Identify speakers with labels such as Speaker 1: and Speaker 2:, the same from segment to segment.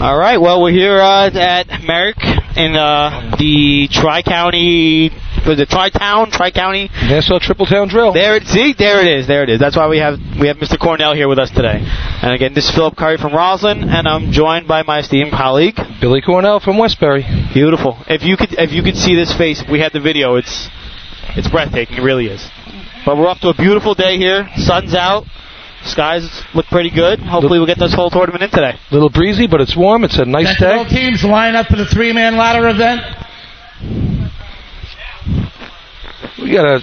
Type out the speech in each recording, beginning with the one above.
Speaker 1: All right. Well, we're here uh, at Merrick in uh, the Tri County, was it Tri Town, Tri County?
Speaker 2: Nassau Triple Town Drill.
Speaker 1: There it see, there it is, there it is. That's why we have we have Mr. Cornell here with us today. And again, this is Philip Curry from Roslyn, and I'm joined by my esteemed colleague.
Speaker 2: Billy Cornell from Westbury.
Speaker 1: Beautiful. If you could if you could see this face, if we had the video. It's it's breathtaking. It really is. But we're off to a beautiful day here. Sun's out. Skies look pretty good. Hopefully, we'll get this whole tournament in today.
Speaker 2: Little breezy, but it's warm. It's a nice
Speaker 3: That's all
Speaker 2: day.
Speaker 3: teams line up for the three-man ladder event.
Speaker 2: We got a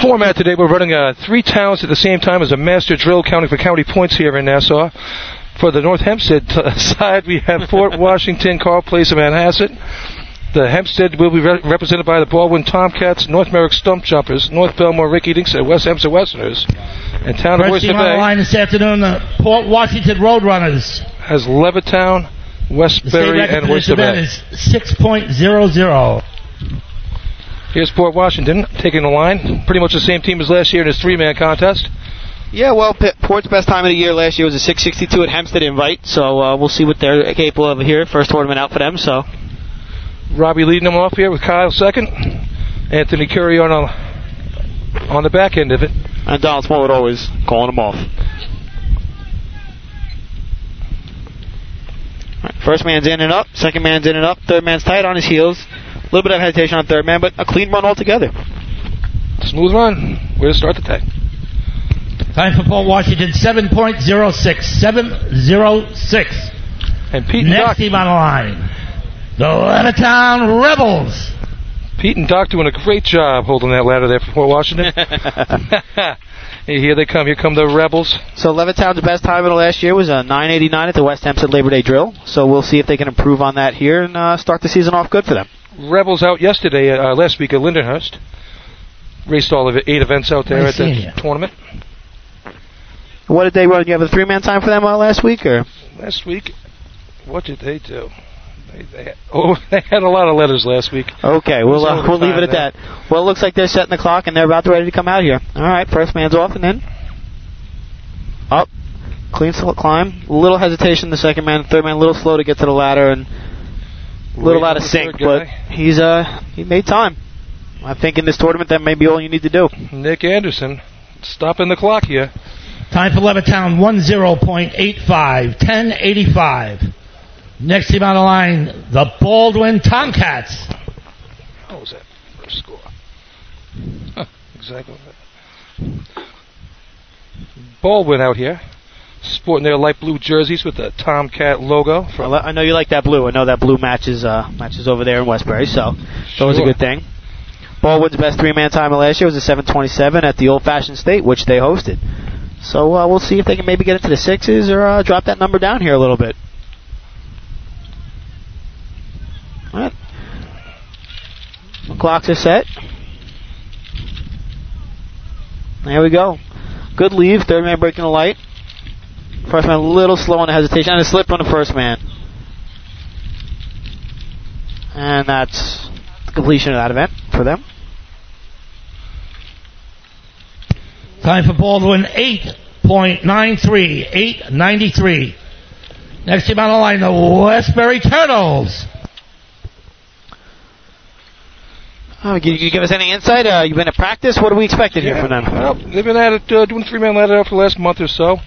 Speaker 2: format today. We're running uh, three towns at the same time as a master drill, counting for county points here in Nassau. For the North Hempstead t- side, we have Fort Washington, Carl Place, and Manhasset. The Hempstead will be re- represented by the Baldwin Tomcats, North Merrick Stump Jumpers, North Belmore Ricky Dinks, and West Hempstead Westerners. And town of
Speaker 3: First
Speaker 2: Oyster
Speaker 3: team
Speaker 2: Bay
Speaker 3: on the line this afternoon, the Port Washington Roadrunners.
Speaker 2: has Levittown,
Speaker 3: The state
Speaker 2: Westbury,
Speaker 3: record
Speaker 2: and
Speaker 3: for this
Speaker 2: Oyster
Speaker 3: event
Speaker 2: Bay.
Speaker 3: is 6.00.
Speaker 2: Here's Port Washington taking the line. Pretty much the same team as last year in his three-man contest.
Speaker 1: Yeah, well, P- Port's best time of the year last year was a 662 at Hempstead Invite, so uh, we'll see what they're capable of here. First tournament out for them, so
Speaker 2: Robbie leading them off here with Kyle second. Anthony Curry on a, on the back end of it.
Speaker 1: and Donald Smollett always calling them off. Alright, First man's in and up, second man's in and up, third man's tight on his heels. A little bit of hesitation on third man, but a clean run altogether.
Speaker 2: Smooth run. Where to start the day?
Speaker 3: Time for Port Washington, 7.06. 7.06.
Speaker 2: And Pete and,
Speaker 3: Next
Speaker 2: Doc,
Speaker 3: team on the line, the Levittown Rebels.
Speaker 2: Pete and Doc doing a great job holding that ladder there for Fort Washington. here they come. Here come the Rebels.
Speaker 1: So Levittown's best time in the last year was a 989 at the West Hempstead Labor Day Drill. So we'll see if they can improve on that here and uh, start the season off good for them.
Speaker 2: Rebels out yesterday, uh, last week at Lindenhurst. Raced all of it, eight events out there
Speaker 3: Nice
Speaker 2: at the
Speaker 3: seeing you.
Speaker 2: tournament.
Speaker 1: What did they run? You have a three-man time for them uh, last week, or
Speaker 2: Last week, what did they do? They, they, oh, they had a lot of letters last week.
Speaker 1: okay? We'll
Speaker 2: It
Speaker 1: uh,
Speaker 2: was
Speaker 1: we'll leave it at
Speaker 2: overtime
Speaker 1: that. Well, it looks like they're setting the clock and they're about to ready to come out here. All right, first man's off and then up, clean sl- climb. Little hesitation, the second man, third man, a little slow to get to the ladder and a little
Speaker 2: Waiting
Speaker 1: out of
Speaker 2: for the
Speaker 1: sync,
Speaker 2: third
Speaker 1: but
Speaker 2: guy.
Speaker 1: he's uh he made time. I think in this tournament that may be all you need to do.
Speaker 2: Nick Anderson stopping the clock here.
Speaker 3: Time for Levittown, 10.85. 10.85. Next team on the line, the Baldwin Tomcats.
Speaker 2: What was that first score? Huh, exactly. Ball went out here, sporting their light blue jerseys with the Tomcat logo.
Speaker 1: I
Speaker 2: From
Speaker 1: li- I know you like that blue. I know that blue matches uh, matches over there in Westbury, so that was a
Speaker 2: Sure.
Speaker 1: good thing. Baldwin's best three-man time of last year was a 7:27 at the old-fashioned state, which they hosted. So uh, we'll see if they can maybe get into the sixes or uh, drop that number down here a little bit. All right. The clocks are set. There we go. Good leave. Third man breaking the light. First man a little slow on the hesitation. And it slipped on the first man. And that's the completion of that event for them.
Speaker 3: Time for Baldwin, 8.93, 8.93. Next team on the line, the Westbury Turtles.
Speaker 1: Oh, can you give us any insight? Uh, you been to practice? What are we expecting here from
Speaker 2: Well,
Speaker 1: them?
Speaker 2: they've been at it uh, doing three-man ladder for the last month or so.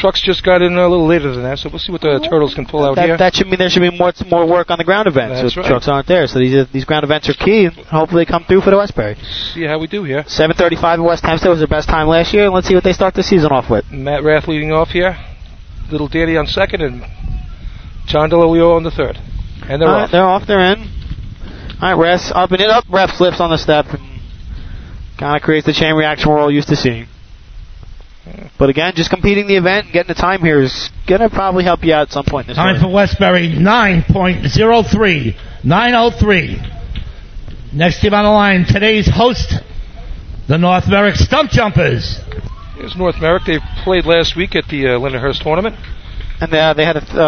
Speaker 2: Trucks just got in a little later than that, so we'll see what the turtles can pull out here.
Speaker 1: That, that should mean there should be more more work on the ground events.
Speaker 2: That's
Speaker 1: so
Speaker 2: right.
Speaker 1: Trucks aren't there, so these these ground events are key. and Hopefully, they come through for the Westbury.
Speaker 2: see how we do here.
Speaker 1: 7:35 in West Hempstead was their best time last year, and let's see what they start the season off with.
Speaker 2: Matt Rath leading off here. Little Danny on second, and John DeLilio on the third. And they're
Speaker 1: All right,
Speaker 2: off.
Speaker 1: They're off. They're in. All right, refs up and it up. Ref slips on the step and kind of creates the chain reaction we're all used to seeing. But again, just competing the event and getting the time here is gonna probably help you out at some point this
Speaker 3: Time for
Speaker 1: morning.
Speaker 3: Westbury, 9.03, 9.03. Next team on the line, today's host, the North Merrick Stump Jumpers.
Speaker 2: Here's North Merrick. They played last week at the uh, Lindenhurst tournament.
Speaker 1: And uh, they had a th- uh,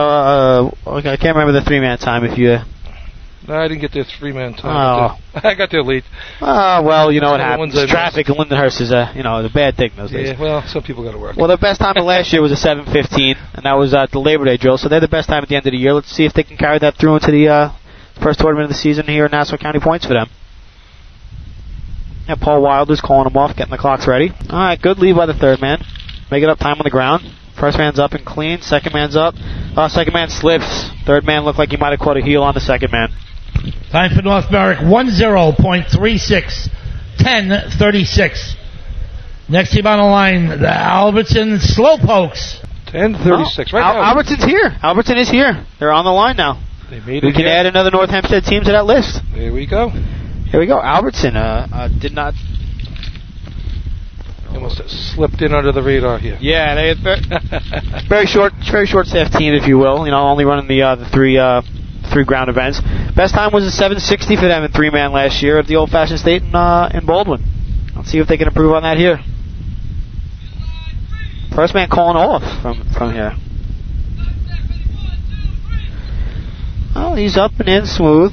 Speaker 1: uh, I can't remember the three man time if you
Speaker 2: No, I didn't get their three man
Speaker 1: Oh.
Speaker 2: time. I got their lead.
Speaker 1: Ah, well, you know what
Speaker 2: Some of the ones
Speaker 1: happens.
Speaker 2: I missed.
Speaker 1: Traffic in Lindenhurst is a you know a bad thing those days.
Speaker 2: Yeah, well, some people got to work.
Speaker 1: Well, their best time of last year was a 7:15, and that was uh, the Labor Day drill. So they're the best time at the end of the year. Let's see if they can carry that through into the uh, first tournament of the season here in Nassau County points for them. Yeah, Paul Wilder's calling them off, getting the clocks ready. All right, good lead by the third man. Make it up time on the ground. First man's up and clean. Second man's up. Uh, second man slips. Third man looked like he might have caught a heel on the second man.
Speaker 3: Time for North Berwick 10.36, 10.36. Next team on the line, the Albertson Slowpokes.
Speaker 2: 10:36 right
Speaker 1: Al-
Speaker 2: now.
Speaker 1: Albertson's here. Albertson is here. They're on the line now.
Speaker 2: They made it.
Speaker 1: We can
Speaker 2: yeah.
Speaker 1: add another North Hempstead team to that list.
Speaker 2: There we go.
Speaker 1: Here we go. Albertson uh, uh, did not.
Speaker 2: Almost slipped in under the radar here.
Speaker 1: Yeah, they very, very short, very short staff team, if you will. You know, only running the uh, the three uh, three ground events. Best time was a 760 for them in three man last year at the old fashioned state in, uh, in Baldwin. Let's see if they can improve on that here. First man calling off from from here. Oh, he's up and in smooth.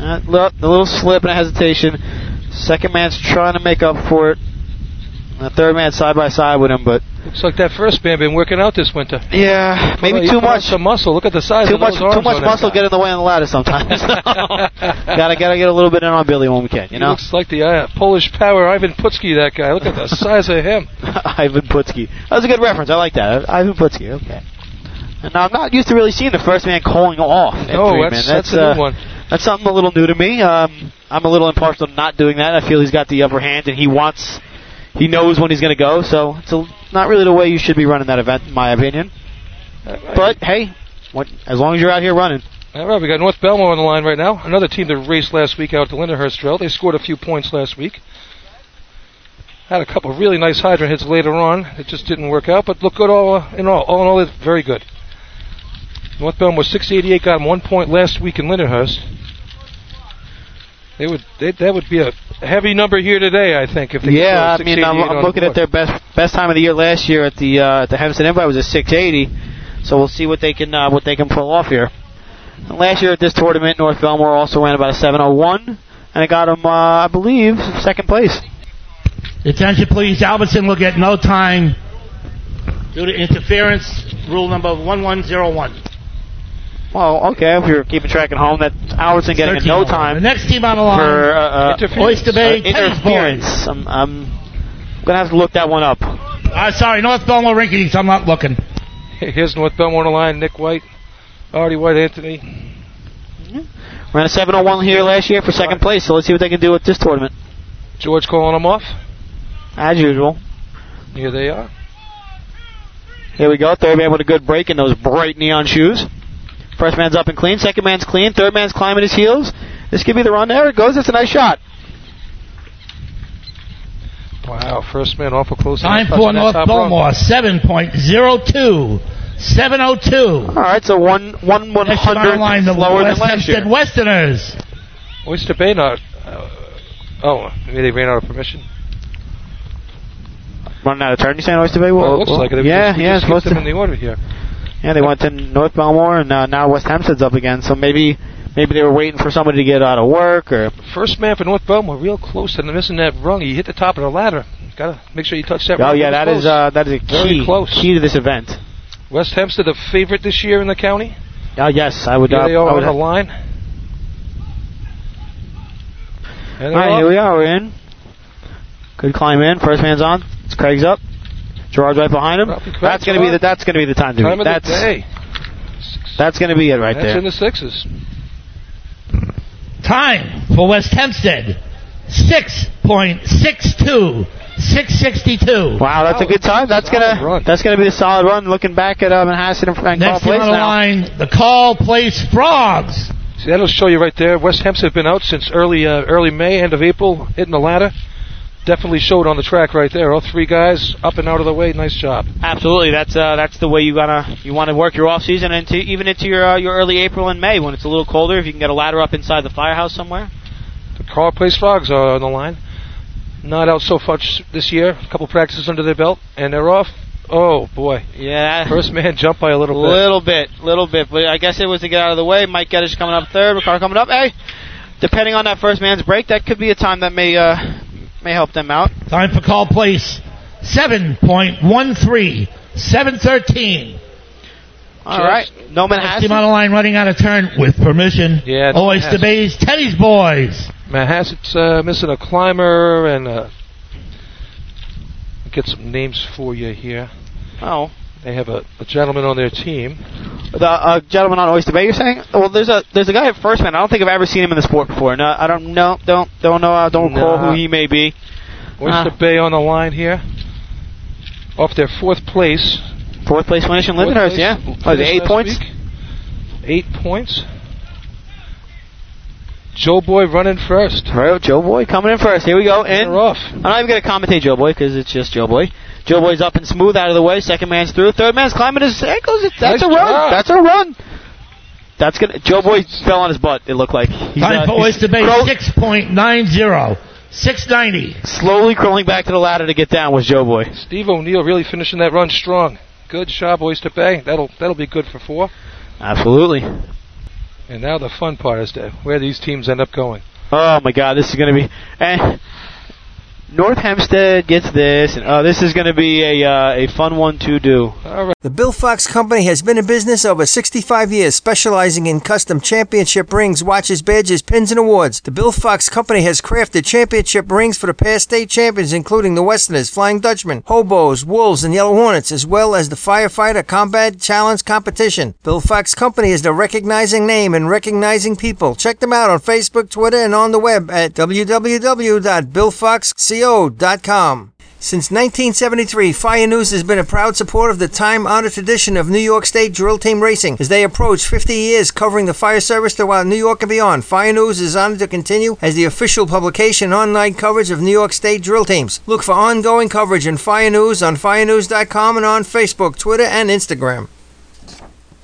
Speaker 1: Uh, lo- a little slip and a hesitation. Second man's trying to make up for it. The third man side by side with him, but
Speaker 2: Looks like that first man been working out this winter.
Speaker 1: yeah, maybe
Speaker 2: Well, he
Speaker 1: too
Speaker 2: put on
Speaker 1: much.
Speaker 2: Some muscle. Look at the size.
Speaker 1: Too
Speaker 2: of
Speaker 1: much,
Speaker 2: those arms
Speaker 1: too much
Speaker 2: on that
Speaker 1: muscle
Speaker 2: guy.
Speaker 1: get in the way on the ladder sometimes. gotta, gotta get a little bit in on Billy when we can, you
Speaker 2: He
Speaker 1: know.
Speaker 2: looks like the uh, Polish power Ivan Putski. That guy. Look at the size of him.
Speaker 1: Ivan Putski. That was a good reference. I like that. Ivan Putski. Okay. And now I'm not used to really seeing the first man calling off. at
Speaker 2: No,
Speaker 1: three
Speaker 2: that's-
Speaker 1: men.
Speaker 2: that's a
Speaker 1: uh,
Speaker 2: new one.
Speaker 1: That's something a little new to me. Um, I'm a little impartial to not doing that. I feel he's got the upper hand and he wants, he knows when he's going to go. So it's a, not really the way you should be running that event, in my opinion. But hey, what, as long as you're out here running,
Speaker 2: All right, we got North Belmore on the line right now. Another team that raced last week out to Lindenhurst Trail. They scored a few points last week. Had a couple of really nice hydrant hits later on. It just didn't work out, but look good all uh, in all. All in all, it's very good. North Belmore 688 got them one point last week in Lindenhurst. They would they, that would be a heavy number here today, I think. If they could
Speaker 1: Yeah, I
Speaker 2: score
Speaker 1: mean, I'm,
Speaker 2: 688
Speaker 1: I'm
Speaker 2: on
Speaker 1: looking
Speaker 2: the
Speaker 1: at their best best time of the year last year at the uh, at the Hempstead Invite was a 680. So we'll see what they can uh, what they can pull off here. And last year at this tournament, North Belmore also ran about a 701, and it got them, uh, I believe, second place.
Speaker 3: Attention, please. Albertson will get no time due to interference, rule number 1101.
Speaker 1: Well, okay, if you're keeping track at home, that Albertson getting a
Speaker 3: 13
Speaker 1: no
Speaker 3: on. The
Speaker 1: time
Speaker 3: next team on the
Speaker 1: for uh,
Speaker 3: line,
Speaker 1: uh,
Speaker 2: Interference.
Speaker 3: Oyster Bay
Speaker 1: uh,
Speaker 3: Tennis Boys.
Speaker 1: interference. I'm, I'm gonna have to look that one up.
Speaker 3: Uh, sorry, North Belmore Rinkies. I'm not looking.
Speaker 2: board. Here's North Belmore on the line. Nick White, Artie White, Anthony.
Speaker 1: Ran a 701 here last year for second place, so let's see what they can do with this tournament.
Speaker 2: George calling them off.
Speaker 1: As usual.
Speaker 2: Here they are.
Speaker 1: Here we go. Third man with a good break in those bright neon shoes. First man's up and clean. Second man's clean. Third man's climbing his heels. This could be the run. There it goes. That's a nice shot.
Speaker 2: Wow, first man awful close. to
Speaker 3: Time
Speaker 2: that
Speaker 3: for
Speaker 2: touch. That's
Speaker 3: North
Speaker 2: how wrong.
Speaker 3: Belmore, 7.02. 7.02.
Speaker 1: All right, so one one one
Speaker 3: Next team on the
Speaker 1: hundred
Speaker 3: line, the
Speaker 1: lower
Speaker 3: West
Speaker 1: than last year.
Speaker 3: Hempstead Westerners.
Speaker 2: Oyster Bay not. Uh, oh, maybe they ran out of permission.
Speaker 1: Running out of turn. You saying Oyster Bay?
Speaker 2: Well,
Speaker 1: Well,
Speaker 2: it looks
Speaker 1: well,
Speaker 2: like it. We
Speaker 1: Yeah,
Speaker 2: just, we
Speaker 1: yeah.
Speaker 2: just
Speaker 1: It's supposed
Speaker 2: skipped them in
Speaker 1: to.
Speaker 2: the order here.
Speaker 1: Yeah, they went to North Belmore, and uh, now West Hempstead's up again. So maybe maybe they were waiting for somebody to get out of work, or
Speaker 2: First man for North Belmore, real close to missing that rung. He hit the top of the ladder. Gotta make sure you touch that.
Speaker 1: oh
Speaker 2: rung.
Speaker 1: yeah, that
Speaker 2: Close.
Speaker 1: is uh, that is a
Speaker 2: Very
Speaker 1: key
Speaker 2: close.
Speaker 1: key to this event.
Speaker 2: West Hempstead, the favorite this year in the county.
Speaker 1: Uh, yes, I would.
Speaker 2: Here
Speaker 1: uh,
Speaker 2: they
Speaker 1: I
Speaker 2: are
Speaker 1: would
Speaker 2: on the line. And
Speaker 1: All right, here
Speaker 2: they're
Speaker 1: we
Speaker 2: up.
Speaker 1: are. We're in. Good climb in. First man's on. It's Craig's up. Gerard's right behind him.
Speaker 2: Robbie Craig's
Speaker 1: That's gonna be
Speaker 2: on.
Speaker 1: the. That's gonna be the time to
Speaker 2: Time
Speaker 1: beat.
Speaker 2: of
Speaker 1: That's
Speaker 2: the day.
Speaker 1: that's gonna be it right
Speaker 2: That's
Speaker 1: there.
Speaker 2: in the sixes.
Speaker 3: Time for West Hempstead, 6.62. 662.
Speaker 1: wow, that's a
Speaker 2: Wow,
Speaker 1: good time. That's
Speaker 2: solid
Speaker 1: gonna
Speaker 2: run.
Speaker 1: that's gonna be a solid run. Looking back at um, Manhasset and Frank
Speaker 3: Next team
Speaker 1: Place
Speaker 3: on the
Speaker 1: now.
Speaker 3: line, the Call Place Frogs.
Speaker 2: See, that'll show you right there. West Hempstead have been out since early uh, early May, end of April, hitting the ladder. Definitely showed on the track right there. All three guys up and out of the way. Nice job.
Speaker 1: Absolutely. That's uh, that's the way you gotta you want to work your off season into even into your uh, your early April and May when it's a little colder. If you can get a ladder up inside the firehouse somewhere.
Speaker 2: The Carl Place Frogs are on the line. Not out so much this year. A couple practices under their belt, and they're off. Oh boy,
Speaker 1: Yeah.
Speaker 2: first man jumped by a little bit.
Speaker 1: Little bit, little bit, but I guess it was to get out of the way. Mike Geddes coming up third, Ricard coming up. Hey, depending on that first man's break, that could be a time that may uh, may help them out.
Speaker 3: Time for call place 7.13, 713.
Speaker 1: All right, Noman has
Speaker 3: Team on the line running out of turn with permission.
Speaker 2: Yeah, it's
Speaker 3: Oyster
Speaker 2: passed.
Speaker 3: Bay's Teddy's Boys.
Speaker 2: Manhasset's uh, missing a climber and uh, get some names for you here.
Speaker 1: Oh,
Speaker 2: They have a, a gentleman on their team.
Speaker 1: the uh, gentleman on Oyster Bay. You're saying? Well, there's a there's a guy at first man. I don't think I've ever seen him in the sport before. No, I don't know. Don't don't know. I don't recall
Speaker 2: Nah.
Speaker 1: who he may be.
Speaker 2: Oyster
Speaker 1: Ah.
Speaker 2: Bay on the line here. Off their fourth place.
Speaker 1: Fourth place finish in Lindenhurst.
Speaker 2: Fourth
Speaker 1: Yeah,
Speaker 2: place
Speaker 1: oh, is it
Speaker 2: finish
Speaker 1: eight
Speaker 2: last
Speaker 1: points.
Speaker 2: week. Eight points. Joe Boy running first.
Speaker 1: All right, Joe Boy coming in first. Here we go. In.
Speaker 2: They're off.
Speaker 1: I'm not even going to commentate Joe Boy because it's just Joe Boy. Joe Boy's up and smooth out of the way. Second man's through. Third man's climbing his ankles. It's, that's
Speaker 2: Nice
Speaker 1: a run.
Speaker 2: job.
Speaker 1: That's a run. That's gonna. Joe Boy fell on his butt. It looked like. He's,
Speaker 3: Time
Speaker 1: uh,
Speaker 3: for
Speaker 1: he's
Speaker 3: Oyster Bay
Speaker 1: crawl-
Speaker 3: 6.90, 690.
Speaker 1: slowly crawling back to the ladder to get down was Joe Boy.
Speaker 2: Steve O'Neill really finishing that run strong. Good job, Oyster Bay. That'll that'll be good for four.
Speaker 1: Absolutely.
Speaker 2: And now the fun part is to where these teams end up going.
Speaker 1: Oh my God, this is gonna be. And North Hempstead gets this, and oh, this is gonna be a uh, a fun one to do.
Speaker 2: All right.
Speaker 4: The Bill Fox Company has been in business over 65 years, specializing in custom championship rings, watches, badges, pins, and awards. The Bill Fox Company has crafted championship rings for the past eight champions, including the Westerners, Flying Dutchman, Hobos, Wolves, and Yellow Hornets, as well as the Firefighter Combat Challenge Competition. Bill Fox Company is the recognizing name and recognizing people. Check them out on Facebook, Twitter, and on the web at www.billfoxco.com. Since 1973, Fire News has been a proud supporter of the time-honored tradition of New York State drill team racing. As they approach 50 years covering the fire service throughout New York and beyond, Fire News is honored to continue as the official publication and online coverage of New York State drill teams. Look for ongoing coverage in Fire News on firenews.com and on Facebook, Twitter, and Instagram.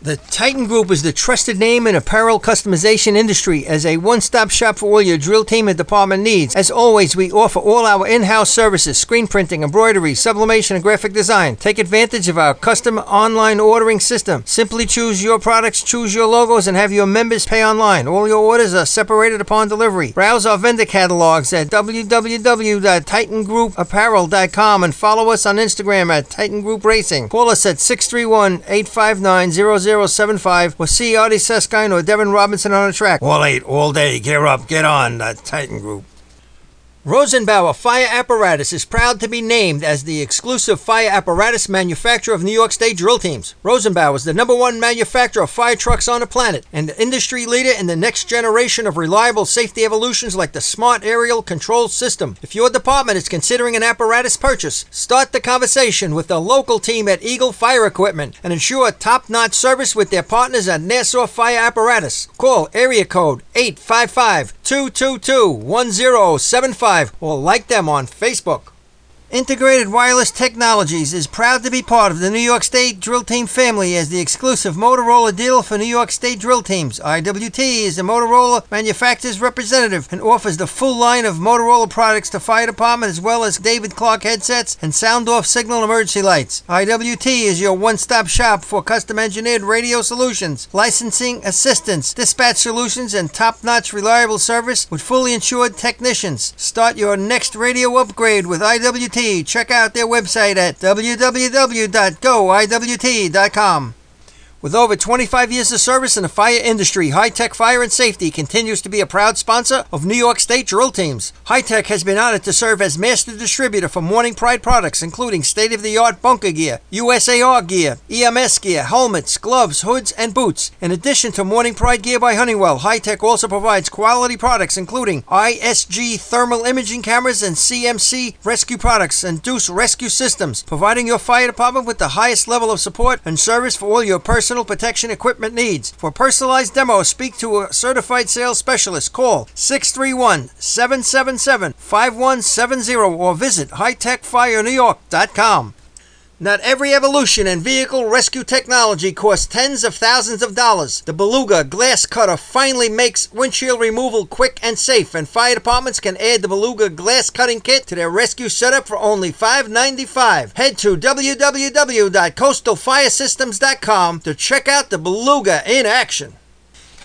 Speaker 4: The Titan Group is the trusted name in apparel customization industry as a one-stop shop for all your drill team and department needs. As always, we offer all our in-house services, screen printing, embroidery, sublimation, and graphic design. Take advantage of our custom online ordering system. Simply choose your products, choose your logos, and have your members pay online. All your orders are separated upon delivery. Browse our vendor catalogs at www.titangroupapparel.com and follow us on Instagram at Titan Group Racing. Call us at 631-859-0075 or see Artie Seskine or Devin Robinson on the track. All eight, all day, gear up, get on, the Titan Group. Rosenbauer Fire Apparatus is proud to be named as the exclusive fire apparatus manufacturer of New York State drill teams. Rosenbauer is the number one manufacturer of fire trucks on the planet and the industry leader in the next generation of reliable safety evolutions like the Smart Aerial Control System. If your department is considering an apparatus purchase, start the conversation with the local team at Eagle Fire Equipment and ensure top-notch service with their partners at Nassau Fire Apparatus. Call area code 855 222 1075 or like them on Facebook. Integrated Wireless Technologies is proud to be part of the New York State Drill Team family as the exclusive Motorola deal for New York State drill teams. IWT is the Motorola manufacturer's representative and offers the full line of Motorola products to fire department as well as David Clark headsets and sound off signal emergency lights. IWT is your one-stop shop for custom engineered radio solutions, licensing assistance, dispatch solutions and top-notch reliable service with fully insured technicians. Start your next radio upgrade with IWT. Check out their website at www.goiwt.com. With over 25 years of service in the fire industry, High Tech Fire and Safety continues to be a proud sponsor of New York State drill teams. High Tech has been honored to serve as master distributor for Morning Pride products, including state of the art bunker gear, USAR gear, EMS gear, helmets, gloves, hoods, and boots. In addition to Morning Pride gear by Honeywell, High Tech also provides quality products, including ISG thermal imaging cameras and CMC rescue products and Deuce rescue systems, providing your fire department with the highest level of support and service for all your personal protection equipment needs. For personalized demos, speak to a certified sales specialist. Call 631-777-5170 or visit hightechfirenewyork.com. Not every evolution in vehicle rescue technology costs tens of thousands of dollars. The Beluga glass cutter finally makes windshield removal quick and safe, and fire departments can add the Beluga glass cutting kit to their rescue setup for only $5.95. Head to www.coastalfiresystems.com to check out the Beluga in action.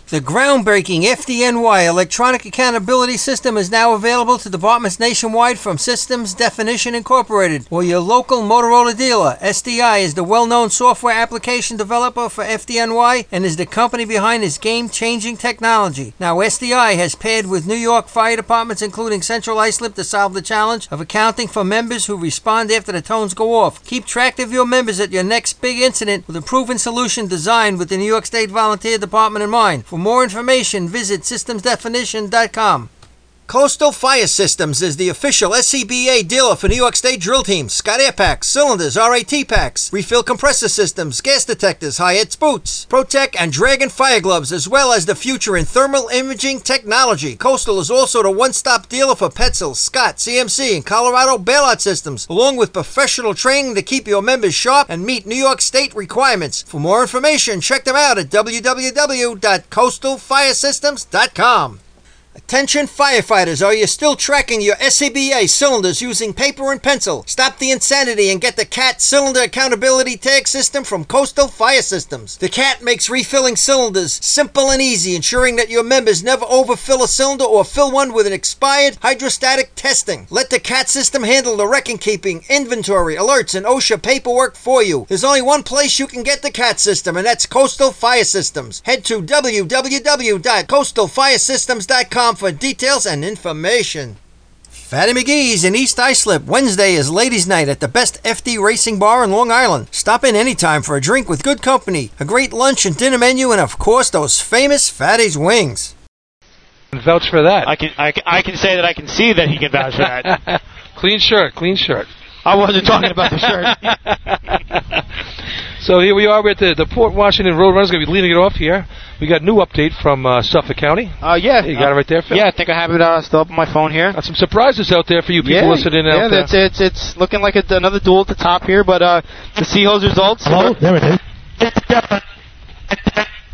Speaker 4: The groundbreaking FDNY electronic accountability system is now available to departments nationwide from Systems Definition Incorporated or your local Motorola dealer. SDI is the well known software application developer for FDNY and is the company behind this game changing technology. Now, SDI has paired with New York fire departments, including Central Islip, to solve the challenge of accounting for members who respond after the tones go off. Keep track of your members at your next big incident with a proven solution designed with the New York State Volunteer Department in mind. For more information, visit systemsdefinition.com. Coastal Fire Systems is the official SCBA dealer for New York State drill teams, Scott air packs, cylinders, RAT packs, refill compressor systems, gas detectors, Hyatt's boots, Protec and Dragon fire gloves, as well as the future in thermal imaging technology. Coastal is also the one-stop dealer for Petzl, Scott, CMC, and Colorado bailout systems, along with professional training to keep your members sharp and meet New York State requirements. For more information, check them out at www.coastalfiresystems.com. Attention firefighters, are you still tracking your SCBA cylinders using paper and pencil? Stop the insanity and get the CAT Cylinder Accountability Tag System from Coastal Fire Systems. The CAT makes refilling cylinders simple and easy, ensuring that your members never overfill a cylinder or fill one with an expired hydrostatic testing. Let the CAT system handle the record keeping, inventory, alerts, and OSHA paperwork for you. There's only one place you can get the CAT system, and that's Coastal Fire Systems. Head to www.coastalfiresystems.com for details and information. Fatty McGee's in East Islip. Wednesday is ladies' night at the best FD racing bar in Long Island. Stop in anytime for a drink with good company, a great lunch and dinner menu, and of course those famous Fatty's wings.
Speaker 2: Vouch for that.
Speaker 1: I can, I can I can say that I can see that he can vouch for that.
Speaker 2: clean shirt, clean shirt.
Speaker 1: I wasn't talking about the shirt.
Speaker 2: so here we are. We're at the, the Port Washington Roadrunners. Going to be leading it off here. We got a new update from uh, Suffolk County.
Speaker 1: Uh, yeah,
Speaker 2: You got it right there, Phil?
Speaker 1: Yeah, I think I have it uh, still up on my phone here.
Speaker 2: Got some surprises out there for you people
Speaker 1: yeah,
Speaker 2: listening
Speaker 1: yeah,
Speaker 2: out there.
Speaker 1: that's it's it's looking like it's another duel at the top here, but uh, the Seahawks results.
Speaker 3: Hello, there it is.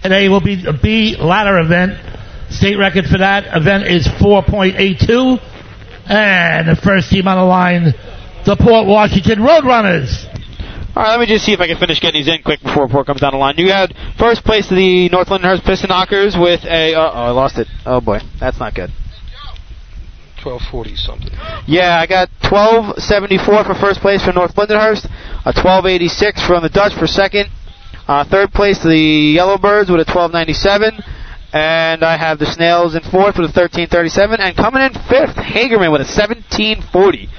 Speaker 3: Today will be the B ladder event. State record for that event is 4.82. And the first team on the line, the Port Washington Roadrunners.
Speaker 1: All right, let me just see if I can finish getting these in quick before report comes down the line. You had first place to the North Lyndhurst Piston Knockers with a. Uh, oh, I lost it. Oh boy, that's not good.
Speaker 2: 1240 something.
Speaker 1: Yeah, I got 1274 for first place for North Lindenhurst, a 1286 from the Dutch for second, uh, third place to the Yellowbirds with a 1297, and I have the Snails in fourth with a 1337, and coming in fifth, Hagerman with a 1740.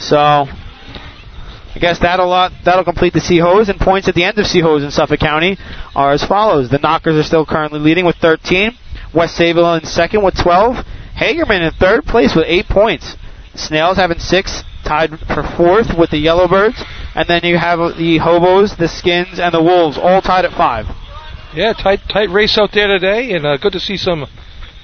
Speaker 1: So, I guess that'll uh, that'll complete the Seahos, and points at the end of Seahos in Suffolk County are as follows: the Knockers are still currently leading with 13, West Saville in second with 12, Hagerman in third place with eight points. Snails having six, tied for fourth with the Yellowbirds, and then you have the Hobos, the Skins, and the Wolves all tied at five.
Speaker 2: Yeah, tight tight race out there today, and uh, good to see some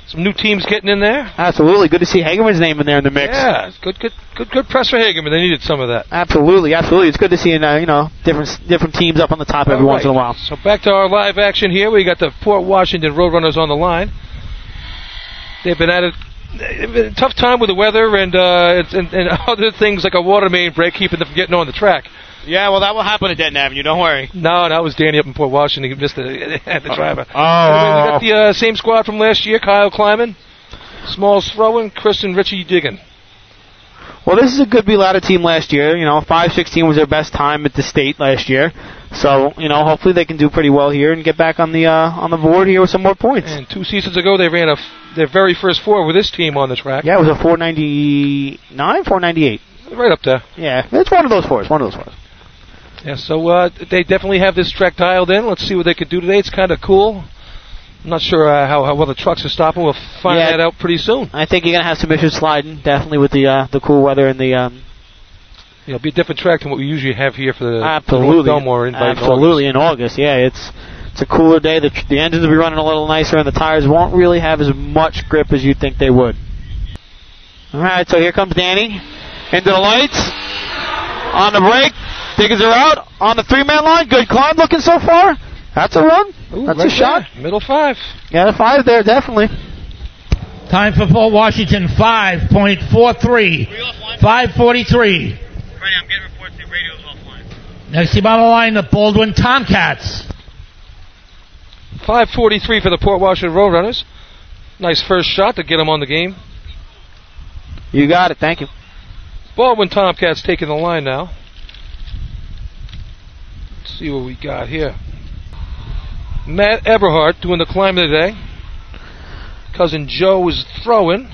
Speaker 2: some new teams getting in there.
Speaker 1: Absolutely, good to see Hagerman's name in there in the mix.
Speaker 2: Yeah, good good good good press for Hagerman. They needed some of that.
Speaker 1: Absolutely, absolutely. It's good to see uh, you know different different teams up on the top every
Speaker 2: All
Speaker 1: once in a
Speaker 2: right.
Speaker 1: while.
Speaker 2: So back to our live action here. We got the Port Washington Roadrunners on the line. They've been at it. they've been a Tough time with the weather and, uh, it's- and and other things like a water main break keeping them from getting on the track.
Speaker 1: Yeah, well, that will happen at Denton Avenue. Don't worry.
Speaker 2: No, that was Danny up in Port Washington. He missed the, had the driver.
Speaker 1: oh, oh.
Speaker 2: we got the uh, same squad from last year: Kyle Kleiman, Smalls throwing, Chris and Richie digging.
Speaker 1: Well, this is a good Belada team last year. You know, 516 was their best time at the state last year. So, you know, hopefully they can do pretty well here and get back on the uh, on the board here with some more points.
Speaker 2: And two seasons ago, they ran a f- their very first four with this team on the track.
Speaker 1: Yeah, it was a 499, 498.
Speaker 2: Right up there.
Speaker 1: Yeah, it's one of those fours. One of those fours.
Speaker 2: Yeah, so uh, they definitely have this track dialed in. Let's see what they can do today. It's kind of cool. I'm not sure uh, how, how well the trucks are stopping. We'll find
Speaker 1: Yeah.
Speaker 2: that out pretty soon.
Speaker 1: I think you're gonna have some issues sliding, definitely with the uh, the cool weather and the um,
Speaker 2: It'll be a different track than what we usually have here for the for the
Speaker 1: absolutely,
Speaker 2: North Belmore invite. in
Speaker 1: absolutely in August. Yeah, it's it's a cooler day. The tr- the engines will be running a little nicer, and the tires won't really have as much grip as you think they would. All right, so here comes Danny into the lights on the brake. Diggins are out on the three-man line. Good climb looking so far. That's a run.
Speaker 2: Ooh,
Speaker 1: That's
Speaker 2: right
Speaker 1: a shot.
Speaker 2: there, Middle five.
Speaker 1: Yeah, a five there, definitely. oh.
Speaker 3: Time for Fort Washington, 5.43. 5.43.
Speaker 5: Freddie, I'm getting reports the radio's offline.
Speaker 3: Next team on the line, the Baldwin Tomcats.
Speaker 2: 5:43 for the Port Washington Roadrunners. Nice first shot to get them on the game.
Speaker 1: You got it. Thank you.
Speaker 2: Baldwin Tomcats taking the line now. Let's see what we got here. Matt Eberhardt doing the climb today. Cousin Joe is throwing.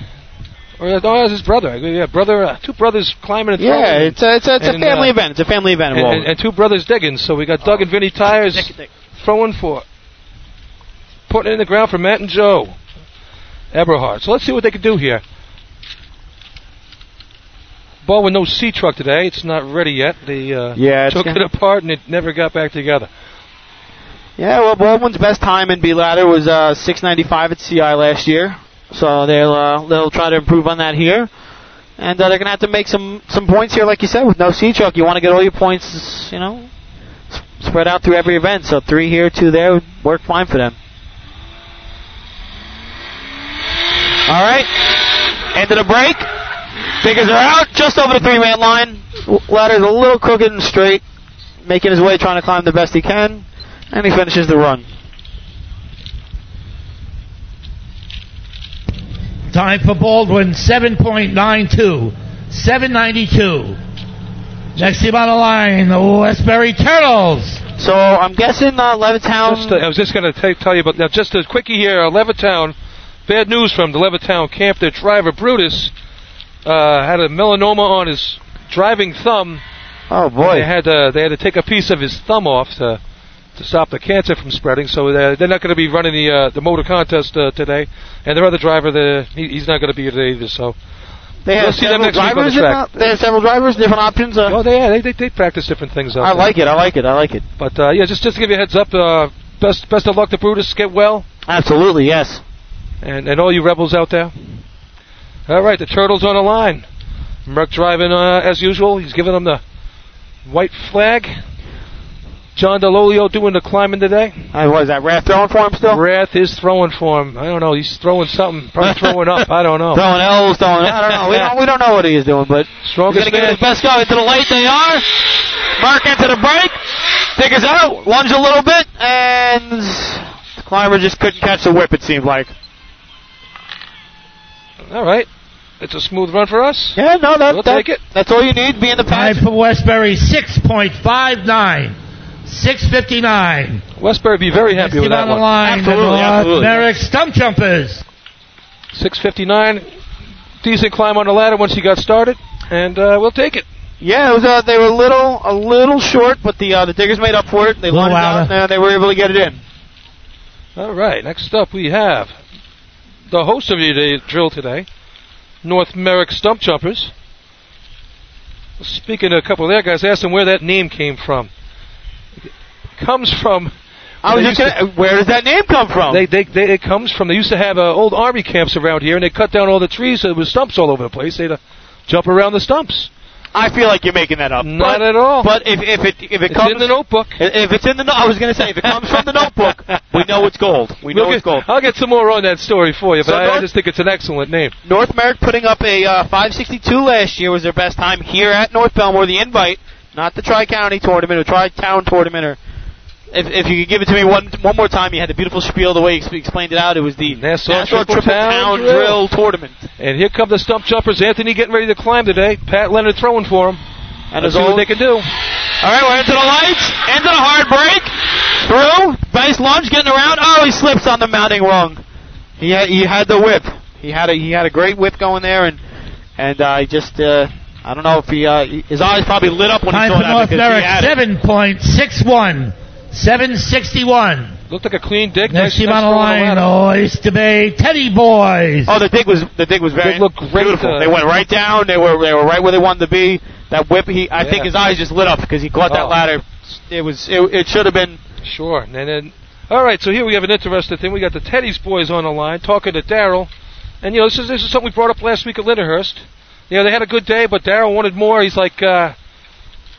Speaker 2: Or no, that's his brother. Yeah, brother. Uh, two brothers climbing and throwing.
Speaker 1: Yeah, it's a, it's a, it's a
Speaker 2: And,
Speaker 1: family
Speaker 2: uh,
Speaker 1: event. It's a family event.
Speaker 2: and, and, and two brothers Diggins. So we got
Speaker 1: Oh.
Speaker 2: Doug and Vinny Tires throwing for. Putting it in the ground for Matt and Joe. Eberhard. So let's see what they can do here. Ball with no C truck today. It's not ready yet. They uh,
Speaker 1: Yeah, it's
Speaker 2: took it
Speaker 1: gonna-
Speaker 2: apart and it never got back together.
Speaker 1: Yeah, well, Baldwin's best time in B ladder was uh, 6.95 at CI last year, so they'll uh, they'll try to improve on that here, and uh, they're gonna have to make some some points here, like you said, with no C truck. You want to get all your points, you know, s- spread out through every event. So three here, two there would work fine for them. All right, end of the break. Figures are out, just over the three-man line. W- Ladder's a little crooked and straight, making his way, trying to climb the best he can. And he finishes the run.
Speaker 3: Time for Baldwin, 7.92. 7.92. Next team on the line, the Westbury Turtles.
Speaker 1: So I'm guessing uh, Levittown.
Speaker 2: Just, uh, I was just going to tell you about now. Just a quickie here. Uh, Levittown. Bad news from the Levittown camp. Their driver Brutus uh, had a melanoma on his driving thumb.
Speaker 1: oh
Speaker 2: They
Speaker 1: boy.
Speaker 2: had uh, they had to take a piece of his thumb off to to stop the cancer from spreading. So uh, they're, they're not going to be running the uh, the motor contest uh, today. And their other driver, the he, he's not going to be here today either. So
Speaker 1: They
Speaker 2: We'll
Speaker 1: have
Speaker 2: see them
Speaker 1: several
Speaker 2: next week on the
Speaker 1: drivers. in
Speaker 2: track.
Speaker 1: the- they have several drivers, different options. Uh,
Speaker 2: oh, they yeah, they, they they practice different things. Out
Speaker 1: I
Speaker 2: there.
Speaker 1: like it. I like it. I like it.
Speaker 2: But uh, yeah, just just to give you a heads up, uh, best best of luck to Brutus. Get well,
Speaker 1: Absolutely yes.
Speaker 2: and and all you rebels out there. All right, the turtles on the line. Merck driving uh, as usual. He's giving them the white flag. John DeLolio doing the climbing today.
Speaker 1: I was that Rath throwing for him still.
Speaker 2: Wrath is throwing for him. I don't know. He's throwing something. Probably throwing up. I don't know.
Speaker 1: Throwing L's, throwing. I don't know. We don't. We don't know what he is doing, but he's
Speaker 2: Strongest
Speaker 1: gonna give it
Speaker 2: man.
Speaker 1: his best go into the late. They are. Mark into the break. Diggers out. Lunge a little bit, and the climber just couldn't catch the whip. It seemed like.
Speaker 2: All right. It's a smooth run for us.
Speaker 1: Yeah. No. That,
Speaker 2: We'll
Speaker 1: that-
Speaker 2: take it.
Speaker 1: That's all you need. Be in the
Speaker 3: Time
Speaker 1: pass.
Speaker 3: for Westbury, 6.59. 6.59.
Speaker 2: Westbury would be very happy with
Speaker 3: Team
Speaker 2: that
Speaker 3: on the
Speaker 2: one.
Speaker 3: line,
Speaker 1: Absolutely,
Speaker 3: the North
Speaker 1: absolutely.
Speaker 3: Merrick Stump Jumpers.
Speaker 2: 6:59. Decent climb on the ladder once he got started, and uh, we'll take it.
Speaker 1: Yeah, it was, uh, they were a little a little short, but the uh, the Diggers made up for it. They
Speaker 3: Little
Speaker 1: lined it out
Speaker 3: louder.
Speaker 1: and uh, they were able to get it in.
Speaker 2: All right. Next up, we have the host of your day- drill today, North Merrick Stump Jumpers. Speaking to a couple of their guys, asked them where that name came from. It comes from
Speaker 1: I was
Speaker 2: They
Speaker 1: just
Speaker 2: used
Speaker 1: gonna, where does that name come from?
Speaker 2: They, they, they, it comes from. They used to have uh, old army camps around here, and they cut down all the trees, so there was stumps all over the place. They'd uh, jump around the stumps.
Speaker 1: I feel like you're making that up.
Speaker 2: Not
Speaker 1: but,
Speaker 2: at all.
Speaker 1: But if if it if it
Speaker 2: it's
Speaker 1: comes
Speaker 2: in the notebook.
Speaker 1: if it's in the no- I was gonna say if it comes from the notebook, we know it's gold. We know
Speaker 2: We'll
Speaker 1: it's
Speaker 2: get-
Speaker 1: gold.
Speaker 2: I'll get some more on that story for you, but
Speaker 1: So
Speaker 2: I, I
Speaker 1: North-
Speaker 2: just think it's an excellent name.
Speaker 1: North Merrick putting up a uh, 562 last year was their best time here at North Belmore. The invite, not the Tri County tournament or Tri Town tournament. Or if if you could give it to me one one more time, you had the beautiful spiel the way you ex- explained it out. It was the
Speaker 2: Nassau Triple
Speaker 1: Triple,
Speaker 2: Town
Speaker 1: Town,
Speaker 2: Drill.
Speaker 1: Drill tournament.
Speaker 2: And here come the stump jumpers. Anthony getting ready to climb today. Pat Leonard throwing for him.
Speaker 1: And
Speaker 2: Let's
Speaker 1: as
Speaker 2: see what
Speaker 1: always,
Speaker 2: they can do.
Speaker 1: all right, we're into the lights, into the hard break, through, base lunge, getting around. Oh, he slips on the mounting rung. He had, he had the whip. He had a he had a great whip going there, and and uh, he just uh, I don't know if he uh, he- his eyes probably lit up when
Speaker 3: Time
Speaker 1: he saw
Speaker 3: for
Speaker 1: that
Speaker 3: North
Speaker 1: because
Speaker 3: Merrick,
Speaker 1: he had it.
Speaker 3: 7.61. 7.61.
Speaker 2: Looked like a clean dig.
Speaker 3: Next team on the
Speaker 2: throw
Speaker 3: line,
Speaker 2: ladder.
Speaker 3: Oyster Bay Teddy Boys.
Speaker 1: Oh, the dig was the dig was very
Speaker 2: They look great,
Speaker 1: beautiful.
Speaker 2: uh,
Speaker 1: they went right down. They were they were right where they wanted to be. That whip, he I
Speaker 2: Yeah.
Speaker 1: think his eyes just lit up because he caught
Speaker 2: Oh.
Speaker 1: that ladder. It was it, it should have been
Speaker 2: Sure. And then, all right. So here we have an interesting thing. We got the Teddy's boys on the line talking to Daryl, and you know this is this is something we brought up last week at Linderhurst. You know they had a good day, but Daryl wanted more. He's like, uh,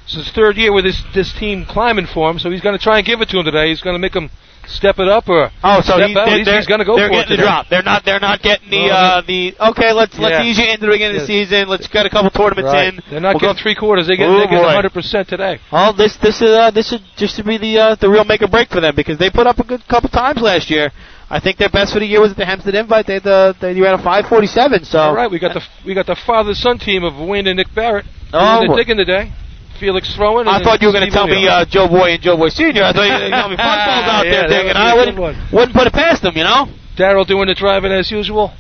Speaker 2: It's his third year with this this team climbing for him, so he's going to try and give it to him today. He's going to make him step it up or
Speaker 1: Oh, so
Speaker 2: step
Speaker 1: he,
Speaker 2: out.
Speaker 1: they're,
Speaker 2: he's
Speaker 1: they're-
Speaker 2: he's going to go
Speaker 1: they're
Speaker 2: for it
Speaker 1: getting the
Speaker 2: today.
Speaker 1: drop. They're not. They're not getting the
Speaker 2: No,
Speaker 1: uh, the. Okay, let's let's
Speaker 2: Yeah.
Speaker 1: ease you into the beginning of the
Speaker 2: Yes.
Speaker 1: season. Let's get a couple tournaments
Speaker 2: Right.
Speaker 1: in.
Speaker 2: They're not
Speaker 1: We'll go
Speaker 2: getting three quarters. They get
Speaker 1: Oh,
Speaker 2: they get
Speaker 1: boy.
Speaker 2: 100 percent today.
Speaker 1: Well, this this is uh, this should just should be the uh, the real make or break for them because they put up a good couple times last year. I think their best for the year was at the Hempstead Invite. They had the they ran a 547. So
Speaker 2: All right, we got the we got the father son team of Wayne and Nick Barrett.
Speaker 1: Oh,
Speaker 2: they're
Speaker 1: boy.
Speaker 2: digging today. Felix throwing.
Speaker 1: I
Speaker 2: and
Speaker 1: thought you were going to
Speaker 2: Steve
Speaker 1: tell me
Speaker 2: O'Neill.
Speaker 1: uh, Joe Boy and Joe Boy Senior. I thought you were going to tell me fun balls out
Speaker 2: Yeah,
Speaker 1: there
Speaker 2: that
Speaker 1: thinking
Speaker 2: would be
Speaker 1: I
Speaker 2: a
Speaker 1: wouldn't
Speaker 2: good one.
Speaker 1: wouldn't put it past them. You know,
Speaker 2: Darrell doing the driving as usual.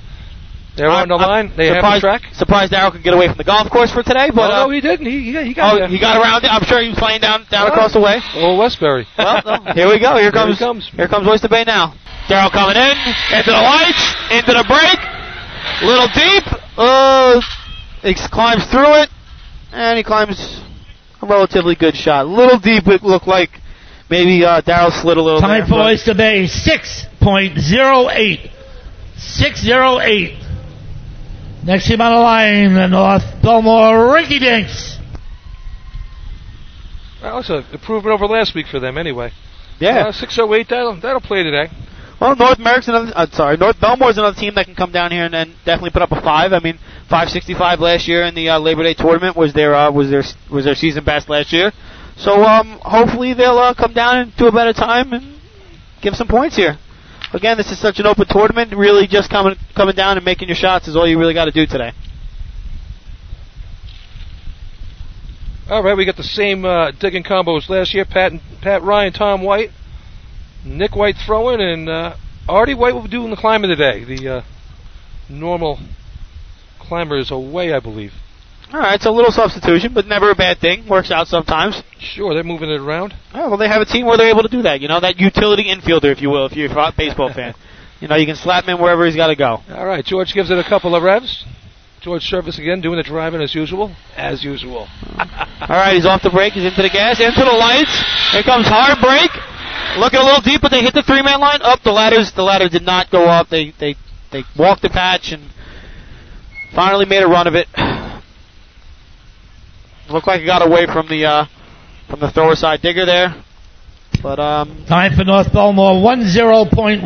Speaker 2: They're on the
Speaker 1: I'm- I'm
Speaker 2: line. They have the
Speaker 1: surprised-
Speaker 2: track.
Speaker 1: Surprised Darrell could get away from the golf course for today, but
Speaker 2: oh, no,
Speaker 1: uh,
Speaker 2: he didn't. He, he got- he got
Speaker 1: oh,
Speaker 2: there.
Speaker 1: he got around it. I'm sure he was playing down down
Speaker 2: Oh.
Speaker 1: across the way.
Speaker 2: Oh, Westbury.
Speaker 1: Well, no, here we go. Here comes here,
Speaker 2: comes.
Speaker 1: comes Oyster Bay now. Darrell coming in into the lights, into the break, little deep. Uh, he climbs through it, and he climbs a relatively good shot. Little deep, it looked like. Maybe uh, Darrell slid a little.
Speaker 3: Time
Speaker 1: there,
Speaker 3: for
Speaker 1: but-
Speaker 3: Oyster Bay 6.08. 6.08. Next team on the line, the North Belmore Rinky Dinks.
Speaker 2: Well, it's an improvement over last week for them anyway.
Speaker 1: Yeah.
Speaker 2: Uh, 608, that'll, that'll play today.
Speaker 1: Well, North Merrick's another. Uh, sorry, North Belmore's another team that can come down here and, and definitely put up a five. I mean, five sixty five last year in the uh, Labor Day tournament was their uh, was their was their season best last year. So um, hopefully they'll uh, come down and do a better time and give some points here. Again, this is such an open tournament. Really, just coming coming down and making your shots is all you really got to do today.
Speaker 2: All right, we got the same uh, digging combos last year. Pat and, Pat Ryan, Tom White, Nick White throwing, and uh, Artie White will be doing the climbing today. The uh, normal climber is away, I believe.
Speaker 1: All right, so a little substitution, but never a bad thing. Works out sometimes.
Speaker 2: Sure, they're moving it around.
Speaker 1: Oh, well, they have a team where they're able to do that. You know, that utility infielder, if you will, if you're a baseball fan. You know, you can slap him in wherever he's got to go.
Speaker 2: All right, George gives it a couple of revs. George Service again doing the driving as usual. As usual.
Speaker 1: All right, he's off the break. He's into the gas, into the lights. Here comes hard break. Looking a little deep, but they hit the three-man line. Up the ladders. The ladder did not go up. They they they walked the patch and finally made a run of it. Looked like it got away from the uh, from the thrower side digger there, but um,
Speaker 3: Time for North Belmore 10.18.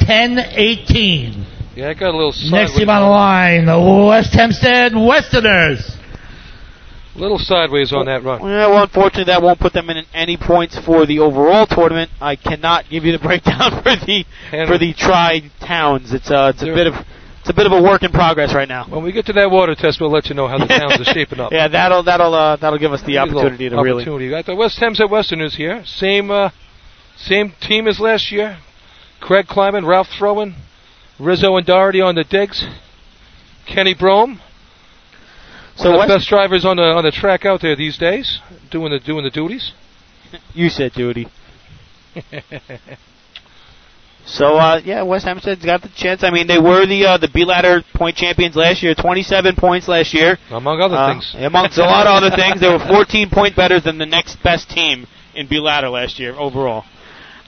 Speaker 3: 10.18.
Speaker 2: Yeah, I got a little
Speaker 3: Next
Speaker 2: sideways,
Speaker 3: team on the line, the West Hempstead Westerners.
Speaker 2: little sideways on that run.
Speaker 1: Yeah, well, unfortunately, that won't put them in any points for the overall tournament. I cannot give you the breakdown for the
Speaker 2: And
Speaker 1: for the tri towns. It's uh, it's a
Speaker 2: Sure.
Speaker 1: bit of it's a bit of a work in progress right now.
Speaker 2: when we get to that water test, we'll let you know how the towns are shaping up.
Speaker 1: yeah, that'll that'll uh, that'll give us the opportunity to really.
Speaker 2: opportunity. You got the West Hempstead Westerners here. Same uh, same team as last year. Craig Kleiman, Ralph Throwin, Rizzo and Doherty on the digs. Kenny Brome,
Speaker 1: So
Speaker 2: the
Speaker 1: West,
Speaker 2: best drivers on the on the track out there these days, doing the doing the duties.
Speaker 1: you said duty. So uh, yeah, West Hempstead's got the chance. I mean, they were the uh, the B ladder point champions last year, 27 points last year.
Speaker 2: Among other
Speaker 1: Uh,
Speaker 2: things.
Speaker 1: Amongst a lot of other things, they were 14 point better than the next best team in B Ladder last year overall.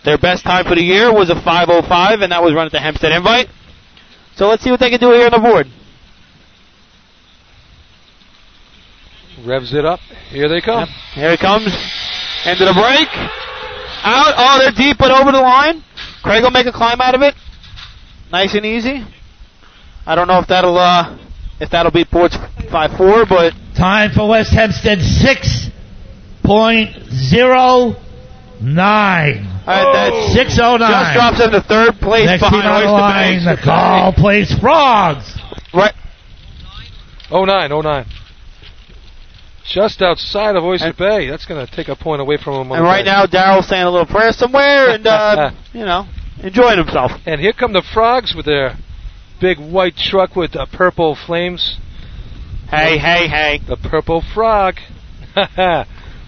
Speaker 1: Their best time for the year was a 5:05, and that was run at the Hempstead Invite. So let's see what they can do here on the board.
Speaker 2: Revs it up. Here they come.
Speaker 1: Here it comes. Into the break. Out. Oh, they're deep, but over the line. Craig will make a climb out of it. Nice and easy. I don't know if that'll uh, if that'll beat Ports 5-4, but
Speaker 3: Time for West Hempstead 6.09.
Speaker 1: all right,
Speaker 3: Oh.
Speaker 1: that's
Speaker 3: 609.
Speaker 1: just drops into third place
Speaker 3: Next team
Speaker 1: behind
Speaker 3: on the line,
Speaker 1: Oyster Bay.
Speaker 3: the call place Frogs.
Speaker 1: Right.
Speaker 2: Oh nine, oh nine. Just outside of Oyster
Speaker 1: And-
Speaker 2: Bay. That's going to take a point away from them. on
Speaker 1: And
Speaker 2: the
Speaker 1: right
Speaker 2: day.
Speaker 1: now, Daryl's saying a little prayer somewhere, and uh, you know, enjoying himself.
Speaker 2: And here come the frogs with their big white truck with the purple flames.
Speaker 1: Hey, hey, hey!
Speaker 2: The purple frog. that
Speaker 1: I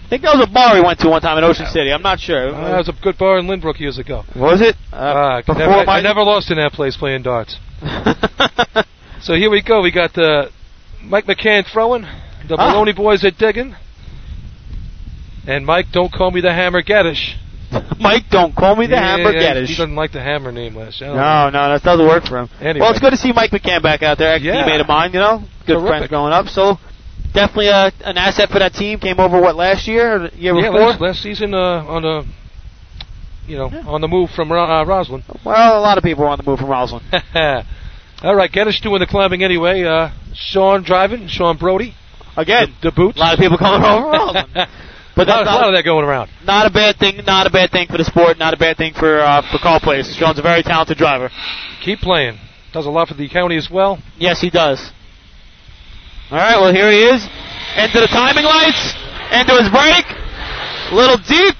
Speaker 1: think that was a bar he went to one time in Ocean City. I'm not sure.
Speaker 2: was a good bar in Lynbrook years ago.
Speaker 1: Was it? Uh,
Speaker 2: Ah, I could
Speaker 1: before
Speaker 2: never, I-
Speaker 1: my
Speaker 2: I never lost in that place playing darts. So here we go. We got uh, Mike McCann throwing. The
Speaker 1: Ah.
Speaker 2: Maloney boys are digging. And Mike, don't call me the Hammer Gaddish.
Speaker 1: Mike, don't call me the
Speaker 2: Yeah,
Speaker 1: Hamburg
Speaker 2: yeah,
Speaker 1: Geddish.
Speaker 2: He doesn't like the Hammer name last year.
Speaker 1: No, no, that doesn't work for him.
Speaker 2: Anyway.
Speaker 1: Well, it's good to see Mike McCann back out there, ex
Speaker 2: Yeah.
Speaker 1: teammate of mine. You know, good
Speaker 2: Terrific.
Speaker 1: friends growing up. So definitely a, an asset for that team. Came over what last year, or the year
Speaker 2: yeah,
Speaker 1: before.
Speaker 2: last, last season uh, on the, you know, on the move from Ro- uh, Roslyn.
Speaker 1: well, a lot of people were on the move from Roslyn.
Speaker 2: All right, Geddes doing the climbing anyway. Uh, Sean driving, Sean Brody, the,
Speaker 1: Again,
Speaker 2: the boots.
Speaker 1: a lot of people coming over from Roslyn, but that's
Speaker 2: lot, lot of
Speaker 1: not,
Speaker 2: that going around.
Speaker 1: not a bad thing. Not a bad thing for the sport. Not a bad thing for uh, for call plays. Sean's a very talented driver.
Speaker 2: Keep playing. Does a lot for the county as well.
Speaker 1: Yes, he does. All right, well, here he is. Into the timing lights. Into his break. Little deep.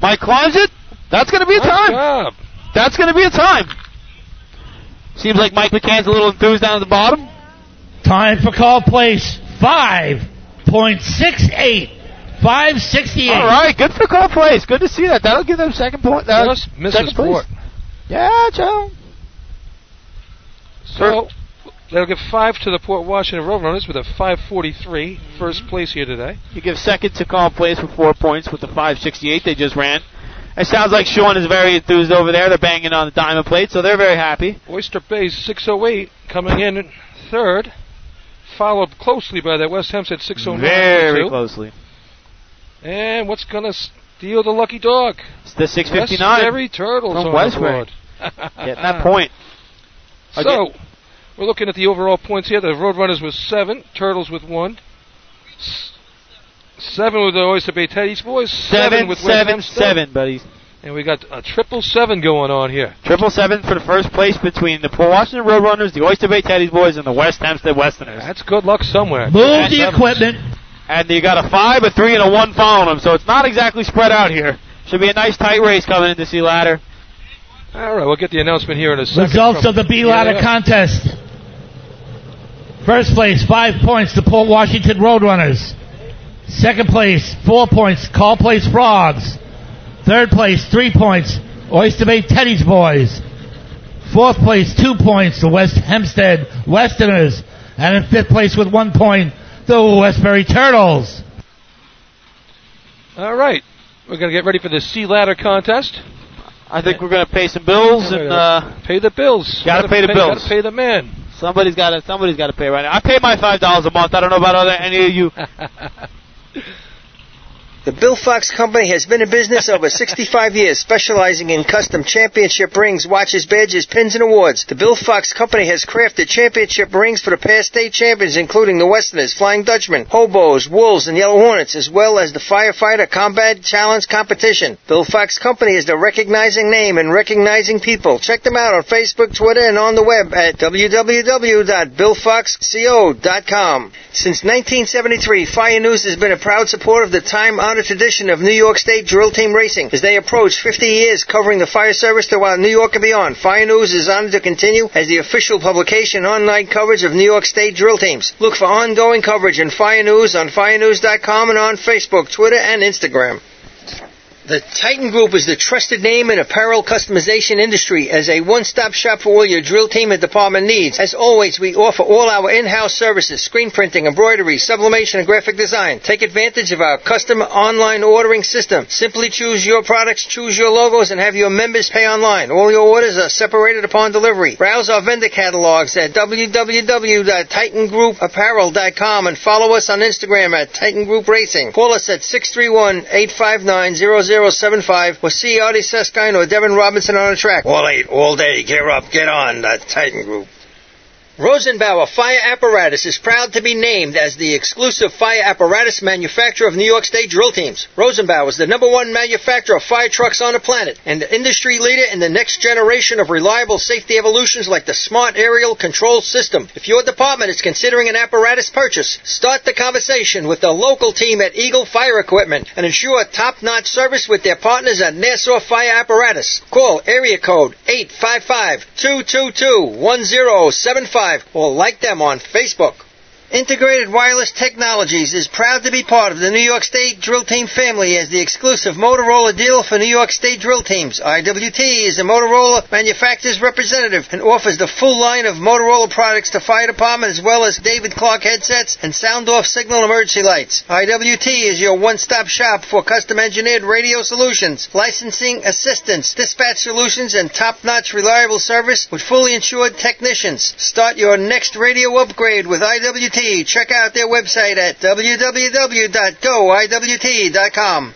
Speaker 1: Mike climbs it. That's going to be a
Speaker 2: Nice
Speaker 1: time.
Speaker 2: job.
Speaker 1: That's going to be a time. Seems like Mike McCann's a little enthused down at the bottom.
Speaker 3: Time for call place 5.68. 568.
Speaker 1: All right, good for call place. Good to see that. That'll give them second point. That'll
Speaker 2: Just misses
Speaker 1: second place.
Speaker 2: Fort.
Speaker 1: Yeah, Joe.
Speaker 2: So they'll give five to the Port Washington Roadrunners with a 543 first place here today.
Speaker 1: You give second to call place with four points with the 568 they just ran. It sounds like Sean is very enthused over there. They're banging on the diamond plate, so they're very happy.
Speaker 2: Oyster Bay's 608 coming in third, followed closely by that West Hempstead 609.
Speaker 1: very
Speaker 2: too.
Speaker 1: closely.
Speaker 2: And what's gonna steal the lucky dog?
Speaker 1: It's the 659
Speaker 2: Westbury Turtles
Speaker 1: From
Speaker 2: on
Speaker 1: Westbury.
Speaker 2: the board.
Speaker 1: getting that point.
Speaker 2: Uh, So, we're looking at the overall points here. The Roadrunners with seven, Turtles with one. S- Seven with the Oyster Bay Teddy's boys.
Speaker 1: Seven,
Speaker 2: with West
Speaker 1: seven,
Speaker 2: Hempstead.
Speaker 1: seven, buddy.
Speaker 2: And we got a triple seven going on here.
Speaker 1: Triple seven for the first place between the Port Washington Roadrunners, the Oyster Bay Teddy's boys, and the West Hempstead Westerners.
Speaker 2: That's good luck somewhere.
Speaker 3: Move the
Speaker 1: Seven.
Speaker 3: equipment.
Speaker 1: And you got a five, a three, and a one following them, so it's not exactly spread out here. Should be a nice tight race coming into sea ladder.
Speaker 2: All right, we'll get the announcement here in a second.
Speaker 3: Results
Speaker 2: from-
Speaker 3: of the B
Speaker 2: Yeah,
Speaker 3: ladder
Speaker 2: yeah.
Speaker 3: contest. First place, five points to Port Washington Roadrunners. Second place, four points, Call Place Frogs. Third place, three points, Oyster Bay Teddy's Boys. Fourth place, two points, the West Hempstead Westerners. And in fifth place with one point, the Westbury Turtles.
Speaker 2: All right, we're going to get ready for the sea ladder contest.
Speaker 1: I think we're going to pay some bills, and uh,
Speaker 2: Pay the bills.
Speaker 1: Gotta pay the bills.
Speaker 2: Gotta pay the man.
Speaker 1: somebody's got to somebody's got to pay right now. I pay my five dollars a month. I don't know about other any of you.
Speaker 4: The Bill Fox Company has been in business over 65 years, specializing in custom championship rings, watches, badges, pins, and awards. The Bill Fox Company has crafted championship rings for the past state champions, including the Westerners, Flying Dutchman, Hobos, Wolves, and Yellow Hornets, as well as the Firefighter Combat Challenge Competition. Bill Fox Company is the recognizing name and recognizing people. Check them out on Facebook, Twitter, and on the web at www.billfoxco.com. Since 1973, Fire News has been a proud supporter of the time-honored tradition of New York State drill team racing. As they approach 50 years covering the fire service throughout New York and beyond, Fire News is honored to continue as the official publication and online coverage of New York State drill teams. Look for ongoing coverage in Fire News on firenews.com and on Facebook, Twitter, and Instagram. The Titan Group is the trusted name in apparel customization industry as a one-stop shop for all your drill team and department needs. As always, we offer all our in-house services, screen printing, embroidery, sublimation, and graphic design. Take advantage of our custom online ordering system. Simply choose your products, choose your logos, and have your members pay online. All your orders are separated upon delivery. Browse our vendor catalogs at www.titangroupapparel.com and follow us on Instagram at Titan Group Racing. Call us at 631-859-0075 or see Artie Suskind or Devin Robinson on the track. All eight, all day, get up, get on, the Titan Group. Rosenbauer Fire Apparatus is proud to be named as the exclusive fire apparatus manufacturer of New York State drill teams. Rosenbauer is the number one manufacturer of fire trucks on the planet and the industry leader in the next generation of reliable safety evolutions like the Smart Aerial Control System. If your department is considering an apparatus purchase, start the conversation with the local team at Eagle Fire Equipment and ensure top-notch service with their partners at Nassau Fire Apparatus. Call area code 855-222-1075 or like them on Facebook. Integrated Wireless Technologies is proud to be part of the New York State Drill Team family as the exclusive Motorola deal for New York State drill teams. IWT is a Motorola manufacturer's representative and offers the full line of Motorola products to fire department as well as David Clark headsets and sound off signal emergency lights. IWT is your one-stop shop for custom engineered radio solutions, licensing assistance, dispatch solutions, and top-notch reliable service with fully insured technicians. Start your next radio upgrade with IWT IWT. Check out their website at www.goiwt.com.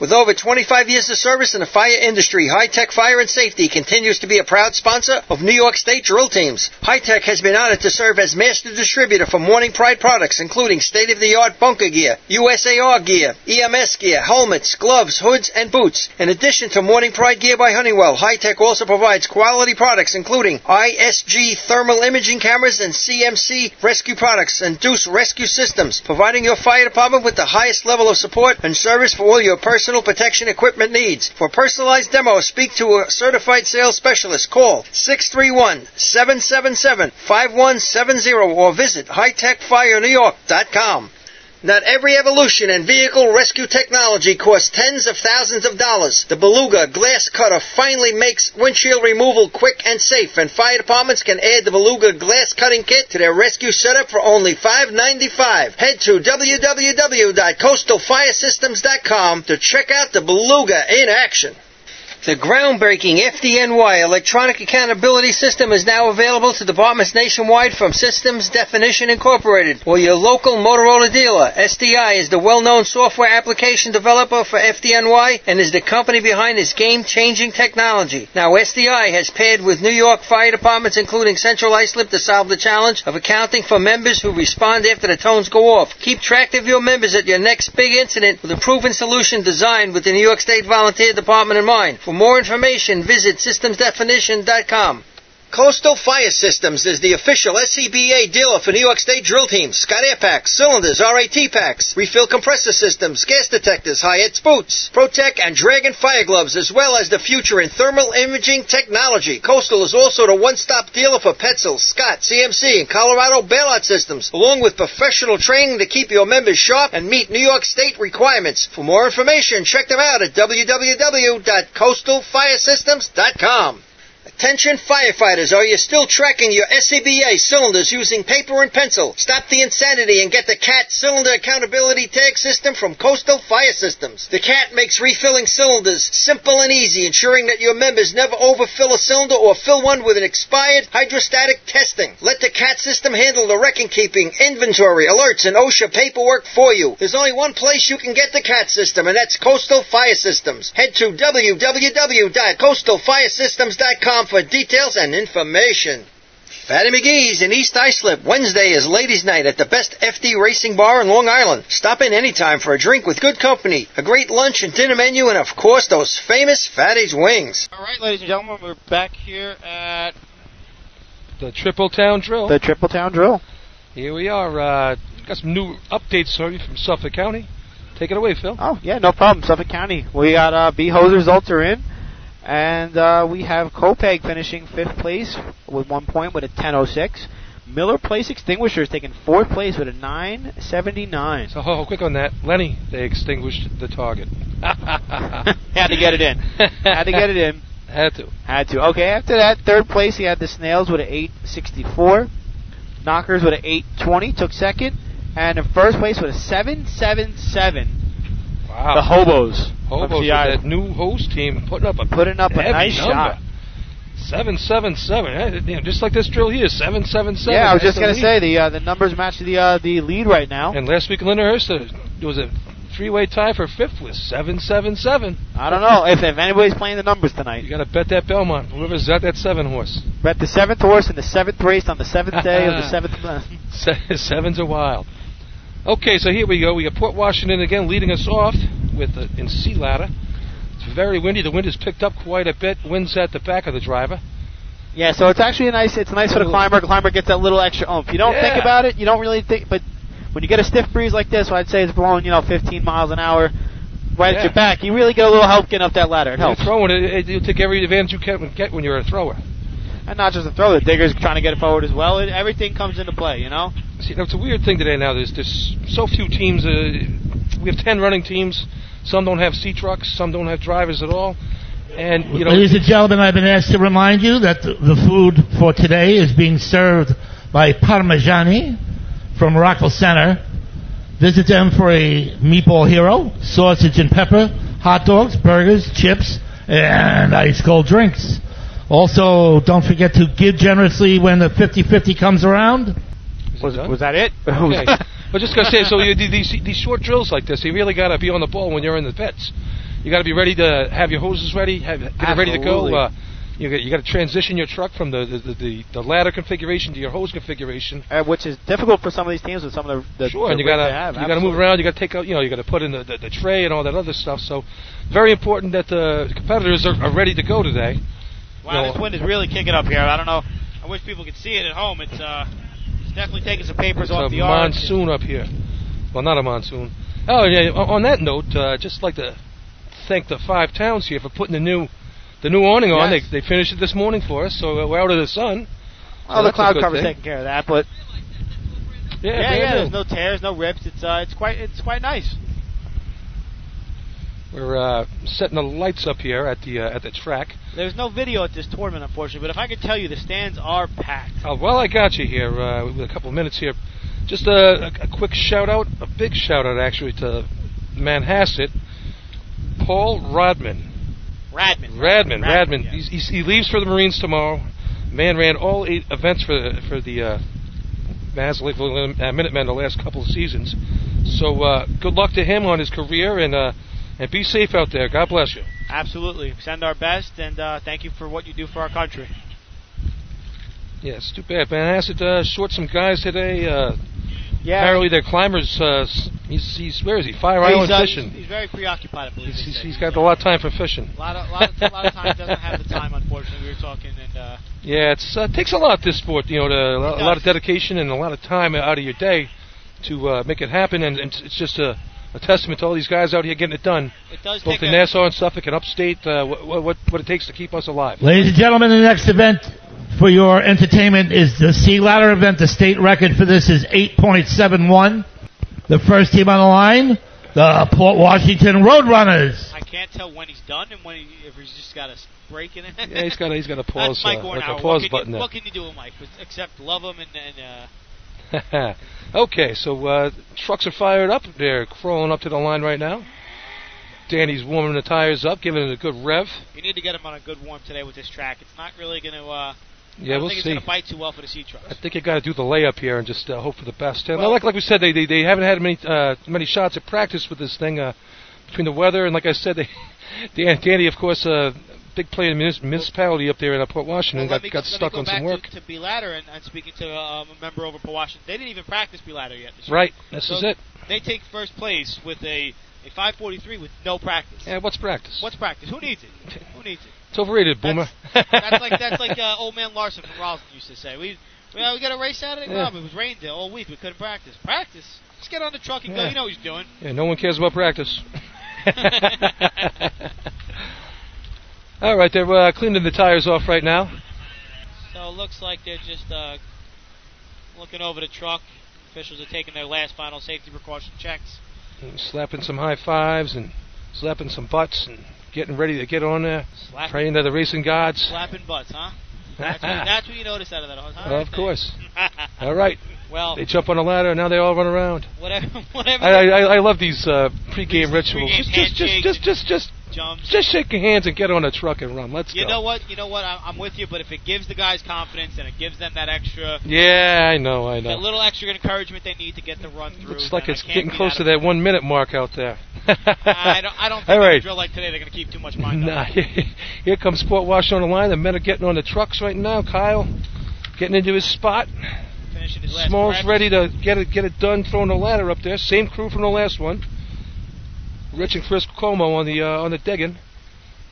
Speaker 4: With over 25 years of service in the fire industry, High Tech Fire and Safety continues to be a proud sponsor of New York State drill teams. High Tech has been honored to serve as master distributor for Morning Pride products, including state-of-the-art bunker gear, USAR gear, EMS gear, helmets, gloves, hoods, and boots. In addition to Morning Pride gear by Honeywell, High Tech also provides quality products, including ISG thermal imaging cameras and CMC rescue products and Deuce rescue systems, providing your fire department with the highest level of support and service for all your personal protection equipment needs. For personalized demos, speak to a certified sales specialist. Call 631-777-5170 or visit hightechfirenewyork.com. Not every evolution in vehicle rescue technology costs tens of thousands of dollars. The Beluga glass cutter finally makes windshield removal quick and safe, and fire departments can add the Beluga glass cutting kit to their rescue setup for only $5.95. Head to www.coastalfiresystems.com to check out the Beluga in action. The groundbreaking FDNY electronic accountability system is now available to departments nationwide from Systems Definition Incorporated or your local Motorola dealer. SDI is the well-known software application developer for FDNY and is the company behind this game-changing technology. Now SDI has paired with New York fire departments including Central Islip to solve the challenge of accounting for members who respond after the tones go off. Keep track of your members at your next big incident with a proven solution designed with the New York State Volunteer Department in mind. For more information, visit systemsdefinition.com. Coastal Fire Systems is the official SCBA dealer for New York State drill teams, Scott Air Packs, cylinders, RAT packs, refill compressor systems, gas detectors, Hyatt's boots, ProTech and Dragon fire gloves, as well as the future in thermal imaging technology. Coastal is also the one-stop dealer for Petzl, Scott, CMC, and Colorado bailout systems, along with professional training to keep your members sharp and meet New York State requirements. For more information, check them out at www.coastalfiresystems.com. Attention firefighters, are you still tracking your SCBA cylinders using paper and pencil? Stop the insanity and get the CAT Cylinder Accountability Tag System from Coastal Fire Systems. The CAT makes refilling cylinders simple and easy, ensuring that your members never overfill a cylinder or fill one with an expired hydrostatic testing. Let the CAT system handle the record keeping, inventory, alerts, and OSHA paperwork for you. There's only one place you can get the CAT system, and that's Coastal Fire Systems. Head to www.coastalfiresystems.com for details and information. Fatty McGee's in East Islip. Wednesday is ladies' night at the best FD racing bar in Long Island. Stop in anytime for a drink with good company, a great lunch and dinner menu, and of course those famous Fatty's wings.
Speaker 1: All right, ladies and gentlemen, we're back here at
Speaker 2: The Triple Town Drill.
Speaker 1: the Triple Town Drill.
Speaker 2: Here we are. Uh, got some new updates for you from Suffolk County. Take it away, Phil.
Speaker 1: Oh yeah, no problem. Suffolk County. We got uh, B Hose results are in, and uh, we have Copeg finishing fifth place with one point with a 10:06. Miller Place Extinguishers taking fourth place with a 9:79.
Speaker 2: So oh, quick on that, Lenny. They extinguished the target.
Speaker 1: had to get it in. Had to get it in.
Speaker 2: Had to.
Speaker 1: Had to. Okay, after that, third place, he had the Snails with an 864. Knockers with an 820, took second. And in first place with a 777,
Speaker 2: Wow.
Speaker 1: the Hobos. from
Speaker 2: Hobos with
Speaker 1: Sea Island.
Speaker 2: that new host team putting up a
Speaker 1: Putting up a
Speaker 2: heavy
Speaker 1: nice
Speaker 2: number.
Speaker 1: shot.
Speaker 2: Seven seven seven. Eh, you know, Just like this drill here, seven seven seven.
Speaker 1: Yeah, I was just
Speaker 2: That's the
Speaker 1: gonna say
Speaker 2: lead.
Speaker 1: the uh, the numbers match the uh, the lead right now.
Speaker 2: And last week in Lyndhurst, uh, there was a three-way tie for fifth with seven seven seven.
Speaker 1: I don't know if, if anybody's playing the numbers tonight.
Speaker 2: You got to bet that Belmont. Whoever's at that seven horse.
Speaker 1: Bet the seventh horse in the seventh race on the seventh day of the seventh. uh,
Speaker 2: Se- Sevens are wild. Okay, so here we go. We got Port Washington again leading us off with uh, in sea ladder. It's very windy. The wind has picked up quite a bit. Wind's at the back of the driver.
Speaker 1: Yeah, so it's actually a nice. It's nice for the
Speaker 2: Ooh.
Speaker 1: climber. Climber gets that little extra oomph. You don't
Speaker 2: Yeah.
Speaker 1: think about it. You don't really think, but when you get a stiff breeze like this, I'd say it's blowing, you know, 15 miles an hour right
Speaker 2: Yeah.
Speaker 1: at your back. You really get a little help getting up that ladder. It
Speaker 2: You're
Speaker 1: helps,
Speaker 2: throwing it, it. You'll take every advantage you can get when you're a thrower.
Speaker 1: and not just the throw. The digger's trying to get it forward as well. It, everything comes into play, you know.
Speaker 2: See, now, it's a weird thing today. Now there's there's so few teams. Uh, we have ten running teams. Some don't have sea trucks. Some don't have drivers at all. And you know,
Speaker 3: Ladies and gentlemen, I've been asked to remind you that the the food for today is being served by Parmigiani from Rockville Center. Visit them for a meatball hero, sausage and pepper, hot dogs, burgers, chips, and ice cold drinks. Also, don't forget to give generously when the 50-50 comes around.
Speaker 2: Is it
Speaker 1: Was,
Speaker 2: done?
Speaker 1: was that it?
Speaker 2: Okay. I was just gonna say, so you, these these short drills like this, you really gotta be on the ball when you're in the pits. You gotta be ready to have your hoses ready, have get it ready to go.
Speaker 1: Absolutely.
Speaker 2: Uh, you got you got to transition your truck from the the, the- the the ladder configuration to your hose configuration.
Speaker 1: Uh, which is difficult for some of these teams with some of the, the
Speaker 2: Sure,
Speaker 1: the
Speaker 2: and you
Speaker 1: rig
Speaker 2: gotta
Speaker 1: they have.
Speaker 2: you gotta move
Speaker 1: Absolutely.
Speaker 2: around. You gotta take out you know you gotta put in the, the, the tray and all that other stuff. So, very important that the competitors are, are ready to go today.
Speaker 5: Wow,
Speaker 2: No.
Speaker 5: this wind is really kicking up here. I don't know. I wish people could see it at home. It's uh, it's definitely taking some papers
Speaker 2: It's
Speaker 5: off
Speaker 2: a
Speaker 5: the yard.
Speaker 2: monsoon up here. Well, not a monsoon. Oh yeah. On on that note, uh, just like to thank the five towns here for putting the new the new awning on.
Speaker 1: Yes.
Speaker 2: They they finished it this morning for us, so we're out of the sun.
Speaker 1: Well, Oh,
Speaker 2: Oh, That's
Speaker 1: the
Speaker 2: a
Speaker 1: cloud
Speaker 2: good
Speaker 1: cover's
Speaker 2: thing.
Speaker 1: taking care of that, but
Speaker 2: Yeah,
Speaker 1: yeah, yeah,
Speaker 2: brand new.
Speaker 1: there's no tears, no rips. It's uh, it's quite it's quite nice.
Speaker 2: We're uh, setting the lights up here at the uh, at the track.
Speaker 5: There's no video at this tournament, unfortunately. But if I could tell you, the stands are packed.
Speaker 2: Uh, well, I got you here uh, with a couple of minutes here. Just a, a, a quick shout out, a big shout out actually to Manhasset, Paul Rodman.
Speaker 5: Radman.
Speaker 2: Radman, Radman.
Speaker 5: yeah.
Speaker 2: He's, he's, he leaves for the Marines tomorrow. Man ran all eight events for for the uh, Maslin uh, Minutemen the last couple of seasons. So uh, good luck to him on his career and uh, and be safe out there. God bless you.
Speaker 5: Absolutely. Send our best, and uh, thank you for what you do for our country.
Speaker 2: Yeah, it's too bad. Van Hassett uh, short some guys today. Uh,
Speaker 1: Yeah,
Speaker 2: Apparently their climbers. Uh, s- he's, he's where is he? Fire
Speaker 5: he's,
Speaker 2: Island
Speaker 5: uh,
Speaker 2: fishing.
Speaker 5: he's very preoccupied, I believe.
Speaker 2: He's,
Speaker 5: they
Speaker 2: he's,
Speaker 5: said.
Speaker 2: he's got a lot of time for fishing.
Speaker 5: A lot of, lot of, lot of times doesn't have the time, unfortunately. We were talking, and uh,
Speaker 2: Yeah, it's uh, takes a lot this sport, you know, to, a, lo-
Speaker 5: It
Speaker 2: a lot
Speaker 5: does.
Speaker 2: of dedication and a lot of time out of your day to uh, make it happen, and, and it's- it's just a, a testament to all these guys out here getting it done,
Speaker 5: it does
Speaker 2: both
Speaker 5: take
Speaker 2: in
Speaker 5: a,
Speaker 2: Nassau and Suffolk and Upstate. Uh, what, what what it takes to keep us alive.
Speaker 3: Ladies and gentlemen, the next event for your entertainment is the Sea Ladder event. The state record for this is 8.71. The first team on the line, the Port Washington Roadrunners.
Speaker 5: I can't tell when he's done and when he, if he's just got a break in it.
Speaker 2: Yeah, he's got a, he's got a pause,
Speaker 5: That's Mike
Speaker 2: uh, like
Speaker 5: Warnow.
Speaker 2: a
Speaker 5: what
Speaker 2: pause
Speaker 5: can
Speaker 2: button
Speaker 5: You,
Speaker 2: there.
Speaker 5: what can you do with Mike with- except love him and, and uh,
Speaker 2: okay, so uh, trucks are fired up. They're crawling up to the line right now. Danny's warming the tires up, giving it a good rev.
Speaker 5: you need to get him on a good warm today with this track. It's not really going to. Uh, I
Speaker 2: Yeah,
Speaker 5: don't
Speaker 2: we'll
Speaker 5: think it's
Speaker 2: see.
Speaker 5: going to bite too well for the sea trucks.
Speaker 2: I think you got to do the layup here and just uh, hope for the best. And
Speaker 5: Well-
Speaker 2: like like we said, they they, they haven't had many uh, many shots at practice with this thing uh, between the weather and like I said, they Dan, Danny of course uh, big player in the munis- municipality up there in uh, Port Washington
Speaker 5: Well, let
Speaker 2: got
Speaker 5: me- let
Speaker 2: got
Speaker 5: me
Speaker 2: stuck
Speaker 5: go
Speaker 2: on
Speaker 5: back
Speaker 2: some work.
Speaker 5: To, to B ladder and, and speaking to um, a member over for Washington, they didn't even practice B ladder yet. This year.
Speaker 2: right, this is
Speaker 5: So-
Speaker 2: it.
Speaker 5: They take first place with a, a 543 with no practice.
Speaker 2: Yeah, what's practice?
Speaker 5: What's practice? Who needs it? Who needs it?
Speaker 2: it's overrated, boomer.
Speaker 5: That's like that's like uh, old man Larson from Roslyn used to say. We well, we got a race Saturday.
Speaker 2: Yeah.
Speaker 5: Rob, it was rained there all week. We couldn't practice. Practice. Let's get on the truck and go.
Speaker 2: Yeah.
Speaker 5: You know what he's doing.
Speaker 2: yeah, no one cares about practice. All right, they're uh, cleaning the tires off right now.
Speaker 5: So it looks like they're just uh, looking over the truck. Officials are taking their last final safety precaution checks.
Speaker 2: slapping some high fives and slapping some butts and getting ready to get on there,
Speaker 5: Slapping,
Speaker 2: praying to the racing gods.
Speaker 5: slapping butts, huh? That's what, that's what you notice out of that. Huh?
Speaker 2: of course. All right,
Speaker 5: well,
Speaker 2: they jump on a ladder and now they all run around.
Speaker 5: whatever, whatever.
Speaker 2: I I, I- I love these uh, pregame
Speaker 5: These
Speaker 2: rituals.
Speaker 5: pregame
Speaker 2: Just just
Speaker 5: handshakes
Speaker 2: just just
Speaker 5: and-
Speaker 2: just just
Speaker 5: jumps.
Speaker 2: just shake your hands and get on a truck and run. Let's
Speaker 5: You
Speaker 2: go.
Speaker 5: know what? You know what? I'm, I'm with you, but if it gives the guys confidence and it gives them that extra,
Speaker 2: Yeah, I know, I
Speaker 5: that
Speaker 2: know.
Speaker 5: little extra encouragement they need to get the run through,
Speaker 2: Looks like
Speaker 5: then I
Speaker 2: it's
Speaker 5: can't
Speaker 2: getting
Speaker 5: beat
Speaker 2: close
Speaker 5: out
Speaker 2: to
Speaker 5: of
Speaker 2: that one minute mark out there.
Speaker 5: I don't. I don't think
Speaker 2: All
Speaker 5: in a
Speaker 2: right.
Speaker 5: drill like today they're going to keep too much mind. on
Speaker 2: Nah,
Speaker 5: it.
Speaker 2: here comes Port Wash on the line. The men are getting on the trucks right now. Kyle getting into his spot.
Speaker 5: Finishing his last.
Speaker 2: Small's
Speaker 5: prep.
Speaker 2: ready to get it get it done, throwing the ladder up there. Same crew from the last one. Rich and Chris Como on the uh, on the Degan.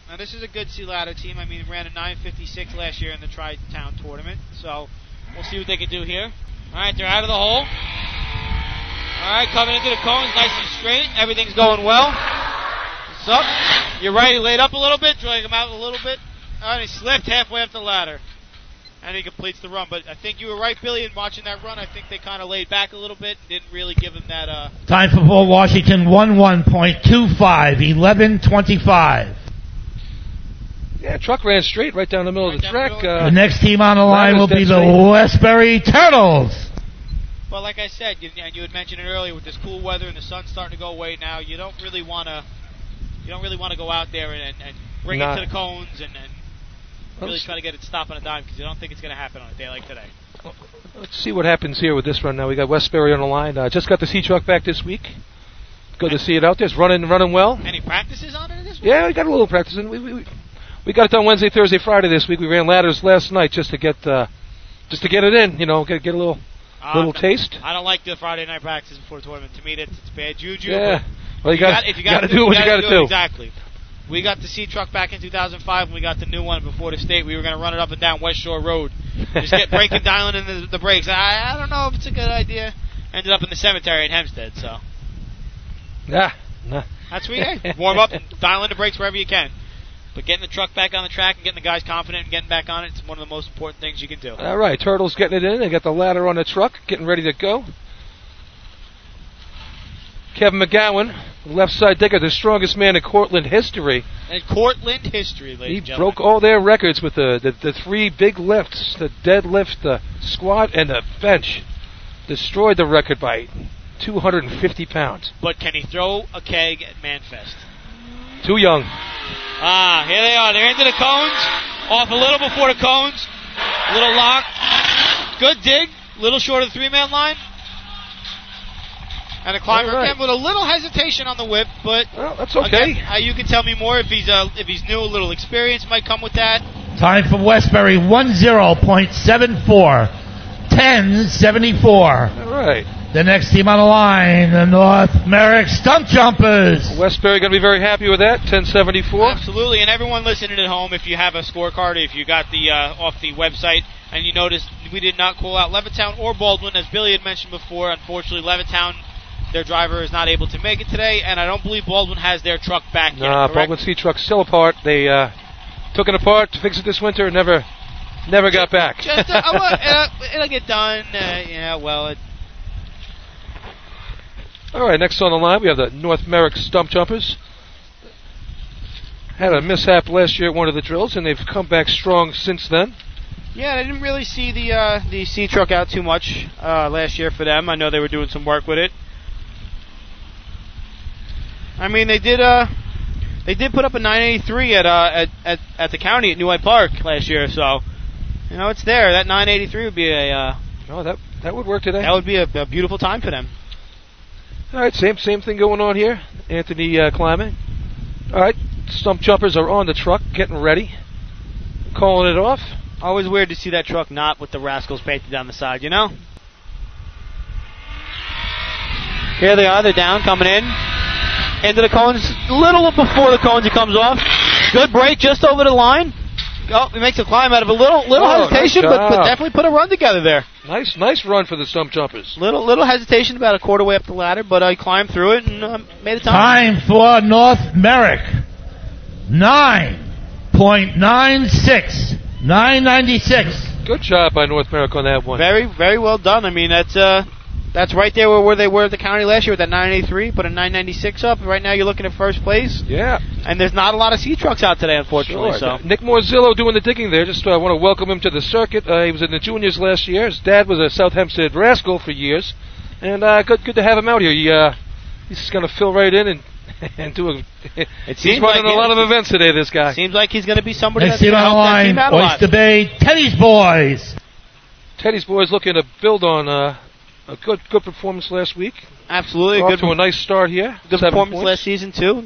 Speaker 5: Now this is a good sea ladder team. I mean, ran a 956 last year in the Tri-Town tournament, so we'll see what they can do here. All right, they're out of the hole. All right, coming into the cones, nice and straight. Everything's going well. What's up? You're right. He laid up a little bit, dragging him out a little bit. All right, he slipped halfway up the ladder, and he completes the run. But I think you were right, Billy, in watching that run. I think they kind of laid back a little bit, didn't really give him that. Uh,
Speaker 3: Time for Port Washington, 11.25, 11.25.
Speaker 2: Yeah, truck ran straight right down the middle
Speaker 5: Right
Speaker 2: of the
Speaker 5: down
Speaker 2: track.
Speaker 5: the middle.
Speaker 2: Uh,
Speaker 3: The next team on the line will be the Westbury Turtles.
Speaker 5: Well, like I said, you, and you had mentioned it earlier, with this cool weather and the sun starting to go away now, you don't really want to, you don't really want to go out there and, and bring
Speaker 2: Nah.
Speaker 5: it to the cones and, and really
Speaker 2: Let's-
Speaker 5: try to get it stopped on a dime because you don't think it's going to happen on a day like today.
Speaker 2: Let's see what happens here with this run. Now we got Westbury on the line. Uh, just got the sea truck back this week. Good to see it out there. It's running, running well.
Speaker 5: Any practices on it this week?
Speaker 2: Yeah, we got a little practice in. We, we we- we got it done Wednesday, Thursday, Friday this week. We ran ladders last night just to get uh, just to get it in. You know, get get a little
Speaker 5: Uh,
Speaker 2: little taste.
Speaker 5: I don't like the Friday night practices before the tournament. To me, that's it's bad juju.
Speaker 2: Yeah.
Speaker 5: but
Speaker 2: Well, you got
Speaker 5: if
Speaker 2: you got to do what you got to
Speaker 5: it,
Speaker 2: do.
Speaker 5: Exactly. We got the sea truck back in 2005, and we got the new one before the state. We were going to run it up and down West Shore Road. Just get breaking, dialing in the, the brakes. I, I don't know if it's a good idea. Ended up in the cemetery in Hempstead, so
Speaker 2: Nah, nah.
Speaker 5: that's what you get. Warm up, and dial in the brakes wherever you can. But getting the truck back on the track and getting the guys confident and getting back on it is one of the most important things you can do.
Speaker 2: All right, Turtle's getting it in. They got the ladder on the truck, getting ready to go. Kevin McGowan, left side digger, the strongest man in Cortland history.
Speaker 5: And Cortland history, ladies
Speaker 2: He
Speaker 5: and gentlemen.
Speaker 2: broke all their records with the, the, the three big lifts, the deadlift, the squat, and the bench. Destroyed the record by 250 pounds.
Speaker 5: But can he throw a keg at Manfest?
Speaker 2: Too young.
Speaker 5: Ah, here they are. They're into the cones. Off a little before the cones. Little lock. Good dig. Little short of the three-man line. And a climber
Speaker 2: All right.
Speaker 5: again with a little hesitation on the whip, but
Speaker 2: Well, that's okay.
Speaker 5: again, uh, you can tell me more if he's uh, if he's new. A little experience might come with that.
Speaker 3: Time for Westbury 10.74. 10.74.
Speaker 2: All right.
Speaker 3: The next team on the line, the North Merrick Stump Jumpers.
Speaker 2: Westbury going to be very happy with that. 1074.
Speaker 5: Absolutely, and everyone listening at home, if you have a scorecard, if you got the uh, off the website, and you noticed we did not call out Levittown or Baldwin, as Billy had mentioned before. Unfortunately, Levittown, their driver is not able to make it today, and I don't believe Baldwin has their truck back yet.
Speaker 2: Nah,
Speaker 5: correct?
Speaker 2: Baldwin Sea Truck's still apart. They uh, took it apart to fix it this winter and never, never got back.
Speaker 5: Just uh, I want- uh, it'll get done. Uh, yeah, well, it,
Speaker 2: All right, next on the line we have the North Merrick Stump Jumpers. Had a mishap last year at one of the drills, and they've come back strong since then.
Speaker 5: yeah, I didn't really see the uh, the C truck out too much uh, last year for them. I know they were doing some work with it. I mean, they did uh, they did put up a 983 at uh, at, at at the county at New White Park last year, so you know it's there. That 983 would be a uh,
Speaker 2: Oh, that that would work today.
Speaker 5: that would be a, a beautiful time for them.
Speaker 2: All right, same same thing going on here. Anthony uh, climbing. All right, Stump Jumpers are on the truck, getting ready, calling it off.
Speaker 5: Always weird to see that truck not with the rascals painted down the side, you know? Here they are, they're down, coming in. Into the cones, little before the cones, he comes off. Good break, just over the line. Oh, he makes a climb out of a little little
Speaker 2: Oh, nice
Speaker 5: hesitation, but, but
Speaker 2: job.
Speaker 5: definitely put a run together there.
Speaker 2: Nice nice run for the Stump Jumpers.
Speaker 5: Little little hesitation about a quarter way up the ladder, but I climbed through it and uh, made a time.
Speaker 3: Time for North Merrick. 9.96. 996.
Speaker 2: Good job by North Merrick on that one.
Speaker 5: Very very well done. I mean that's uh that's right there where, where they were at the county last year with that 983, put a 996 up. Right now you're looking at first place.
Speaker 2: Yeah,
Speaker 5: And there's not a lot of sea trucks out today, unfortunately. So
Speaker 2: sure. Nick Morzillo doing the digging there. Just uh, want to welcome him to the circuit. Uh, he was in the juniors last year. His dad was a South Hempstead rascal for years, and uh, good good to have him out here. He, uh, he's going to fill right in and and do a.
Speaker 5: it
Speaker 2: he's
Speaker 5: seems
Speaker 2: running
Speaker 5: like
Speaker 2: a lot of events today. This guy.
Speaker 5: seems like he's going to be somebody
Speaker 3: Next
Speaker 5: that's
Speaker 3: team
Speaker 5: going to
Speaker 3: on the
Speaker 5: help that
Speaker 3: line,
Speaker 5: team out a lot.
Speaker 3: Oyster Bay Teddy's Boys.
Speaker 2: Teddy's boys looking to build on uh, a good good performance last week.
Speaker 5: Absolutely
Speaker 2: Off
Speaker 5: good,
Speaker 2: to a nice start here.
Speaker 5: good
Speaker 2: Seven
Speaker 5: performance
Speaker 2: points.
Speaker 5: last season too.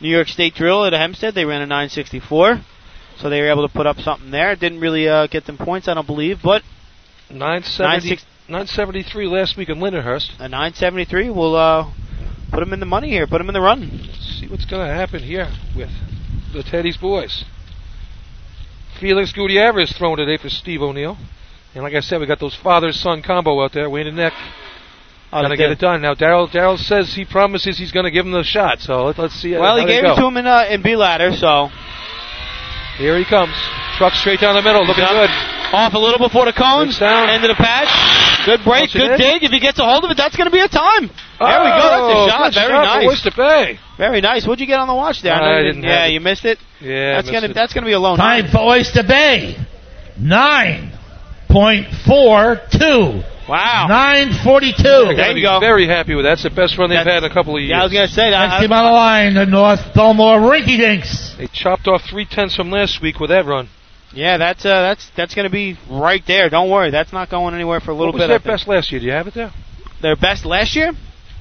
Speaker 5: New York State drill at Hempstead, they ran a 964, so they were able to put up something there. It didn't really uh, get them points, I don't believe, but
Speaker 2: 970
Speaker 5: six-
Speaker 2: 973 last week in Lindenhurst.
Speaker 5: a 973 will uh, put them in the money here, put them in the run.
Speaker 2: see what's going to happen here with the Teddy's boys. Felix Gutierrez thrown today for Steve O'Neill. And like I said, we got those father-son combo out there, Wayne and Nick.
Speaker 5: Oh,
Speaker 2: gonna
Speaker 5: they
Speaker 2: get
Speaker 5: did.
Speaker 2: it done now. Daryl Daryl says he promises he's gonna give him the shot. So let, let's see.
Speaker 5: Well, he
Speaker 2: how they
Speaker 5: gave
Speaker 2: go.
Speaker 5: it to him in, uh, in B ladder, so
Speaker 2: Here he comes. Truck straight down the middle, looking
Speaker 5: He's
Speaker 2: good.
Speaker 5: up. off a little before the cones,
Speaker 2: It's down.
Speaker 5: into the patch. Good break,
Speaker 2: Punch it
Speaker 5: good
Speaker 2: in.
Speaker 5: dig. If he gets a hold of it, that's going to be a time. There we go. That's a
Speaker 2: Oh,
Speaker 5: shot.
Speaker 2: good
Speaker 5: Very
Speaker 2: shot for
Speaker 5: nice.
Speaker 2: Oyster Bay.
Speaker 5: Very nice. What'd you get on the watch there?
Speaker 2: Uh, I
Speaker 5: you
Speaker 2: didn't have
Speaker 5: Yeah,
Speaker 2: it.
Speaker 5: you missed it.
Speaker 2: Yeah,
Speaker 5: that's
Speaker 2: missed
Speaker 5: gonna
Speaker 2: it.
Speaker 5: that's gonna be a low
Speaker 3: Time
Speaker 5: nine.
Speaker 3: for Oyster Bay. 9.42.
Speaker 5: Wow.
Speaker 3: 9.42.
Speaker 5: There
Speaker 2: Gotta
Speaker 5: you
Speaker 2: be
Speaker 5: go.
Speaker 2: Very happy with that. That's the best run they've
Speaker 5: That's-
Speaker 2: had in a couple of years.
Speaker 5: Yeah, I was gonna say that.
Speaker 3: Next team on the line, the North Belmore Rinky Dinks.
Speaker 2: They chopped off three tenths from last week with that run.
Speaker 1: Yeah, that's uh, that's that's going to be right there. Don't worry, that's not going anywhere for a little
Speaker 2: what was
Speaker 1: bit. I
Speaker 2: their
Speaker 1: think.
Speaker 2: best last year? Do you have it there?
Speaker 1: Their best last year,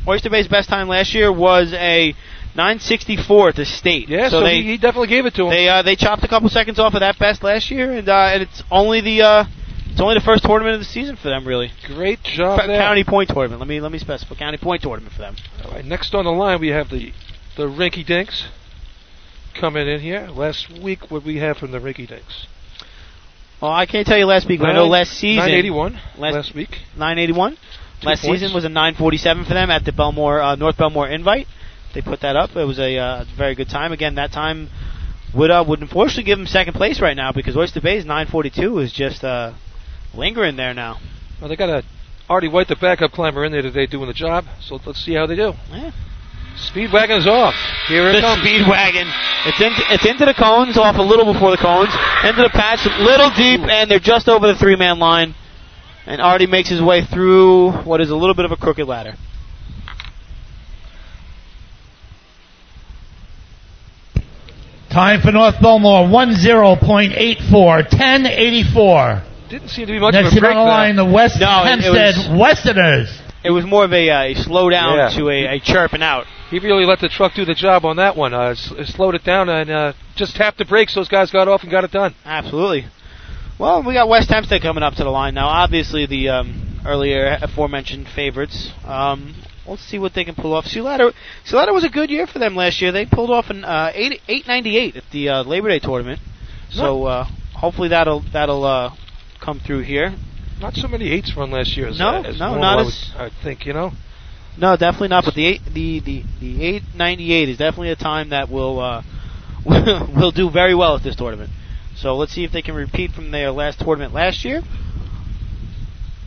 Speaker 1: Oyster Bay's best time last year was a 964 at the state.
Speaker 2: Yeah, so,
Speaker 1: so, they
Speaker 2: he, he definitely gave it to him.
Speaker 1: they uh, they chopped a couple seconds off of that best last year, and uh, and it's only the uh, it's only the first tournament of the season for them, really.
Speaker 2: Great job
Speaker 1: Fa-
Speaker 2: there.
Speaker 1: County point tournament. Let me let me specify county point tournament for them.
Speaker 2: All right, next on the line we have the the Rinky Dinks coming in here. Last week, what we have from the Rinky Dinks?
Speaker 1: Well, I can't tell you last week, but I know
Speaker 2: Nine-
Speaker 1: last season
Speaker 2: 981
Speaker 1: last-
Speaker 2: last week.
Speaker 1: 981.
Speaker 2: Two
Speaker 1: Last
Speaker 2: points.
Speaker 1: season was a 947 for them at the Belmore uh, North Belmore Invite. They put that up. It was a uh, very good time. Again, that time would uh, would unfortunately give them second place right now because Oyster Bay's 942 is just uh, lingering there now.
Speaker 2: Well, they got a Artie White, the backup climber, in there today doing the job. So let's see how they do.
Speaker 1: Yeah.
Speaker 2: Speedwagon's off. Here it
Speaker 1: The
Speaker 2: comes.
Speaker 1: speed wagon. It's into it's into the cones, off a little before the cones, into the patch, little deep, and they're just over the three man line. And Artie makes his way through what is a little bit of a crooked ladder.
Speaker 3: Time for North Belmore 10.84, 1084.
Speaker 2: Didn't seem to be much of
Speaker 3: Next
Speaker 2: a
Speaker 3: in
Speaker 2: break
Speaker 3: on the line,
Speaker 2: there.
Speaker 3: the West
Speaker 1: No, it- it
Speaker 3: Hempstead
Speaker 1: was-
Speaker 3: Westerners.
Speaker 1: It was more of a, uh, a slow down
Speaker 2: Yeah.
Speaker 1: to a, a chirping out.
Speaker 2: He really let the truck do the job on that one. Uh, s- it slowed it down and uh, just tapped the brakes. Those guys got off and got it done.
Speaker 1: Absolutely. Well, we got West Hempstead coming up to the line now. Obviously, the um, earlier aforementioned favorites. Um, let's see what they can pull off. Sealada, Sealada was a good year for them last year. They pulled off an uh, eight eight ninety eight at the uh, Labor Day tournament. So uh, hopefully that'll that'll uh, come through here.
Speaker 2: Not so many eights run last year. As,
Speaker 1: No,
Speaker 2: as
Speaker 1: no,
Speaker 2: normal,
Speaker 1: not
Speaker 2: I
Speaker 1: as-
Speaker 2: would- I think you know.
Speaker 1: No, definitely not. But the eight, the the the eight ninety eight is definitely a time that will uh, will do very well at this tournament. So let's see if they can repeat from their last tournament last year.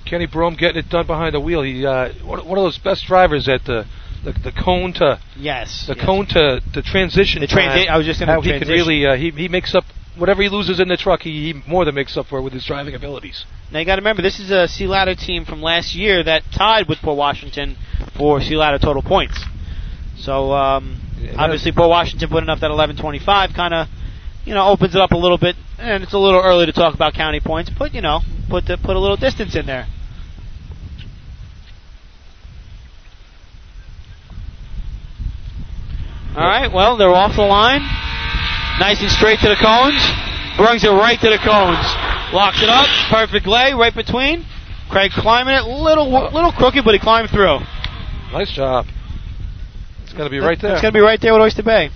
Speaker 2: Kenny Brome getting it done behind the wheel. He uh, one one of those best drivers at the the, the cone to
Speaker 1: Yes,
Speaker 2: the
Speaker 1: yes.
Speaker 2: cone to the transition.
Speaker 1: The transi-
Speaker 2: time,
Speaker 1: I was just gonna
Speaker 2: how he can
Speaker 1: transition.
Speaker 2: really uh, he he makes up whatever he loses in the truck. He, he more than makes up for with his driving abilities.
Speaker 1: Now you got to remember, this is a Sea Ladder team from last year that tied with Port Washington for Sea Ladder total points. So um,
Speaker 2: Yeah, that-
Speaker 1: obviously, Port Washington putting up that 1125 kind of, you know, opens it up a little bit. And it's a little early to talk about county points, but you know, put the, put a little distance in there. All right, well, they're off the line. Nice and straight to the cones. Brings it right to the cones. Locks it up. Perfect lay right between. Craig climbing it. Little little crooked, but he climbed through.
Speaker 2: Nice job. It's gonna be right there.
Speaker 1: It's going to be right there with Oyster Bay.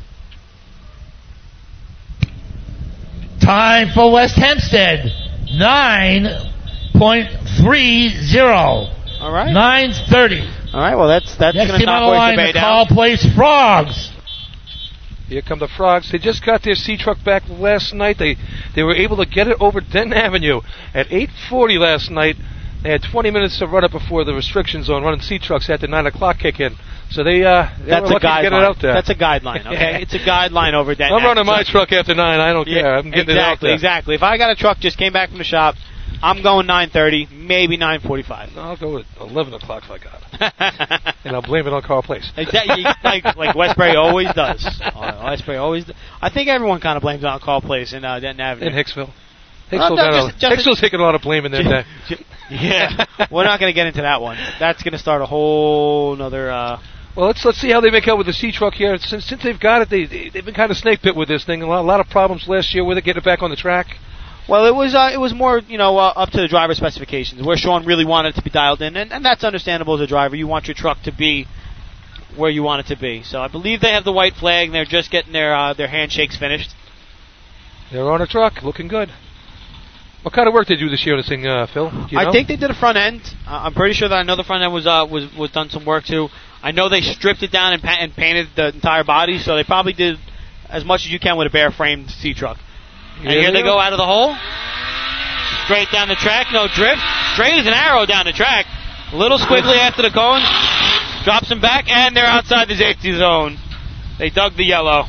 Speaker 3: Time for West Hempstead 9.30.
Speaker 1: All right.
Speaker 3: 930.
Speaker 1: All right, well, that's that's
Speaker 3: Next
Speaker 1: going to
Speaker 3: team
Speaker 1: knock
Speaker 3: on the
Speaker 1: Oyster
Speaker 3: line,
Speaker 1: Bay
Speaker 3: the
Speaker 1: down.
Speaker 3: Call Place Frogs.
Speaker 2: Here come the frogs. They just got their sea truck back last night. They they were able to get it over Denton Avenue at 8:40 last night. They had 20 minutes to run it before the restrictions on running sea trucks at the nine o'clock kick in. So they uh they
Speaker 1: That's
Speaker 2: were
Speaker 1: a
Speaker 2: lucky to
Speaker 1: guideline.
Speaker 2: get it out there.
Speaker 1: That's a guideline, okay? it's a guideline over that.
Speaker 2: I'm running my
Speaker 1: So-
Speaker 2: truck after nine. I don't care. I'm getting
Speaker 1: exactly,
Speaker 2: it out there.
Speaker 1: Exactly. If I got a truck, just came back from the shop, I'm going 9:30, maybe 9:45.
Speaker 2: I'll go at 11 o'clock if I got it, and
Speaker 1: Exactly.
Speaker 2: I'll blame it on Carl Place.
Speaker 1: like like Westbury always does. Uh, Westbury always. Do. I think everyone kind of blames it on call plays in uh, Denton Avenue.
Speaker 2: In Hicksville.
Speaker 1: Well,
Speaker 2: Hicksville
Speaker 1: no,
Speaker 2: got a-
Speaker 1: just- just-
Speaker 2: Hicksville's taking a lot of blame in their day.
Speaker 1: yeah, we're not going to get into that one. That's going to start a whole another. Uh,
Speaker 2: Well, let's let's see how they make out with the sea truck here. Since since they've got it, they, they they've been kind of snake bit with this thing. A lot, a lot of problems last year with it getting it back on the track.
Speaker 1: well, it was uh, it was more you know uh, up to the driver specifications where Sean really wanted it to be dialed in, and, and that's understandable as a driver. You want your truck to be where you want it to be. So I believe they have the white flag. and They're just getting their uh, their handshakes finished.
Speaker 2: They're on a truck, looking good. What kind of work they do this year on this thing, uh, Phil? Do you
Speaker 1: I
Speaker 2: know?
Speaker 1: think they did a front end. Uh, I'm pretty sure that I know the front end was uh, was was done some work to. I know they stripped it down and, pa- and painted the entire body, so they probably did as much as you can with a bare framed sea truck. And
Speaker 2: Here
Speaker 1: here
Speaker 2: they
Speaker 1: they go
Speaker 2: go.
Speaker 1: out of the hole, straight down the track, no drift, straight as an arrow down the track. A little squiggly after the cone, drops him back, and they're outside the safety zone. They dug the yellow.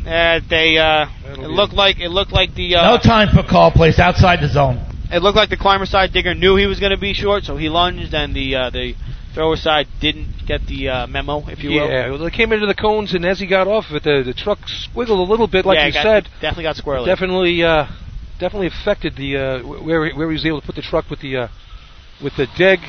Speaker 1: Uh, they uh,
Speaker 2: That'll
Speaker 1: it
Speaker 2: be-
Speaker 1: looked like it looked like the uh,
Speaker 3: No time for Call Place outside the zone.
Speaker 1: it looked like the climber side digger knew he was going to be short, so he lunged, and the uh, the
Speaker 5: thrower side didn't get the uh, memo, if you will.
Speaker 2: Yeah, well, they came into the cones, and as he got off of it, the, the truck squiggled a little bit, like
Speaker 5: Yeah,
Speaker 2: you
Speaker 5: it got-
Speaker 2: said.
Speaker 5: definitely got squirrely.
Speaker 2: Definitely, uh, definitely affected the uh, wh- where he- where he was able to put the truck with the uh, with the dig.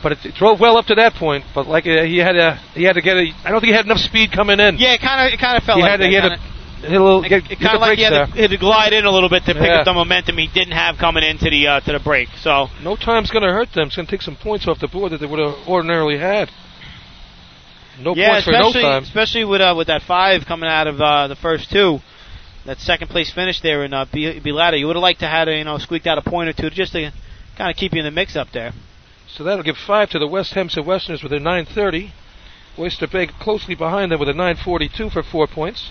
Speaker 2: But it, it drove well up to that point. But like uh, he had a he had to get a I don't think he had enough speed coming in.
Speaker 5: yeah, it kind of it kind of felt
Speaker 2: he
Speaker 5: like
Speaker 2: had
Speaker 5: that.
Speaker 2: to get
Speaker 5: kinda,
Speaker 2: a hit a little
Speaker 5: It-
Speaker 2: get,
Speaker 5: it
Speaker 2: get
Speaker 5: kind
Speaker 2: the
Speaker 5: of like he
Speaker 2: brakes
Speaker 5: had, to,
Speaker 2: there.
Speaker 5: he had to glide in a little bit to pick
Speaker 2: Yeah.
Speaker 5: up the momentum he didn't have coming into the uh, to the break. So
Speaker 2: No time's going to hurt them. It's going to take some points off the board that they would have ordinarily had. No
Speaker 5: yeah,
Speaker 2: points for no
Speaker 5: especially
Speaker 2: time.
Speaker 5: especially with uh, with that five coming out of uh, the first two, that second place finish there in uh, B- Bilater, you would have liked to had you know squeaked out a point or two just to kind of keep you in the mix up there.
Speaker 2: So that'll give five to the West Hempstead Westerners with a 930. Oyster Bay closely behind them with a 942 for four points.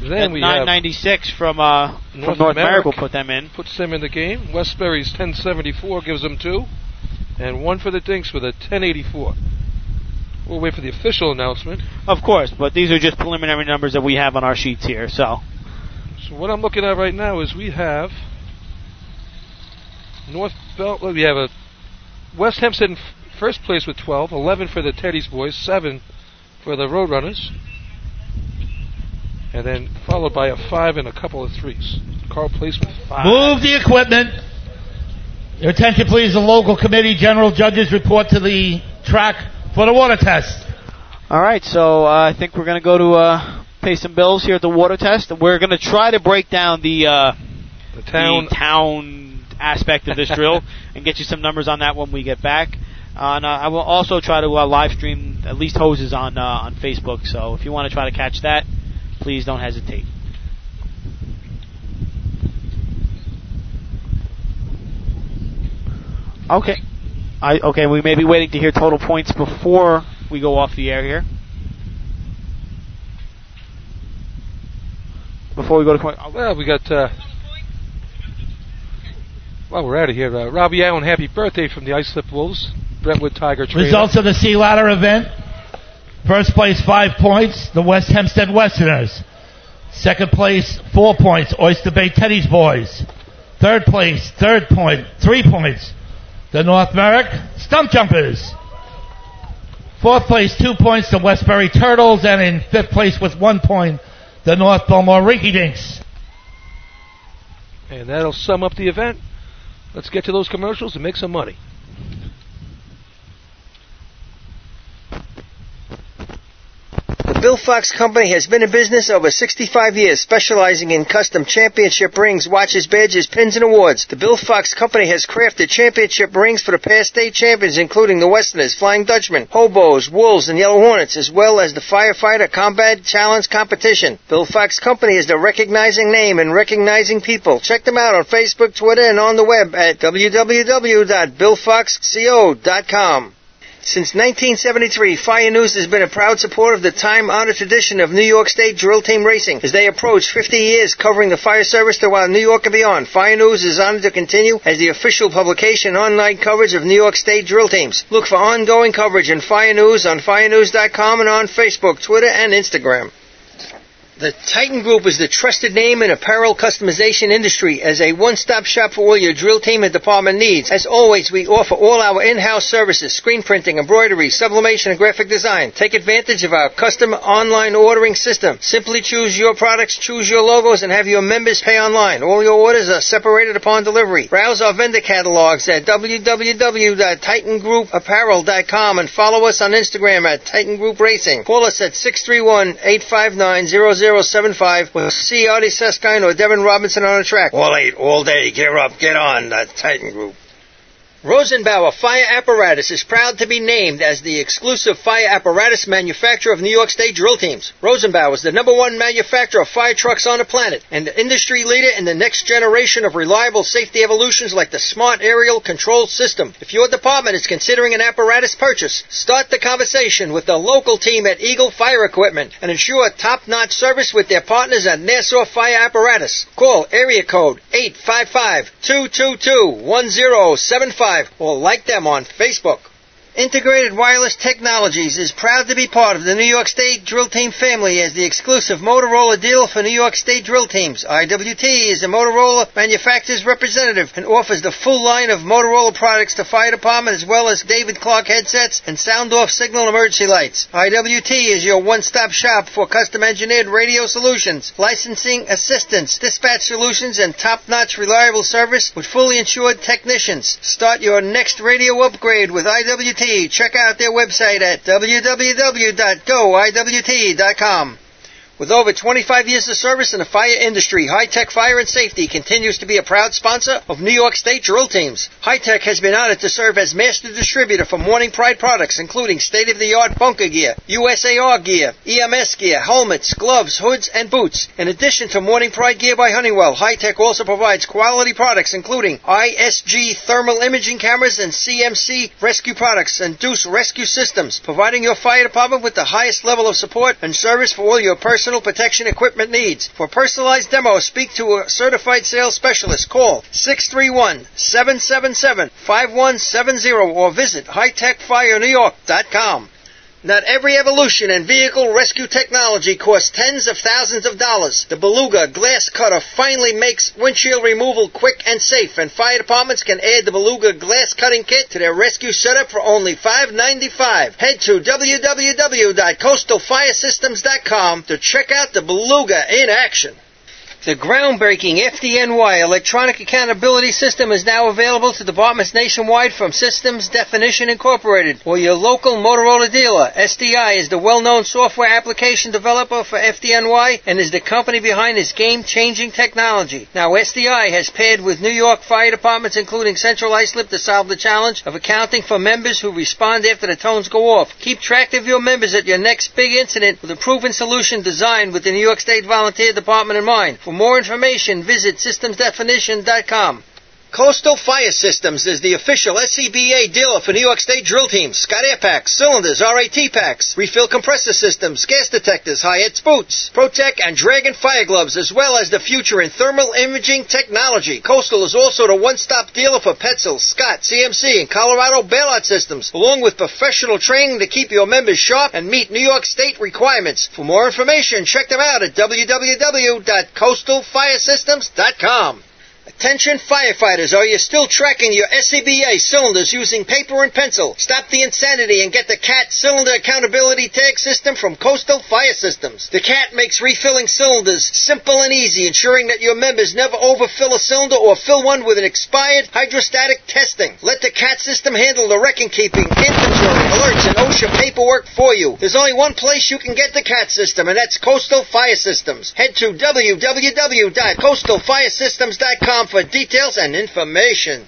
Speaker 2: Then
Speaker 5: That
Speaker 2: we have
Speaker 5: 996 from uh,
Speaker 2: North
Speaker 5: from North
Speaker 2: Merrick.
Speaker 5: Merrick will put them in.
Speaker 2: puts them in the game. Westbury's 1074 gives them two, and one for the Dinks with a 1084. We'll wait for the official announcement.
Speaker 5: Of course, but these are just preliminary numbers that we have on our sheets here. So
Speaker 2: So what I'm looking at right now is we have North Belt. We have a West Hempstead in f- first place with 12, 11 for the Teddy's boys, seven for the Roadrunners, and then followed by a five and a couple of threes. Carl Place with
Speaker 1: uh,
Speaker 2: five.
Speaker 3: Move the equipment. Your attention, please. The local committee general judges report to the track for the water test.
Speaker 1: All right, so uh, I think we're going to go to uh, pay some bills here at the water test. We're going to try to break down the uh,
Speaker 2: The town.
Speaker 5: the town aspect of this drill and get you some numbers on that when we get back. Uh, and uh, I will also try to uh, live stream at least hoses on uh, on Facebook. So if you want to try to catch that, please don't hesitate. Okay. I, okay, we may be waiting to hear total points before we go off the air here. Before we go to point,
Speaker 2: Well, we got. Uh, well, we're out of here. Uh, Robbie Allen, happy birthday from the Ice Slip Wolves. Brentwood Tiger trainer.
Speaker 3: Results of the Sea Ladder event. First place, five points, the West Hempstead Westerners. Second place, four points, Oyster Bay Teddy's Boys. Third place, third point, three points, the North Merrick Stump Jumpers. Fourth place, two points, the Westbury Turtles, and in fifth place with one point, the North Belmore Rinky Dinks.
Speaker 2: And that'll sum up the event. Let's get to those commercials and make some money.
Speaker 4: The Bill Fox Company has been in business over 65 years, specializing in custom championship rings, watches, badges, pins, and awards. The Bill Fox Company has crafted championship rings for the past state champions, including the Westerners, Flying Dutchman, Hobos, Wolves, and Yellow Hornets, as well as the Firefighter Combat Challenge Competition. Bill Fox Company is the recognizing name and recognizing people. Check them out on Facebook, Twitter, and on the web at www.billfoxco.com. Since 1973, Fire News has been a proud supporter of the time-honored tradition of New York State drill team racing. As they approach 50 years covering the fire service throughout New York and beyond, Fire News is honored to continue as the official publication online coverage of New York State drill teams. Look for ongoing coverage in Fire News on firenews.com and on Facebook, Twitter, and Instagram. The Titan Group is the trusted name in apparel customization industry as a one-stop shop for all your drill team and department needs. As always, we offer all our in-house services, screen printing, embroidery, sublimation, and graphic design. Take advantage of our custom online ordering system. Simply choose your products, choose your logos, and have your members pay online. All your orders are separated upon delivery. Browse our vendor catalogs at www.titangroupapparel.com and follow us on Instagram at Titan Group Racing. Call us at 631-859-0075. We'll see Artie Suskind or Devin Robinson on the track. All eight, all day, get up, get on, the Titan Group. Rosenbauer Fire Apparatus is proud to be named as the exclusive fire apparatus manufacturer of New York State drill teams. Rosenbauer is the number one manufacturer of fire trucks on the planet and the industry leader in the next generation of reliable safety evolutions like the Smart Aerial Control System. If your department is considering an apparatus purchase, start the conversation with the local team at Eagle Fire Equipment and ensure top-notch service with their partners at Nassau Fire Apparatus. Call area code 855-222-1075 or like them on Facebook. Integrated Wireless Technologies is proud to be part of the New York State Drill Team family as the exclusive Motorola dealer for New York State drill teams. IWT is a Motorola manufacturer's representative and offers the full line of Motorola products to fire department as well as David Clark headsets and sound off signal and emergency lights. IWT is your one-stop shop for custom engineered radio solutions, licensing assistance, dispatch solutions, and top-notch reliable service with fully insured technicians. Start your next radio upgrade with IWT. Check out their website at www.goiwt.com. With over 25 years of service in the fire industry, High Tech Fire and Safety continues to be a proud sponsor of New York State drill teams. High Tech has been honored to serve as master distributor for Morning Pride products, including state-of-the-art bunker gear, USAR gear, EMS gear, helmets, gloves, hoods, and boots. In addition to Morning Pride gear by Honeywell, High Tech also provides quality products, including ISG thermal imaging cameras and CMC rescue products and Deuce rescue systems, providing your fire department with the highest level of support and service for all your personal personal protection equipment needs. For personalized demos, speak to a certified sales specialist. Call 631-777-5170 or visit hightechfirenewyork.com. Not every evolution in vehicle rescue technology costs tens of thousands of dollars. The Beluga glass cutter finally makes windshield removal quick and safe, and fire departments can add the Beluga glass cutting kit to their rescue setup for only $5.95. Head to www.coastalfiresystems.com to check out the Beluga in action. The groundbreaking FDNY electronic accountability system is now available to departments nationwide from Systems Definition Incorporated or your local Motorola dealer. SDI is the well-known software application developer for FDNY and is the company behind this game-changing technology. Now SDI has paired with New York fire departments including Central Islip to solve the challenge of accounting for members who respond after the tones go off. Keep track of your members at your next big incident with a proven solution designed with the New York State Volunteer Department in mind. For more information, visit systemsdefinition.com. Coastal Fire Systems is the official SCBA dealer for New York State drill teams, Scott air packs, cylinders, RAT packs, refill compressor systems, gas detectors, Hyatt's boots, Protec and Dragon fire gloves, as well as the future in thermal imaging technology. Coastal is also the one-stop dealer for Petzl, Scott, CMC, and Colorado bailout systems, along with professional training to keep your members sharp and meet New York State requirements. For more information, check them out at www.coastalfiresystems.com. Attention firefighters, are you still tracking your SCBA cylinders using paper and pencil? Stop the insanity and get the CAT Cylinder Accountability Tag System from Coastal Fire Systems. The CAT makes refilling cylinders simple and easy, ensuring that your members never overfill a cylinder or fill one with an expired hydrostatic testing. Let the CAT system handle the record keeping, inventory, alerts, and OSHA paperwork for you. There's only one place you can get the CAT system, and that's Coastal Fire Systems. Head to www.coastalfiresystems.com for details and information.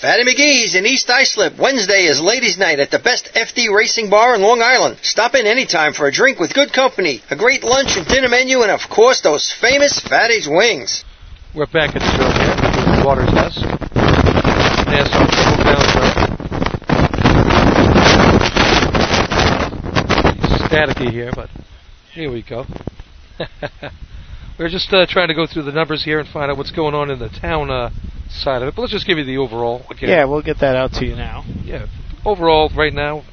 Speaker 4: Fatty McGee's in East Islip. Wednesday is ladies' night at the best FD racing bar in Long Island. Stop in anytime for a drink with good company, a great lunch and dinner menu, and of course those famous Fatty's wings.
Speaker 2: We're back at the show here. Waters house. Nassau Triple Crown Show. Staticky here, but here we go. We're just uh, trying to go through the numbers here and find out what's going on in the town uh, side of it. But let's just give you the overall. Again.
Speaker 1: Yeah, we'll get that out to you now.
Speaker 2: Yeah. Overall, right now,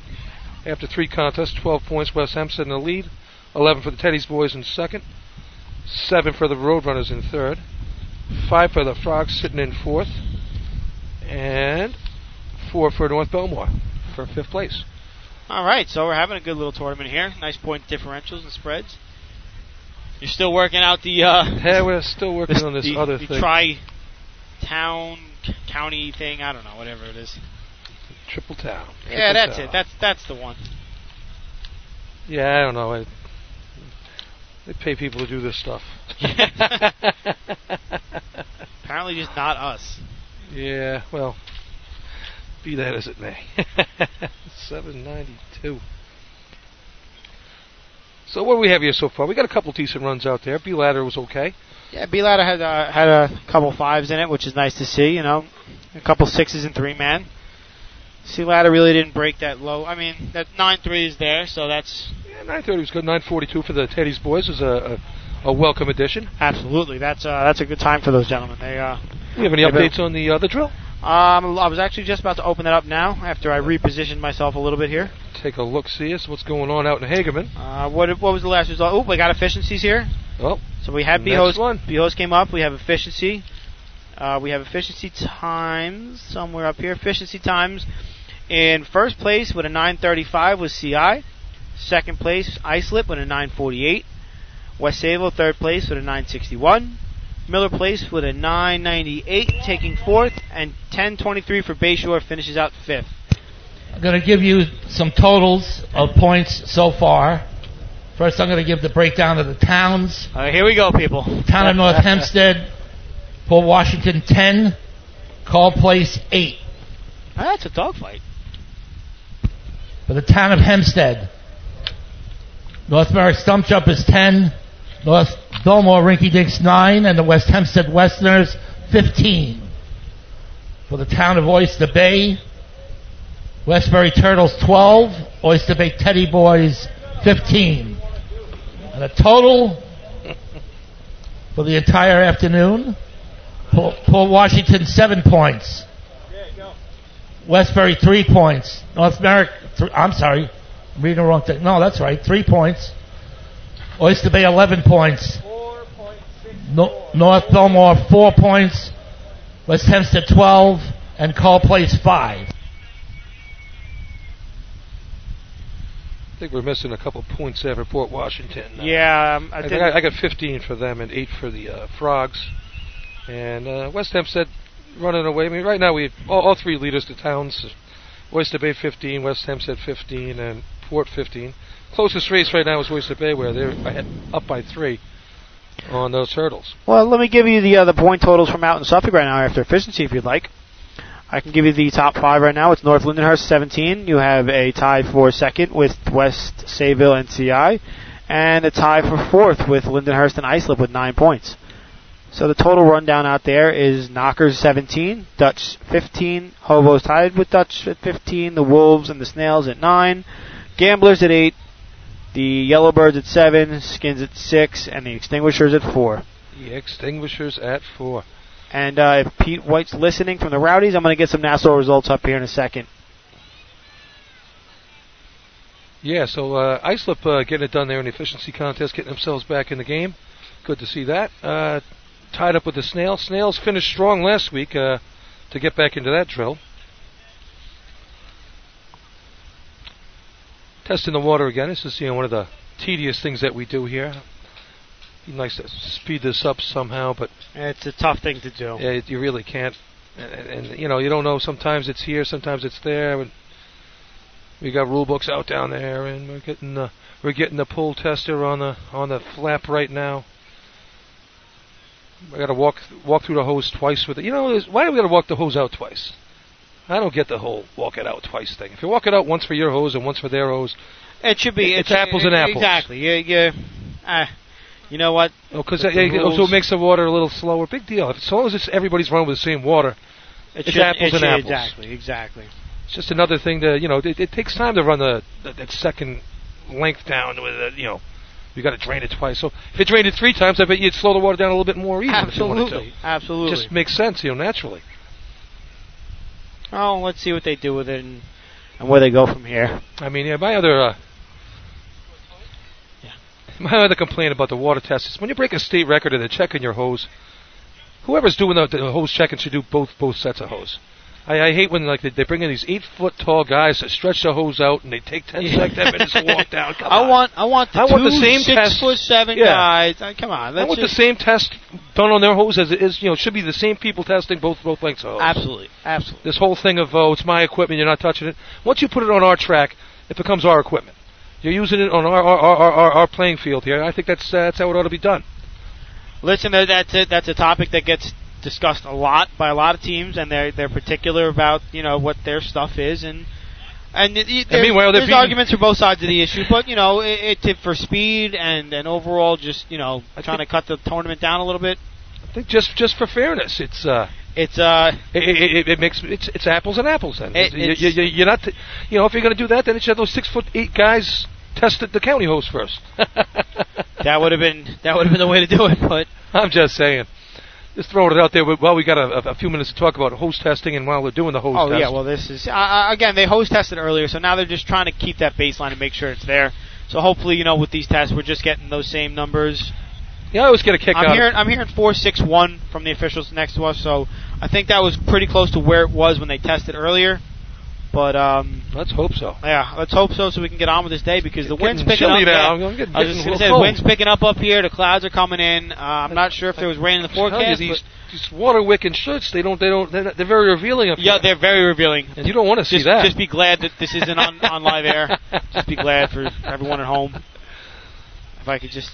Speaker 2: after three contests, 12 points, West Hampton in the lead, 11 for the Teddy's Boys in second, 7 for the Roadrunners in third, 5 for the Frogs sitting in fourth, and 4 for North Belmore for fifth place.
Speaker 5: All right, so we're having a good little tournament here. Nice point differentials and spreads. You're still working out the. Uh,
Speaker 2: Yeah, we're still working
Speaker 5: this-
Speaker 2: on this
Speaker 5: the,
Speaker 2: other
Speaker 5: the
Speaker 2: thing.
Speaker 5: Tri-town c- county thing. I don't know, whatever it is.
Speaker 2: Triple Town.
Speaker 5: Yeah,
Speaker 2: Triple
Speaker 5: that's it.
Speaker 2: Town.
Speaker 5: That's that's the one.
Speaker 2: Yeah, I don't know. I, they pay people to do this stuff.
Speaker 5: Apparently, just not us.
Speaker 2: yeah, well, be that as it may. 792. So what do we have here so far? We got a couple decent runs out there. B ladder was okay.
Speaker 1: Yeah, B Ladder had uh, had a couple fives in it, which is nice to see. You know, a couple sixes and three man. C Ladder really didn't break that low. I mean, that nine three is there, so that's
Speaker 2: Yeah, 930 was good. 942 for the Teddy's boys is a, a, a welcome addition.
Speaker 1: absolutely that's uh, that's a good time for those gentlemen. They uh,
Speaker 2: We have any
Speaker 1: Yeah, but-
Speaker 2: updates on the uh, the drill?
Speaker 5: Um, I was actually just about to open that up now after I repositioned myself a little bit here.
Speaker 2: Take a look, see us what's going on out in Hagerman.
Speaker 5: Uh, what what was the last result? Oh, we got efficiencies here.
Speaker 2: Oh,
Speaker 5: So we had
Speaker 2: Next
Speaker 5: Behos.
Speaker 2: one.
Speaker 5: Behos came up. We have efficiency. Uh, we have efficiency times somewhere up here. Efficiency times in first place with a 935 was CI. Second place Islip with a 948. West Sable third place with a 961. Miller Place with a 998 taking fourth, and 1023 for Bayshore finishes out fifth.
Speaker 3: I'm going to give you some totals of points so far. First, I'm going to give the breakdown of the towns.
Speaker 5: All right, here we go, people.
Speaker 3: Town of North Hempstead, Port Washington 10, Call Place 8.
Speaker 5: Ah, that's a dogfight.
Speaker 3: For the town of Hempstead, North Merrick Stump Jump is 10, North Dolmore Rinky Dinks 9, and the West Hempstead Westerners 15. For the town of Oyster Bay, Westbury Turtles 12, Oyster Bay Teddy Boys 15. And a total for the entire afternoon, Port Port Washington 7 points, Westbury three points. North Merrick, th- I'm sorry, I'm reading the wrong thing. No, that's right, three points. Oyster Bay eleven points. No- North Belmore four points. West Hempstead twelve, and Call Place five.
Speaker 2: I think we're missing a couple points there for Port Washington. Uh,
Speaker 5: Yeah, um,
Speaker 2: I,
Speaker 5: I
Speaker 2: think
Speaker 5: did.
Speaker 2: I, I got 15 for them and 8 for the uh, Frogs. And uh, West Hempstead running away. I mean, right now, we all, all three leaders to towns Oyster Bay 15, West Hempstead 15, and Port 15. Closest race right now is Oyster Bay, where they're ahead, up by 3 on those hurdles.
Speaker 5: Well, let me give you the uh, the point totals from out in Suffolk right now after efficiency, if you'd like. I can give you the top five right now. It's North Lindenhurst 17. You have a tie for second with West Sayville and CI, and a tie for fourth with Lindenhurst and Islip with nine points. So the total rundown out there is Knockers 17, Dutch 15, Hobos tied with Dutch at 15, the Wolves and the Snails at nine, Gamblers at eight, the Yellowbirds at seven, Skins at six, and the Extinguishers at four.
Speaker 2: The Extinguishers at 4.
Speaker 5: And uh, if Pete White's listening from the Rowdies, I'm going to get some Nassau results up here in a second.
Speaker 2: Yeah, so uh, Islip uh, getting it done there in the efficiency contest, getting themselves back in the game. Good to see that. Uh, tied up with the Snail. Snails finished strong last week uh, to get back into that drill. Testing the water again. This is you know, one of the tedious things that we do here. Be nice to speed this up somehow, but
Speaker 5: It's a tough thing to do.
Speaker 2: yeah, you really can't. And, and you know, you don't know. Sometimes it's here, sometimes it's there. And we got rule books out down there, and we're getting the we're getting the pull tester on the on the flap right now. I got to walk walk through the hose twice with it. You know, there's- why do we got to walk the hose out twice? I don't get the whole walk it out twice thing. If you walk it out once for your hose and once for their hose,
Speaker 5: It should be.
Speaker 2: It's
Speaker 5: it-
Speaker 2: apples and apples.
Speaker 5: Exactly. You, you, uh, you know what?
Speaker 2: oh, because
Speaker 5: But
Speaker 2: that
Speaker 5: the
Speaker 2: yeah,
Speaker 5: rules-
Speaker 2: also makes the water a little slower. Big deal. If, as long as it's, everybody's running with the same water,
Speaker 5: It
Speaker 2: It's
Speaker 5: should,
Speaker 2: apples
Speaker 5: it
Speaker 2: and
Speaker 5: should-
Speaker 2: apples.
Speaker 5: Exactly. Exactly.
Speaker 2: It's just another thing to you know. It, it takes time to run the that, that second length down with a, you know. You got to drain it twice. So if you drained it three times, I bet you'd slow the water down a little bit more easily. If you wanted
Speaker 5: Absolutely.
Speaker 2: to. It
Speaker 5: Absolutely.
Speaker 2: just makes sense, you know, naturally.
Speaker 5: oh, let's see what they do with it and, and where they go from here.
Speaker 2: I mean, yeah. My other uh,
Speaker 5: Yeah.
Speaker 2: my other complaint about the water test is when you break a state record and they're checking your hose. Whoever's doing the, the hose checking should do both both sets of hose. I, I hate when like they, they bring in these eight foot tall guys that stretch the hose out and they take ten seconds minutes to walk down. Come
Speaker 5: I
Speaker 2: on.
Speaker 5: want. I want the
Speaker 2: I want
Speaker 5: two
Speaker 2: the same
Speaker 5: six
Speaker 2: test.
Speaker 5: foot seven
Speaker 2: Yeah.
Speaker 5: guys. Uh, come on.
Speaker 2: I
Speaker 5: That's
Speaker 2: want the same test done on their hose as it is. You know, it should be the same people testing both both lengths of hose.
Speaker 5: Absolutely. Absolutely.
Speaker 2: This whole thing of oh, it's my equipment, you're not touching it. Once you put it on our track, it becomes our equipment. You're using it on our our our, our- our, our playing field here. I think that's uh, that's how it ought to be done.
Speaker 5: Listen, though, that's it. That's a topic that gets discussed a lot by a lot of teams, and they're they're particular about you know what their stuff is, and and it, it- there's,
Speaker 2: meanwhile, they're
Speaker 5: there's
Speaker 2: beating-
Speaker 5: arguments for both sides of the issue, but you know it, it for speed and and overall just you know
Speaker 2: I
Speaker 5: trying to
Speaker 2: think-
Speaker 5: cut the tournament down a little bit.
Speaker 2: I think just just for fairness, it's uh,
Speaker 5: It's uh
Speaker 2: it, it, it- it makes it's it's apples and apples. Then
Speaker 5: It-
Speaker 2: you,
Speaker 5: it's-
Speaker 2: you, you- you're not t- you know if you're going to do that, then it should have those six foot eight guys test the- the county hose first.
Speaker 5: that would have been that would have been the way to do it, but
Speaker 2: I'm just saying. Just throwing it out there. Well, we got a, a few minutes to talk about host testing, and while we're doing the host
Speaker 5: Oh
Speaker 2: test,
Speaker 5: yeah, well this is uh, uh, again they host tested earlier, so now they're just trying to keep that baseline and make sure it's there. So hopefully, you know, with these tests, we're just getting those same numbers.
Speaker 2: yeah, I always get a kick out
Speaker 5: I'm
Speaker 2: of
Speaker 5: hearing I'm hearing four six one from the officials next to us, so I think that was pretty close to where it was when they tested earlier. But um,
Speaker 2: Let's hope so.
Speaker 5: yeah, let's hope so, so we can get on with this day because the wind's
Speaker 2: Getting
Speaker 5: picking up.
Speaker 2: chilly now.
Speaker 5: there.
Speaker 2: I'm getting,
Speaker 5: I was
Speaker 2: getting
Speaker 5: just gonna
Speaker 2: a little
Speaker 5: say the
Speaker 2: cold.
Speaker 5: wind's picking up up here. The clouds are coming in. Uh, I'm not sure if there was rain in the
Speaker 2: I'm telling you,
Speaker 5: forecast.
Speaker 2: these,
Speaker 5: but-
Speaker 2: these water wicking shirts, they don't, they don't, they're, not- they're very revealing up
Speaker 5: yeah,
Speaker 2: here.
Speaker 5: they're very revealing.
Speaker 2: And you don't want to see
Speaker 5: Just,
Speaker 2: that.
Speaker 5: just be glad that this isn't on, on live air. Just be glad for everyone at home. If I could just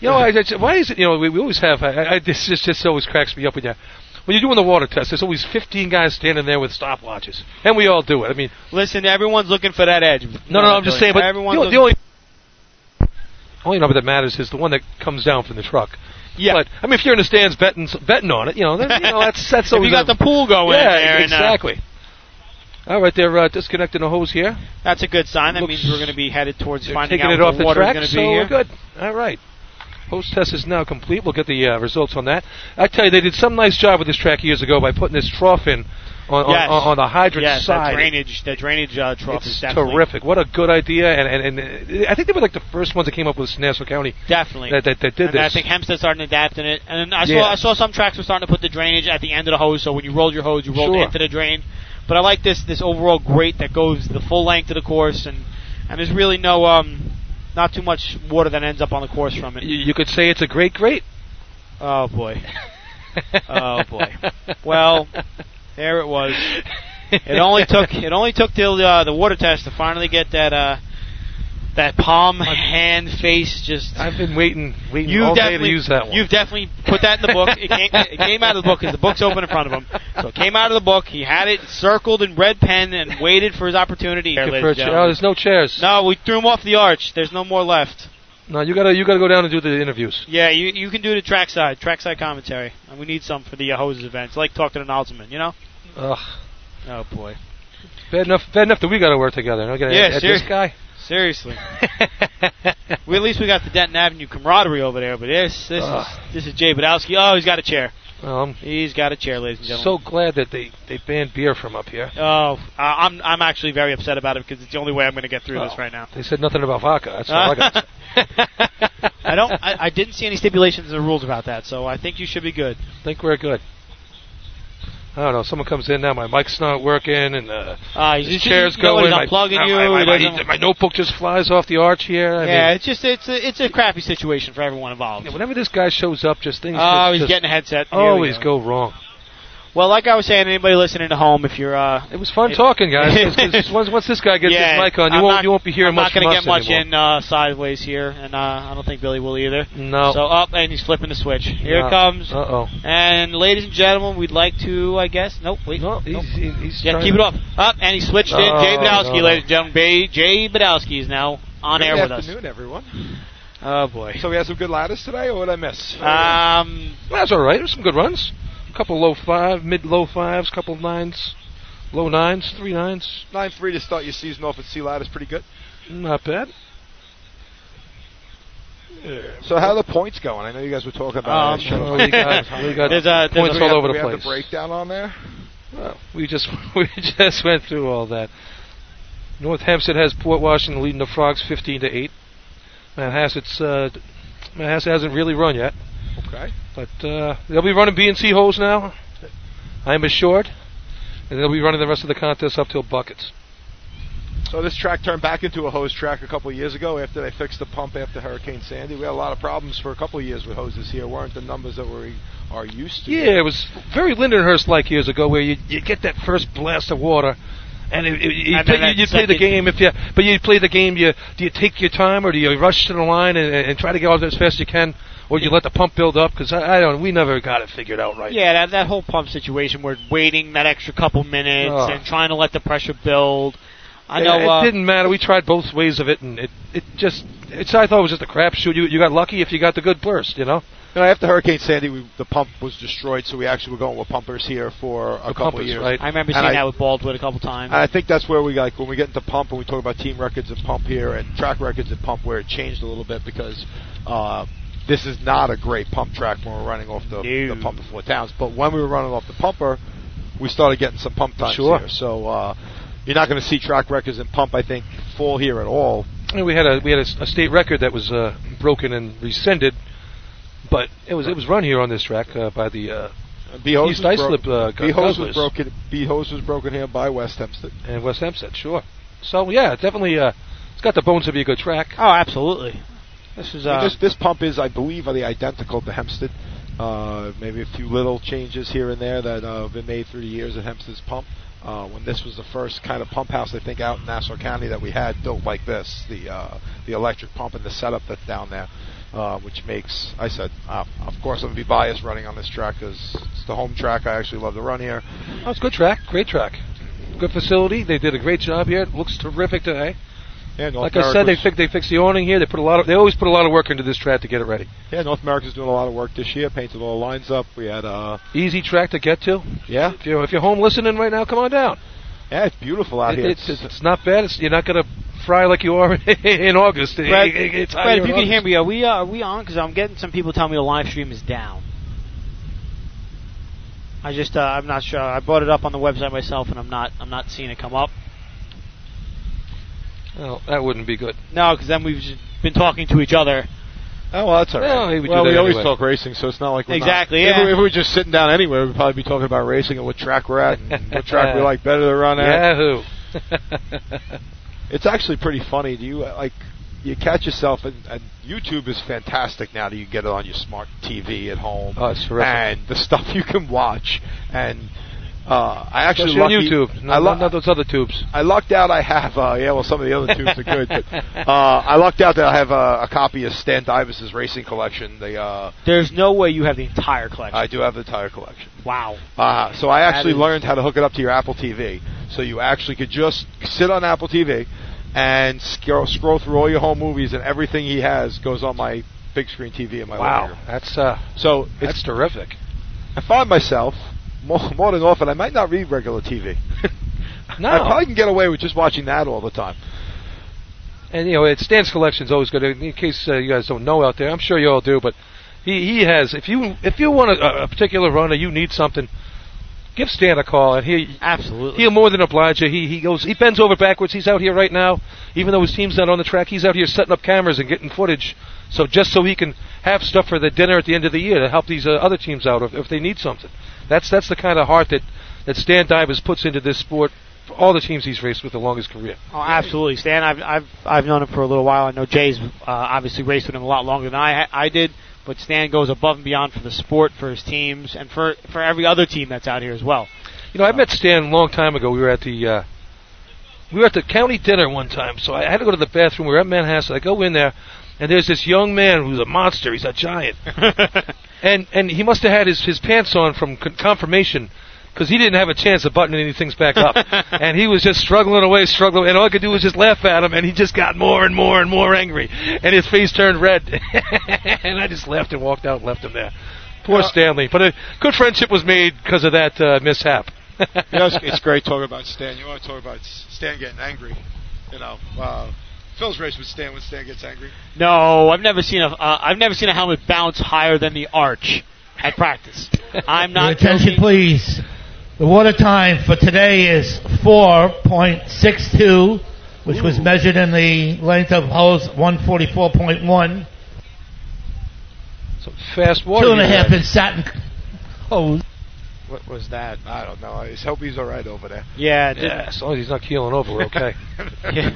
Speaker 2: You know, I, I, why is it? You know, we, we always have. I, I, this just just always cracks me up with that. When you're doing the water test, there's always 15 guys standing there with stopwatches, and we all do it. I mean,
Speaker 5: listen, everyone's looking for that edge.
Speaker 2: no, no, no I'm just saying. But
Speaker 5: everyone's
Speaker 2: you know, the
Speaker 5: looking-
Speaker 2: only only number that matters is the one that comes down from the truck.
Speaker 5: yeah.
Speaker 2: But I mean, if you're in the stands betting betting on it, you know, then, you know that's that's
Speaker 5: if
Speaker 2: always
Speaker 5: you got
Speaker 2: a-
Speaker 5: the pool going in
Speaker 2: yeah,
Speaker 5: there, and, uh,
Speaker 2: exactly. all right, they're uh, disconnecting the hose here.
Speaker 5: that's a good sign. That
Speaker 2: Looks-
Speaker 5: means we're going to be headed towards
Speaker 2: They're
Speaker 5: finding
Speaker 2: taking
Speaker 5: out
Speaker 2: it off
Speaker 5: if the
Speaker 2: the
Speaker 5: water
Speaker 2: track,
Speaker 5: going to
Speaker 2: so
Speaker 5: be here.
Speaker 2: we're good. All right. Post test is now complete. We'll get the uh, results on that. I tell you, they did some nice job with this track years ago by putting this trough in on, on-
Speaker 5: Yes.
Speaker 2: on, on the hydrant
Speaker 5: Yes, that
Speaker 2: side.
Speaker 5: drainage, that drainage uh, trough is
Speaker 2: it's
Speaker 5: definitely
Speaker 2: terrific. What a good idea! And, and and uh, I think they were like the first ones that came up with this in Nassau County
Speaker 5: definitely.
Speaker 2: that that, that did
Speaker 5: and
Speaker 2: this.
Speaker 5: I think Hempstead's starting to adapt in it. And I saw
Speaker 2: Yeah.
Speaker 5: I saw some tracks were starting to put the drainage at the end of the hose, so when you rolled your hose, you rolled
Speaker 2: Sure.
Speaker 5: it into the drain. But I like this this overall grate that goes the full length of the course, and and there's really no um not too much water that ends up on the course from
Speaker 2: you,
Speaker 5: it.
Speaker 2: you could say it's a great great.
Speaker 5: Oh boy, Oh, boy. Well, there it was. It only took it only took till uh, the water test to finally get that uh that palm hand face just.
Speaker 2: I've been waiting waiting
Speaker 5: You've
Speaker 2: all day to
Speaker 5: definitely
Speaker 2: use that one.
Speaker 5: You've definitely put that in the book. It came, it came out of the book because the book's open in front of him. So it came out of the book. He had it circled in red pen and waited for his opportunity. There, ladies
Speaker 2: Prefer-
Speaker 5: and
Speaker 2: oh,
Speaker 5: gentlemen.
Speaker 2: there's no chairs.
Speaker 5: No, we threw him off the arch. There's no more left.
Speaker 2: no, you gotta you gotta go down and do the interviews.
Speaker 5: Yeah, you you can do the trackside trackside commentary. And we need some for the uh, hoses events, like talking to an alderman. You know?
Speaker 2: Ugh.
Speaker 5: Oh boy,
Speaker 2: Bad enough, bad enough that we got to work together. and I gotta
Speaker 5: Yeah,
Speaker 2: add
Speaker 5: sure.
Speaker 2: this guy.
Speaker 5: seriously. Well, at least we got the Denton Avenue camaraderie over there. But this this
Speaker 2: Ugh.
Speaker 5: is this is Jay Badowski. Oh, he's got a chair.
Speaker 2: Well, I'm
Speaker 5: He's got a chair, ladies and gentlemen.
Speaker 2: so glad that they they banned beer from up here.
Speaker 5: Oh, uh, I'm I'm actually very upset about it because it's the only way I'm going to get through this
Speaker 2: Oh.
Speaker 5: right now.
Speaker 2: They said nothing about vodka. That's all I got.
Speaker 5: I don't. I, I didn't see any stipulations or rules about that, so I think you should be good.
Speaker 2: think we're good. I don't know. Someone comes in now. My mic's not working, and uh,
Speaker 5: Uh,
Speaker 2: the
Speaker 5: you just-
Speaker 2: chairs
Speaker 5: you know,
Speaker 2: going.
Speaker 5: He's
Speaker 2: my-
Speaker 5: unplugging
Speaker 2: my,
Speaker 5: you.
Speaker 2: My,
Speaker 5: he
Speaker 2: my-
Speaker 5: doesn't-
Speaker 2: my notebook just flies off the arch here. I
Speaker 5: yeah,
Speaker 2: mean,
Speaker 5: it's just it's a it's a crappy situation for everyone involved.
Speaker 2: yeah, whenever this guy shows up, just things
Speaker 5: Oh,
Speaker 2: just,
Speaker 5: he's
Speaker 2: just
Speaker 5: getting a headset. Here we
Speaker 2: always
Speaker 5: go.
Speaker 2: go wrong.
Speaker 5: Well, like I was saying, anybody listening at home, if you're uh,
Speaker 2: It was fun
Speaker 5: It-
Speaker 2: talking, guys. 'cause- 'cause once, once this guy gets
Speaker 5: yeah,
Speaker 2: his mic on, you
Speaker 5: I'm
Speaker 2: won't
Speaker 5: not-
Speaker 2: you won't be hearing
Speaker 5: I'm
Speaker 2: much
Speaker 5: not
Speaker 2: from
Speaker 5: going to
Speaker 2: us
Speaker 5: get much
Speaker 2: anymore.
Speaker 5: in uh, sideways here, and uh, I don't think Billy will either.
Speaker 2: No.
Speaker 5: So up, and he's flipping the switch. Here
Speaker 2: No.
Speaker 5: it comes.
Speaker 2: Uh oh.
Speaker 5: And ladies and gentlemen, we'd like to, I guess. Nope, wait.
Speaker 2: No,
Speaker 5: nope.
Speaker 2: he's, he- he's
Speaker 5: Yeah,
Speaker 2: trying
Speaker 5: keep it
Speaker 2: to- Oh,
Speaker 5: up. Up, and he switched in.
Speaker 2: No,
Speaker 5: Jay Badowski,
Speaker 2: no, no.
Speaker 5: ladies and gentlemen. Bay, Jay Badowski is now on air with us.
Speaker 6: afternoon, everyone.
Speaker 5: Oh, boy.
Speaker 6: So we have some good ladders today, or what I miss?
Speaker 5: Um,
Speaker 2: Well, That's all right. There's some good runs. A couple low five, mid low fives, couple nines, low nines, three nines.
Speaker 6: Nine three to start your season off at sea ladders, pretty good.
Speaker 2: Not bad.
Speaker 6: So how are the points going? I know you guys were talking
Speaker 5: Um,
Speaker 6: about. it. uh,
Speaker 2: Oh, we got, we got
Speaker 5: There's a- there's
Speaker 2: points
Speaker 5: a-
Speaker 6: we
Speaker 2: all
Speaker 6: have-
Speaker 2: over the
Speaker 6: we
Speaker 2: place.
Speaker 6: Have the breakdown on there.
Speaker 2: Well, we just we just went through all that. North Hampstead has Port Washington leading the Frogs 15 to eight. Manhasset's uh, Manhasset hasn't really run yet,
Speaker 6: Okay.
Speaker 2: but uh, they'll be running B and C holes now. I'm assured, and they'll be running the rest of the contest up till buckets.
Speaker 6: So this track turned back into a hose track a couple of years ago after they fixed the pump after Hurricane Sandy. We had a lot of problems for a couple of years with hoses here. weren't the numbers that we are used to.
Speaker 2: Yeah, it was very Lindenhurst-like years ago, where you you get that first blast of water, and it, it, you,
Speaker 5: And
Speaker 2: play,
Speaker 5: then that
Speaker 2: you play the
Speaker 5: second-
Speaker 2: game if you, but you play the game. You do you take your time, or do you rush to the line and, and try to get out there as fast as you can, or you let the pump build up? Because I, I don't, we never got it figured out right.
Speaker 5: yeah, that, that whole pump situation where waiting that extra couple minutes
Speaker 2: Oh.
Speaker 5: and trying to let the pressure build. I know.
Speaker 2: it, it
Speaker 5: uh,
Speaker 2: didn't matter. We tried both ways of it, and it it just it's I thought it was just a crapshoot. You you got lucky if you got the good burst, you know.
Speaker 6: You know, after Hurricane Sandy, we, the pump was destroyed, so we actually were going with pumpers here for a
Speaker 2: The
Speaker 6: couple
Speaker 2: pumpers,
Speaker 6: of years.
Speaker 2: right?
Speaker 5: I remember
Speaker 6: And
Speaker 5: seeing
Speaker 6: I-
Speaker 5: that with Baldwin a couple times.
Speaker 6: And I think that's where we like when we get into pump and we talk about team records and pump here and track records and pump where it changed a little bit because uh, this is not a great pump track when we're running off the,
Speaker 1: No.
Speaker 6: the pump of four towns. But when we were running off the pumper, we started getting some pump times
Speaker 2: Sure.
Speaker 6: here. So uh, you're not going to see track records in pump, I think, fall here at all.
Speaker 2: And we had a we had a, s- a state record that was uh, broken and rescinded, but it was it was run here on this track uh, by the uh,
Speaker 6: B hose
Speaker 2: East
Speaker 6: was,
Speaker 2: Islip, uh,
Speaker 6: B hose was
Speaker 2: Douglas.
Speaker 6: broken. B hose was broken here by West Hempstead.
Speaker 2: and West Hempstead. Sure. So yeah, definitely, uh, it's got the bones to be a good track.
Speaker 1: Oh, absolutely. This is uh,
Speaker 6: this this pump is, I believe, are the identical to Hempstead. Uh, maybe a few little changes here and there that uh, have been made through the years at Hempstead's pump. Uh, when this was the first kind of pump house, I think, out in Nassau County that we had built like this, the uh, the electric pump and the setup that's down there, uh, which makes, I said, uh, of course, I'm gonna be biased running on this track because it's the home track. I actually love to run here.
Speaker 2: Oh, it's a good track, great track, good facility. They did a great job here. It looks terrific today.
Speaker 6: And North
Speaker 2: Like I said, they
Speaker 6: America's-
Speaker 2: fixed they fixed the awning here. They put a lot of they always put a lot of work into this track to get it ready.
Speaker 6: yeah, North America's doing a lot of work this year. Painted all the lines up. We had uh,
Speaker 2: Easy track to get to.
Speaker 6: yeah,
Speaker 2: If you're if you're home listening right now, come on down.
Speaker 6: yeah, it's beautiful out
Speaker 2: It-
Speaker 6: here.
Speaker 2: it's, it's it's not bad. It's, you're not gonna fry like you are in August.
Speaker 1: Brad,
Speaker 2: It- it- it's hot
Speaker 1: Brad,
Speaker 2: here
Speaker 1: if you
Speaker 2: in
Speaker 1: can hear
Speaker 2: August.
Speaker 1: me, are we uh, are we on? Because I'm getting some people telling me the live stream is down. I just uh, I'm not sure. I brought it up on the website myself, and I'm not I'm not seeing it come up.
Speaker 2: Well, Oh, that wouldn't be good.
Speaker 1: No, because then we've just been talking to each other.
Speaker 6: Oh, well, that's all
Speaker 2: Yeah,
Speaker 6: right.
Speaker 2: we would
Speaker 6: well,
Speaker 2: do
Speaker 6: we
Speaker 2: that
Speaker 6: always
Speaker 2: anyway.
Speaker 6: talk racing, so it's not like we're not-
Speaker 1: Exactly,
Speaker 6: if,
Speaker 1: yeah.
Speaker 6: we, if we were just sitting down anywhere, we'd probably be talking about racing and what track we're at, and what track we like better to run at.
Speaker 2: Yahoo.
Speaker 6: It's actually pretty funny. Do you uh, like you catch yourself? And, and YouTube is fantastic now that you get it on your smart TV at home,
Speaker 2: oh, it's terrific.
Speaker 6: and the stuff you can watch. And uh, I actually
Speaker 2: Especially on
Speaker 6: lucky-
Speaker 2: YouTube.
Speaker 6: I
Speaker 2: Not,
Speaker 6: lo-
Speaker 2: not those other tubes.
Speaker 6: I lucked out. I have uh, yeah. Well, some of the other tubes are good, but uh, I lucked out that I have uh, a copy of Stan Divis's racing collection. The uh,
Speaker 1: There's no way you have the entire collection.
Speaker 6: I do have the tire collection.
Speaker 1: wow.
Speaker 6: Uh, so I actually
Speaker 1: is-
Speaker 6: learned how to hook it up to your Apple TV. So you actually could just sit on Apple TV and scroll, scroll through all your home movies, and everything he has goes on my big screen TV in my living
Speaker 2: Wow,
Speaker 6: room.
Speaker 2: that's uh,
Speaker 6: So
Speaker 2: that's
Speaker 6: it's,
Speaker 2: terrific.
Speaker 6: I find myself more, more than often I might not read regular TV.
Speaker 2: No,
Speaker 6: I probably can get away with just watching that all the time.
Speaker 2: and you know, it, Stan's collection's always good. In case uh, you guys don't know out there, I'm sure you all do, but he he has. If you if you want a, a particular runner, you need something. Give Stan a call, and he
Speaker 1: Absolutely.
Speaker 2: he'll more than oblige you. He he goes he bends over backwards. He's out here right now, even though his team's not on the track. He's out here setting up cameras and getting footage, so just so he can have stuff for the dinner at the end of the year to help these uh, other teams out if, if they need something. That's that's the kind of heart that that Stan Divers puts into this sport. For all the teams he's raced with along his career.
Speaker 1: Oh, absolutely, Stan. I've I've I've known him for a little while. I know Jay's uh, obviously raced with him a lot longer than I I did, but Stan goes above and beyond for the sport, for his teams, and for for every other team that's out here as well.
Speaker 2: You know, I met Stan a long time ago. We were at the uh, we were at the county dinner one time, so I had to go to the bathroom. We were at Manhasset. I go in there, and there's this young man who's a monster. He's a giant, and and he must have had his his pants on from con- confirmation. Because he didn't have a chance of buttoning any things back up, and he was just struggling away, struggling, and all I could do was just laugh at him, and he just got more and more and more angry, and his face turned red, and I just laughed and walked out, and left him there. Poor
Speaker 6: Uh,
Speaker 2: Stanley, but a good friendship was made because of that uh, mishap.
Speaker 6: you know, it's, it's great talking about Stan. You want to talk about S- Stan getting angry? You know, uh, Phil's race with Stan when Stan gets angry.
Speaker 1: No, I've never seen a uh, I've never seen a helmet bounce higher than the arch at practice. I'm
Speaker 3: Your
Speaker 1: not
Speaker 3: attention,
Speaker 1: joking.
Speaker 3: please. The water time for today is 4.62, which was measured in the length of hose 144.1.
Speaker 2: Some fast water.
Speaker 3: Two and a
Speaker 2: you
Speaker 3: half
Speaker 2: had.
Speaker 3: inch satin hose.
Speaker 6: What was that? I don't know. I just hope he's all right over there.
Speaker 1: Yeah, just-
Speaker 2: Yeah, as long as Oh, he's not keeling over, we're okay.
Speaker 1: yeah.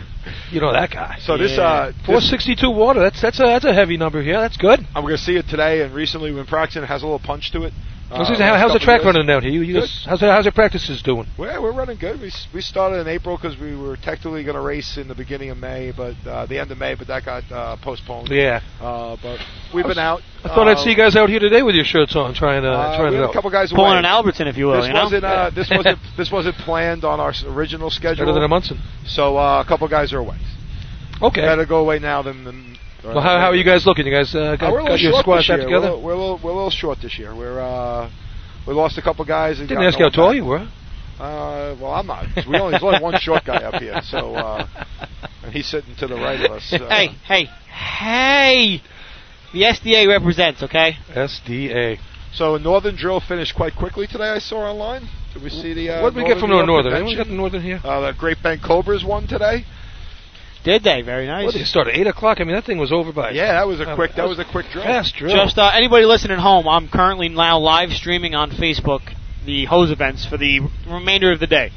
Speaker 2: you know that guy.
Speaker 6: So this
Speaker 1: Yeah.
Speaker 6: uh, this,
Speaker 2: 462 water. That's that's a that's a heavy number here. That's good.
Speaker 6: I'm going to see it today and recently when practicing it has a little punch to it.
Speaker 2: How's,
Speaker 6: Uh,
Speaker 2: it- how- how's the
Speaker 6: couple
Speaker 2: track
Speaker 6: years.
Speaker 2: running down here? You, you
Speaker 6: Good.
Speaker 2: guys, how's how's your practices doing?
Speaker 6: Well, we're running good. We s- we started in April because we were technically going to race in the beginning of May, but uh, the end of May, but that got uh, postponed.
Speaker 2: Yeah,
Speaker 6: Uh, but we've
Speaker 2: I was-
Speaker 6: been out.
Speaker 2: I thought I'd
Speaker 6: uh,
Speaker 2: see you guys out here today with your shirts on, trying to
Speaker 6: uh,
Speaker 2: trying
Speaker 6: we
Speaker 2: it
Speaker 6: had a
Speaker 2: out.
Speaker 6: couple guys
Speaker 1: pulling
Speaker 6: away.
Speaker 1: an Albertson, if you will.
Speaker 6: this
Speaker 1: you know?
Speaker 6: wasn't uh, this
Speaker 2: Yeah.
Speaker 6: wasn't this wasn't planned on our s- original schedule.
Speaker 2: Better than a Munson.
Speaker 6: So uh, a couple guys are away.
Speaker 2: Okay.
Speaker 6: Better go away now than. than
Speaker 2: Well, how, how are you guys looking? You guys uh, got,
Speaker 6: Uh, we're a little
Speaker 2: got your
Speaker 6: short
Speaker 2: squad
Speaker 6: this
Speaker 2: back
Speaker 6: year.
Speaker 2: together?
Speaker 6: We're, a little- we're, a little, we're a little short this year. We're uh, we lost a couple guys. And
Speaker 2: Didn't
Speaker 6: got
Speaker 2: ask you how
Speaker 6: no
Speaker 2: tall
Speaker 6: one
Speaker 2: you were.
Speaker 6: back. Uh, well, I'm not. We only, there's only one short guy up here, so uh, and he's sitting to the right of us. Uh,
Speaker 1: hey, hey, hey!
Speaker 5: The SDA represents, okay?
Speaker 2: SDA.
Speaker 6: So Northern Drill finished quite quickly today. I saw online. Did we see the? Uh,
Speaker 2: what did we get from
Speaker 6: Drill
Speaker 2: the Northern? Anyone
Speaker 6: convention?
Speaker 2: got the Northern here?
Speaker 6: Uh, the Great Bend Cobras won today.
Speaker 5: Did they? Very nice.
Speaker 2: What did it start at eight o'clock? I mean, that thing was over by
Speaker 6: Yeah, that was
Speaker 2: Uh,
Speaker 6: a quick. That was a quick drill.
Speaker 2: fast drill.
Speaker 5: Just uh, anybody listening at home, I'm currently now live streaming on Facebook the hose events for the remainder of the day.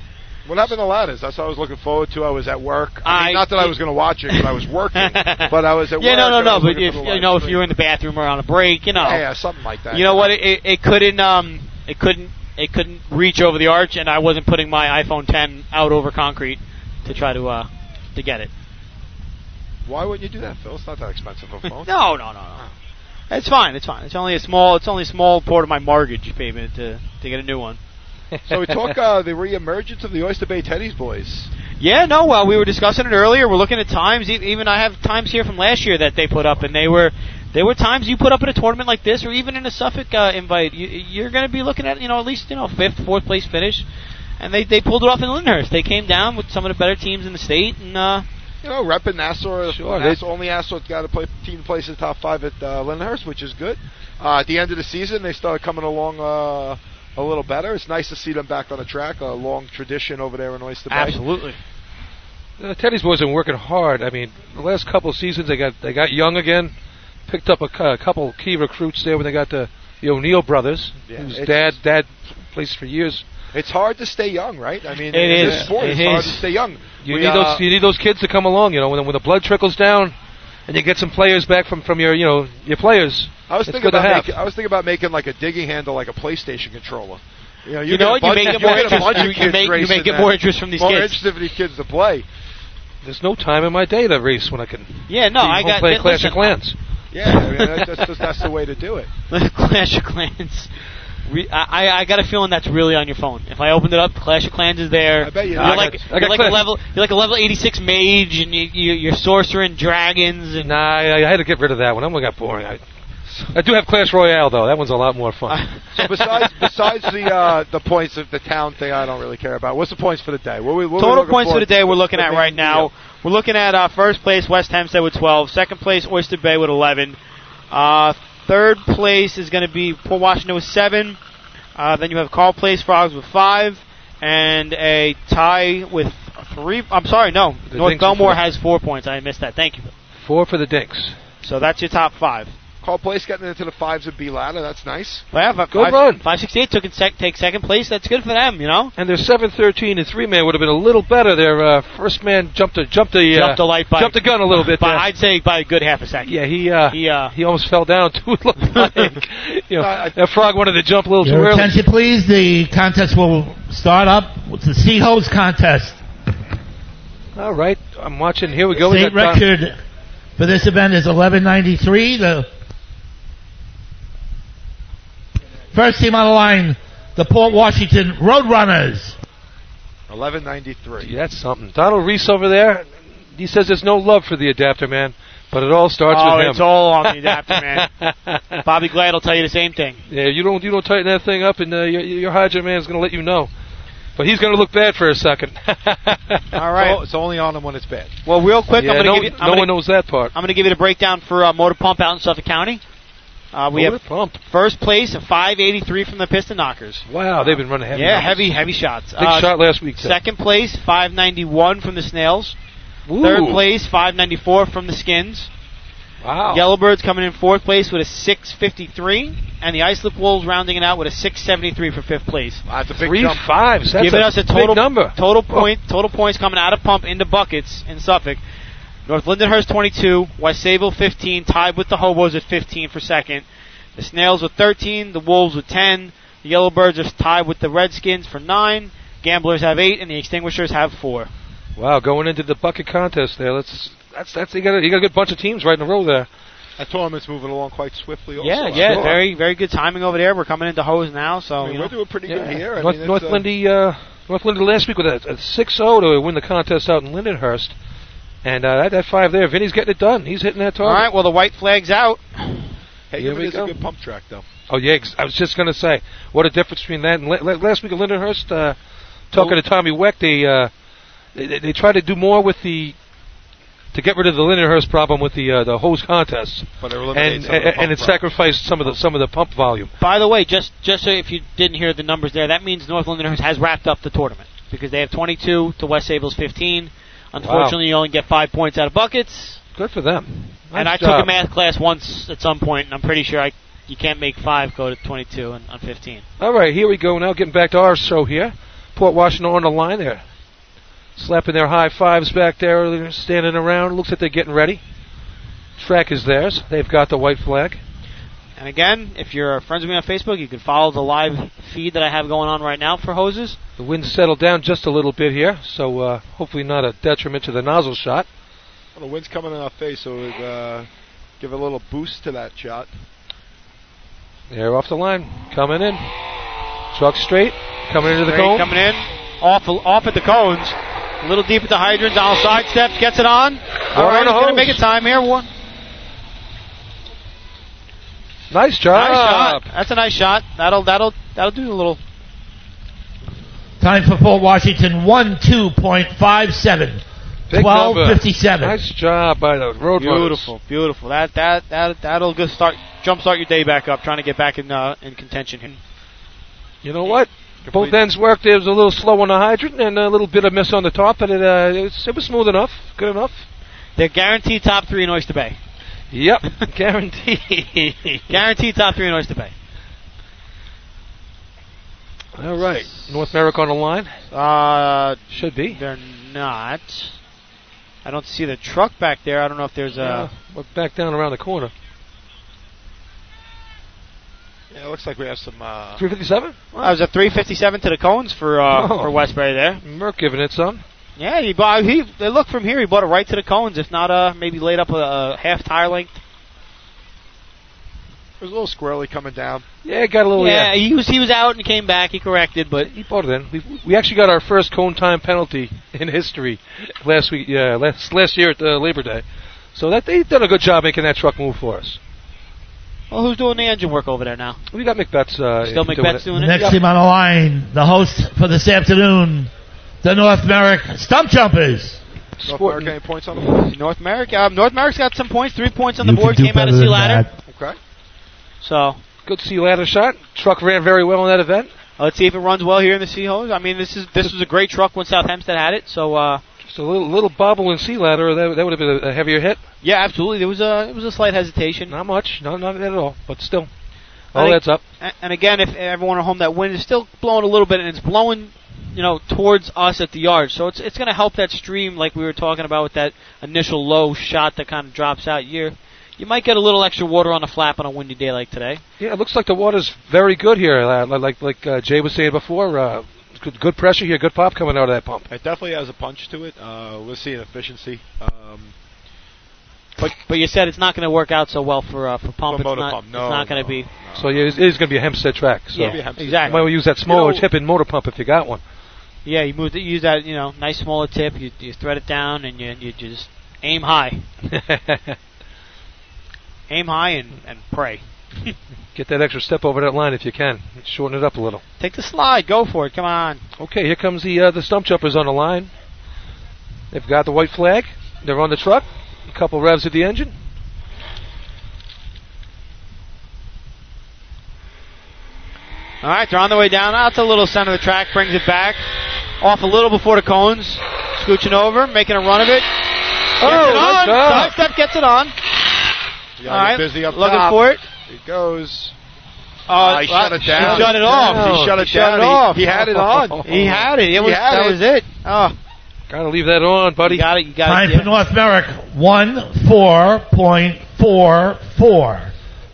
Speaker 6: What happened to Ladders? That's what I was looking forward to. I was at work. I
Speaker 5: I-
Speaker 6: mean, not that I was going to watch it, but I was working. but I was at
Speaker 5: yeah,
Speaker 6: work.
Speaker 5: no, no,
Speaker 6: and I
Speaker 5: no.
Speaker 6: was
Speaker 5: But
Speaker 6: looking
Speaker 5: if
Speaker 6: for the
Speaker 5: you know,
Speaker 6: live
Speaker 5: if you were in the bathroom or on a break, you know,
Speaker 6: Yeah, yeah, uh, something like that.
Speaker 5: you know what? It, it, it couldn't, um, it couldn't, it couldn't reach over the arch, and I wasn't putting my iPhone 10 out over concrete to try to uh, to get it.
Speaker 6: Why would you do that, Phil? It's not that expensive of a phone.
Speaker 5: No, no, no, no. It's fine. It's fine. It's only a small. It's only a small part of my mortgage payment to to get a new one.
Speaker 6: So we talk uh, the reemergence of the Oyster Bay Teddy's boys.
Speaker 5: Yeah, no. Well, we were discussing it earlier. We're looking at times. E- Even I have times here from last year that they put up, and they were they were times you put up in a tournament like this, or even in a Suffolk uh, invite. You, you're going to be looking at you know at least you know fifth, fourth place finish, and they they pulled it off in Lyndhurst. They came down with some of the better teams in the state, and uh,
Speaker 6: You know, repping Nassau.
Speaker 2: Sure, they-
Speaker 6: Nassau only Nassau got to play team place in the top five at uh, Lyndhurst, which is good. Uh, at the end of the season, they started coming along uh, a little better. It's nice to see them back on the track. A long tradition over there in Oyster Bay.
Speaker 5: absolutely.
Speaker 2: Uh, Teddy's boys have been working hard. I mean, the last couple of seasons they got they got young again, picked up a, cou- a couple key recruits there when they got the the O'Neill brothers,
Speaker 6: Yeah,
Speaker 2: whose
Speaker 6: it's-
Speaker 2: dad dad plays for years.
Speaker 6: It's hard to stay young, right? I mean,
Speaker 5: It
Speaker 6: in
Speaker 5: is.
Speaker 6: This sport,
Speaker 5: It
Speaker 6: it's hard
Speaker 5: is.
Speaker 6: to stay young.
Speaker 2: You
Speaker 6: We,
Speaker 2: need
Speaker 6: uh,
Speaker 2: those you need those kids to come along. You know, when when the blood trickles down, and you get some players back from from your you know your players.
Speaker 6: I was
Speaker 2: it's
Speaker 6: thinking
Speaker 2: good to
Speaker 6: about
Speaker 2: have.
Speaker 6: making, I was thinking about making like a digging handle, like a PlayStation controller. You know, you,
Speaker 5: You
Speaker 6: get
Speaker 5: know
Speaker 6: a
Speaker 5: what? You
Speaker 6: bunch-
Speaker 5: may get
Speaker 6: you
Speaker 5: more
Speaker 6: get a
Speaker 5: interest.
Speaker 6: bunch of
Speaker 5: You- you
Speaker 6: kids
Speaker 5: may- you may
Speaker 6: racing
Speaker 5: get
Speaker 6: that.
Speaker 5: more interest from these
Speaker 6: more
Speaker 5: kids.
Speaker 6: interested for these kids to play.
Speaker 2: There's no time in my day to race when I can.
Speaker 5: Yeah, no,
Speaker 2: be
Speaker 5: I
Speaker 2: home
Speaker 5: got
Speaker 2: playing
Speaker 5: li-
Speaker 2: Clash
Speaker 5: listen,
Speaker 2: of Clans.
Speaker 6: Yeah, I mean, that's, that's, just- that's the way to do it.
Speaker 5: Clash of Clans. Re- I, I I got a feeling that's really on your phone. If I opened it up, Clash of Clans is there.
Speaker 6: I bet you
Speaker 5: You're
Speaker 6: do. I
Speaker 5: like
Speaker 2: got- I
Speaker 5: you're
Speaker 2: got
Speaker 5: like a
Speaker 2: Clash.
Speaker 5: level you're like a level 86 mage, and you, you you're sorcering dragons. And
Speaker 2: Nah, I, I had to get rid of that one. That one got boring. I, I do have Clash Royale though. That one's a lot more fun.
Speaker 6: So besides besides the uh, the points of the town thing, I don't really care about. What's the points for the day? What we, what we
Speaker 5: Total
Speaker 6: looking
Speaker 5: points for
Speaker 6: for
Speaker 5: the day we're looking
Speaker 6: the
Speaker 5: at
Speaker 6: main
Speaker 5: right now.
Speaker 6: deal?
Speaker 5: We're looking at uh, first place West Hempstead with 12, second place Oyster Bay with 11, uh, third place is going to be Port Washington with seven. Uh, then you have Carl Place Frogs with five, and a tie with three. I'm sorry, no.
Speaker 2: The
Speaker 5: North
Speaker 2: Dinks with
Speaker 5: Belmore
Speaker 2: four.
Speaker 5: has four points. I missed that. Thank you.
Speaker 2: Four for the Dinks.
Speaker 5: So that's your top five.
Speaker 6: Call place getting into the fives of B ladder. That's nice.
Speaker 5: Well, yeah,
Speaker 2: Good
Speaker 5: five,
Speaker 2: run.
Speaker 5: 568 took in sec- take second place. That's good for them, you know.
Speaker 2: And their 713 and three man would have been a little better. Their uh, first man jumped a jumped a uh,
Speaker 5: Jumped the light by-
Speaker 2: jumped the gun a little bit.
Speaker 5: By,
Speaker 2: there.
Speaker 5: I'd say by a good half a second.
Speaker 2: yeah, he uh,
Speaker 5: He, uh,
Speaker 2: he almost fell down too. It looked like you know, that frog wanted to jump a little too
Speaker 3: Your
Speaker 2: early.
Speaker 3: attention, please. The contest will start up. It's the Sea Hose Contest.
Speaker 2: All right, I'm watching. Here we go. We
Speaker 3: State
Speaker 2: got, uh,
Speaker 3: record for this event is 1193. The first team on the line, the Port Washington Roadrunners.
Speaker 6: Eleven ninety three.
Speaker 2: gee, that's something. Donald Reese over there. He says there's no love for the adapter man, but it all starts
Speaker 5: oh,
Speaker 2: with him.
Speaker 5: it's all on the adapter, man. Bobby Glad will tell you the same thing.
Speaker 2: Yeah, you don't you don't tighten that thing up, and uh, your, your hydrant man's going to let you know. But he's going to look bad for a second.
Speaker 5: All right.
Speaker 6: It's only on them when it's bad.
Speaker 5: Well, real quick,
Speaker 2: Yeah,
Speaker 5: I'm going to
Speaker 2: no,
Speaker 5: give you.
Speaker 2: no
Speaker 5: I'm
Speaker 2: one
Speaker 5: gonna,
Speaker 2: knows that part.
Speaker 5: I'm going to give you the breakdown for uh, Motor Pump out in Suffolk County. Uh, we
Speaker 2: Motor
Speaker 5: have
Speaker 2: pump.
Speaker 5: first place and 583 from the Piston Knockers.
Speaker 2: Wow, they've been running heavy.
Speaker 5: yeah,
Speaker 2: numbers.
Speaker 5: heavy, uh, heavy shots.
Speaker 2: Big shot last week. Ted.
Speaker 5: Second place, 591 from the Snails.
Speaker 2: Ooh.
Speaker 5: Third place, 594 from the Skins.
Speaker 2: Wow.
Speaker 5: Yellowbirds coming in fourth place with a 653, and the Islip Wolves rounding it out with a 673 for fifth place.
Speaker 6: That's a big
Speaker 2: Three
Speaker 6: jump.
Speaker 2: fives. That's
Speaker 5: giving
Speaker 2: a
Speaker 5: us a
Speaker 2: big
Speaker 5: total
Speaker 2: number.
Speaker 5: total point total points coming out of pump into buckets in Suffolk. North Lindenhurst 22, West Sable 15, tied with the Hobos at 15 for second. The Snails with 13, the Wolves with 10, the Yellowbirds are tied with the Redskins for nine. Gamblers have eight, and the Extinguishers have four.
Speaker 2: Wow, going into the bucket contest there. Let's. That's that's you got a, you got a good bunch of teams right in a row there.
Speaker 6: That tournament's moving along quite swiftly. Also,
Speaker 5: yeah,
Speaker 6: I
Speaker 5: yeah,
Speaker 6: thought.
Speaker 5: very very good timing over there. We're coming into hose now, so
Speaker 6: I mean,
Speaker 5: you
Speaker 6: we're
Speaker 5: know.
Speaker 6: doing pretty
Speaker 2: Yeah.
Speaker 6: good here. I
Speaker 2: North,
Speaker 6: mean, it's,
Speaker 2: North
Speaker 6: uh,
Speaker 2: Lindy, uh, North Lindy last week with a, a 6-0 to win the contest out in Lindenhurst, and uh, that, that five there. Vinny's getting it done. He's hitting that target.
Speaker 5: all right, well the white flag's out.
Speaker 6: Hey,
Speaker 2: Here
Speaker 6: it
Speaker 2: we
Speaker 6: is
Speaker 2: go.
Speaker 6: a good pump track, though.
Speaker 2: Oh yeah, ex- I was just gonna say what a difference between that and la- la- last week at Lindenhurst. Uh, talking to Tommy Weck, they, uh, they they tried to do more with the to get rid of the Lindenhurst problem with the uh, the hose contests,
Speaker 6: But it
Speaker 2: and
Speaker 6: eliminates some of
Speaker 2: and,
Speaker 6: the pump
Speaker 2: and it
Speaker 6: problems.
Speaker 2: sacrificed some of the some of the pump volume.
Speaker 5: By the way, just just so if you didn't hear the numbers there, that means North Lindenhurst has wrapped up the tournament because they have 22 to West Sable's 15. Unfortunately, you only get five points out of buckets.
Speaker 2: Good for them.
Speaker 5: and I
Speaker 2: Nice
Speaker 5: took a
Speaker 2: job.
Speaker 5: math class once at some point, and I'm pretty sure I you can't make five go to 22 and on 15.
Speaker 2: All right, here we go now. Getting back to our show here. Port Washington on the line there. Slapping their high fives back there. They're standing around. Looks like they're getting ready. Track is theirs. They've got the white flag.
Speaker 5: And again, if you're friends with me on Facebook, you can follow the live feed that I have going on right now for hoses.
Speaker 2: The wind settled down just a little bit here, so uh, hopefully not a detriment to the nozzle shot.
Speaker 6: Well, the wind's coming in our face, so it uh, give a little boost to that shot.
Speaker 2: They're off the line. Coming in. Truck straight. Coming into the
Speaker 5: Great
Speaker 2: cone.
Speaker 5: coming in, off off at the cones, a little deep at the hydrants. Donald sidesteps, gets it on. All right, he's going
Speaker 2: on the
Speaker 5: to
Speaker 2: hose.
Speaker 5: make it time here. One,
Speaker 2: Nice job.
Speaker 5: nice shot. That's a nice shot. That'll that'll that'll do a little.
Speaker 3: Time for Fort Washington, 1-2.57.
Speaker 2: Big
Speaker 3: Twelve
Speaker 2: number.
Speaker 3: fifty-seven.
Speaker 2: Nice job by the road
Speaker 5: Beautiful, beautiful. That that that that'll good start jump start your day back up. Trying to get back in uh, in contention here.
Speaker 2: You know what? Both ends worked. It was a little slow on the hydrant and a little bit of miss on the top, but it, uh, it, was, it was smooth enough, good enough.
Speaker 5: They're guaranteed top three in Oyster Bay.
Speaker 2: Yep, guaranteed.
Speaker 5: Guaranteed top three in Oyster Bay.
Speaker 2: All right, North Merrick on the line
Speaker 5: Uh,
Speaker 2: should be.
Speaker 5: they're not. I don't see the truck back there. I don't know if there's a.
Speaker 2: Uh, we're back down around the corner.
Speaker 6: Yeah, it looks like we have some. Uh,
Speaker 2: 357.
Speaker 5: Well, that was a 357 to the cones for uh,
Speaker 2: Oh.
Speaker 5: for Westbury there.
Speaker 2: Merck giving it some.
Speaker 5: Yeah, he bought. He they look from here. He bought it right to the cones. If not, uh, maybe laid up a, a half tire length.
Speaker 6: it was a little squirrely coming down.
Speaker 2: Oh, Yeah, it got a little.
Speaker 5: yeah, he was he was out and came back. He corrected, but
Speaker 2: He bought it in. We, we actually got our first cone time penalty in history last week. Yeah, last last year at uh, Labor Day. So that they've done a good job making that truck move for us.
Speaker 5: well, who's doing the engine work over there now?
Speaker 2: We got McBeth's. Uh,
Speaker 5: Still
Speaker 2: doing
Speaker 5: McBeth's
Speaker 2: it.
Speaker 5: doing it.
Speaker 3: Next team on the line, the host for this afternoon, the North Merrick Stump Jumpers.
Speaker 6: North
Speaker 2: Squirting.
Speaker 6: America, any points on the board?
Speaker 5: North Merrick. Um, North Merrick's got some points. Three points on the board. Came out of sea ladder.
Speaker 6: Okay.
Speaker 5: So
Speaker 2: Good sea ladder shot. Truck ran very well in that event.
Speaker 5: Let's see if it runs well here in the Sea Hose. I mean, this is this was a great truck when South Hempstead had it. So uh,
Speaker 2: Just a little little bobble in sea ladder. That, that would have been a, a heavier hit.
Speaker 5: yeah, absolutely. There was a it was a slight hesitation.
Speaker 2: Not much. Not not at all. But still,
Speaker 5: I
Speaker 2: all
Speaker 5: think-
Speaker 2: that's up.
Speaker 5: A- And again, if everyone at home that wind is still blowing a little bit, and it's blowing, you know, towards us at the yard. So it's it's going to help that stream, like we were talking about with that initial low shot that kind of drops out here. You might get a little extra water on the flap on a windy day like today.
Speaker 2: Yeah, it looks like the water's very good here. Uh, li- like like uh, Jay was saying before, uh, good, good pressure here. Good pop coming out of that pump.
Speaker 6: It definitely has a punch to it. Uh, we'll see an efficiency. Um,
Speaker 5: But but you said it's not going to work out so well for uh, for pump.
Speaker 6: for
Speaker 5: It's
Speaker 6: motor
Speaker 5: not,
Speaker 6: pump.
Speaker 5: it's
Speaker 6: No,
Speaker 5: not going to
Speaker 6: no,
Speaker 5: be.
Speaker 6: no.
Speaker 2: So yeah, it is, it is going to be a Hempstead track. So
Speaker 5: Yeah,
Speaker 6: be happy.
Speaker 2: you
Speaker 5: exactly.
Speaker 2: might want to use that smaller
Speaker 6: You know-
Speaker 2: tip and motor pump if you got one.
Speaker 5: Yeah, you move. The, you use that, you know, nice smaller tip. You, you thread it down, and you you just aim high, aim high, and and pray.
Speaker 2: Get that extra step over that line if you can. Shorten it up a little.
Speaker 5: Take the slide. Go for it. Come on.
Speaker 2: Okay, here comes the uh, the stump jumpers on the line. They've got the white flag. They're on the truck. A couple revs at the engine.
Speaker 5: All right, they're on their way down. Out to the little center of the track. Brings it back. Off a little before the cones. Scooching over, making a run of it.
Speaker 2: Oh,
Speaker 5: gets it
Speaker 2: nice
Speaker 5: on.
Speaker 2: job.
Speaker 5: Sidestep gets it on.
Speaker 6: Yeah,
Speaker 5: All right,
Speaker 6: you're busy up
Speaker 5: looking
Speaker 6: top.
Speaker 5: for it.
Speaker 6: It goes.
Speaker 5: Oh,
Speaker 6: Ah, he shut it down.
Speaker 5: He shut it off.
Speaker 6: He shut it
Speaker 5: He
Speaker 6: down.
Speaker 5: shut it
Speaker 6: He-
Speaker 5: off.
Speaker 6: He, had it on.
Speaker 5: He had it. It was
Speaker 6: had
Speaker 5: that
Speaker 6: it.
Speaker 5: was it. Oh,
Speaker 2: Gotta leave that on, buddy.
Speaker 5: you got it. You got
Speaker 3: Time
Speaker 5: it. yeah.
Speaker 3: for North Merrick, 1-4.44.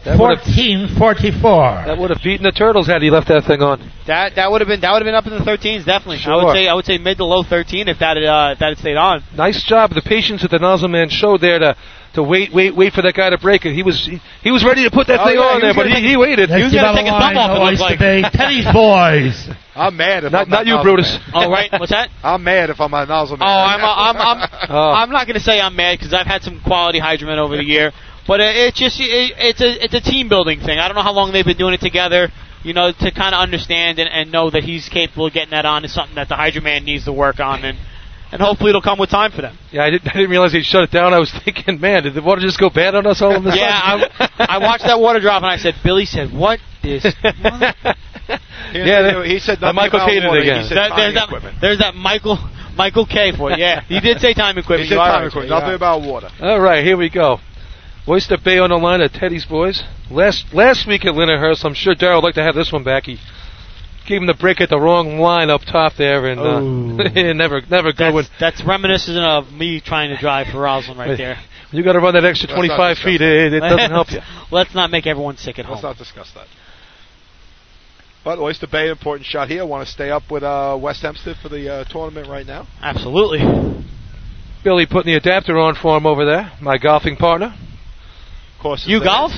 Speaker 2: That would have
Speaker 3: 14.44.
Speaker 2: that would have beaten the turtles had he left that thing on.
Speaker 5: That that would have been that would have been up in the 13s definitely. I
Speaker 2: Sure.
Speaker 5: would say I would say mid to low 13 if that had, uh, if that had stayed on.
Speaker 2: Nice job, the patience that the nozzle man showed there to to wait, wait, wait for that guy to break it. He was he, he was ready to put that
Speaker 6: Oh,
Speaker 2: thing
Speaker 6: yeah,
Speaker 2: on
Speaker 6: he
Speaker 2: there,
Speaker 6: was
Speaker 2: but
Speaker 6: gonna
Speaker 2: he, he waited.
Speaker 3: Next
Speaker 5: gotta take
Speaker 3: team
Speaker 5: a
Speaker 3: on
Speaker 5: thumb
Speaker 3: the line,
Speaker 5: off, it looks
Speaker 3: the Oyster
Speaker 5: like.
Speaker 3: Bay Teddy's Boys.
Speaker 6: I'm mad if
Speaker 2: Not
Speaker 6: I'm on
Speaker 2: not you,
Speaker 6: nozzle
Speaker 2: Brutus.
Speaker 6: man.
Speaker 5: Oh right, what's that?
Speaker 6: I'm mad if I'm on nozzle
Speaker 5: Oh,
Speaker 6: man.
Speaker 5: I'm I'm I'm
Speaker 2: Oh.
Speaker 5: I'm not gonna say I'm mad because I've had some quality hydrant over the year, but uh, it, it's just it, it's a it's a team building thing. I don't know how long they've been doing it together. You know, to kind of understand and, and know that he's capable of getting that on is something that the hydrant man needs to work on and. and hopefully it'll come with time for them.
Speaker 2: Yeah, I didn't, I didn't realize they shut it down. I was thinking, man, did the water just go bad on us all of a sudden?
Speaker 5: Yeah, I, I watched that water drop and I said, Billy said, what this? mother-"
Speaker 6: Here's
Speaker 2: Yeah,
Speaker 6: the
Speaker 2: they-
Speaker 6: deal. he said
Speaker 2: the
Speaker 6: nothing
Speaker 2: Michael
Speaker 6: about
Speaker 2: Caine did
Speaker 6: water.
Speaker 2: again.
Speaker 6: He said
Speaker 5: That- there's,
Speaker 6: timing
Speaker 5: that,
Speaker 6: equipment.
Speaker 5: there's that Michael Michael K for it. Yeah, he did say time
Speaker 6: He
Speaker 5: equipment.
Speaker 6: said
Speaker 5: You are
Speaker 6: timing
Speaker 5: right.
Speaker 6: equipment.
Speaker 5: Yeah.
Speaker 6: Nothing about water.
Speaker 2: All right, here we go. Oyster Bay on the line at Teddy's Boys. Last last week at Lindenhurst, I'm sure Darrell would like to have this one back. He gave him the break at the wrong line up top there, and
Speaker 5: Ooh.
Speaker 2: uh, never never good one.
Speaker 5: That's, that's reminiscent of me trying to drive for Roslyn right there.
Speaker 2: You got to run that extra
Speaker 6: Let's not
Speaker 2: 25
Speaker 6: discuss
Speaker 2: feet.
Speaker 6: that.
Speaker 2: It, it doesn't help you.
Speaker 5: Let's not make everyone sick at
Speaker 6: Let's
Speaker 5: home.
Speaker 6: not discuss that. But Oyster Bay, important shot here. Want to stay up with uh, West Hempstead for the uh, tournament right now.
Speaker 5: Absolutely.
Speaker 2: Billy putting the adapter on for him over there. My golfing partner.
Speaker 6: Of course,
Speaker 5: You
Speaker 6: it's there.
Speaker 5: golf?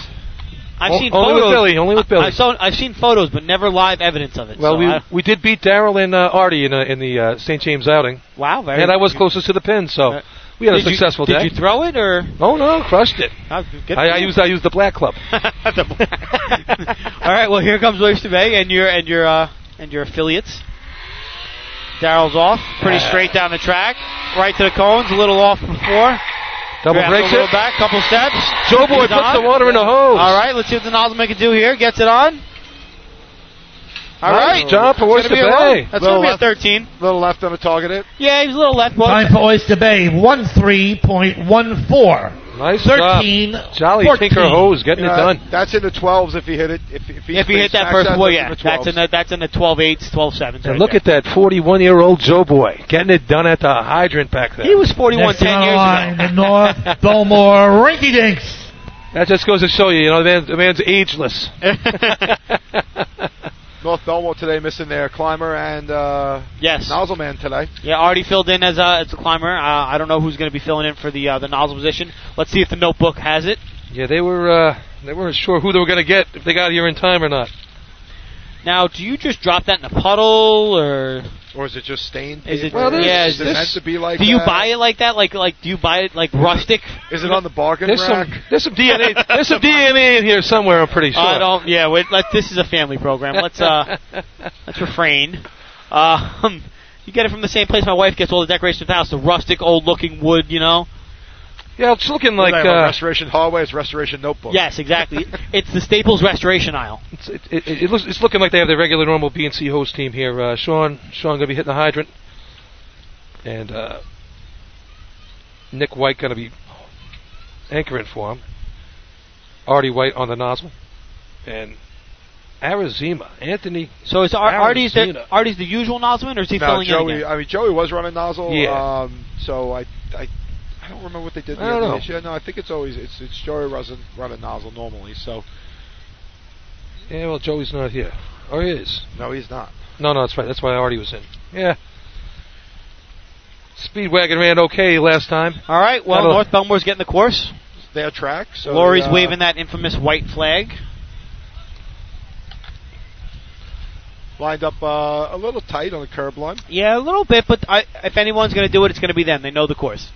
Speaker 5: I've
Speaker 2: O-
Speaker 5: seen
Speaker 2: only with
Speaker 5: photos.
Speaker 2: Billy, only with
Speaker 5: I-
Speaker 2: Billy.
Speaker 5: I saw, I've seen photos, but never live evidence of it.
Speaker 2: Well,
Speaker 5: so
Speaker 2: we
Speaker 5: I-
Speaker 2: we did beat Darrell and uh, Artie in, uh, in the uh, St. James outing,
Speaker 5: wow, very.
Speaker 2: and I was closest to the pin, so
Speaker 5: Uh,
Speaker 2: we had a
Speaker 5: Did you-
Speaker 2: successful
Speaker 5: Did
Speaker 2: day.
Speaker 5: you throw it or?
Speaker 2: oh no, crushed it.
Speaker 5: I, good
Speaker 2: I,
Speaker 5: for
Speaker 2: I
Speaker 5: you.
Speaker 2: used I used the black club.
Speaker 5: The black- All right. Well, here comes Oyster Bay and your and your uh, and your affiliates. Daryl's off, pretty straight down the track, right to the cones, a little off before.
Speaker 2: Double
Speaker 5: Grabs
Speaker 2: breaks
Speaker 5: a little
Speaker 2: it.
Speaker 5: back, couple steps.
Speaker 2: Joe Boy
Speaker 5: He's
Speaker 2: puts
Speaker 5: on.
Speaker 2: the water in the hose.
Speaker 5: All right, let's see what the nozzle maker do here. Gets it on. All right,
Speaker 2: Nice job for
Speaker 5: That's
Speaker 2: Oyster
Speaker 5: gonna be a roll.
Speaker 2: Bay.
Speaker 5: That's
Speaker 6: Little
Speaker 5: going to be a
Speaker 6: left.
Speaker 5: 13.
Speaker 6: Little left on the targeted.
Speaker 5: Yeah, he was a little left. but-
Speaker 3: Time for Oyster Bay, 13.14.
Speaker 2: Nice job.
Speaker 3: 13.
Speaker 2: Jolly
Speaker 3: 14.
Speaker 2: tinker hose, getting it done.
Speaker 6: That's in the 12s if he hit it. If, if he,
Speaker 5: Uh, If he hit that
Speaker 6: smacks
Speaker 5: first
Speaker 6: that's
Speaker 5: ball,
Speaker 6: in
Speaker 5: yeah,
Speaker 6: the
Speaker 5: that's in
Speaker 6: 12s.
Speaker 5: the that's in the 12 8s, 12 7s.
Speaker 2: And look at that 41-year-old Joe Boy getting it done at the hydrant back there.
Speaker 5: he was 41
Speaker 3: Next on
Speaker 5: 10
Speaker 3: the
Speaker 5: years
Speaker 3: line,
Speaker 5: ago.
Speaker 3: the North Belmore Rinky Dinks.
Speaker 2: That just goes to show you, you know, the man's, the man's ageless.
Speaker 6: North Belmore today missing their climber and uh,
Speaker 5: yes.
Speaker 6: nozzle man today.
Speaker 5: Yeah, already filled in as a as a climber. Uh, I don't know who's going to be filling in for the uh, the nozzle position. Let's see if the notebook has it.
Speaker 2: yeah, they were uh, they weren't sure who they were going to get if they got here in time or not.
Speaker 5: Now, do you just drop that in a puddle, or
Speaker 6: Or is it just stained?
Speaker 5: Is it-
Speaker 6: paper?
Speaker 5: Well, this- yeah,
Speaker 6: is
Speaker 5: is
Speaker 6: it
Speaker 5: this-
Speaker 6: meant to be like
Speaker 5: do you
Speaker 6: that?
Speaker 5: buy it like that? Like like do you buy it like rustic? Uh,
Speaker 6: Is it on the bargain
Speaker 2: There's
Speaker 6: rack?
Speaker 2: some there's some DNA there's some DNA in here somewhere. I'm pretty sure.
Speaker 5: I don't. Yeah, wait, let, this is a family program. Let's uh let's refrain. Um, you get it from the same place my wife gets all the decorations for the house. The rustic, old looking wood, you know.
Speaker 2: yeah, it's looking
Speaker 6: What
Speaker 2: like
Speaker 6: do they have, a
Speaker 2: uh,
Speaker 6: restoration hallway. It's restoration notebook.
Speaker 5: Yes, exactly. it's the Staples Restoration aisle.
Speaker 2: It's, it, it, it looks, it's looking like they have their regular normal B and C host team here. Uh, Sean, Sean gonna be hitting the hydrant, and uh, Nick White gonna be anchoring for him. Artie White on the nozzle, and Arizima Anthony.
Speaker 5: So is Ar- Artie's the
Speaker 2: Arizona.
Speaker 5: Artie's the usual nozzleman, or is he
Speaker 6: Now
Speaker 5: filling in?
Speaker 6: Joey,
Speaker 5: again?
Speaker 6: I mean Joey was running nozzle.
Speaker 2: Yeah.
Speaker 6: Um, so I, I, I don't remember what they did the
Speaker 2: I don't
Speaker 6: other
Speaker 2: know.
Speaker 6: day. Yeah, no, I think it's always it's it's Joey running running nozzle normally. So
Speaker 2: Yeah, well Joey's not here, or he is.
Speaker 6: no, he's not.
Speaker 2: No, no, that's right. That's why Artie was in. Yeah. Speedwagon ran okay last time.
Speaker 5: All right. Well,
Speaker 2: That'll-
Speaker 5: North Belmore's getting the course.
Speaker 6: It's their track. So
Speaker 5: Lori's
Speaker 6: uh,
Speaker 5: waving that infamous white flag.
Speaker 6: lined up uh, a little tight on the curb line.
Speaker 5: Yeah, a little bit, but I, if anyone's going to do it, it's going to be them. They know the course.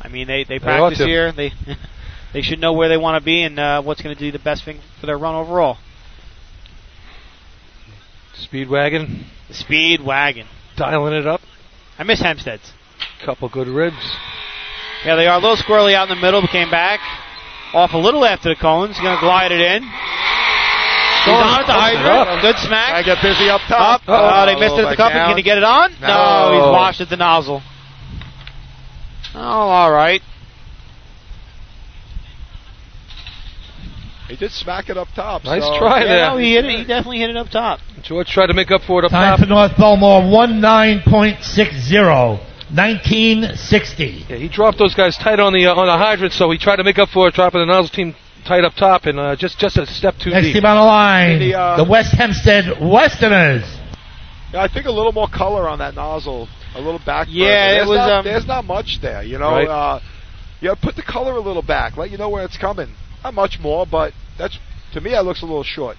Speaker 5: I mean, they they
Speaker 2: ought
Speaker 5: practice
Speaker 2: to.
Speaker 5: here. They they should know where they want to be and uh, what's going to do the best thing for their run overall.
Speaker 2: Speedwagon
Speaker 5: The speed wagon.
Speaker 2: dialing it up.
Speaker 5: I miss Hempsteads.
Speaker 2: Couple good ribs.
Speaker 5: Yeah, they are a little squirrely out in the middle, but came back off a little after the cones. Going to glide it in. He's
Speaker 2: Going
Speaker 5: on at the
Speaker 2: up.
Speaker 5: hydrant. Good smack.
Speaker 6: I get busy up
Speaker 5: up.
Speaker 6: top.
Speaker 5: Oh, they missed it at the cup. Can he get it on? No,
Speaker 6: No.
Speaker 5: he's washed at the nozzle. Oh, all right.
Speaker 6: He did smack it up top.
Speaker 2: Nice
Speaker 6: so-
Speaker 2: try there.
Speaker 5: Yeah, no, he hit it. He definitely hit it up top.
Speaker 2: George tried to make up for it up
Speaker 3: Time
Speaker 2: top.
Speaker 3: for North Belmore, 19.60. 1960.
Speaker 2: Yeah, he dropped those guys tight on the uh, on the hydrant, so he tried to make up for it, dropping the nozzle team tight up top, and uh, just just a step too
Speaker 3: Next
Speaker 2: deep.
Speaker 3: team on the line,
Speaker 6: The, uh,
Speaker 3: the West Hempstead Westerners.
Speaker 6: Yeah, I think a little more color on that nozzle, a little back.
Speaker 5: Yeah,
Speaker 6: further.
Speaker 5: it
Speaker 6: There's
Speaker 5: was,
Speaker 6: Not,
Speaker 5: um,
Speaker 6: there's not much there, you know.
Speaker 2: Right.
Speaker 6: Uh, yeah, put the color a little back, let you know where it's coming. Not much more, but that's to me that looks a little short.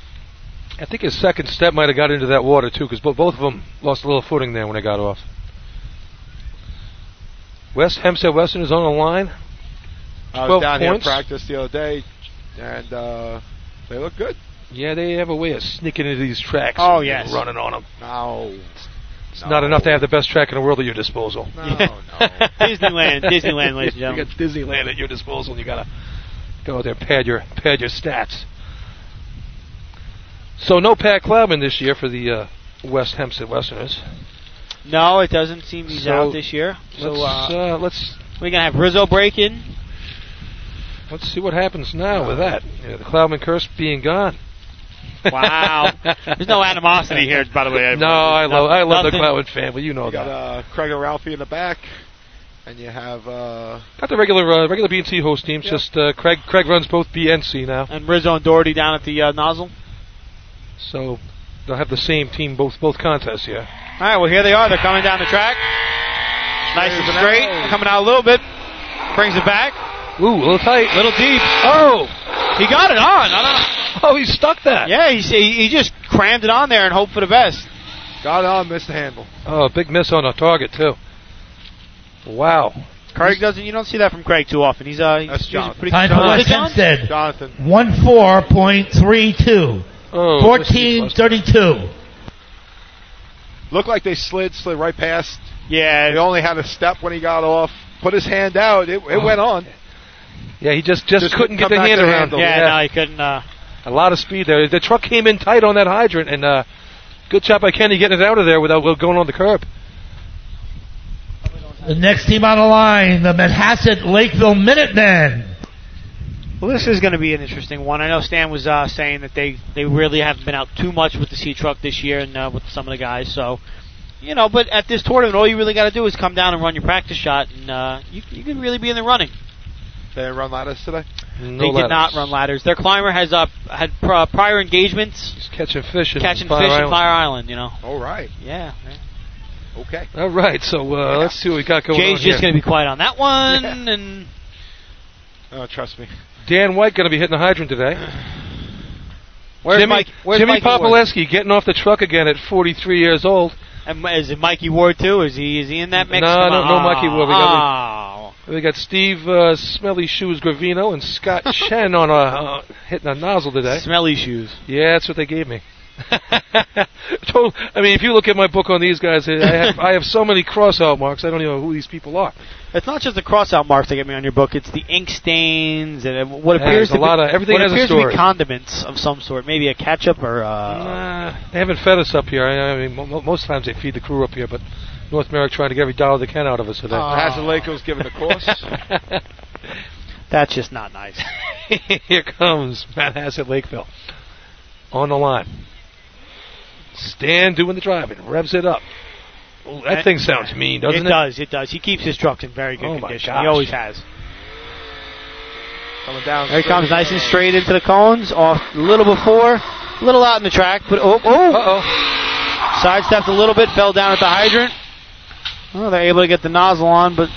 Speaker 2: I think his second step might have got into that water too, because bo- both of them lost a little footing there when they got off. West Hempstead Western is on the line.
Speaker 6: I
Speaker 2: 12
Speaker 6: was down
Speaker 2: points.
Speaker 6: here at practice the other day, and uh, they look good.
Speaker 2: Yeah, they have a way of sneaking into these tracks.
Speaker 5: Oh,
Speaker 2: and
Speaker 5: yes.
Speaker 2: running on them.
Speaker 6: Now
Speaker 2: It's not enough to have the Oh, best track in the world at your disposal.
Speaker 6: No, Oh, no.
Speaker 5: Disneyland, Disneyland, ladies and
Speaker 2: you
Speaker 5: gentlemen.
Speaker 2: got Disneyland at your disposal. You gotta go out there and pad your pad your stats. So no Pat Clavin this year for the uh, West Hempstead Westerners.
Speaker 5: No, it doesn't seem he's
Speaker 2: So-
Speaker 5: out this year. So
Speaker 2: let's
Speaker 5: uh,
Speaker 2: uh, let's
Speaker 5: we're gonna have Rizzo break in.
Speaker 2: let's see what happens now with that. You know, the Clavin curse being gone.
Speaker 5: Wow. There's no animosity here, by the way.
Speaker 2: No, I love I love the
Speaker 5: Nothing.
Speaker 2: Clavin family. You know
Speaker 6: You got
Speaker 2: that.
Speaker 6: uh, Craig O'Ralphie in the back, and you have uh,
Speaker 2: Got the regular uh, regular B and C host teams.
Speaker 6: Yeah.
Speaker 2: Just uh, Craig Craig runs both B and C now,
Speaker 5: And Rizzo and Doherty down at the uh, nozzle.
Speaker 2: so they'll have the same team both both contests here.
Speaker 5: All right, well here they are. They're coming down the track. Nice and
Speaker 6: There's an
Speaker 5: straight.
Speaker 6: arrow.
Speaker 5: Coming out a little bit. Brings it back.
Speaker 2: Ooh, a little tight,
Speaker 5: Little deep.
Speaker 2: Oh,
Speaker 5: He got it on. I don't know.
Speaker 2: oh, he stuck that.
Speaker 5: Yeah, he he he just crammed it on there and hoped for the best.
Speaker 6: God uh, on missed the handle.
Speaker 2: Oh, big miss on the target too. Wow.
Speaker 5: Craig doesn't. You don't see that from Craig too often. He's uh. He's,
Speaker 6: That's
Speaker 5: he's a
Speaker 6: Jonathan.
Speaker 5: pretty
Speaker 3: Time for
Speaker 5: Is it
Speaker 3: West
Speaker 5: Jonathan?
Speaker 3: Hempstead.
Speaker 6: Jonathan.
Speaker 3: 14.32.
Speaker 2: Oh, this is-
Speaker 3: 14.32.
Speaker 6: Looked like they slid, slid right past. He
Speaker 5: Yeah.
Speaker 6: only had a step when he got off. Put his hand out. It, it
Speaker 2: Oh.
Speaker 6: went on.
Speaker 2: Yeah, he just just,
Speaker 6: Just
Speaker 2: couldn't get
Speaker 6: come
Speaker 2: the
Speaker 6: back
Speaker 2: hand
Speaker 6: to the
Speaker 2: around.
Speaker 6: handle.
Speaker 5: Yeah.
Speaker 2: yeah.
Speaker 5: No, he couldn't. Uh,
Speaker 2: a lot of speed there. The truck came in tight on that hydrant, and uh, good job by Kenny getting it out of there without going on the curb.
Speaker 3: The next team on the line, the Manhasset Lakeville Minutemen.
Speaker 5: well, this is going to be an interesting one. I know Stan was uh, saying that they they really haven't been out too much with the C truck this year and uh, with some of the guys. So, you know, but at this tournament, all you really got to do is come down and run your practice shot, and uh, you you can really be in the running.
Speaker 6: They didn't run ladders today.
Speaker 2: No
Speaker 5: they did
Speaker 2: ladders.
Speaker 5: not run ladders. Their climber has uh, had pr- prior engagements,
Speaker 2: He's catching fish and
Speaker 5: catching
Speaker 2: Fire
Speaker 5: fish in
Speaker 2: Island.
Speaker 5: Fire Island. You know.
Speaker 6: All right.
Speaker 5: Yeah. man.
Speaker 6: Okay.
Speaker 2: All right, so uh, let's see what we got going
Speaker 5: Jay's
Speaker 2: on
Speaker 5: just
Speaker 2: here.
Speaker 5: going to be quiet on that one,
Speaker 6: Yeah.
Speaker 5: and
Speaker 6: Oh, trust me.
Speaker 2: Dan White going to be hitting the hydrant today.
Speaker 5: where's
Speaker 2: Jimmy,
Speaker 5: Mike? Where's
Speaker 2: Jimmy
Speaker 5: Mikey Ward?
Speaker 2: Popoleski getting off the truck again at 43 years old.
Speaker 5: And is it Mikey Ward too? Is he is he in that mix?
Speaker 2: No,
Speaker 5: Come
Speaker 2: no-
Speaker 5: on.
Speaker 2: no Mikey Ward. We
Speaker 5: Oh,
Speaker 2: We got Steve uh, Smelly Shoes Gravino and Scott Shen on a, uh, hitting a nozzle today.
Speaker 5: smelly shoes.
Speaker 2: Yeah, that's what they gave me. Total, I mean, if you look at my book on these guys, I have, I have so many cross out marks. I don't even know who these people are.
Speaker 5: It's not just the cross-out marks that get me on your book. It's the ink stains and uh, what
Speaker 2: Yeah,
Speaker 5: appears
Speaker 2: there's
Speaker 5: to
Speaker 2: a lot
Speaker 5: be,
Speaker 2: of- everything
Speaker 5: what
Speaker 2: has a
Speaker 5: appears to
Speaker 2: story.
Speaker 5: be condiments of some sort, maybe a ketchup or. Uh,
Speaker 2: Nah, they haven't fed us up here. I, I mean, mo- mo- most times they feed the crew up here, but North Merrick trying to get every dollar they can out of us today.
Speaker 5: Aw.
Speaker 6: Has the Lakers given the course?
Speaker 5: That's just not nice.
Speaker 2: here comes Matt Hassett Lakeville on the line. Stan doing the driving, revs it up. Ooh, that
Speaker 5: And-
Speaker 2: thing sounds mean, doesn't it?
Speaker 5: eh, it does. It does. He keeps his trucks in very good
Speaker 2: Oh my
Speaker 5: condition.
Speaker 2: gosh.
Speaker 5: He always has.
Speaker 6: Coming down.
Speaker 5: There he
Speaker 6: straight.
Speaker 5: comes, nice and straight into the cones. Off a little before, a little out in the track, but oh, oh,
Speaker 2: Uh-oh.
Speaker 5: sidestepped a little bit, fell down at the hydrant. Well, they're able to get the nozzle on, but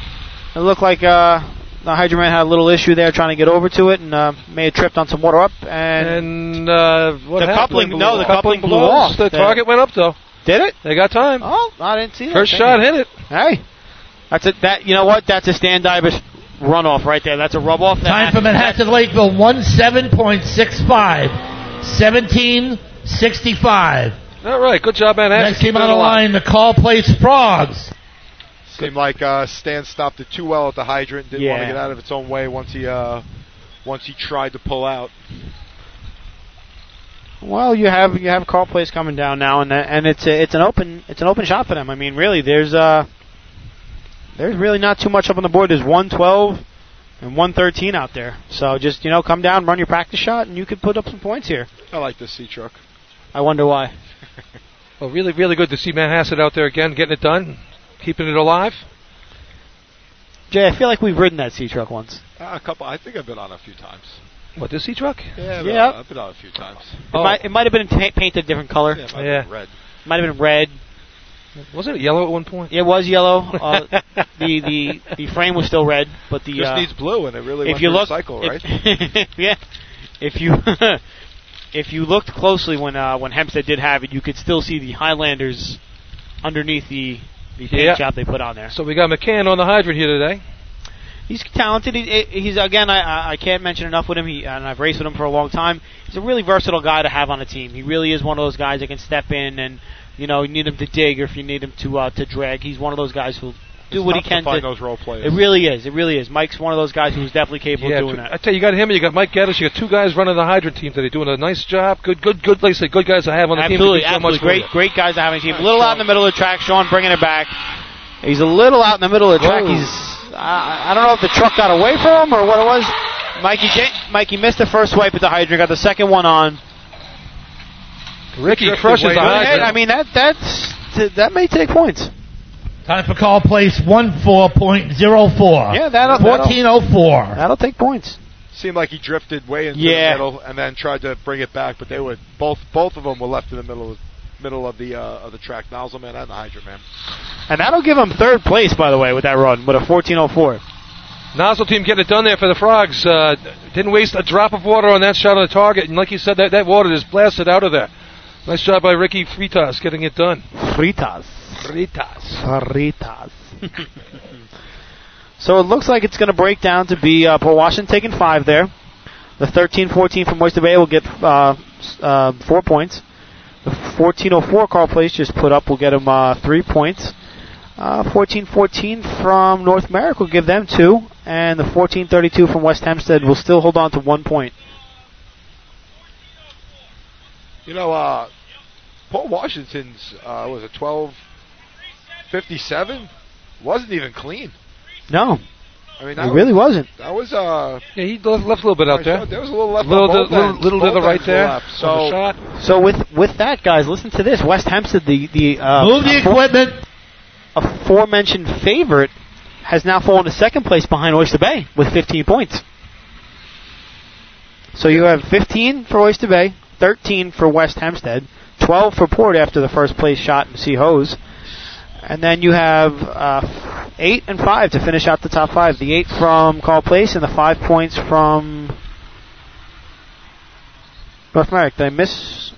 Speaker 5: it looked like uh, the hydrant man had a little issue there trying to get over to it, and uh, may have tripped on some water up. And,
Speaker 2: And uh, what
Speaker 5: The
Speaker 2: happened?
Speaker 5: coupling-
Speaker 2: Blew
Speaker 5: no, the
Speaker 2: off.
Speaker 5: coupling blew
Speaker 2: blows.
Speaker 5: off.
Speaker 2: The
Speaker 5: The-
Speaker 2: target went up though.
Speaker 5: did it?
Speaker 2: They got time.
Speaker 5: Oh, I didn't see that.
Speaker 2: First
Speaker 5: Dang
Speaker 2: shot
Speaker 5: it.
Speaker 2: hit it.
Speaker 5: Hey, that's it. That you know what? That's a Stan Divers runoff right there. That's a rub off.
Speaker 3: Time for Manhasset Lakeville, 17.65. 17.65.
Speaker 2: All right, good job, man.
Speaker 3: Next team on the line, the Call Place Frogs.
Speaker 6: Seemed like uh, Stan stopped it too well at the hydrant. Didn't want to
Speaker 5: Yeah.
Speaker 6: get out of its own way once he uh, once he tried to pull out.
Speaker 5: Well, you have you have call plays coming down now, and that- and it's a, it's an open it's an open shot for them. I mean, really, there's uh there's really not too much up on the board. There's one twelve and one thirteen out there. So just you know, come down, run your practice shot, and you could put up some points here.
Speaker 6: I like this sea truck.
Speaker 5: I wonder why.
Speaker 2: Well, really, really good to see Manhasset out there again, getting it done, keeping it alive.
Speaker 5: Jay, I feel like we've ridden that sea truck once.
Speaker 6: Uh, a couple. I think I've been on a few times.
Speaker 2: What this he truck?
Speaker 6: Yeah. I've
Speaker 5: Yeah.
Speaker 6: Been on, I've been on a few times.
Speaker 5: It might it might have been pa- painted a different color.
Speaker 6: Oh. Yeah.
Speaker 5: It
Speaker 6: I've been
Speaker 2: Yeah.
Speaker 6: Red.
Speaker 5: Might have been red.
Speaker 2: wasn't it yellow at one point?
Speaker 5: It was yellow. Uh, the the the frame was still red, but the
Speaker 6: Just
Speaker 5: uh,
Speaker 6: needs blue, and it really
Speaker 5: if
Speaker 6: went
Speaker 5: you
Speaker 6: through a
Speaker 5: look,
Speaker 6: cycle, right?
Speaker 5: if, yeah, if you if you looked closely when uh, when Hempstead did have it, you could still see the Highlanders underneath the the paint
Speaker 2: Yeah.
Speaker 5: job they put on there.
Speaker 2: So we got McCann on the hydrant here today.
Speaker 5: He's talented. He, he's again, I- I, I can't mention enough with him. He and I've raced with him for a long time. He's a really versatile guy to have on a team. He really is one of those guys that can step in and You know, you need him to dig or if you need him to uh, to drag. He's one of those guys who do
Speaker 6: It's
Speaker 5: what he
Speaker 6: tough
Speaker 5: can.
Speaker 6: to find
Speaker 5: to-
Speaker 6: those role
Speaker 5: it
Speaker 6: players.
Speaker 5: really is. It really is. Mike's one of those guys who's definitely capable
Speaker 2: Yeah,
Speaker 5: of doing
Speaker 2: two-
Speaker 5: that.
Speaker 2: I tell you, you got him and you got Mike Gaddis. You got two guys running the Hydra team today, doing a nice job. Good, good, good. Like I said, good guys I have on the
Speaker 5: absolutely,
Speaker 2: team. that do so
Speaker 5: absolutely.
Speaker 2: much for
Speaker 5: great,
Speaker 2: you.
Speaker 5: great guys to have on the team. A little out in the middle of the track. Sean bringing it back. He's a little out in the middle of the track.
Speaker 2: Oh.
Speaker 5: He's I, I don't know if the truck got away from him or what it was. Mikey Ja- Mikey missed the first swipe at the hydrant, got the second one on.
Speaker 2: Ricky crushes the
Speaker 5: Go ahead.
Speaker 2: Hydra.
Speaker 5: I mean that that's that may take points.
Speaker 3: Time for call place one four point zero four.
Speaker 5: Yeah, that'll- that'll-
Speaker 3: fourteen oh four.
Speaker 5: That'll take points.
Speaker 6: Seemed like he drifted way into
Speaker 5: Yeah.
Speaker 6: the middle and then tried to bring it back, but they were both both of them were left in the middle of middle of the uh, of the track. Nozzleman and the Hydra man.
Speaker 5: And that'll give him third place, by the way, with that run, with a 14.04.
Speaker 2: Nozzle team getting it done there for the Frogs. Uh, didn't waste a drop of water on that shot on the target, and like you said, that, that water just blasted out of there. Nice job by Ricky Fritas getting it done.
Speaker 5: Fritas.
Speaker 2: Fritas.
Speaker 5: Fritas. so it looks like it's going to break down to be uh, Port Washington taking five there. The 13-14 from Oyster Bay will get uh, s- uh, four points. The 14.04 Carl Place just put up will get them uh, three points. Uh, 14-14 from North Merrick will give them two, and the 14-32 from West Hempstead will still hold on to one point.
Speaker 6: You know, uh, Paul Washington's uh, was it twelve fifty seven? Wasn't even clean.
Speaker 5: No,
Speaker 6: I mean, that
Speaker 5: it really
Speaker 6: was,
Speaker 5: wasn't.
Speaker 6: that was uh,
Speaker 2: Yeah, he left, left a little bit out there.
Speaker 6: there was a little left.
Speaker 2: Little
Speaker 6: on
Speaker 2: to,
Speaker 6: both
Speaker 2: little,
Speaker 6: ends.
Speaker 2: little to
Speaker 6: Both
Speaker 2: the right
Speaker 6: ends were
Speaker 2: there.
Speaker 6: left.
Speaker 2: of the
Speaker 6: So
Speaker 2: shot.
Speaker 5: So with with that, guys, listen to this. West Hempstead, the the uh,
Speaker 3: Move the equipment.
Speaker 5: aforementioned favorite has now fallen to second place behind Oyster Bay with 15 points. So you have 15 for Oyster Bay, 13 for West Hempstead, 12 for Port after the first place shot in Sea Hose, and then you have uh, 8 and 5 to finish out the top 5. The 8 from Call Place and the 5 points from North Merrick. Did I miss?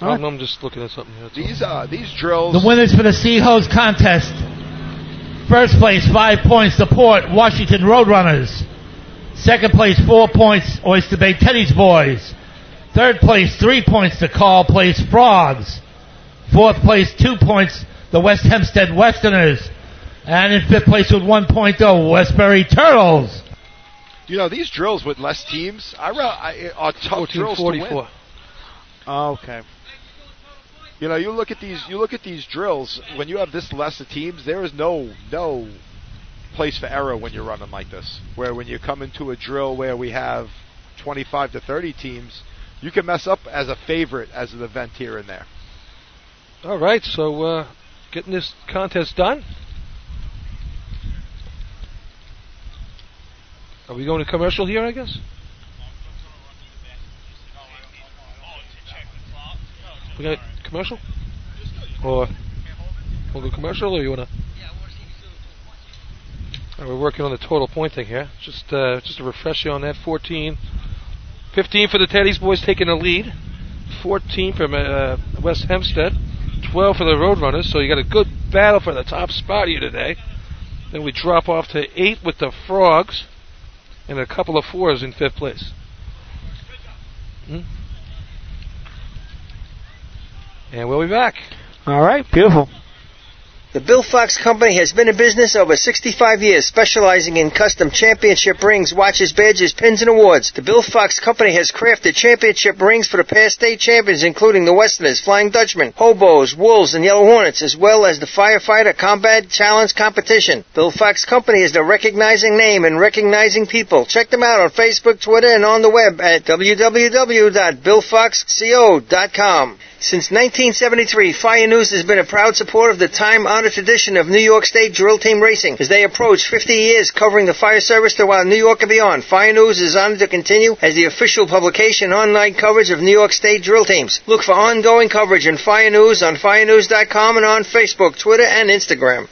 Speaker 2: I don't know, I'm just looking at something here. that's all.
Speaker 6: these uh, these drills.
Speaker 3: The winners for the Sea Hose contest. First place five points. The Port Washington Roadrunners. Second place four points. Oyster Bay Teddy's Boys. Third place three points. The Call Place Frogs. Fourth place two points. The West Hempstead Westerners. And in fifth place with 1.0, Westbury Turtles.
Speaker 6: You know, these drills with less teams I, re- I, are tough drills to win.
Speaker 2: 1444.
Speaker 5: Okay.
Speaker 6: You know, you look at these you look at these drills when you have this less of teams, there is no no place for error when you're running like this. Where when you come into a drill where we have 25 to 30 teams, you can mess up as a favorite as an event here and there.
Speaker 2: All right, so uh, getting this contest done. Are we going to commercial here, I guess? We got commercial? Or we'll go commercial, or you want to? We're working on the total point thing here. Just uh, just to refresh you on that 14. 15 for the Teddy's boys taking the lead. 14 from uh, West Hempstead. 12 for the Roadrunners. So you got a good battle for the top spot here today. Then we drop off to eight with the Frogs, and a couple of fours in fifth place. Hmm? And we'll be back.
Speaker 5: All right. Beautiful.
Speaker 4: The Bill Fox Company has been in business over 65 years, specializing in custom championship rings, watches, badges, pins, and awards. The Bill Fox Company has crafted championship rings for the past state champions, including the Westerners, Flying Dutchman, Hobos, Wolves, and Yellow Hornets, as well as the Firefighter Combat Challenge competition. Bill Fox Company is the recognizing name and recognizing people. Check them out on Facebook, Twitter, and on the web at www.billfoxco.com. Since 1973, Fire News has been a proud supporter of the time-honored tradition of New York State drill team racing. As they approach 50 years covering the fire service throughout New York and beyond, Fire News is honored to continue as the official publication and online coverage of New York State drill teams. Look for ongoing coverage in Fire News on firenews.com and on Facebook, Twitter, and Instagram.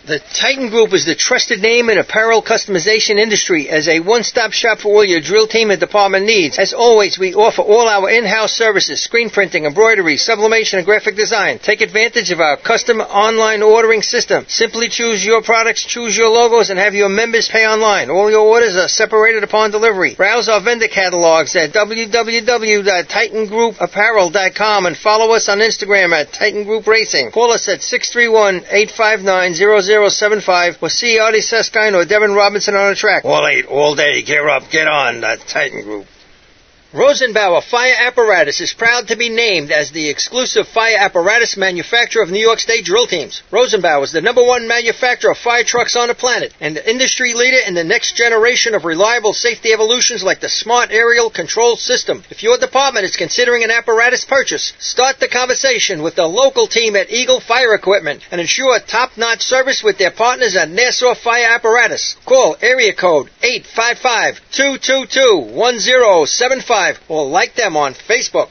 Speaker 4: The Titan Group is the trusted name in apparel customization industry as a one-stop shop for all your drill team and department needs. As always, we offer all our in-house services, screen printing, embroidery, sublimation, and graphic design. Take advantage of our custom online ordering system. Simply choose your products, choose your logos, and have your members pay online. All your orders are separated upon delivery. Browse our vendor catalogs at www.titangroupapparel.com and follow us on Instagram at Titan Group Racing. Call us at 631-859-0075 or see Artie Seskine or Devin Robinson on the track. All eight, all day, get up, get on, the Titan Group. Rosenbauer Fire Apparatus is proud to be named as the exclusive fire apparatus manufacturer of New York State drill teams. Rosenbauer is the number one manufacturer of fire trucks on the planet and the industry leader in the next generation of reliable safety evolutions like the Smart Aerial Control System. If your department is considering an apparatus purchase, start the conversation with the local team at Eagle Fire Equipment and ensure top-notch service with their partners at Nassau Fire Apparatus. Call area code 855-222-1075 or like them on Facebook.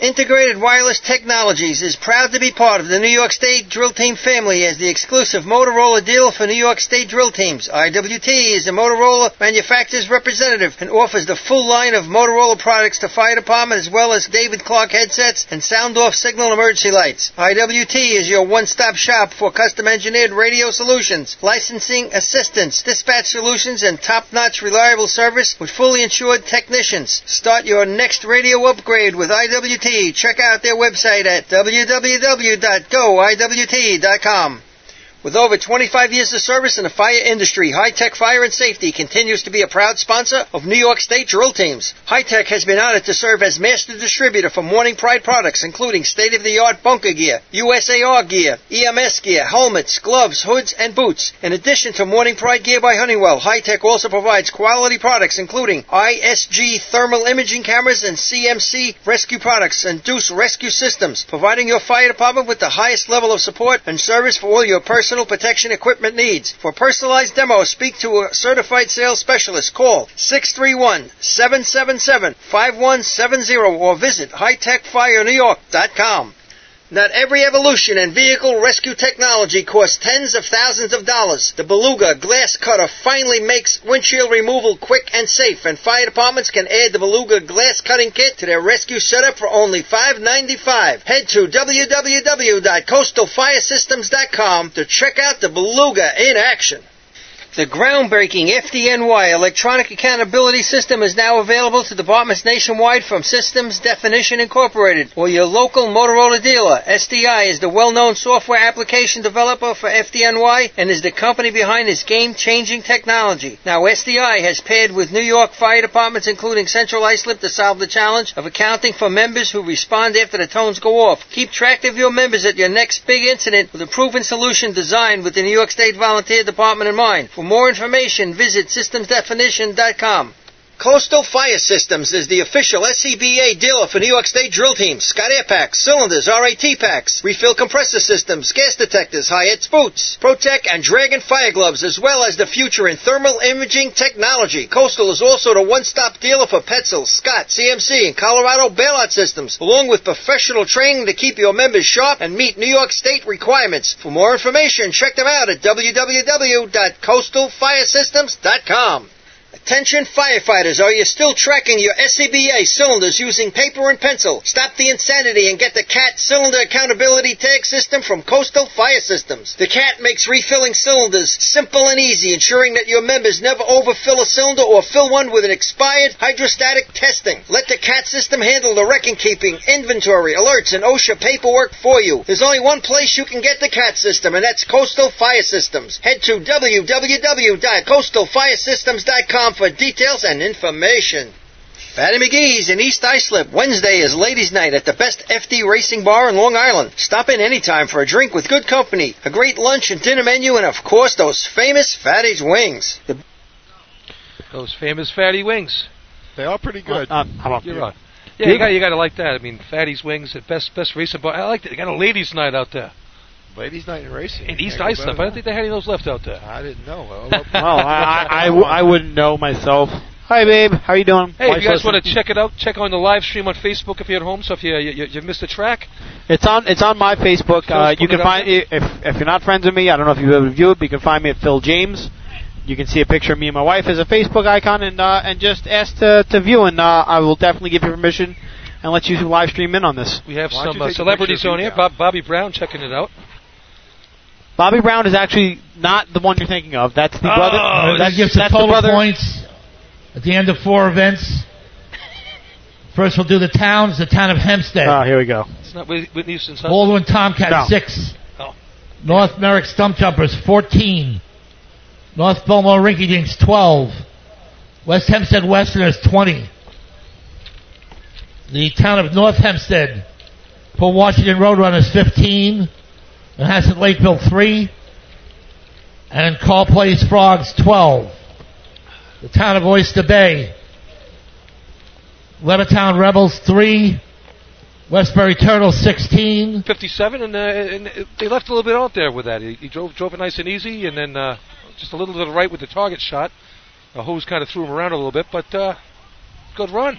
Speaker 4: Integrated Wireless Technologies is proud to be part of the New York State Drill Team family as the exclusive Motorola deal for New York State drill teams. IWT is the Motorola manufacturer's representative and offers the full line of Motorola products to fire department as well as David Clark headsets and sound off signal emergency lights. IWT is your one-stop shop for custom engineered radio solutions, licensing assistance, dispatch solutions, and top-notch reliable service with fully insured technicians. Start your next radio upgrade with IWT Check out their website at www.goiwt.com. With over 25 years of service in the fire industry, High Tech Fire and Safety continues to be a proud sponsor of New York State drill teams. High Tech has been honored to serve as master distributor for Morning Pride products, including state-of-the-art bunker gear, USAR gear, EMS gear, helmets, gloves, hoods, and boots. In addition to Morning Pride gear by Honeywell, High Tech also provides quality products, including ISG thermal imaging cameras and CMC rescue products and Deuce rescue systems, providing your fire department with the highest level of support and service for all your personal personal protection equipment needs. For personalized demos, speak to a certified sales specialist. Call 631-777-5170 or visit hightechfirenewyork.com. Not every evolution in vehicle rescue technology costs tens of thousands of dollars. The Beluga glass cutter finally makes windshield removal quick and safe, and fire departments can add the Beluga glass cutting kit to their rescue setup for only $5.95. Head to www.coastalfiresystems.com to check out the Beluga in action. The groundbreaking FDNY electronic accountability system is now available to departments nationwide from Systems Definition Incorporated or your local Motorola dealer. SDI is the well-known software application developer for FDNY and is the company behind this game-changing technology. Now SDI has paired with New York fire departments including Central Islip to solve the challenge of accounting for members who respond after the tones go off. Keep track of your members at your next big incident with a proven solution designed with the New York State Volunteer Department in mind. For more information, visit systemsdefinition.com. Coastal Fire Systems is the official SCBA dealer for New York State drill teams, Scott Air Packs, cylinders, RAT packs, refill compressor systems, gas detectors, Hyatt's boots, Protec and Dragon fire gloves, as well as the future in thermal imaging technology. Coastal is also the one-stop dealer for Petzl, Scott, CMC, and Colorado bailout systems, along with professional training to keep your members sharp and meet New York State requirements. For more information, check them out at www.coastalfiresystems.com. Attention firefighters, are you still tracking your SCBA cylinders using paper and pencil? Stop the insanity and get the CAT Cylinder Accountability Tag System from Coastal Fire Systems. The CAT makes refilling cylinders simple and easy, ensuring that your members never overfill a cylinder or fill one with an expired hydrostatic testing. Let the CAT system handle the record keeping, inventory, alerts, and OSHA paperwork for you. There's only one place you can get the CAT system, and that's Coastal Fire Systems. Head to www.coastalfiresystems.com for details and information. Fatty McGee's in East Islip. Wednesday is ladies' night at the best FD racing bar in Long Island. Stop in anytime for a drink with good company, a great lunch and dinner menu, and of course those famous Fatty's wings. The
Speaker 2: Those famous fatty wings.
Speaker 6: They are pretty good.
Speaker 1: Uh, I'm up.
Speaker 2: You're on. Yeah, you got you got to like that. I mean, fatty's wings, the best best recent bar. I like that. They got a ladies' night out there
Speaker 6: Ladies' night in racing.
Speaker 2: in East
Speaker 6: Can't go
Speaker 2: Islip. I
Speaker 6: better
Speaker 2: don't think they had any of those left out there.
Speaker 6: than that. I didn't know. Well, well,
Speaker 1: Well, I, I, I, w- I wouldn't know myself.
Speaker 5: Hi, babe. How you doing?
Speaker 2: Hey, if
Speaker 5: Wife's
Speaker 2: you guys want to
Speaker 5: listening.
Speaker 2: check it out, check on the live stream on Facebook if you're at home. So if you you, you missed a track,
Speaker 5: It's on. It's on my Facebook.
Speaker 2: Phil's
Speaker 5: Uh, you
Speaker 2: put
Speaker 5: can
Speaker 2: it up
Speaker 5: find
Speaker 2: there?
Speaker 5: if if you're not friends with me. I don't know if you've ever viewed it, but you can find me at Phil James. You can see a picture of me and my wife as a Facebook icon, and uh, and just ask to to view, and uh, I will definitely give you permission and let you live stream in on this.
Speaker 2: we have
Speaker 6: Why don't
Speaker 2: some
Speaker 6: you
Speaker 2: uh,
Speaker 6: take a
Speaker 2: celebrities
Speaker 6: picture of
Speaker 2: on
Speaker 6: you
Speaker 2: here.
Speaker 6: now?
Speaker 2: Bob, Bobby Brown checking it out.
Speaker 5: Bobby Brown is actually not the one you're thinking of. That's the brother.
Speaker 2: Oh,
Speaker 5: that's,
Speaker 3: that gives the
Speaker 5: that's
Speaker 3: total
Speaker 5: brother.
Speaker 3: points at the end of four events. First, we'll do the towns. The town of Hempstead.
Speaker 5: Oh, here we go.
Speaker 2: It's not Whit- Whitney Houston's husband.
Speaker 3: Baldwin Tomcat
Speaker 5: No.
Speaker 3: six.
Speaker 2: Oh.
Speaker 3: North Merrick Stump Jumpers fourteen. North Belmore Rinky Dinks twelve. West Hempstead Westerners twenty. The town of North Hempstead for Washington Roadrunners fifteen. Manhasset Lakeville three. And Call Place Frogs twelve. The town of Oyster Bay. Levittown Rebels three. Westbury Turtles sixteen.
Speaker 2: 57, and, uh, and uh, they left a little bit out there with that. He, he drove drove it nice and easy, and then uh, just a little to the right with the target shot. The hose kind of threw him around a little bit, but uh, good run.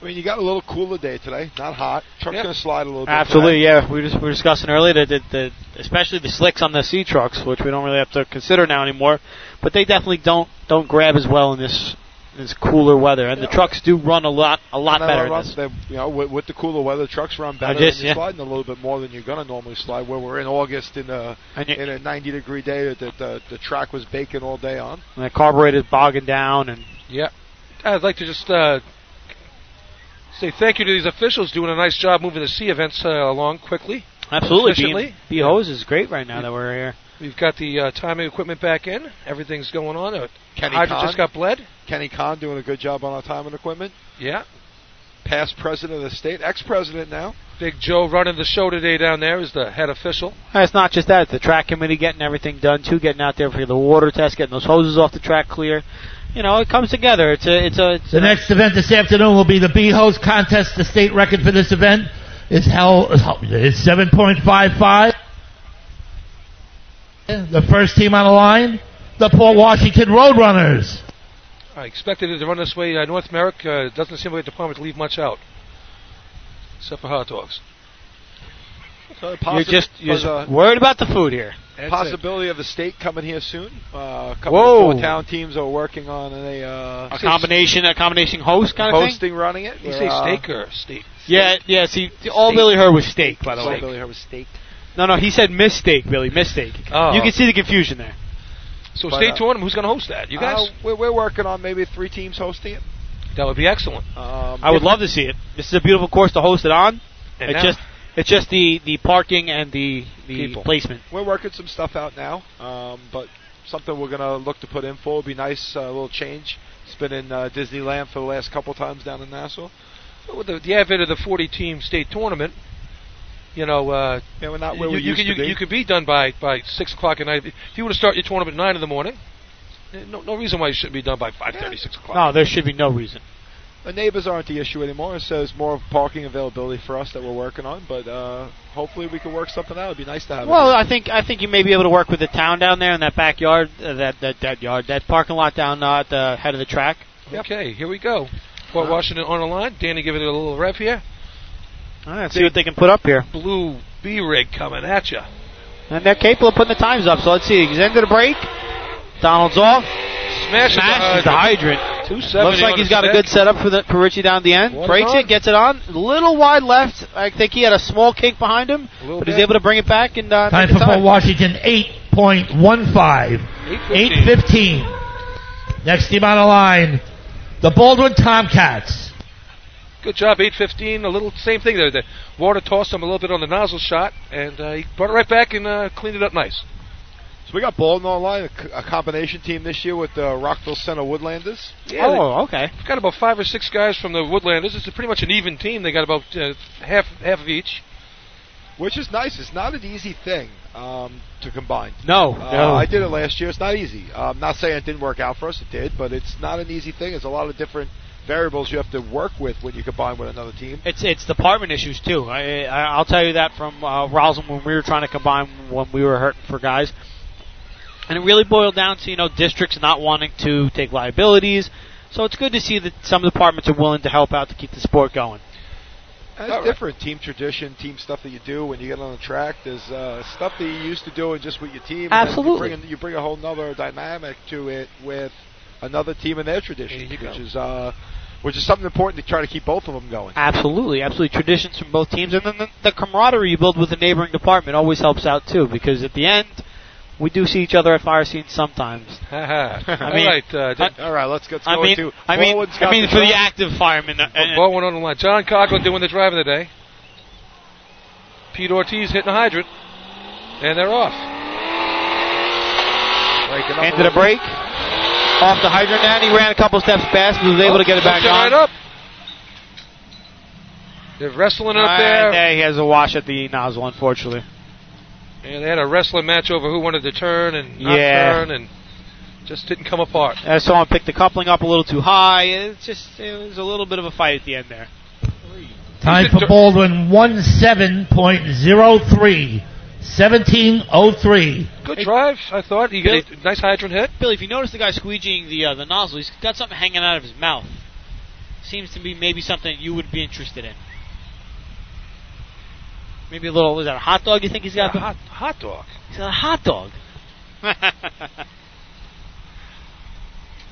Speaker 6: I mean, you got a little cooler day today. Not hot. Truck's
Speaker 2: Yeah.
Speaker 6: going to slide a little bit.
Speaker 5: Absolutely, yeah. We, just, we were discussing earlier that, that, that especially the slicks on the C trucks, which we don't really have to consider now anymore, but they definitely don't don't grab as well in this this cooler weather, and the trucks do run a lot a lot
Speaker 6: And I
Speaker 5: better. in
Speaker 6: love
Speaker 5: this.
Speaker 6: that, you know, with, with the cooler weather, trucks run better.
Speaker 5: just-
Speaker 6: and you're
Speaker 5: yeah.
Speaker 6: sliding a little bit more than you're going to normally slide. Where we're in August in a
Speaker 5: And, you,
Speaker 6: in a 90 degree day that the, the, the track was baking all day on.
Speaker 5: and the carburetor's bogging down, and
Speaker 2: Yeah. I'd like to just uh, say thank you to these officials doing a nice job moving the sea events uh, along quickly.
Speaker 5: absolutely,
Speaker 2: Efficiently.
Speaker 5: B, B hose is great right now that we're here.
Speaker 2: We've got the uh, timing equipment back in. Everything's going on. Uh,
Speaker 6: Kenny
Speaker 2: Hydra
Speaker 6: Kahn,
Speaker 2: just got bled.
Speaker 6: Kenny Kahn doing a good job on our time and equipment.
Speaker 2: Yeah.
Speaker 6: Past president of the state, ex president now.
Speaker 2: Big Joe running the show today down there is the head official.
Speaker 5: It's not just that; it's the track committee getting everything done too, getting out there for the water test, getting those hoses off the track clear. You know, it comes together. It's a it's a it's
Speaker 3: The
Speaker 5: a-
Speaker 3: next event this afternoon will be the Bee Hose Contest. The state record for this event is held is 7.55. The first team on the line, the Port Washington Roadrunners.
Speaker 2: I expected it to run this way. Uh, North Merrick uh, doesn't seem like the department to leave much out, except for hot dogs.
Speaker 6: So
Speaker 5: you're
Speaker 6: possi-
Speaker 5: just you're
Speaker 6: but, uh,
Speaker 5: just worried about the food here.
Speaker 6: possibility of the state coming here soon. Uh, a couple
Speaker 5: Whoa.
Speaker 6: of town teams are working on a uh,
Speaker 5: a combination, a combination host kind of thing.
Speaker 6: hosting running it.
Speaker 2: You
Speaker 6: We're,
Speaker 2: say
Speaker 6: uh,
Speaker 2: steak or steak?
Speaker 5: Yeah, yeah. See, all Billy heard was steak, by the
Speaker 6: Sorry,
Speaker 5: way.
Speaker 6: Billy Hurd was steak.
Speaker 5: No, no, he said mistake, Billy, mistake.
Speaker 2: Oh.
Speaker 5: You can see the confusion there.
Speaker 2: So
Speaker 6: But,
Speaker 2: stay
Speaker 6: uh,
Speaker 2: tuned. Who's going to host that? You guys?
Speaker 6: Uh, we're, we're working on maybe three teams hosting it.
Speaker 2: that would be excellent.
Speaker 6: Um,
Speaker 5: I would love to see it. This is a beautiful course to host it on.
Speaker 2: And
Speaker 5: it's
Speaker 2: now-
Speaker 5: just, it's just the the parking and the the
Speaker 2: People.
Speaker 5: placement.
Speaker 6: We're working some stuff out now, um, but something we're gonna look to put in for. It'll be nice, uh, little change. It's been in uh, Disneyland for the last couple times down in Nassau.
Speaker 2: with the, the advent of the 40-team state tournament, you know, uh,
Speaker 6: Yeah, we're not where
Speaker 2: you,
Speaker 6: we
Speaker 2: you
Speaker 6: used
Speaker 2: can, you,
Speaker 6: to be.
Speaker 2: you can be done by, by 6 o'clock at night. If you were to start your tournament at 9 in the morning, eh, no, no reason why you shouldn't be done by 5.30, 6 o'clock.
Speaker 5: No, there should be no reason.
Speaker 6: the neighbors aren't the issue anymore, so it's more parking availability for us that we're working on. But uh, hopefully, we can work something out. It'd be nice to have.
Speaker 5: Well,
Speaker 6: it.
Speaker 5: I think I think you may be able to work with the town down there in that backyard, uh, that that that yard, that parking lot down uh, at the head of the track.
Speaker 2: Okay, here we go. Fort
Speaker 5: Uh-huh.
Speaker 2: Washington on the line. Danny giving it a little rev here.
Speaker 5: All right, see what they can put up here.
Speaker 2: Blue B-rig coming at you.
Speaker 5: And they're capable of putting the times up. So let's see. He's into the break. Donald's off.
Speaker 2: Smashes,
Speaker 5: Smashes the
Speaker 2: the
Speaker 5: hydrant.
Speaker 2: 270
Speaker 5: Looks like
Speaker 2: Uh, on
Speaker 5: he's
Speaker 2: the
Speaker 5: got a
Speaker 2: stick.
Speaker 5: good setup for the for Richie down the end.
Speaker 2: One
Speaker 5: Breaks
Speaker 2: on.
Speaker 5: it, gets it on. Little wide left. I think he had a small kick behind him,
Speaker 2: A little
Speaker 5: but he's
Speaker 2: bit.
Speaker 5: able to bring it back and uh,
Speaker 3: Time
Speaker 5: make
Speaker 3: for
Speaker 5: the
Speaker 3: Port
Speaker 5: time.
Speaker 3: Washington 8.15.
Speaker 2: 8:15.
Speaker 3: 8.15. Next team on the line, the Baldwin Tomcats.
Speaker 2: Good job, 815. A little same thing there. The water tossed him a little bit on the nozzle shot, and uh, he brought it right back and uh, cleaned it up nice.
Speaker 6: so we got Bolden online, a, c- a combination team this year with the Rockville Center Woodlanders.
Speaker 2: Yeah,
Speaker 5: oh, okay.
Speaker 2: they've got about five or six guys from the Woodlanders. It's a pretty much an even team. They got about uh, half half of each.
Speaker 6: which is nice. It's not an easy thing um, to combine.
Speaker 5: No,
Speaker 6: Uh,
Speaker 5: no.
Speaker 6: I did it last year. It's not easy. I'm not saying it didn't work out for us. It did, but it's not an easy thing. It's a lot of different variables you have to work with when you combine with another team.
Speaker 5: It's it's department issues too. I, I I'll tell you that from uh, Roslyn when we were trying to combine when we were hurting for guys, and it really boiled down to you know districts not wanting to take liabilities,
Speaker 1: So it's good to see that some departments are willing to help out to keep the sport going.
Speaker 6: That's
Speaker 2: All right.
Speaker 6: different team tradition, team stuff that you do when you get on the track. There's uh, stuff that you used to do and just with your team. and then
Speaker 1: Absolutely.
Speaker 6: you bring, in- you bring a whole nother dynamic to it with another team and their tradition,
Speaker 2: There you
Speaker 6: which
Speaker 2: go.
Speaker 6: is uh, which is something important to try to keep both of them going.
Speaker 1: Absolutely, absolutely. Traditions from both teams, and then the, the camaraderie you build with the neighboring department always helps out too. Because at the end, we do see each other at fire scenes sometimes.
Speaker 2: Ha ha.
Speaker 1: mean,
Speaker 2: All right, uh,
Speaker 1: I-
Speaker 6: All right, let's get
Speaker 1: I
Speaker 6: going
Speaker 1: mean,
Speaker 6: to.
Speaker 1: I mean,
Speaker 6: Baldwin's
Speaker 1: I
Speaker 6: got
Speaker 1: mean, for the
Speaker 6: shot.
Speaker 1: active firemen. uh,
Speaker 2: Well,
Speaker 1: and-
Speaker 2: Bowen on the line. John Coughlin doing the driving today. Pete Ortiz hitting the hydrant, and they're off.
Speaker 6: Breaking up a
Speaker 1: Into the
Speaker 6: little
Speaker 1: break. Off the hydrant and he ran a couple steps fast and was able to get it back
Speaker 2: Hooked
Speaker 1: on.
Speaker 2: Right up. They're wrestling up there,
Speaker 1: And there he has a wash at the nozzle, unfortunately.
Speaker 2: and they had a wrestling match over who wanted to turn and not
Speaker 1: Yeah.
Speaker 2: turn, and just didn't come apart.
Speaker 1: I saw him pick the coupling up a little too high. It's just it was a little bit of a fight at the end there.
Speaker 3: Time for Baldwin, 17.03. 17.03.
Speaker 2: Good drive, I thought. He got a nice hydrant hit.
Speaker 5: Billy, if you notice the guy squeegeeing the uh, the nozzle, he's got something hanging out of his mouth. Seems to be maybe something you would be interested in. Maybe a little. Is that a hot dog? You think he's got?
Speaker 2: a hot, hot dog.
Speaker 5: He's got a hot dog.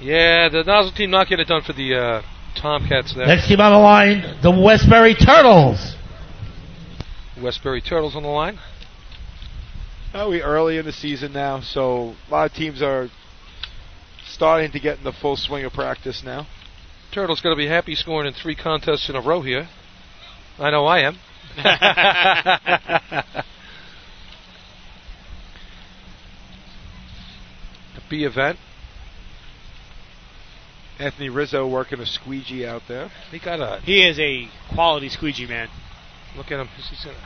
Speaker 2: Yeah, the nozzle team not getting it done for the uh, Tomcats there.
Speaker 3: Next team on the line, the Westbury Turtles.
Speaker 2: Westbury Turtles on the line.
Speaker 6: Uh, we early in the season now, so a lot of teams are starting to get in the full swing of practice now.
Speaker 2: Turtle's going to be happy scoring in three contests in a row here. I know I am. The B event.
Speaker 6: Anthony Rizzo working a squeegee out there.
Speaker 2: He got a
Speaker 1: He is a quality squeegee man.
Speaker 2: look at him. He's gonna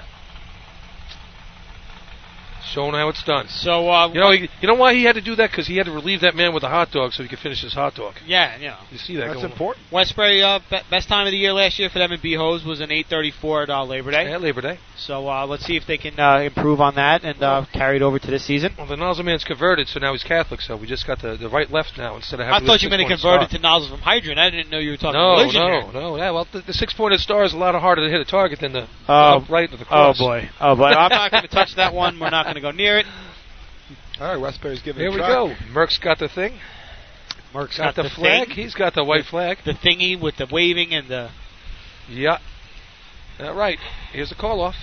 Speaker 2: showing how it's done.
Speaker 5: So uh,
Speaker 2: You know, he, you know why he had to do that? Because he had to relieve that man with a hot dog so he could finish his hot dog.
Speaker 5: yeah, you know,
Speaker 2: You see that?
Speaker 6: That's
Speaker 2: going on.
Speaker 6: important.
Speaker 5: Westbury uh, be- best time of the year last year for them in B hose was an 8:34 at uh, Labor Day.
Speaker 2: Yeah, Labor Day.
Speaker 1: So uh, let's see if they can uh, improve on that and uh, carry it over to this season.
Speaker 2: Well, the nozzle man's converted, so now he's Catholic. So we just got the, the right left now instead of
Speaker 5: I
Speaker 2: having.
Speaker 5: thought you meant to
Speaker 2: to
Speaker 5: convert it to nozzles from hydrant. I didn't know you were talking
Speaker 2: no,
Speaker 5: religion
Speaker 2: no,
Speaker 5: here.
Speaker 2: no. Yeah, well, the, the six-pointed star is a lot harder to hit a target than the
Speaker 1: Oh.
Speaker 2: up right of the
Speaker 1: Oh
Speaker 2: cross.
Speaker 1: boy! Oh boy!
Speaker 5: I'm not going to touch that one. We're not going to go near it.
Speaker 6: All right, Westbury's giving
Speaker 2: Here we
Speaker 6: it a try.
Speaker 2: go. Merck's got the thing.
Speaker 1: Merck's
Speaker 2: Got, the, flag. He's got the white flag.
Speaker 5: The thingy with the waving and the
Speaker 2: Yeah. All right. Here's the call off.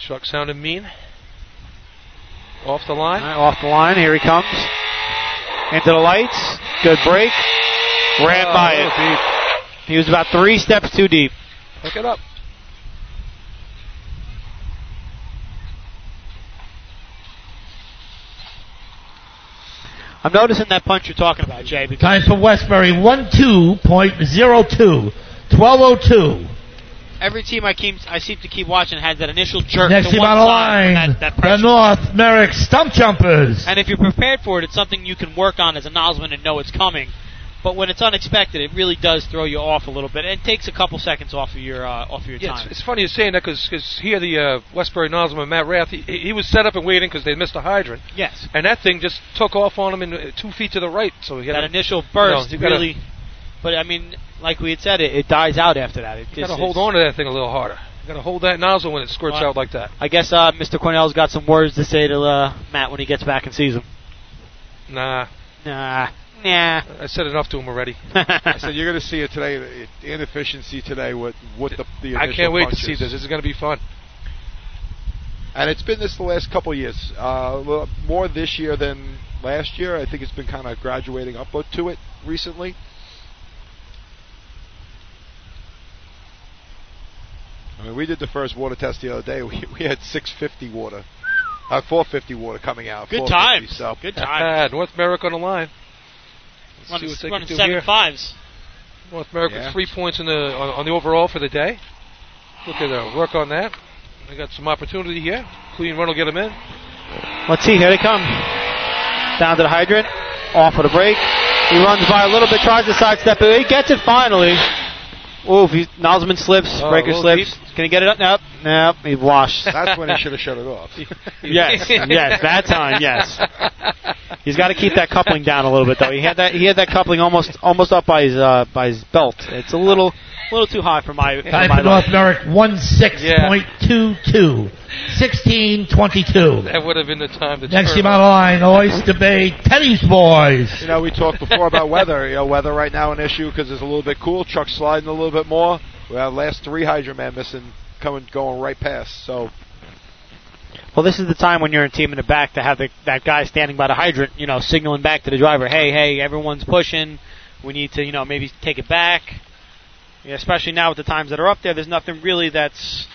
Speaker 2: Chuck sounded mean. Off the
Speaker 1: All
Speaker 2: line.
Speaker 1: right, off the line. Here he comes. Into the lights. Good break. Ran
Speaker 2: Oh,
Speaker 1: by
Speaker 2: a
Speaker 1: it.
Speaker 2: little deep.
Speaker 1: He was about three steps too deep.
Speaker 2: Hook it up.
Speaker 1: I'm noticing that punch you're talking about, Jay. Because
Speaker 3: Time for Westbury, 12.02. 12.02.
Speaker 5: every team I keep I seem to keep watching has that initial jerk.
Speaker 3: Next
Speaker 5: to
Speaker 3: team
Speaker 5: one
Speaker 3: on the
Speaker 5: side
Speaker 3: line,
Speaker 5: and That, that
Speaker 3: the
Speaker 5: pressure.
Speaker 3: North Merrick Stump Jumpers.
Speaker 5: And if you're prepared for it, it's something you can work on as a nozzleman and know it's coming. But when it's unexpected, it really does throw you off a little bit. It takes a couple seconds off of your uh, off of your
Speaker 2: Yeah,
Speaker 5: time.
Speaker 2: it's, it's funny you're saying that because here the uh, Westbury Nozzleman, Matt Rath, he, he was set up and waiting because they missed a hydrant.
Speaker 5: yes,
Speaker 2: And that thing just took off on him in uh, two feet to the right. So he had
Speaker 5: that
Speaker 2: a-
Speaker 5: initial burst
Speaker 2: No, you
Speaker 5: it
Speaker 2: gotta-
Speaker 5: really. But I mean, like we had said, it, it dies out after that. It
Speaker 2: You
Speaker 5: just
Speaker 2: gotta hold
Speaker 5: it's-
Speaker 2: on to that thing a little harder. You gotta hold that nozzle when it squirts
Speaker 5: Well,
Speaker 2: out like that.
Speaker 1: I guess uh, Mr. Cornell's got some words to say to uh, Matt when he gets back and sees him.
Speaker 2: Nah,
Speaker 1: Nah, nah.
Speaker 2: I said enough to him already.
Speaker 6: I said you're going to see it today. the- The inefficiency today with what the, the
Speaker 2: I
Speaker 6: initial
Speaker 2: can't wait to
Speaker 6: punches.
Speaker 2: see this. This is gonna be fun.
Speaker 6: And it's been this the last couple of years. Uh, a little more this year than last year. I think it's been kind of graduating up to it recently. I mean, we did the first water test the other day. We, we had 650 water, uh, 450 water coming out.
Speaker 5: Good
Speaker 6: 450,
Speaker 5: times.
Speaker 6: So
Speaker 5: Good times.
Speaker 2: Ah, North Merrick on the line. Let's Uh, see
Speaker 5: running
Speaker 2: what they
Speaker 5: running
Speaker 2: can do
Speaker 5: seven
Speaker 2: here.
Speaker 5: fives.
Speaker 2: North Merrick
Speaker 6: Yeah.
Speaker 2: with three points in the on, on the overall for the day. Look at the work on that. They got some opportunity here. Clean run will get him in.
Speaker 1: Let's see. Here they come. Down to the hydrant. Off of the break. He runs by a little bit, tries to sidestep it. He gets it finally. Ooh, he, Nosman slips.
Speaker 2: Oh, a
Speaker 1: breaker
Speaker 2: little
Speaker 1: slips. Can he get it up? Nope.
Speaker 5: Nope, he washed.
Speaker 6: That's when he should have shut it off.
Speaker 5: yes, yes, that time, yes. He's got to keep that coupling down a little bit, though. He had that he had that coupling almost almost up by his uh, by his belt. It's a little a little too high for my for
Speaker 3: Time
Speaker 5: my
Speaker 3: for North
Speaker 5: liking.
Speaker 3: Merrick, 16.22. 16.22.
Speaker 2: That would have been the time to
Speaker 3: Next
Speaker 2: turn
Speaker 3: team on the line, Oyster debate, Teddy's Boys.
Speaker 6: You know, we talked before about weather. You know, weather right now an issue because it's a little bit cool. Truck's sliding a little bit more. We have last three Hydra man missing, coming, going right past. So
Speaker 5: Well, this is the time when you're a team in the back to have the, that guy standing by the hydrant, you know, signaling back to the driver, hey, hey, everyone's pushing. We need to, you know, maybe take it back. Yeah, especially now with the times that are up there, there's nothing really that's,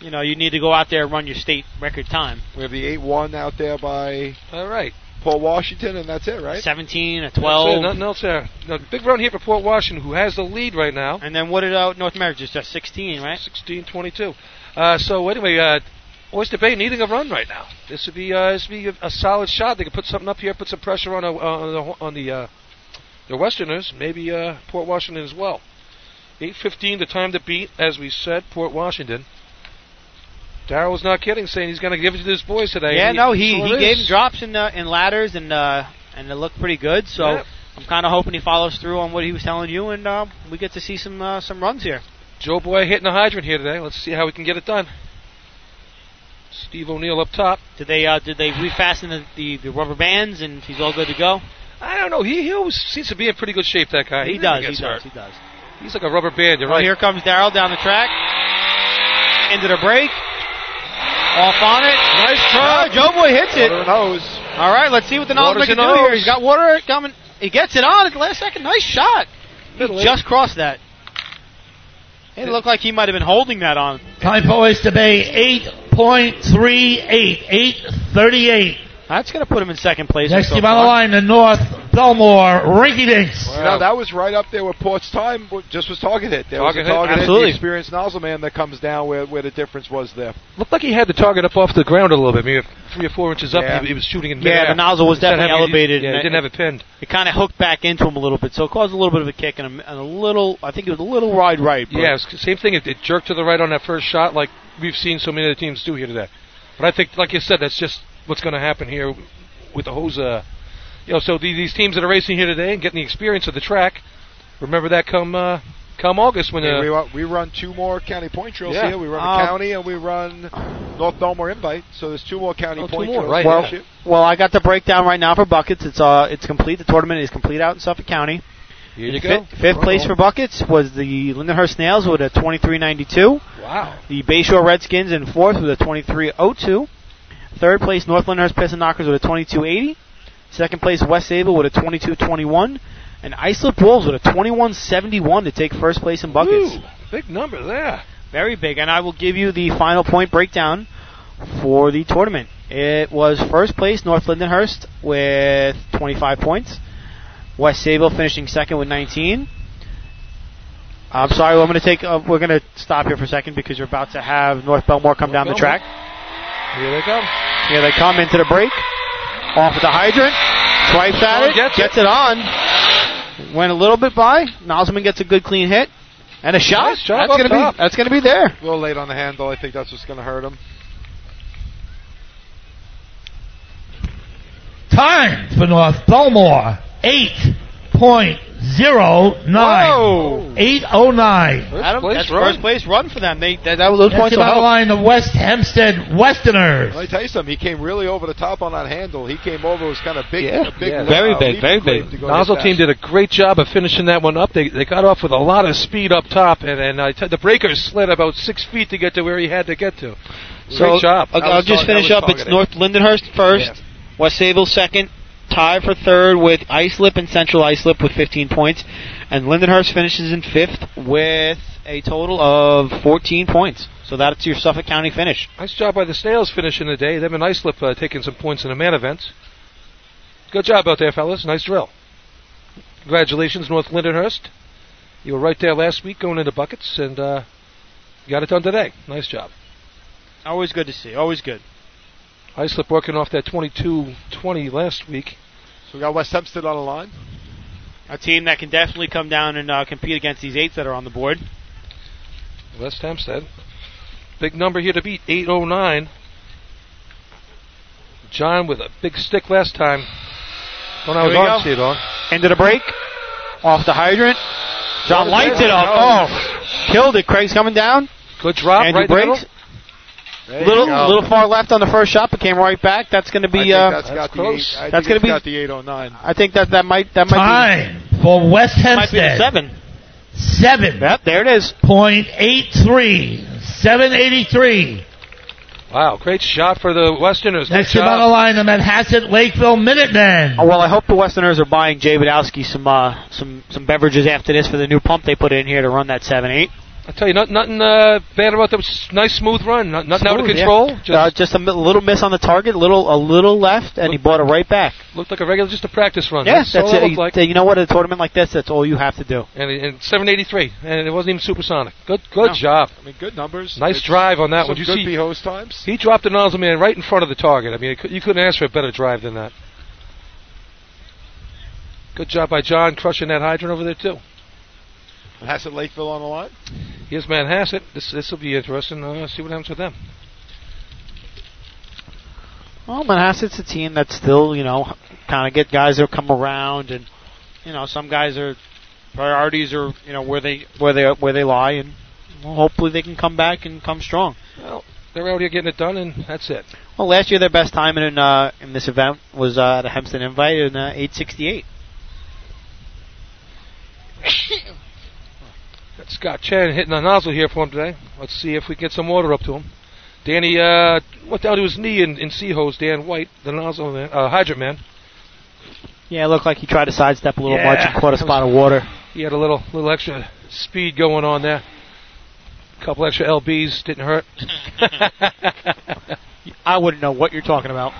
Speaker 5: you know, you need to go out there and run your state record time.
Speaker 6: we have the eight-one out there by
Speaker 2: All right.
Speaker 6: Paul Washington, and that's it, right?
Speaker 5: 17 or
Speaker 2: That's it.
Speaker 5: 12.
Speaker 2: Nothing else there. No, big run here for Port Washington, who has the lead right now.
Speaker 5: And then what did uh, North America just uh, 16, right?
Speaker 2: 16-22. Uh, so anyway, uh, Oyster Bay needing a run right now. This would be uh, this would be a, a solid shot. They could put something up here, put some pressure on uh, on the on the, uh, the Westerners, maybe uh, Port Washington as well. 8:15, the time to beat, as we said, Port Washington. Darrell's not kidding, saying he's going to give it to his boys today.
Speaker 5: Yeah, no, he
Speaker 2: sure
Speaker 5: he
Speaker 2: is.
Speaker 5: gave him drops in uh, in ladders and uh, and it looked pretty good. So
Speaker 2: Yeah.
Speaker 5: I'm kind of hoping he follows through on what he was telling you, and uh, we get to see some uh, some runs here.
Speaker 2: Joe Boy hitting the hydrant here today. Let's see how we can get it done. Steve O'Neill up top.
Speaker 5: Did they uh, did they refasten the, the, the rubber bands and he's all good to go?
Speaker 2: I don't know. He he always seems to be in pretty good shape. That guy.
Speaker 5: he, does,
Speaker 2: never
Speaker 5: he
Speaker 2: gets
Speaker 5: does,
Speaker 2: hurt.
Speaker 5: he does.
Speaker 2: He's like a rubber band. You're
Speaker 5: Well,
Speaker 2: right.
Speaker 5: here comes Darrell down the track into the break. Off on it. Nice try. Joe Boy hits it.
Speaker 6: Who knows?
Speaker 5: All right, let's see what the Nolan
Speaker 2: Waters
Speaker 5: can
Speaker 2: in
Speaker 5: do here.
Speaker 2: O's.
Speaker 5: He's got water coming. He gets it on at the last second. Nice shot. He
Speaker 2: Middle
Speaker 5: just crossed that. It looked like he might have been holding that on.
Speaker 3: Time for Oyster Bay, 8.38. 8.38.
Speaker 5: That's going to put him in second place.
Speaker 3: Next
Speaker 5: so
Speaker 3: team on the
Speaker 5: far.
Speaker 3: line, the North Belmore Rinky Dinks.
Speaker 6: You know, that was right up there with Port's time. but Just was target hit. There
Speaker 2: Target
Speaker 6: was a
Speaker 2: hit,
Speaker 6: target hit.
Speaker 5: absolutely.
Speaker 6: The experienced nozzle man that comes down where where the difference was there.
Speaker 2: Looked like he had the target up off the ground a little bit, maybe three or four inches up.
Speaker 6: Yeah.
Speaker 2: He, he was shooting in
Speaker 5: Yeah,
Speaker 2: midair.
Speaker 5: the nozzle was
Speaker 2: Instead of
Speaker 5: definitely
Speaker 2: having-
Speaker 5: elevated.
Speaker 2: Yeah, he
Speaker 5: and
Speaker 2: didn't have it pinned.
Speaker 5: It kind of hooked back into him a little bit, so it caused a little bit of a kick and a, and a little. I think it was a little wide right. but-
Speaker 2: Yeah, it's the same thing. It, it jerked to the right on that first shot, like we've seen so many other teams do here today. But I think, like you said, that's just what's going to happen here with the hose. Uh, you know, so the, these teams that are racing here today and getting the experience of the track, remember that come uh, come August when uh,
Speaker 6: we,
Speaker 2: the
Speaker 6: run, we run two more county point drills
Speaker 2: Yeah.
Speaker 6: here. We run
Speaker 5: Oh.
Speaker 6: a county and we run North Belmore invite. So there's two more county
Speaker 2: Oh, two
Speaker 6: point
Speaker 2: more,
Speaker 6: drills.
Speaker 2: right,
Speaker 6: this
Speaker 2: yeah.
Speaker 6: year.
Speaker 5: Well, I got the breakdown right now for buckets. It's uh, it's complete. The tournament is complete out in Suffolk County.
Speaker 2: here you go.
Speaker 5: Fifth, fifth place for buckets was the Lindenhurst Snails with a 2392.
Speaker 2: Wow.
Speaker 5: The Bayshore Redskins in fourth with a 2302. Third place, North Lyndhurst Piston Knockers with a 2280. Second place, West Sable with a 2221. And Islip Wolves with a 2171 to take first place in buckets.
Speaker 2: Ooh, big number there.
Speaker 5: Very big. And I will give you the final point breakdown for the tournament. It was first place, North Lindenhurst with 25 points. West Sable finishing second with 19. I'm sorry, I'm going to take. Uh, we're going to stop here for a second because you're about to have North Belmore come down the
Speaker 2: Belmore.
Speaker 5: track.
Speaker 2: Here they come.
Speaker 5: Here they come into the break. Off with the hydrant. Swipes at
Speaker 2: Oh,
Speaker 5: it.
Speaker 2: gets it.
Speaker 5: it. on. Went a little bit by. Nosman gets a good clean hit. And a shot.
Speaker 2: Nice job
Speaker 5: that's
Speaker 2: up
Speaker 5: gonna
Speaker 2: top.
Speaker 5: be that's gonna be there.
Speaker 6: A little late on the handle. I think that's what's going to hurt him.
Speaker 3: Time for North Belmore, 8.09.
Speaker 5: Whoa.
Speaker 3: 8.09.
Speaker 2: First
Speaker 5: Adam,
Speaker 2: place
Speaker 5: that's
Speaker 2: run.
Speaker 5: first place run for them. They that, that was those
Speaker 3: Next
Speaker 5: points
Speaker 3: team
Speaker 5: will
Speaker 3: on
Speaker 5: help.
Speaker 3: the line, the West Hempstead Westerners.
Speaker 6: Let me tell you something. He came really over the top on that handle. He came over. It was kind of big.
Speaker 2: Yeah.
Speaker 6: a big
Speaker 2: Yeah,
Speaker 6: leap-
Speaker 2: very
Speaker 6: uh,
Speaker 2: big,
Speaker 6: leap
Speaker 2: very
Speaker 6: grade
Speaker 2: big.
Speaker 6: to go
Speaker 2: Nozzle
Speaker 6: that
Speaker 2: team
Speaker 6: fast.
Speaker 2: did a great job of finishing that one up. They they got off with a lot of speed up top, and and I t- the breakers slid about six feet to get to where he had to get to. great job.
Speaker 5: I'll, I'll just finish up. It's North Lindenhurst first,
Speaker 2: Yeah.
Speaker 5: West Sable second, tie for third with Islip and Central Islip with 15 points, and Lindenhurst finishes in fifth with a total of 14 points. So that's your Suffolk County finish.
Speaker 2: Nice job by the Snails finishing the day. Them and Islip uh, taking some points in the man events. Good job out there, fellas. Nice drill. Congratulations, North Lindenhurst. You were right there last week going into buckets, and uh, you got it done today. Nice job.
Speaker 5: Always good to see. Always good.
Speaker 2: Islip working off that 22-20 last week.
Speaker 6: So we got West Hempstead on the line.
Speaker 5: A team that can definitely come down and uh, compete against these eights that are on the board.
Speaker 2: West Hempstead. Big number here to beat, 809. John with a big stick last time. When I
Speaker 1: Here
Speaker 2: was
Speaker 1: we
Speaker 2: on,
Speaker 1: go.
Speaker 2: Steve, on.
Speaker 1: Into the break. Off the hydrant. John lights it up. Oh, killed it. Craig's coming down.
Speaker 2: Good drop
Speaker 1: Andrew
Speaker 2: right
Speaker 1: breaks.
Speaker 6: There you
Speaker 1: Little
Speaker 6: go.
Speaker 1: little far left on the first shot, but came right back. That's going to
Speaker 6: I
Speaker 1: be.
Speaker 6: think
Speaker 1: Uh,
Speaker 6: that's
Speaker 2: That's
Speaker 6: got the eight,
Speaker 2: close.
Speaker 6: I
Speaker 1: That's
Speaker 6: think it's
Speaker 1: gonna
Speaker 6: got
Speaker 1: be-
Speaker 6: the 809.
Speaker 1: I think that that might that might
Speaker 3: Time for West
Speaker 1: be might be the
Speaker 3: Hempstead.
Speaker 1: seven.
Speaker 3: Seven
Speaker 1: Yep, there it is.
Speaker 3: point eight three, seven eighty three.
Speaker 2: middle. Wow, great shot for the Westerners.
Speaker 3: Next
Speaker 2: Good
Speaker 3: up on the
Speaker 2: job.
Speaker 3: line, the Manhasset Lakeville Minutemen.
Speaker 1: Oh, well, I hope the Westerners are buying Jay Vidowski some uh, some some beverages after this for the new pump they put in here to run that seven eight.
Speaker 2: I tell you, not, nothing uh, bad about that. S- Nice, smooth run. Not, nothing out of
Speaker 1: Smooth, yeah.
Speaker 2: control.
Speaker 1: Just, uh, just a mi- little miss on the target, little a little left, and he bought it right back.
Speaker 2: Looked like a regular, just a practice run.
Speaker 1: Yes,
Speaker 2: all
Speaker 1: that's it.
Speaker 2: that looked
Speaker 1: You,
Speaker 2: like.
Speaker 1: you know what? At a tournament like this, that's all you have to do.
Speaker 2: And, it- and 783, and it wasn't even supersonic. Good, good
Speaker 1: No.
Speaker 2: job.
Speaker 6: I mean, good numbers.
Speaker 2: Nice
Speaker 6: It's
Speaker 2: drive on that
Speaker 6: some
Speaker 2: one. You
Speaker 6: good
Speaker 2: see,
Speaker 6: B-hose times.
Speaker 2: he dropped the nozzle man right in front of the target. I mean, it cou- you couldn't ask for a better drive than that. Good job by John crushing that hydrant over there too.
Speaker 6: Hassett Lakeville on the line.
Speaker 2: Here's Manhasset. This this will be interesting. Uh, see what happens with them.
Speaker 1: Well, Manhasset's a team that's still, you know, kind of get guys that come around, and you know, some guys are priorities are, you know, where they where they where they lie, and well, hopefully they can come back and come strong.
Speaker 2: Well, they're out here getting it done, and that's it.
Speaker 1: Well, last year their best time in uh, in this event was uh, at a Hempstead invite in uh, 868.
Speaker 2: Got Scott Chan hitting the nozzle here for him today. Let's see if we can get some water up to him. Danny uh, went down to his knee in, in sea hose. Dan White, the nozzle man, uh, hydrant man.
Speaker 1: Yeah, it looked like he tried to sidestep a little
Speaker 2: Yeah.
Speaker 1: much and caught a spot of water.
Speaker 2: He had a little little extra speed going on there. Couple extra lbs didn't hurt.
Speaker 1: I wouldn't know what you're talking about.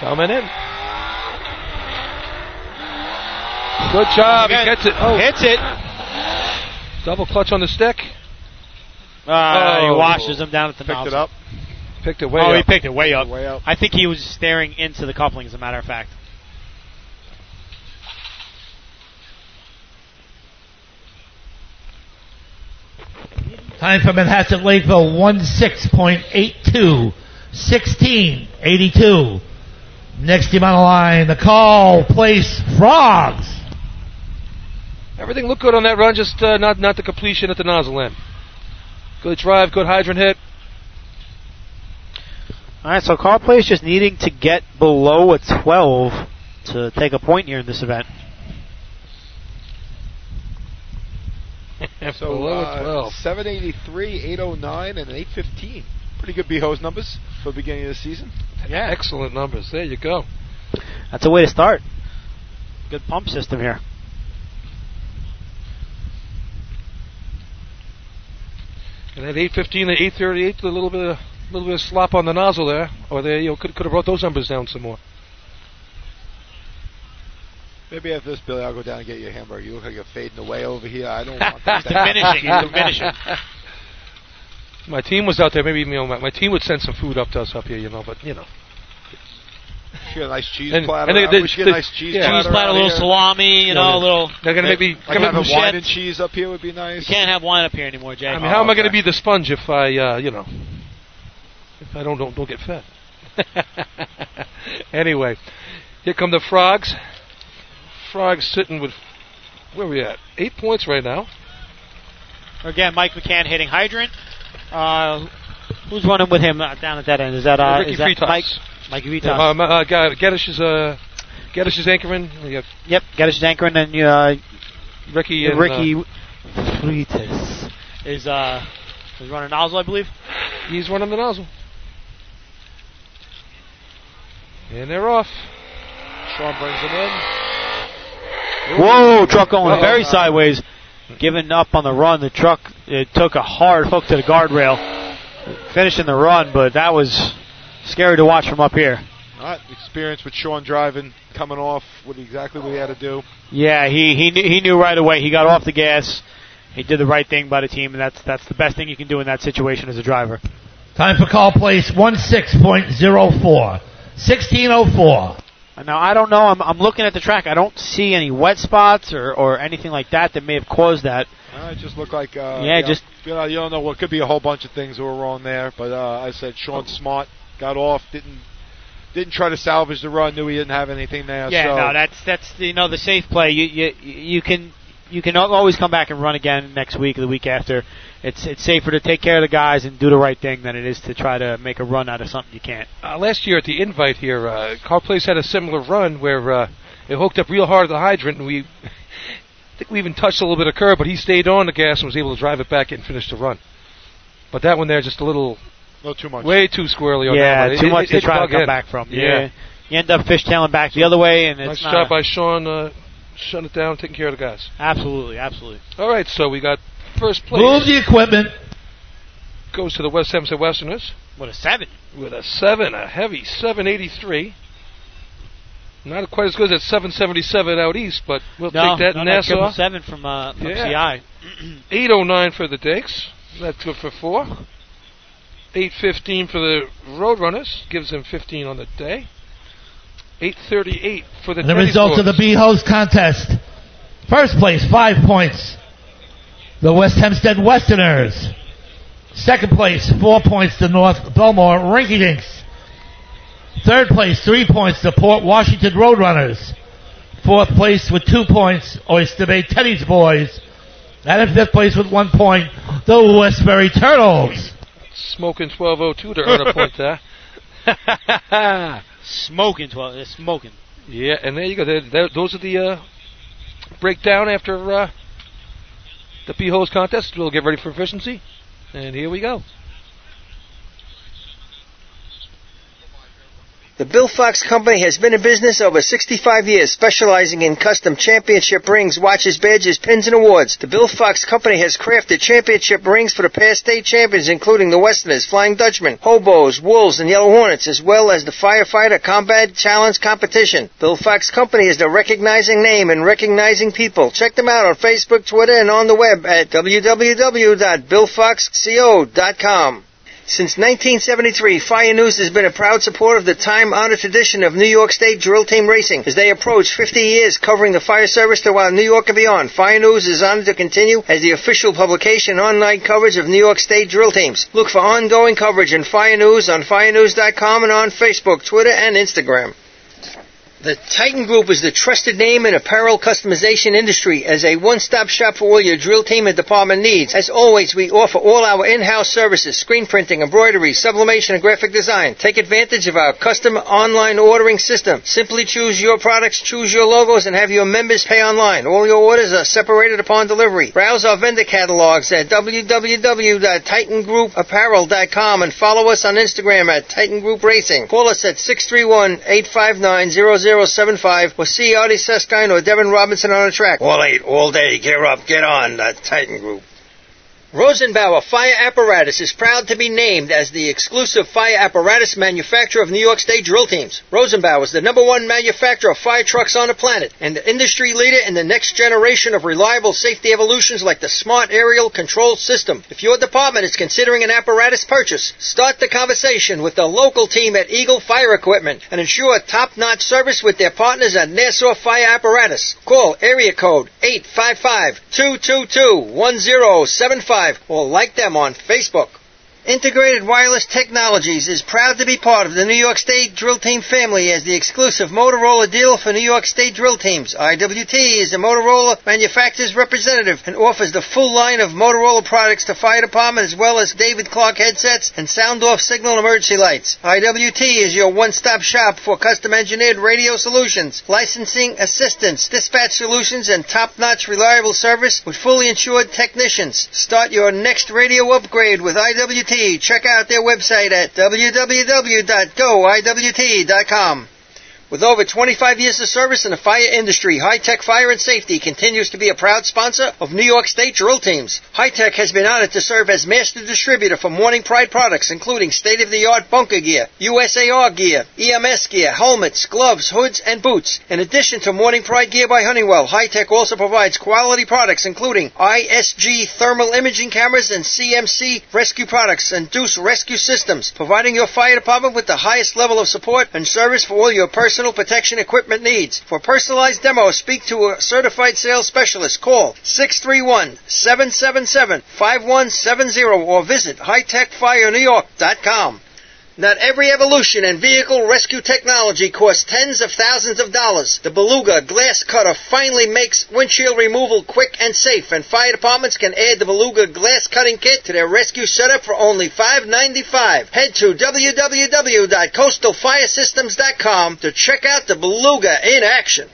Speaker 2: Coming in. Good job. He
Speaker 1: Again.
Speaker 2: gets it. Oh,
Speaker 1: Hits it.
Speaker 2: double clutch on the stick.
Speaker 1: Uh,
Speaker 2: Oh.
Speaker 1: He washes him down at the
Speaker 6: Picked
Speaker 1: nozzle.
Speaker 6: it up.
Speaker 2: Picked it way
Speaker 1: Oh, he
Speaker 2: up.
Speaker 1: picked it way up.
Speaker 6: Way up.
Speaker 1: I think he was staring into the coupling, as a matter of fact.
Speaker 3: Time for Manhasset Lakeville one six point eight two, sixteen eighty two. Next team on the line, the call place frogs.
Speaker 2: Everything looked good on that run, just uh, not not the completion at the nozzle end. Good drive, good hydrant hit.
Speaker 1: All right, so Carl Place just needing to get below a 12 to take a point here in this event.
Speaker 6: So
Speaker 2: Below
Speaker 6: uh,
Speaker 2: 12.
Speaker 6: 783, 809, and 815. Pretty good B-hose numbers for the beginning of the season.
Speaker 2: Yeah. Excellent numbers. There you go.
Speaker 1: That's a way to start. Good pump system here.
Speaker 2: And at 8:15 and 8:38, a little bit of little bit of slop on the nozzle there, or they you know, could could have brought those numbers down some more.
Speaker 6: Maybe after this, Billy, I'll go down and get you a hamburger. You look like you're fading away over here. I don't want that.
Speaker 1: Diminishing, he's diminishing.
Speaker 2: My team was out there. Maybe you know, my, my team would send some food up to us up here, you know. But you know,
Speaker 6: You get a nice cheese
Speaker 2: And-
Speaker 6: platter.
Speaker 2: and they-
Speaker 6: I
Speaker 2: they-
Speaker 6: wish you
Speaker 2: they-
Speaker 6: get a nice cheese
Speaker 2: yeah.
Speaker 6: platter.
Speaker 2: Cheese
Speaker 1: He's playing a
Speaker 6: out
Speaker 1: little
Speaker 6: here.
Speaker 1: salami, you know, a little.
Speaker 2: they're gonna
Speaker 6: Like,
Speaker 2: maybe.
Speaker 6: like
Speaker 2: gonna
Speaker 6: having
Speaker 2: be-
Speaker 6: wine
Speaker 1: bruschettes.
Speaker 6: and cheese up here would be nice.
Speaker 1: You can't have wine up here anymore, Jay.
Speaker 2: I mean, how am I gonna
Speaker 6: Oh, okay.
Speaker 2: be the sponge if I uh, you know if I don't don't don't get fed? anyway, here come the frogs. Frogs sitting with where we at? Eight points right now.
Speaker 1: Again, Mike McCann hitting hydrant. Uh, who's running with him uh, down at that end? Is that uh,
Speaker 2: Ricky
Speaker 1: is that
Speaker 2: Fritas.
Speaker 1: Mike? Mikey Vitas.
Speaker 2: Yeah, Um, uh, Ga- Geddes is uh, Geddes is anchoring. We got
Speaker 1: yep, Geddes is anchoring, and uh,
Speaker 2: Ricky and uh,
Speaker 1: Ricky
Speaker 6: uh,
Speaker 1: Fritas is uh, is running nozzle, I believe.
Speaker 2: uh, he's running the nozzle. And they're off.
Speaker 6: Sean brings him in.
Speaker 1: Whoa, truck going
Speaker 2: Uh-oh.
Speaker 1: very sideways. Giving up on the run, the truck it took a hard hook to the guardrail, finishing the run, but that was scary to watch from up here.
Speaker 6: All right, experience with Sean driving, coming off, what exactly what he had to do.
Speaker 1: Yeah, he he knew, he knew right away. He got off the gas. He did the right thing by the team, and that's that's the best thing you can do in that situation as a driver.
Speaker 3: Time for call place one six point zero four, sixteen oh four.
Speaker 1: Now I don't know. I'm, I'm looking at the track. I don't see any wet spots or, or anything like that that may have caused that.
Speaker 6: Uh, it just looked like uh,
Speaker 1: Yeah, just-
Speaker 6: you, know, you don't know what could be a whole bunch of things that were wrong there. But uh, I said Sean Smart got off, didn't didn't try to salvage the run, knew he didn't have anything there.
Speaker 1: Yeah,
Speaker 6: so
Speaker 1: no, that's that's you know the safe play. You you you can you can al- always come back and run again next week or the week after. It's it's safer to take care of the guys and do the right thing than it is to try to make a run out of something you can't.
Speaker 2: Uh, last year at the invite here, uh, Car Place had a similar run where uh, it hooked up real hard at the hydrant, and we I think we even touched a little bit of curb, but he stayed on the gas and was able to drive it back and finish the run. But that one there, just a little
Speaker 6: no too much.
Speaker 2: way too squirrely on
Speaker 1: yeah,
Speaker 2: that one. It-
Speaker 1: too
Speaker 2: it-
Speaker 1: much
Speaker 2: it
Speaker 1: to try to
Speaker 2: dug
Speaker 1: come
Speaker 2: in.
Speaker 1: back from.
Speaker 2: Yeah.
Speaker 1: you end up fishtailing back the other way, and
Speaker 2: Nice
Speaker 1: it's
Speaker 2: job
Speaker 1: not
Speaker 2: by Sean uh, shutting it down, taking care of the guys.
Speaker 1: absolutely, absolutely.
Speaker 2: All right, so we got first place
Speaker 3: Move the equipment.
Speaker 2: goes to the West Hempstead Westerners
Speaker 1: What a seven!
Speaker 2: with a seven, a heavy seven eighty three. Not quite as good as that seven seventy seven out east, but we'll
Speaker 1: no,
Speaker 2: take that
Speaker 1: no,
Speaker 2: in
Speaker 1: no, triple
Speaker 2: Nassau.
Speaker 1: seven from uh from
Speaker 2: Yeah.
Speaker 1: CI.
Speaker 2: 809 for the Dicks. That's good for four. 815 for the Roadrunners. Gives them 15 on the day. 838 for the
Speaker 3: The results of the B Hose contest. First place, five points. The West Hempstead Westerners. Second place, four points to North Belmore Rinky Dinks. Third place, three points to Port Washington Roadrunners. Fourth place with two points, Oyster Bay Teddy's Boys. And in fifth place with one point, the Westbury Turtles.
Speaker 2: Smoking 1202 to earn a point there.
Speaker 1: Smoking twelve, they're smoking.
Speaker 2: yeah, and there you go. There, there, those are the uh, breakdown after uh, the P Hose contest. We'll get ready for efficiency. And here we go.
Speaker 4: The Bill Fox Company has been in business over 65 years, specializing in custom championship rings, watches, badges, pins, and awards. The Bill Fox Company has crafted championship rings for the past state champions, including the Westerners, Flying Dutchman, Hobos, Wolves, and Yellow Hornets, as well as the Firefighter Combat Challenge competition. Bill Fox Company is the recognizing name and recognizing people. Check them out on Facebook, Twitter, and on the web at www.billfoxco.com. Since 1973, Fire News has been a proud supporter of the time-honored tradition of New York State drill team racing. As they approach 50 years covering the fire service throughout New York and beyond, Fire News is honored to continue as the official publication and online coverage of New York State drill teams. Look for ongoing coverage in Fire News on firenews.com and on Facebook, Twitter, and Instagram. The Titan Group is the trusted name in apparel customization industry as a one-stop shop for all your drill team and department needs. As always, we offer all our in-house services, screen printing, embroidery, sublimation, and graphic design. Take advantage of our custom online ordering system. Simply choose your products, choose your logos, and have your members pay online. All your orders are separated upon delivery. Browse our vendor catalogs at www.titangroupapparel.com and follow us on Instagram at Titan Group Racing. Call us at 631-859-0075 or see Artie Suskind or Devin Robinson on the track. All eight, all day, get up, get on, the Titan Group. Rosenbauer Fire Apparatus is proud to be named as the exclusive fire apparatus manufacturer of New York State drill teams. Rosenbauer is the number one manufacturer of fire trucks on the planet and the industry leader in the next generation of reliable safety evolutions like the Smart Aerial Control System. If your department is considering an apparatus purchase, start the conversation with the local team at Eagle Fire Equipment and ensure top-notch service with their partners at Nassau Fire Apparatus. Call area code 855-222-1075 or like them on Facebook. Integrated Wireless Technologies is proud to be part of the New York State Drill Team family as the exclusive Motorola deal for New York State drill teams. IWT is the Motorola manufacturer's representative and offers the full line of Motorola products to fire department as well as David Clark headsets and sound off signal emergency lights. IWT is your one-stop shop for custom engineered radio solutions, licensing assistance, dispatch solutions, and top-notch reliable service with fully insured technicians. Start your next radio upgrade with IWT. Check out their website at www.goiwt.com. With over 25 years of service in the fire industry, High Tech Fire and Safety continues to be a proud sponsor of New York State drill teams. High Tech has been honored to serve as master distributor for Morning Pride products, including state-of-the-art bunker gear, USAR gear, EMS gear, helmets, gloves, hoods, and boots. In addition to Morning Pride gear by Honeywell, High Tech also provides quality products, including ISG thermal imaging cameras and CMC rescue products and Deuce rescue systems, providing your fire department with the highest level of support and service for all your personal personal protection equipment needs. For personalized demos, speak to a certified sales specialist. Call 631-777-5170 or visit hightechfirenewyork.com. Not every evolution in vehicle rescue technology costs tens of thousands of dollars. The Beluga glass cutter finally makes windshield removal quick and safe, and fire departments can add the Beluga glass cutting kit to their rescue setup for only $5.95. Head to www.coastalfiresystems.com to check out the Beluga in action.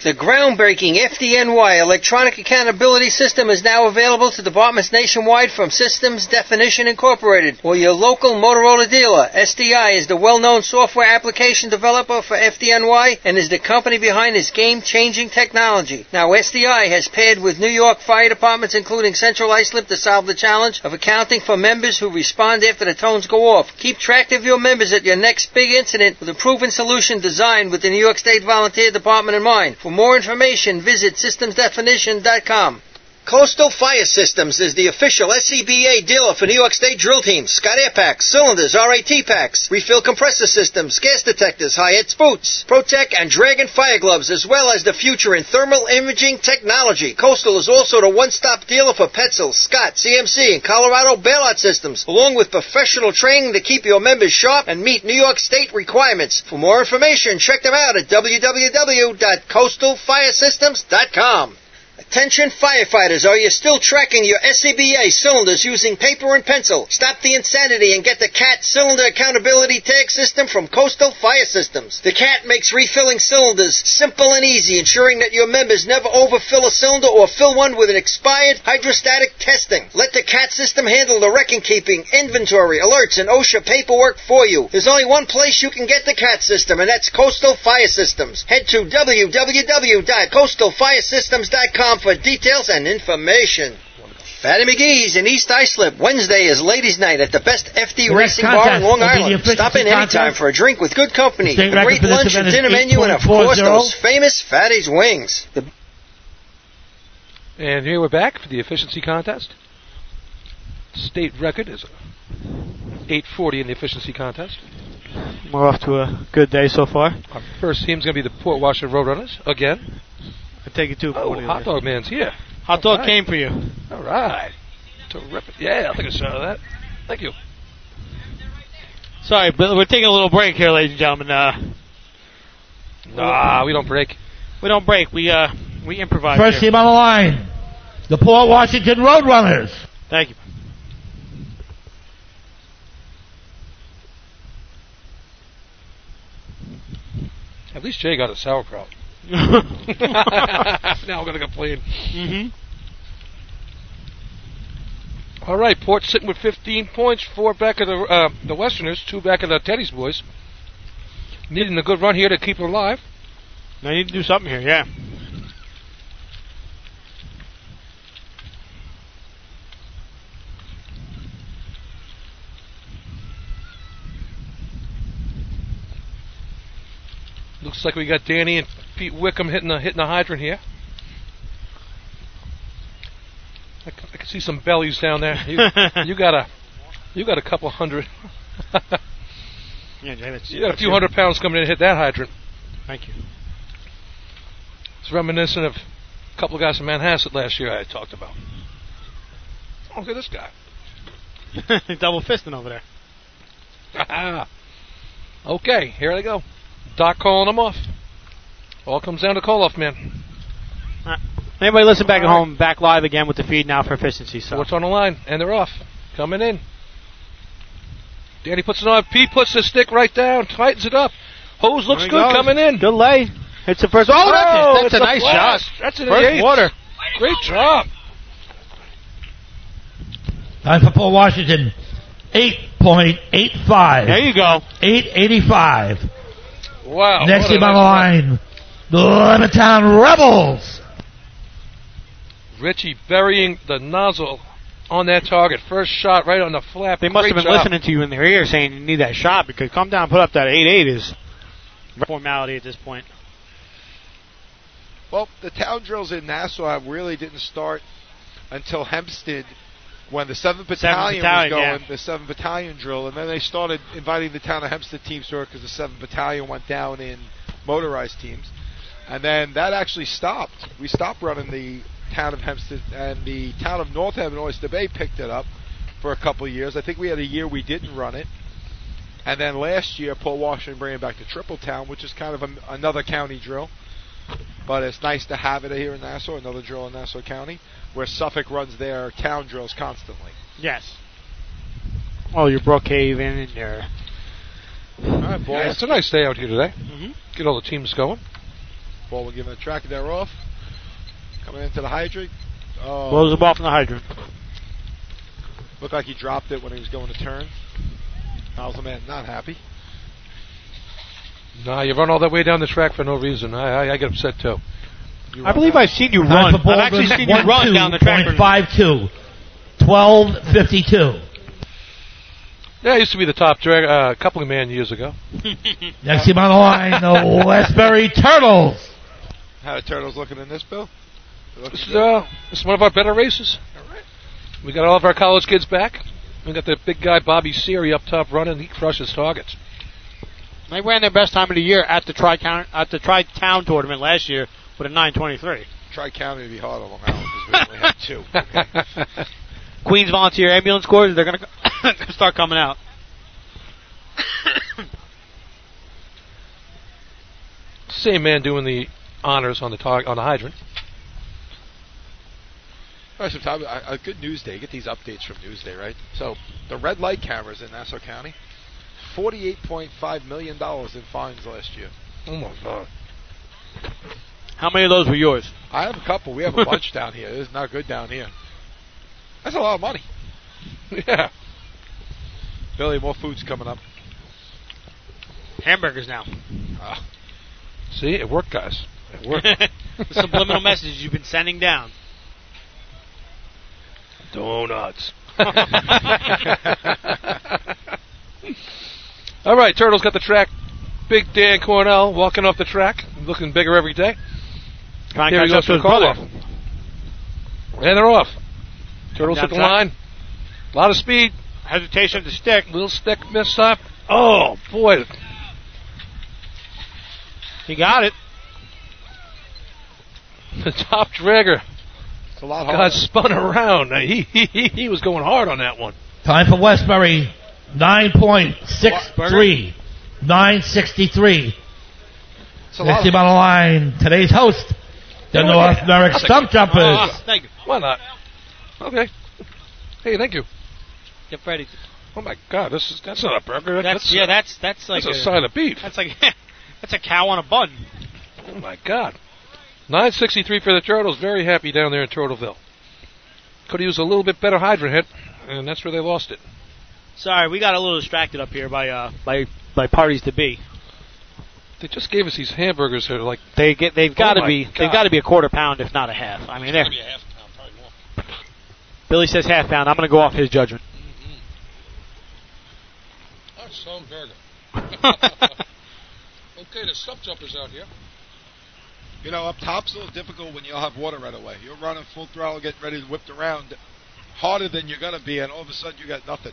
Speaker 4: The groundbreaking FDNY electronic accountability system is now available to departments nationwide from Systems Definition Incorporated or your local Motorola dealer. SDI is the well-known software application developer for FDNY and is the company behind this game-changing technology. Now SDI has paired with New York fire departments including Central Islip to solve the challenge of accounting for members who respond after the tones go off. Keep track of your members at your next big incident with a proven solution designed with the New York State Volunteer Department in mind. For more information, visit systemsdefinition.com. Coastal Fire Systems is the official SCBA dealer for New York State drill teams, Scott Air Packs, cylinders, RAT packs, refill compressor systems, gas detectors, Hyatt's boots, Protec and Dragon fire gloves, as well as the future in thermal imaging technology. Coastal is also the one-stop dealer for Petzl, Scott, CMC, and Colorado bailout systems, along with professional training to keep your members sharp and meet New York State requirements. For more information, check them out at www.coastalfiresystems.com. Attention firefighters, are you still tracking your SCBA cylinders using paper and pencil? Stop the insanity and get the CAT Cylinder Accountability Tag System from Coastal Fire Systems. The CAT makes refilling cylinders simple and easy, ensuring that your members never overfill a cylinder or fill one with an expired hydrostatic testing. Let the CAT system handle the record keeping, inventory, alerts, and OSHA paperwork for you. There's only one place you can get the CAT system, and that's Coastal Fire Systems. Head to www.coastalfiresystems.com for details and information. Fatty McGee's in East Islip. Wednesday is ladies' night at the best FD
Speaker 3: The next
Speaker 4: Racing Bar in
Speaker 3: contest
Speaker 4: Long
Speaker 3: will be the
Speaker 4: Island.
Speaker 3: official
Speaker 4: Stop in
Speaker 3: contest.
Speaker 4: anytime for a drink with good company,
Speaker 3: State
Speaker 4: a
Speaker 3: record
Speaker 4: great
Speaker 3: for this
Speaker 4: lunch and
Speaker 3: event is
Speaker 4: dinner menu, and of course
Speaker 3: 8.40.
Speaker 4: those famous Fatty's wings. The
Speaker 2: And here we're back for the efficiency contest. State record is 840 in the efficiency contest.
Speaker 1: We're off to a good day so far.
Speaker 2: Our first team's going to be the Port Washington Roadrunners again.
Speaker 1: I take it too.
Speaker 2: Oh, Hot Dog Man's here.
Speaker 1: Hot dog
Speaker 2: Alright.
Speaker 1: came for you.
Speaker 2: All right. Terrific. Yeah, I'll take a shot of that. Thank you.
Speaker 5: Sorry, but we're taking a little break here, ladies and gentlemen. Uh,
Speaker 2: Nah, we don't break.
Speaker 5: we don't break. We uh, we improvise.
Speaker 3: First
Speaker 5: here.
Speaker 3: team on the line, the Port Washington Roadrunners.
Speaker 5: Thank you.
Speaker 2: At least Jay got a sauerkraut. now I'm going to complain.
Speaker 5: hmm
Speaker 2: All right, Port sitting with 15 points, four back of the uh, the Westerners, two back of the Teddy's boys. Needing a good run here to keep it alive.
Speaker 1: I need to do something here. Yeah.
Speaker 2: Looks like we got Danny and Pete Wickham hitting the hitting the hydrant here. I can, I can see some bellies down there. You, you got a you got a couple hundred.
Speaker 1: Yeah, Jay, that's-
Speaker 2: you got a few hundred pounds coming in to hit that hydrant.
Speaker 1: Thank you.
Speaker 2: It's reminiscent of a couple of guys from Manhasset last year I had talked about. Oh, look at this guy.
Speaker 1: Double fisting over there.
Speaker 2: okay, here they go. Doc calling them off. All comes down to call off, man.
Speaker 1: Anybody listen back at home, back live again with the feed now for efficiency. So
Speaker 2: What's on the line? And they're off. Coming in. Danny puts it on. P puts the stick right down. Tightens it up. Hose looks
Speaker 1: There
Speaker 2: good
Speaker 1: he goes.
Speaker 2: coming in.
Speaker 1: good lay. It's the first. Oh,
Speaker 2: Oh,
Speaker 1: that's,
Speaker 2: it's
Speaker 1: that's a nice
Speaker 2: flash.
Speaker 1: shot.
Speaker 2: That's an
Speaker 1: First
Speaker 2: eight.
Speaker 1: water.
Speaker 2: Great job.
Speaker 3: Time for Port Washington, 8.85.
Speaker 1: There you go. Oh,
Speaker 3: 885.
Speaker 2: Wow.
Speaker 3: Next
Speaker 2: what a
Speaker 3: team on the
Speaker 2: nice run.
Speaker 3: line, the Levittown Rebels.
Speaker 2: Richie burying the nozzle on that target. First shot right on the flap.
Speaker 1: They must
Speaker 2: Great
Speaker 1: have been
Speaker 2: job.
Speaker 1: listening to you in their ear saying you need that shot because come down, and put up that eight eight is formality at this point.
Speaker 6: Well, the town drills in Nassau really didn't start until Hempstead when the 7th Battalion,
Speaker 1: Battalion,
Speaker 6: was going, the 7th Battalion drill, and then they started inviting the town of Hempstead teams to it because the 7th Battalion went down in motorized teams. And then that actually stopped. We stopped running the town of Hempstead, and the town of Northam and Oyster Bay picked it up for a couple of years. I think we had a year we didn't run it. And then last year, Paul Washington bringing back the Triple Town, which is kind of a, another county drill. But it's nice to have it here in Nassau, another drill in Nassau County, where Suffolk runs their town drills constantly.
Speaker 1: Yes. Well, your Brookhaven and your
Speaker 6: All right, Paul,
Speaker 2: Yeah, it's a nice day out here today.
Speaker 1: Mhm.
Speaker 2: Get all the teams going.
Speaker 6: Ball Mm-hmm. will give it a track there off. Coming into the hydrant. Oh,
Speaker 1: blows the ball from the hydrant.
Speaker 6: looked like he dropped it when he was going to turn. How's the man not happy?
Speaker 2: Nah, you run all that way down the track for no reason. I I, I get upset too.
Speaker 6: You
Speaker 1: I
Speaker 6: run
Speaker 1: believe
Speaker 6: that.
Speaker 1: I've seen you
Speaker 3: Time
Speaker 1: run.
Speaker 3: for
Speaker 1: I've actually
Speaker 3: Baldwin,
Speaker 1: seen you
Speaker 3: one,
Speaker 1: run
Speaker 3: two,
Speaker 1: down the track.
Speaker 3: point Five two. Twelve fifty two.
Speaker 2: Yeah, I used to be the top drag, uh, coupling man years ago.
Speaker 3: Next team on the line, the Westbury Turtles.
Speaker 6: How the turtles looking in this, Bill? They're looking
Speaker 2: This is,
Speaker 6: good.
Speaker 2: uh, this is one of our better races.
Speaker 6: All right.
Speaker 2: We got all of our college kids back. We got the big guy Bobby Seary up top running. He crushes targets.
Speaker 1: They ran their best time of the year at the tri at the tri town tournament last year with a 9:23.
Speaker 6: Try counting would be hard on Long Island because we only have two.
Speaker 1: Queens Volunteer Ambulance Corps. They're gonna co- start coming out.
Speaker 2: Same man doing the honors on the tar- on the hydrant.
Speaker 6: All right, so Tom, a, a good Newsday. You get these updates from Newsday, right? So the red light cameras in Nassau County, forty-eight point five million dollars in fines last year.
Speaker 2: Oh my God!
Speaker 1: How many of those were yours?
Speaker 6: I have a couple. We have a bunch down here. It's not good down here. That's a lot of money.
Speaker 2: Yeah,
Speaker 6: Billy, more food's coming up.
Speaker 1: Hamburgers now.
Speaker 6: Ah,
Speaker 2: see, it worked, guys. It worked.
Speaker 1: the subliminal message you've been sending down.
Speaker 2: Donuts. All right, Turtles got the track. Big Dan Cornell walking off the track, looking bigger every day.
Speaker 1: Trying
Speaker 2: Here
Speaker 1: to
Speaker 2: he
Speaker 1: catch up
Speaker 2: goes
Speaker 1: to
Speaker 2: to
Speaker 1: his
Speaker 2: the call off.
Speaker 1: brother.
Speaker 2: And they're off. Turtles
Speaker 1: Down
Speaker 2: hit the
Speaker 1: track.
Speaker 2: line. A lot of speed.
Speaker 1: Hesitation to stick.
Speaker 2: Little stick missed up. Oh, boy.
Speaker 1: He got it.
Speaker 2: The top dragger
Speaker 6: it's a lot
Speaker 1: Oh.
Speaker 6: harder.
Speaker 2: got spun around. Now, he, he, he, he was going hard on that one.
Speaker 3: Time for Westbury, 9.63. 9.63.
Speaker 6: It's a
Speaker 3: Next
Speaker 6: lot
Speaker 3: team
Speaker 6: of,
Speaker 3: on the line, today's host, the North Merrick Stump Jumpers.
Speaker 1: Ah, thank you.
Speaker 2: Why not? Okay. Hey, thank you.
Speaker 1: Get ready.
Speaker 2: Oh, my God. This is, that's not a burger.
Speaker 1: That's,
Speaker 2: That's,
Speaker 1: yeah.
Speaker 2: a-
Speaker 1: That's that's like
Speaker 2: that's a
Speaker 1: a-
Speaker 2: side of beef.
Speaker 1: that's like that's a cow on a bun.
Speaker 2: Oh my God. 963 for the Turtles. Very happy down there in Turtleville. Could have used a little bit better hydrant hit, and that's where they lost it.
Speaker 1: Sorry, we got a little distracted up here by uh by by parties to be.
Speaker 2: They just gave us these hamburgers that are like,
Speaker 1: They get they've got to
Speaker 2: my
Speaker 1: be they've
Speaker 2: God.
Speaker 1: got to be a quarter pound if not a half. I mean, they're Billy says half pound. I'm going to go off his judgment.
Speaker 2: Mm-hmm. that's some burger. Okay, the stump jumper's out here.
Speaker 6: you know, up top's a little difficult when you don't have water right away. You're running full throttle, getting ready to whip around harder than you're gonna be, and all of a sudden you got nothing.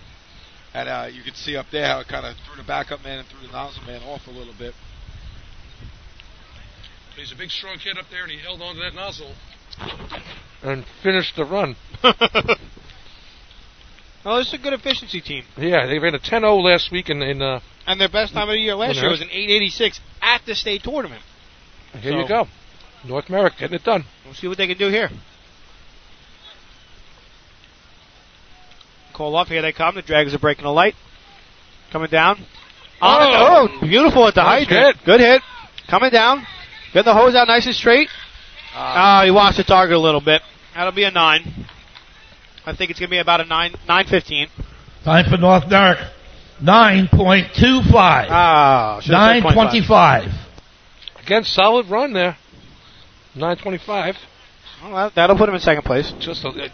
Speaker 6: And uh, you can see up there how it kind of threw the backup man and threw the nozzle man off a little bit.
Speaker 2: He's a big, strong kid up there, and he held onto that nozzle. And finished the run.
Speaker 5: Oh,
Speaker 1: well, this is a good efficiency team,
Speaker 2: Yeah, they ran a 10 0 last week in. in uh,
Speaker 1: and their best time of the year last
Speaker 2: Mhm.
Speaker 1: year was an 886 at the state tournament.
Speaker 2: here
Speaker 1: So-
Speaker 2: you go. North Merrick getting it done.
Speaker 1: We'll see what they can do here. Call off. Here they come. The Dragons are breaking the light. Coming down.
Speaker 2: Oh!
Speaker 1: Oh, oh beautiful at the
Speaker 2: Nice
Speaker 1: hydrant. Good hit. Coming down. Getting the hose out nice and straight.
Speaker 6: Uh,
Speaker 1: Oh, he lost the target a little bit. That'll be a nine. I think it's gonna be about a nine, nine fifteen.
Speaker 3: Time for North Merrick, 9.25.
Speaker 1: Ah,
Speaker 3: 9.25.
Speaker 2: Again, solid run there. 925.
Speaker 1: Well, that'll put him in second place.
Speaker 2: Just a, a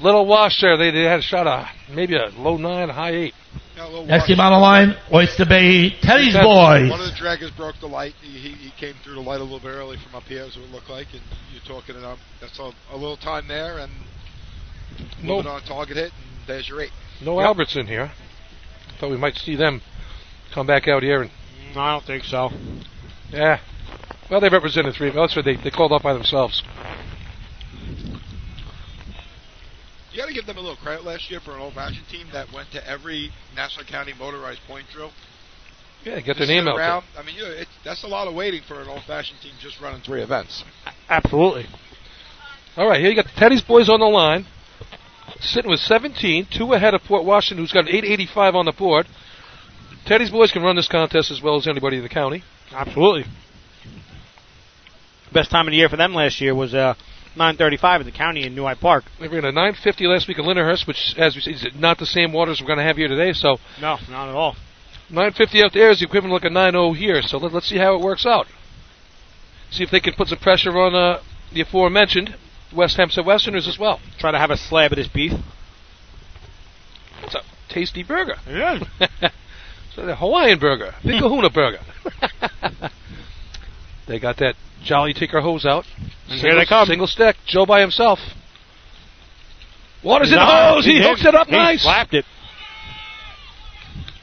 Speaker 2: little wash there. They, they had a shot of maybe a low nine, a high eight.
Speaker 6: got a little
Speaker 3: Next
Speaker 6: wash.
Speaker 3: team on the line, Oyster Bay Teddy's
Speaker 2: That's-
Speaker 3: Boys.
Speaker 6: One of the draggers broke the light. He, he, he came through the light a little bit early from up here, is what it looked like. And you're talking it up. That's a, a little time there, and
Speaker 2: No,
Speaker 6: moving on a target hit, and there's your eight.
Speaker 2: no Alberts in here. Thought we might see them come back out here and
Speaker 1: I don't think so.
Speaker 2: Yeah. Well, they represented three. That's what they, they called off by themselves.
Speaker 6: You got to give them a little credit last year for an old-fashioned team that went to every Nassau County motorized point drill.
Speaker 2: Yeah, get their
Speaker 6: Just
Speaker 2: name
Speaker 6: sit
Speaker 2: out. there.
Speaker 6: around. I mean, you know, it, that's a lot of waiting for an old-fashioned team just running three events.
Speaker 2: Absolutely. All right, here you got the Teddy's boys on the line, sitting with 17, two ahead of Port Washington, who's got an 885 on the board. Teddy's boys can run this contest as well as anybody in the county.
Speaker 1: Absolutely. Best time of the year for them last year was uh, 9:35 at the county in New Hyde Park.
Speaker 2: They ran a 950 last week in Linderhurst, which, as we see, is not the same waters we're going to have here today. So
Speaker 1: No, not at all.
Speaker 2: 950 out there is the equivalent of like a 90 here. So let, let's see how it works out. See if they can put some pressure on uh, the aforementioned West Hampshire Westerners as well.
Speaker 1: Try to have a slab of this beef.
Speaker 2: That's a tasty burger.
Speaker 1: Yeah.
Speaker 2: so the Hawaiian burger, the Kahuna burger. they got that jolly ticker hose out.
Speaker 1: And here they come.
Speaker 2: Single stick, Joe by himself. Waters in the hose. He hooks it up nice.
Speaker 1: slapped it.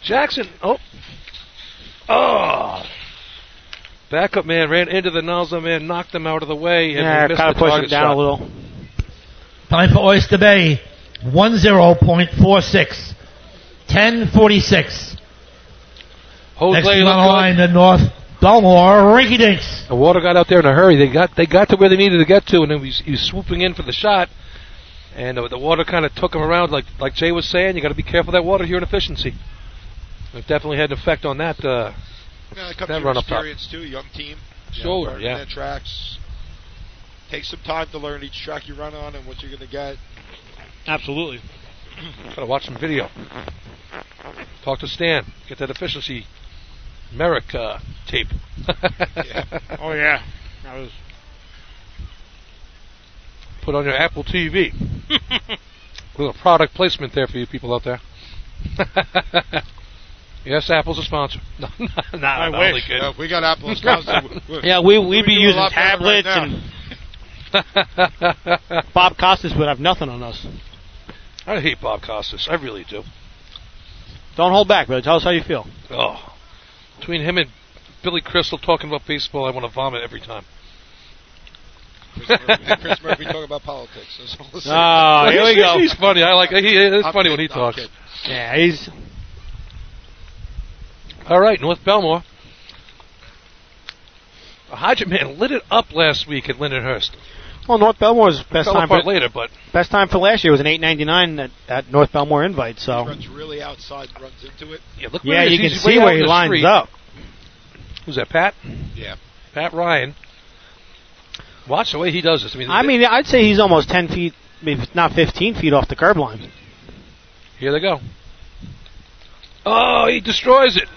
Speaker 2: Jackson. Oh. Oh. Backup man ran into the Nalza man, knocked him out of the way, and
Speaker 1: Yeah,
Speaker 2: they missed
Speaker 1: kind of
Speaker 2: the
Speaker 1: pushed
Speaker 2: target
Speaker 1: it down
Speaker 2: shot.
Speaker 1: a little.
Speaker 3: Time for Oyster Bay, 10.46. 10.46.
Speaker 2: Hose
Speaker 3: Next
Speaker 2: lay
Speaker 3: team on the
Speaker 2: looked
Speaker 3: line, the North Belmore Rinky Dinks.
Speaker 2: good. The water got out there in a hurry. They got they got to where they needed to get to, and then he was, he was swooping in for the shot, and uh, the water kind of took him around. Like like Jay was saying, you got to be careful of that water here in efficiency. It definitely had an effect on that. Uh,
Speaker 6: You know, that comes
Speaker 2: That
Speaker 6: from
Speaker 2: run up top.
Speaker 6: experience too. Young team, you know,
Speaker 2: Sure,
Speaker 6: learning
Speaker 2: yeah.
Speaker 6: their tracks. Take some time to learn each track you run on and what you're going to get.
Speaker 1: Absolutely.
Speaker 2: Gotta watch some video. Talk to Stan. Get that efficiency Merrick uh, tape.
Speaker 1: Oh yeah. That was.
Speaker 2: Put on your Apple TV. little product placement there for you people out there. yes, Apple's a sponsor. no, no, no,
Speaker 1: I
Speaker 2: no,
Speaker 1: wish.
Speaker 2: only
Speaker 6: Uh, if we got Apple and Scout, we- we-
Speaker 1: Yeah, we we'd be
Speaker 6: do a
Speaker 1: using
Speaker 6: lot better right
Speaker 1: tablets
Speaker 6: now.
Speaker 1: and
Speaker 2: good.
Speaker 1: Bob Costas would have nothing on us.
Speaker 2: I hate Bob Costas. I really do.
Speaker 1: Don't hold back, brother. Tell us how you feel.
Speaker 2: Oh, between him and Billy Crystal talking about baseball, I want to vomit every time.
Speaker 6: Chris Murphy, Chris Murphy talking about politics. That's all I'm saying.
Speaker 1: Oh, here we go.
Speaker 2: He's funny. I like. He, it's
Speaker 6: I'm
Speaker 2: funny when he
Speaker 6: kidding, I'm
Speaker 2: talks.
Speaker 6: kidding.
Speaker 1: Yeah, he's
Speaker 2: All right, North Belmore. The Hodgett man lit it up last week at Lindenhurst.
Speaker 1: well. North Belmore's best
Speaker 2: Fell
Speaker 1: time for
Speaker 2: apart later, but
Speaker 1: best time for last year was an 8.99 at, at North Belmore invite. So
Speaker 6: Runs really outside, runs into it.
Speaker 2: yeah, look
Speaker 1: yeah,
Speaker 2: where he
Speaker 1: you can
Speaker 2: is. He's
Speaker 1: see
Speaker 2: way out
Speaker 1: where
Speaker 2: in
Speaker 1: he
Speaker 2: the
Speaker 1: lines
Speaker 2: street.
Speaker 1: up.
Speaker 2: Who's that, Pat?
Speaker 6: Yeah.
Speaker 2: Pat Ryan. Watch the way he does this. I mean,
Speaker 1: I mean, I'd say he's almost 10 feet, maybe if not 15 feet off the curb line.
Speaker 2: here they go. Oh, he destroys it.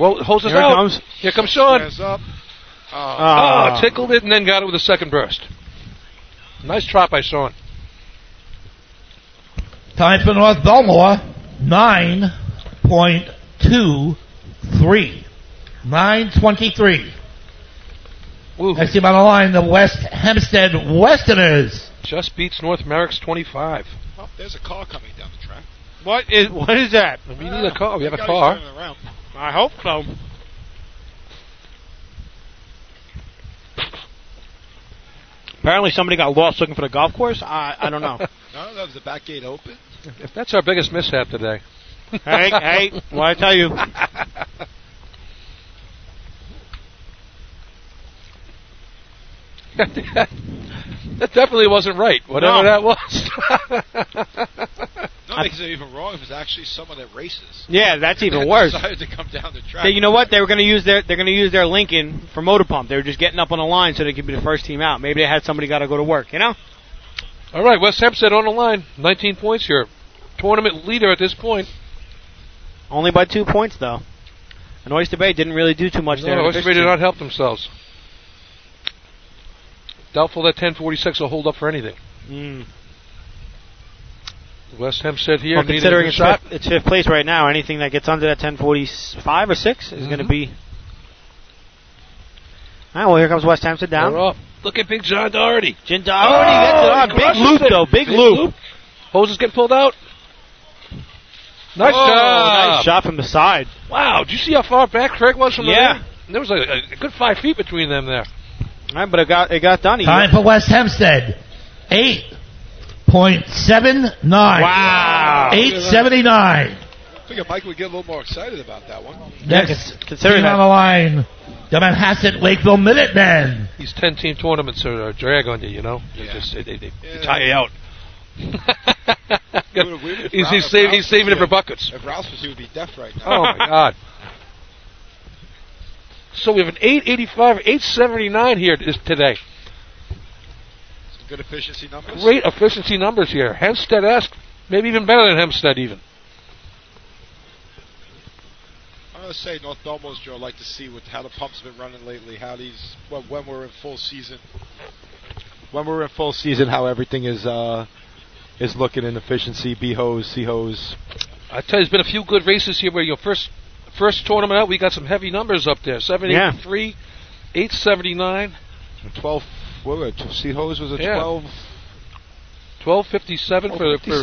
Speaker 2: Well, holds us
Speaker 1: Here it
Speaker 2: out.
Speaker 1: comes.
Speaker 2: Here comes Sean.
Speaker 6: Flares up. Uh,
Speaker 2: Oh,
Speaker 1: Ah.
Speaker 2: tickled it and then got it with a second burst. Nice trot by Sean.
Speaker 3: Time for North Belmore, 9.23. 9.23.
Speaker 2: Woo.
Speaker 3: Next team on the line, the West Hempstead Westerners.
Speaker 2: Just beats North Merrick's 25.
Speaker 6: oh, there's a car coming down the track.
Speaker 1: What is what is that?
Speaker 2: We need a car. We have a
Speaker 6: That guy's
Speaker 2: car.
Speaker 6: turning around.
Speaker 1: I hope so. Apparently, somebody got lost looking for the golf course. I I don't know.
Speaker 6: No, that was the back gate open.
Speaker 2: If that's our biggest mishap today.
Speaker 1: hey, hey, what I tell you?
Speaker 2: that definitely wasn't right, whatever
Speaker 1: No.
Speaker 2: that was.
Speaker 6: No, because they're even wrong if it's actually someone that races.
Speaker 1: Yeah, that's even worse.
Speaker 6: Decided to come down the track.
Speaker 1: They, you know what? They were going to use their they're going to use their Lincoln for motor pump. They were just getting up on the line so they could be the first team out. Maybe they had somebody got to go to work. You know?
Speaker 2: All right, West Hempstead on the line. 19 points here. Tournament leader at this point.
Speaker 1: Only by two points though. And Oyster Bay didn't really do too much there.
Speaker 2: No,
Speaker 1: in
Speaker 2: West Bay
Speaker 1: efficiency.
Speaker 2: did not help themselves. Doubtful that 1046 will hold up for anything.
Speaker 1: Mm.
Speaker 2: West Hempstead here.
Speaker 1: Well,
Speaker 2: needed a
Speaker 1: considering
Speaker 2: good
Speaker 1: it's
Speaker 2: shot.
Speaker 1: fifth, it's fifth place right now, anything that gets under that 1045 or 6 is going to
Speaker 2: Mhm.
Speaker 1: be. All right, well, here comes West Hampton
Speaker 2: They're
Speaker 1: down.
Speaker 2: off. Look at Big John Doherty.
Speaker 1: Jindal, oh,
Speaker 2: he
Speaker 1: he gets it on. Big
Speaker 2: crushes
Speaker 1: loop,
Speaker 2: it.
Speaker 1: though. Big, loop.
Speaker 2: Hoses get pulled out. Nice
Speaker 1: Oh,
Speaker 2: job.
Speaker 1: nice shot from the side.
Speaker 2: Wow, did you see how far back Craig was from the
Speaker 1: yeah.
Speaker 2: line? There was like a, a good five feet between them there.
Speaker 1: All right, but it got it got done. He-
Speaker 3: Time for West Hempstead. 8.79.
Speaker 1: Wow.
Speaker 3: 8.79.
Speaker 6: I figure Mike would get a little more excited about that one.
Speaker 3: Next
Speaker 1: considering
Speaker 3: team on
Speaker 1: that-
Speaker 3: the line, the Manhasset Lakeville Minutemen.
Speaker 2: These ten-team tournaments are a drag on you, you know. They just they, they, they
Speaker 6: Yeah.
Speaker 2: tie you out.
Speaker 6: would agree with
Speaker 2: he's, he's,
Speaker 6: Brown if
Speaker 2: saving,
Speaker 6: Brown
Speaker 2: he's saving it for buckets.
Speaker 6: If Ralph was, he would be deaf right now.
Speaker 2: Oh my God. So we have an 885, 879 here this, today.
Speaker 6: Some good efficiency numbers.
Speaker 2: Great efficiency numbers here. Hempstead-esque, maybe even better than Hempstead even.
Speaker 6: I'm going to say North Belmont's Joe like to see what how the pumps have been running lately. How these when, when we're in full season, when we're in full season, how everything is uh is looking in efficiency, B hose, C hose.
Speaker 2: I tell you, there's been a few good races here where your first first tournament out, we got some heavy numbers up there. 783, 879,
Speaker 6: Twelve. What were C hose was a
Speaker 2: Yeah.
Speaker 6: twelve.
Speaker 2: 1257 for, for you know,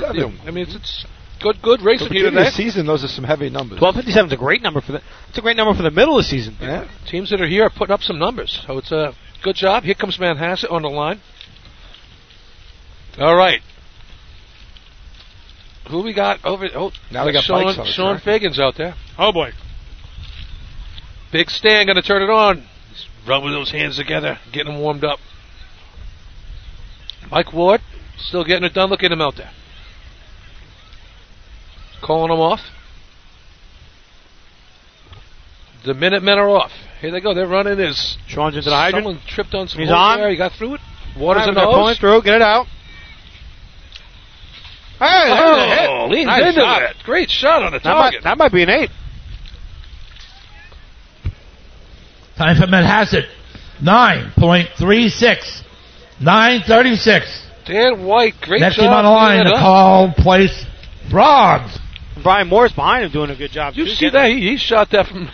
Speaker 6: 1257.
Speaker 2: I mean, it's, it's good, good racing
Speaker 6: But
Speaker 2: here
Speaker 6: beginning of
Speaker 2: today.
Speaker 6: the season, those are some heavy numbers.
Speaker 1: Twelve fifty seven is a great number for the. It's a great number for the middle of the season.
Speaker 6: Yeah.
Speaker 2: Teams that are here are putting up some numbers, so it's a good job. Here comes Manhasset on the line. All right. Who we got over? Oh,
Speaker 6: Now they got
Speaker 2: Sean,
Speaker 6: bikes on the
Speaker 2: Sean
Speaker 6: track.
Speaker 2: Fagan's out there.
Speaker 1: Oh boy.
Speaker 2: Big Stan going to turn it on. He's rubbing those hands together, getting them warmed up. Mike Ward still getting it done. Look at him out there. Calling him off. The Minutemen are off. Here they go. They're running his.
Speaker 1: Sean's into the hydrant.
Speaker 2: Someone tripped on some
Speaker 1: He's
Speaker 2: hose
Speaker 1: on.
Speaker 2: there. He got through it. Water's in the
Speaker 1: They're pulling
Speaker 2: hose.
Speaker 1: through. Get it out. Hey, there's a hit.
Speaker 2: Oh, leans
Speaker 1: Nice
Speaker 2: into
Speaker 1: shot.
Speaker 2: it. Great shot on the
Speaker 1: That might,
Speaker 2: target.
Speaker 1: that might be an eight.
Speaker 3: Time for Manhasset. 9.36. 9.36.
Speaker 2: Dan White, great
Speaker 3: Next
Speaker 2: job.
Speaker 3: team on the line,
Speaker 2: cleaning
Speaker 3: the
Speaker 2: up.
Speaker 3: call place Frogs.
Speaker 1: Brian Moore's behind him doing a good job.
Speaker 2: You
Speaker 1: too,
Speaker 2: see
Speaker 1: getting-
Speaker 2: that? He, he shot that from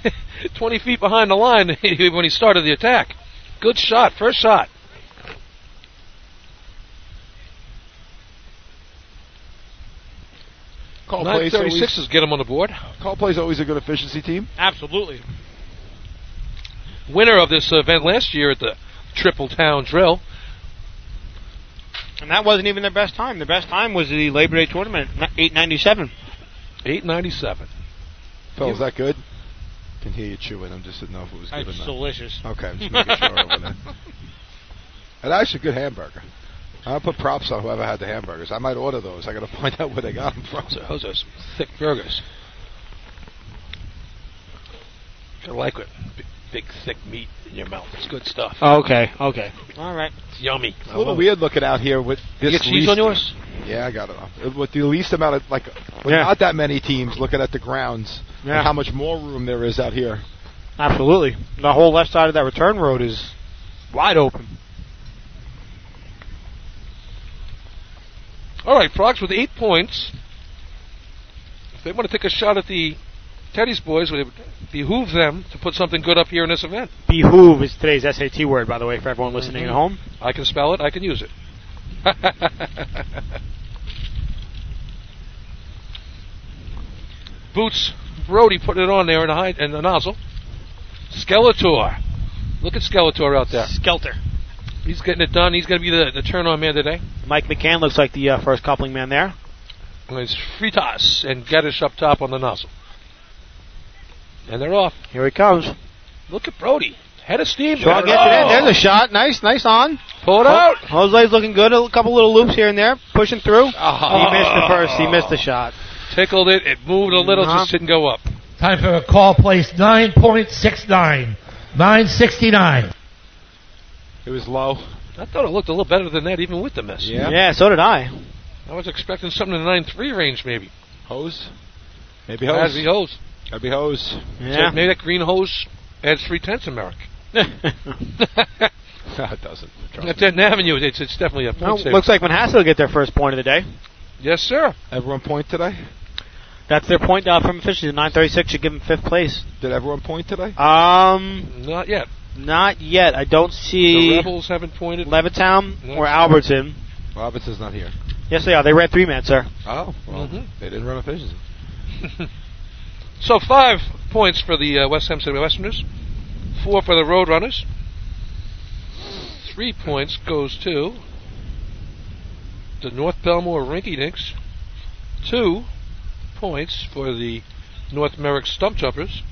Speaker 2: 20 feet behind the line when he started the attack. Good shot, first shot.
Speaker 6: Call plays
Speaker 2: 936
Speaker 6: always,
Speaker 2: is get him on the board.
Speaker 6: call plays always a good efficiency team.
Speaker 1: Absolutely.
Speaker 2: Winner of this event last year at the Triple Town Drill.
Speaker 1: And that wasn't even their best time. The best time was the Labor Day tournament, eight ninety seven.
Speaker 2: 897.
Speaker 6: Phil, is that good? Can hear you chewing. I'm just didn't know if it was good or
Speaker 1: It's
Speaker 6: not.
Speaker 1: delicious.
Speaker 6: Okay, I'm just making sure over there. And actually, a good hamburger. I put props on whoever had the hamburgers. I might order those. I got to find out where they got them from.
Speaker 2: So those are some thick burgers. I like it. Big, big, thick meat in your mouth. It's good stuff.
Speaker 3: Oh.
Speaker 1: Okay. Okay. All right.
Speaker 2: It's yummy.
Speaker 6: It's a little weird looking out here with
Speaker 2: You
Speaker 6: this
Speaker 2: get cheese
Speaker 6: least,
Speaker 2: on yours?
Speaker 6: Yeah, I got it. off. With the least amount of like, with
Speaker 1: Yeah.
Speaker 6: not that many teams looking at the grounds
Speaker 1: Yeah.
Speaker 6: and how much more room there is out here.
Speaker 1: Absolutely. The whole left side of that return road is wide open.
Speaker 2: All right, Frogs with eight points. If they want to take a shot at the Teddy's boys, it would behoove them to put something good up here in this event.
Speaker 1: Behoove is today's SAT word, by the way, for everyone listening at home.
Speaker 2: I can spell it. I can use it. Boots Brody putting it on there in the, high, in the nozzle. Skeletor. Look at Skeletor out there.
Speaker 1: Skelter.
Speaker 2: He's getting it done. He's going to be the, the turn on man today.
Speaker 1: Mike McCann looks like the uh, first coupling man there.
Speaker 2: And it's Fritas and Geddish up top on the nozzle. And they're off.
Speaker 1: Here he comes.
Speaker 2: Look at Brody. Head of steam.
Speaker 1: Sean gets it in. Oh. There's a shot. Nice, nice on.
Speaker 2: Pull it out.
Speaker 1: Jose's looking good. A couple little loops here and there. Pushing through. He
Speaker 2: Oh.
Speaker 1: missed the first. He missed the shot.
Speaker 2: Tickled it. It moved a little.
Speaker 1: Uh-huh.
Speaker 2: Just didn't go up.
Speaker 3: Time for a call place 9.69. 9.69.
Speaker 6: It was low.
Speaker 2: I thought it looked a little better than that, even with the miss.
Speaker 6: Yeah.
Speaker 1: so did I.
Speaker 2: I was expecting something in the 9 3 range, maybe.
Speaker 6: Hose. Maybe
Speaker 2: As
Speaker 6: hose.
Speaker 2: the hose.
Speaker 6: Gotta be hose.
Speaker 2: So maybe that green hose adds three tenths of Merrick. At
Speaker 6: No, it doesn't. Trust me.
Speaker 2: 10th Avenue, it's, it's definitely a point
Speaker 1: Well,
Speaker 2: saver.
Speaker 1: looks like Manhasset will get their first point of the day.
Speaker 2: yes, sir.
Speaker 6: Everyone point today.
Speaker 1: That's their point uh, from efficiency. 936 should give them fifth place.
Speaker 6: Did everyone point today?
Speaker 1: Um,
Speaker 2: Not yet.
Speaker 1: not yet. I don't
Speaker 2: The
Speaker 1: see
Speaker 2: Rebels haven't pointed.
Speaker 1: Levittown
Speaker 2: No.
Speaker 1: or Albertson.
Speaker 6: Robinson's not here.
Speaker 1: Yes, they are. They ran three minutes, sir.
Speaker 6: Oh, well,
Speaker 2: Mhm.
Speaker 6: they didn't run efficiency.
Speaker 2: so five points for the uh, West Hempstead Westerners. Four for the Roadrunners. Three points goes to the North Belmore Rinky Dinks. Two points for the North Merrick Stump Jumpers.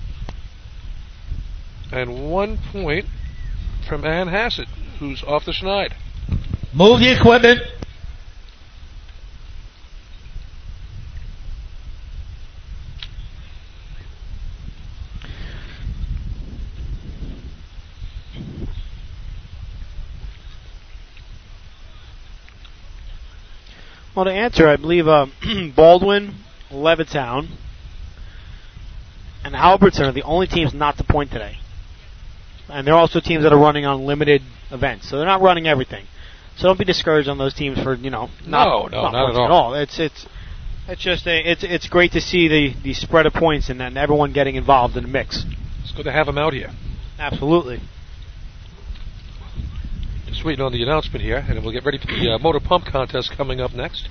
Speaker 2: And one point from Ann Hassett, who's off the schneid.
Speaker 3: Move the equipment.
Speaker 1: Well, to answer, I believe uh, Baldwin, Levittown, and Albertson are the only teams not to point today. And they're also teams that are running on limited events, so they're not running everything. So don't be discouraged on those teams for you know
Speaker 2: No,
Speaker 1: not
Speaker 2: no,
Speaker 1: not,
Speaker 2: not at
Speaker 1: pointing
Speaker 2: all.
Speaker 1: at all. It's it's it's just a, it's it's great to see the the spread of points and then everyone getting involved in the mix.
Speaker 2: It's good to have them out here.
Speaker 1: Absolutely.
Speaker 2: Just waiting on the announcement here, and then we'll get ready for the uh, motor pump contest coming up next.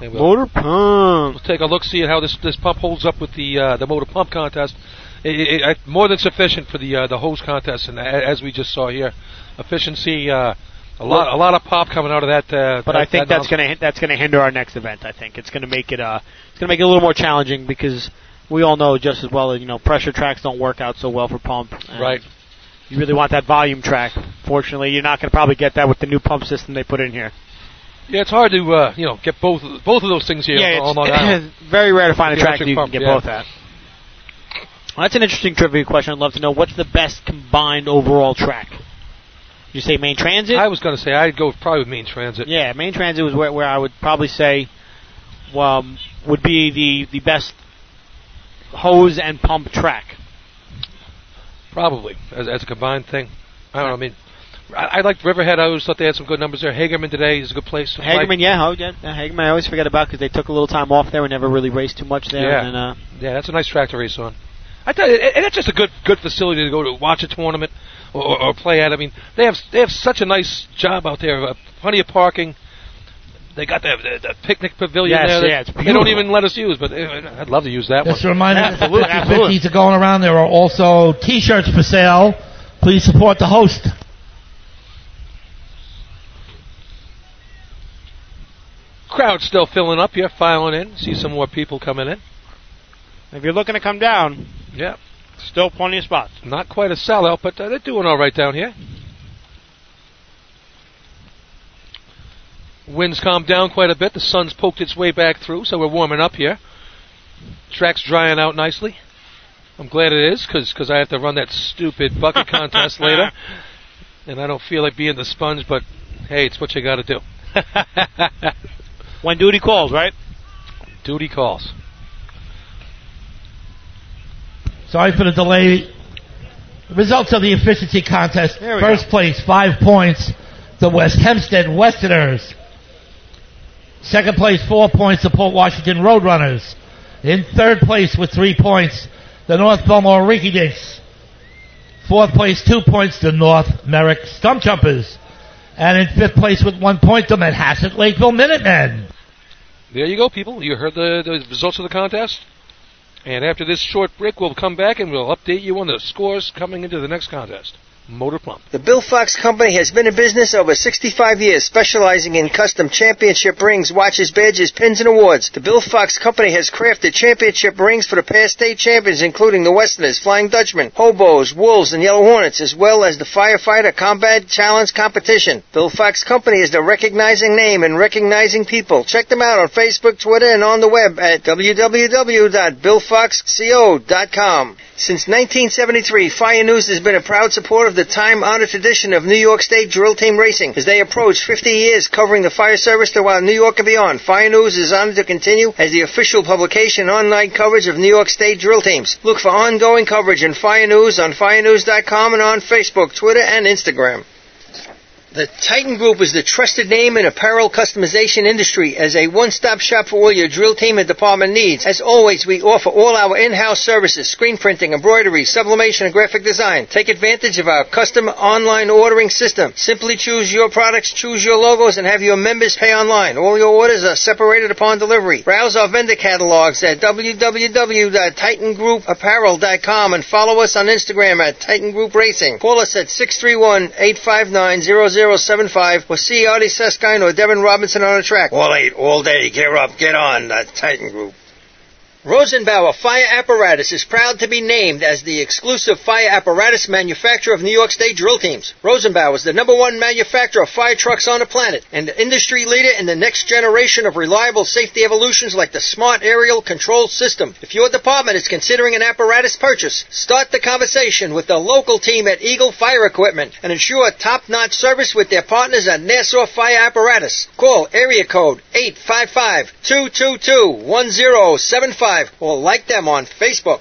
Speaker 2: And we'll,
Speaker 1: Motor pump.
Speaker 2: we'll take a look, see how this this pump holds up with the uh, the motor pump contest. It, it, it, more than sufficient for the uh, the hose contest, and a, as we just saw here, efficiency. Uh, a lot a lot of pop coming out of that. Uh,
Speaker 1: But
Speaker 2: that-
Speaker 1: I think
Speaker 2: that
Speaker 1: that's going to that's going to hinder our next event. I think it's going to make it uh it's going to make it a little more challenging because we all know just as well that you know pressure tracks don't work out so well for pump. And
Speaker 2: Right.
Speaker 1: You really want that volume track. Fortunately, you're not going to probably get that with the new pump system they put in here.
Speaker 2: Yeah, it's hard to uh, you know get both both of those things here on Long Island.
Speaker 1: it's very rare to find a
Speaker 2: The
Speaker 1: track
Speaker 2: electric
Speaker 1: that you
Speaker 2: pump,
Speaker 1: can get
Speaker 2: yeah.
Speaker 1: both at. Well, that's an interesting trivia question. I'd love to know what's the best combined overall track. You say main transit?
Speaker 2: I was going to say I'd go probably with main transit.
Speaker 1: Yeah, main transit was where, where I would probably say um, would be the, the best hose and pump track.
Speaker 2: Probably as, as a combined thing. I don't know. I mean, I, I liked Riverhead. I always thought they had some good numbers there. Hagerman today is a good place. to fight.
Speaker 1: Hagerman, yeah, oh, yeah, yeah, Hagerman I always forget about because they took a little time off there and never really raced too much there.
Speaker 2: Yeah.
Speaker 1: And, uh,
Speaker 2: Yeah, that's a nice track to race on. I tell you, and and it's just a good good facility to go to watch a tournament or, or, or play at. I mean, they have they have such a nice job out there. Uh, plenty of parking. They got the, the, the picnic pavilion
Speaker 1: Yes,
Speaker 2: there. that
Speaker 1: yeah, it's
Speaker 2: They don't
Speaker 1: beautiful.
Speaker 2: even let us use, but uh, I'd love to use that one.
Speaker 3: Just a reminder,
Speaker 1: Absolutely,
Speaker 3: the 50
Speaker 1: absolutely.
Speaker 3: are going around. There are also T-shirts for sale. Please support the host.
Speaker 2: Crowd's still filling up here, filing in. See some more people coming in.
Speaker 1: if you're looking to come down,
Speaker 2: Yeah,
Speaker 1: still plenty of spots.
Speaker 2: not quite a sellout, but uh, they're doing all right down here. Winds calmed down quite a bit. The sun's poked its way back through, so we're warming up here. Track's drying out nicely. I'm glad it is, because I have to run that stupid bucket contest later. And I don't feel like being the sponge, but hey, it's what you got to do.
Speaker 1: When duty calls, right?
Speaker 2: Duty calls.
Speaker 3: Sorry for the delay. The results of the efficiency contest.
Speaker 1: There we
Speaker 3: First place, five points, the West Hempstead Westerners. Second place, four points, the Port Washington Roadrunners. In third place with three points, the North Belmore Rinky Dinks. Fourth place, two points, the North Merrick Stump Jumpers. And in fifth place with one point, the Manhasset Lakeville Minutemen.
Speaker 2: There you go, people. You heard the, the results of the contest. And after this short break, we'll come back and we'll update you on the scores coming into the next contest. Motor Pump.
Speaker 4: The Bill Fox Company has been in business over 65 years, specializing in custom championship rings, watches, badges, pins, and awards. The Bill Fox Company has crafted championship rings for the past state champions, including the Westerners, Flying Dutchman, Hobos, Wolves, and Yellow Hornets, as well as the Firefighter Combat Challenge competition. Bill Fox Company is the recognizing name and recognizing people. Check them out on Facebook, Twitter, and on the web at www.billfoxco.com. Since 1973, Fire News has been a proud supporter of the time-honored tradition of New York State drill team racing. As they approach 50 years covering the fire service throughout New York and beyond, Fire News is honored to continue as the official publication and online coverage of New York State drill teams. Look for ongoing coverage in Fire News on firenews.com and on Facebook, Twitter, and Instagram. The Titan Group is the trusted name in apparel customization industry as a one-stop shop for all your drill team and department needs. As always, we offer all our in-house services, screen printing, embroidery, sublimation, and graphic design. Take advantage of our custom online ordering system. Simply choose your products, choose your logos, and have your members pay online. All your orders are separated upon delivery. Browse our vendor catalogs at www.titangroupapparel.com and follow us on Instagram at Titan Group Racing. Call us at 631-859-0075 or see Artie Seskine or Devin Robinson on the track. All eight, all day, get up, get on, the Titan Group. Rosenbauer Fire Apparatus is proud to be named as the exclusive fire apparatus manufacturer of New York State drill teams. Rosenbauer is the number one manufacturer of fire trucks on the planet and the industry leader in the next generation of reliable safety evolutions like the Smart Aerial Control System. If your department is considering an apparatus purchase, start the conversation with the local team at Eagle Fire Equipment and ensure top-notch service with their partners at Nassau Fire Apparatus. Call area code 855-222-1075 or like them on Facebook.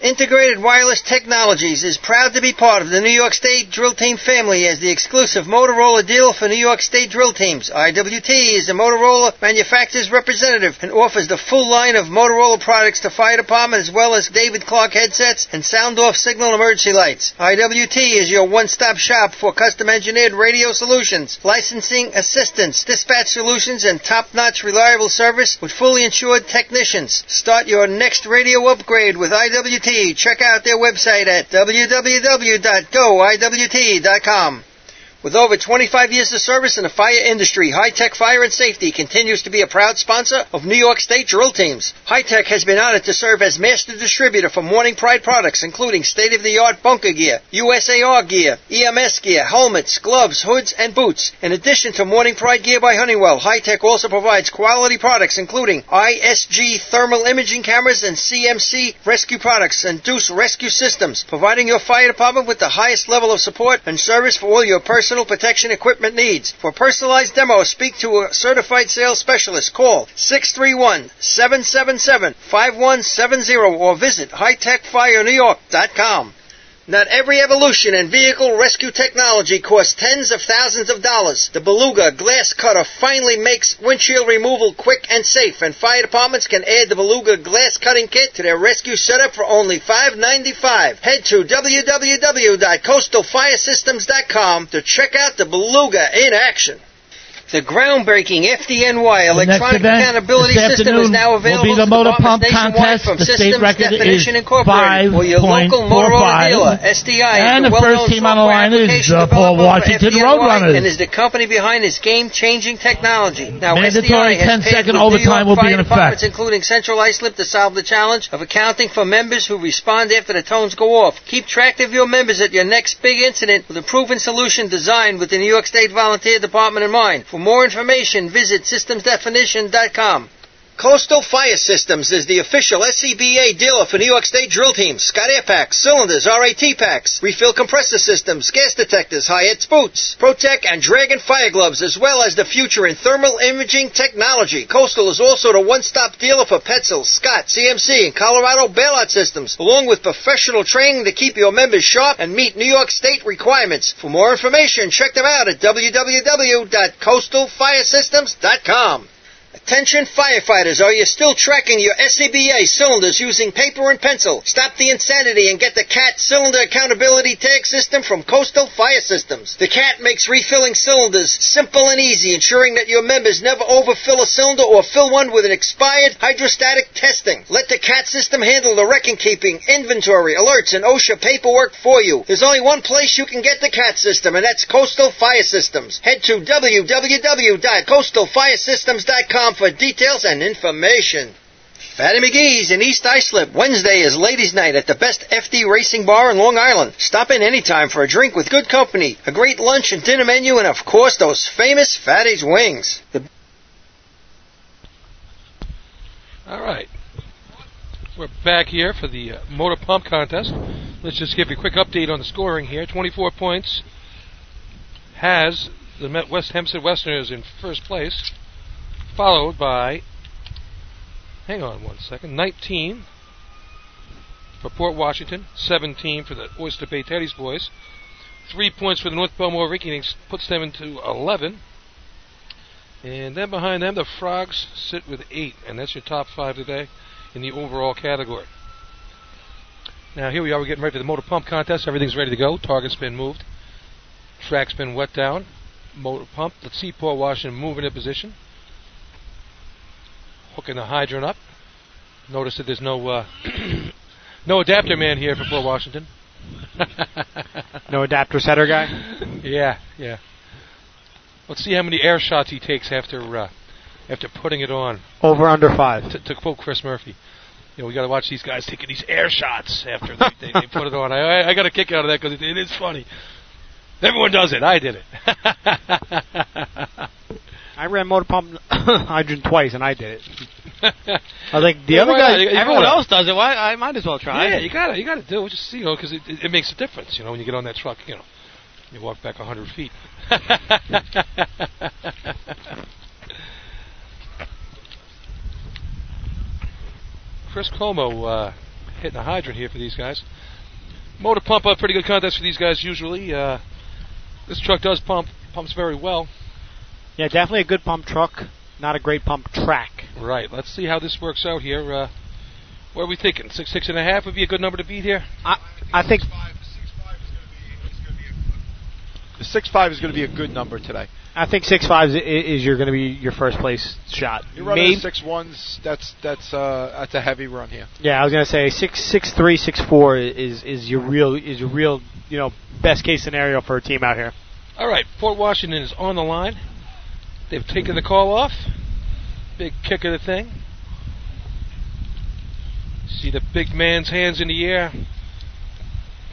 Speaker 4: Integrated Wireless Technologies is proud to be part of the New York State Drill Team family as the exclusive Motorola deal for New York State drill teams. IWT is the Motorola manufacturer's representative and offers the full line of Motorola products to fire department as well as David Clark headsets and sound off signal emergency lights. IWT is your one-stop shop for custom engineered radio solutions, licensing assistance, dispatch solutions, and top-notch reliable service with fully insured technicians. Start your next radio upgrade with IWT. Check out their website at www.goiwt.com. With over 25 years of service in the fire industry, High Tech Fire and Safety continues to be a proud sponsor of New York State drill teams. High Tech has been honored to serve as master distributor for Morning Pride products, including state-of-the-art bunker gear, USAR gear, EMS gear, helmets, gloves, hoods, and boots. In addition to Morning Pride gear by Honeywell, High Tech also provides quality products, including ISG thermal imaging cameras and CMC rescue products and Deuce rescue systems, providing your fire department with the highest level of support and service for all your personal personal protection equipment needs. For personalized demos, speak to a certified sales specialist. Call 631-777-5170 or visit hightechfirenewyork.com. Not every evolution in vehicle rescue technology costs tens of thousands of dollars. The Beluga glass cutter finally makes windshield removal quick and safe, and fire departments can add the Beluga glass cutting kit to their rescue setup for only $5.95. Head to www.coastalfiresystems.com to check out the Beluga in action. The groundbreaking FDNY
Speaker 3: The next
Speaker 4: electronic
Speaker 3: event
Speaker 4: accountability
Speaker 3: this
Speaker 4: system
Speaker 3: afternoon
Speaker 4: is now
Speaker 3: will be the
Speaker 4: available to
Speaker 3: motor pump
Speaker 4: departments nationwide
Speaker 3: contest.
Speaker 4: from
Speaker 3: The state
Speaker 4: Systems
Speaker 3: record
Speaker 4: Definition
Speaker 3: is
Speaker 4: Incorporated or your local
Speaker 3: 5.45.
Speaker 4: Motorola dealer, SDI.
Speaker 3: And the first
Speaker 4: well-known
Speaker 3: team on the
Speaker 4: software
Speaker 3: line is,
Speaker 4: application
Speaker 3: uh, Paul
Speaker 4: developer for
Speaker 3: Washington
Speaker 4: FDNY
Speaker 3: Roadrunners.
Speaker 4: And is the company behind this game-changing technology. Now,
Speaker 3: Mandatory
Speaker 4: SDI has
Speaker 3: 10 second
Speaker 4: paired with New
Speaker 3: overtime will
Speaker 4: York
Speaker 3: be in
Speaker 4: fire
Speaker 3: effect.
Speaker 4: departments, including Central Islip, to solve the challenge of accounting for members who respond after the tones go off. Keep track of your members at your next big incident with a proven solution designed with the New York State Volunteer Department in mind. For more information, visit systemsdefinition.com. Coastal Fire Systems is the official SCBA dealer for New York State drill teams, Scott Air Packs, cylinders, RAT packs, refill compressor systems, gas detectors, Hyatt's boots, Protec and Dragon fire gloves, as well as the future in thermal imaging technology. Coastal is also the one-stop dealer for Petzl, Scott, CMC, and Colorado bailout systems, along with professional training to keep your members sharp and meet New York State requirements. For more information, check them out at www.coastalfiresystems.com. Attention firefighters, are you still tracking your SCBA cylinders using paper and pencil? Stop the insanity and get the CAT Cylinder Accountability Tag System from Coastal Fire Systems. The CAT makes refilling cylinders simple and easy, ensuring that your members never overfill a cylinder or fill one with an expired hydrostatic testing. Let the CAT system handle the record keeping, inventory, alerts, and OSHA paperwork for you. There's only one place you can get the CAT system, and that's Coastal Fire Systems. Head to www.coastalfiresystems.com for details and information. Fatty McGee's in East Islip. Wednesday is ladies' night at the best FD racing bar in Long Island. Stop in anytime for a drink with good company, a great lunch and dinner menu, and of course those famous Fatty's wings. The
Speaker 2: All right. We're back here for the uh, motor pump contest. Let's just give you a quick update on the scoring here. 24 points has the Met West Hempstead Westerners in first place, followed by, hang on one second, 19 for Port Washington, 17 for the Oyster Bay Teddy's Boys, three points for the North Belmore Vikings puts them into 11. And then behind them, the Frogs sit with eight, and that's your top five today in the overall category. Now here we are. We're getting ready for the motor pump contest. Everything's ready to go. Target's been moved. Track's been wet down. Motor pump. Let's see Paul Washington moving into position, hooking the hydrant up. Notice that there's no uh, no adapter man here for Paul Washington.
Speaker 1: No adapter setter guy.
Speaker 2: Yeah, yeah. Let's see how many air shots he takes after uh, after putting it on.
Speaker 1: Over under five.
Speaker 2: To, to quote Chris Murphy, you know, we got to watch these guys taking these air shots after they, they, they put it on. I, I got a kick out of that because it, it is funny. Everyone does it. I did it.
Speaker 1: I ran motor pump hydrant twice and I did it. I think the
Speaker 2: Yeah,
Speaker 1: other
Speaker 2: why
Speaker 1: guy,
Speaker 2: not? You- you
Speaker 1: everyone
Speaker 2: gotta-
Speaker 1: else does it. Why? I might as well try.
Speaker 2: Yeah,
Speaker 1: it.
Speaker 2: you gotta, you gotta do it. Just you know, because it, it, it makes a difference. You know, when you get on that truck, you know, you walk back a hundred feet. Chris Como uh, hitting a hydrant here for these guys. Motor pump up, pretty good contest for these guys usually. Uh, this truck does pump, pumps very well.
Speaker 1: Yeah, definitely a good pump truck. Not a great pump track.
Speaker 2: Right. Let's see how this works out here. Uh, what are we thinking? Six, six and a half would be a good number to beat here.
Speaker 1: I, I think
Speaker 6: The six five is going to be a good number today.
Speaker 1: I think six five is, is you're going to be your first place shot.
Speaker 6: You're running
Speaker 1: Maybe-
Speaker 6: six ones. That's that's uh, that's a heavy run here.
Speaker 1: Yeah, I was gonna say six six three six four is is your real is your real you know best case scenario for a team out here.
Speaker 2: All right, Fort Washington is on the line. They've taken the call off. Big kick of the thing. See the big man's hands in the air.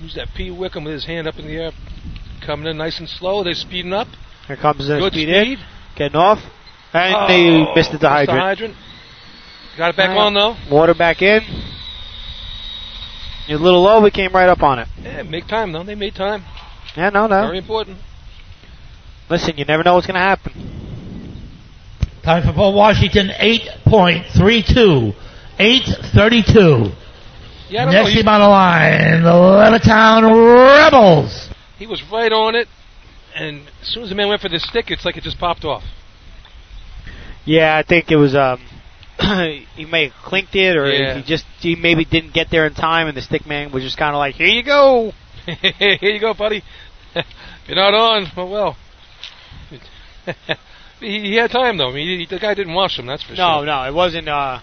Speaker 2: Who's that? P. Wickham with his hand up in the air, coming in nice and slow. They're speeding up.
Speaker 1: Here comes the
Speaker 2: Good
Speaker 1: speed,
Speaker 2: speed.
Speaker 1: in, getting off, and
Speaker 2: Oh,
Speaker 1: they missed it
Speaker 2: the
Speaker 1: the hydrant.
Speaker 2: Got it back
Speaker 1: Wow.
Speaker 2: on though.
Speaker 1: Water back in. You're a little low, we came right up on it.
Speaker 2: Yeah, make time though. They made time.
Speaker 1: Yeah, no, no.
Speaker 2: Very important.
Speaker 1: Listen, you never know what's gonna happen.
Speaker 3: Time for Paul Washington, 8.32. 8.32.
Speaker 2: Yeah, I don't know.
Speaker 3: Next
Speaker 2: He-
Speaker 3: team on the line, the Levittown Rebels.
Speaker 2: He was right on it, and as soon as the man went for the stick, it's like it just popped off.
Speaker 1: Yeah, I think it was um he may have clinked it or
Speaker 2: Yeah.
Speaker 1: he just he maybe didn't get there in time and the stick man was just kinda like, Here you go.
Speaker 2: Here you go, buddy. You're not on. Oh well. he, he had time though. I mean, he, the guy didn't watch him. That's for
Speaker 1: No,
Speaker 2: sure.
Speaker 1: no, it wasn't uh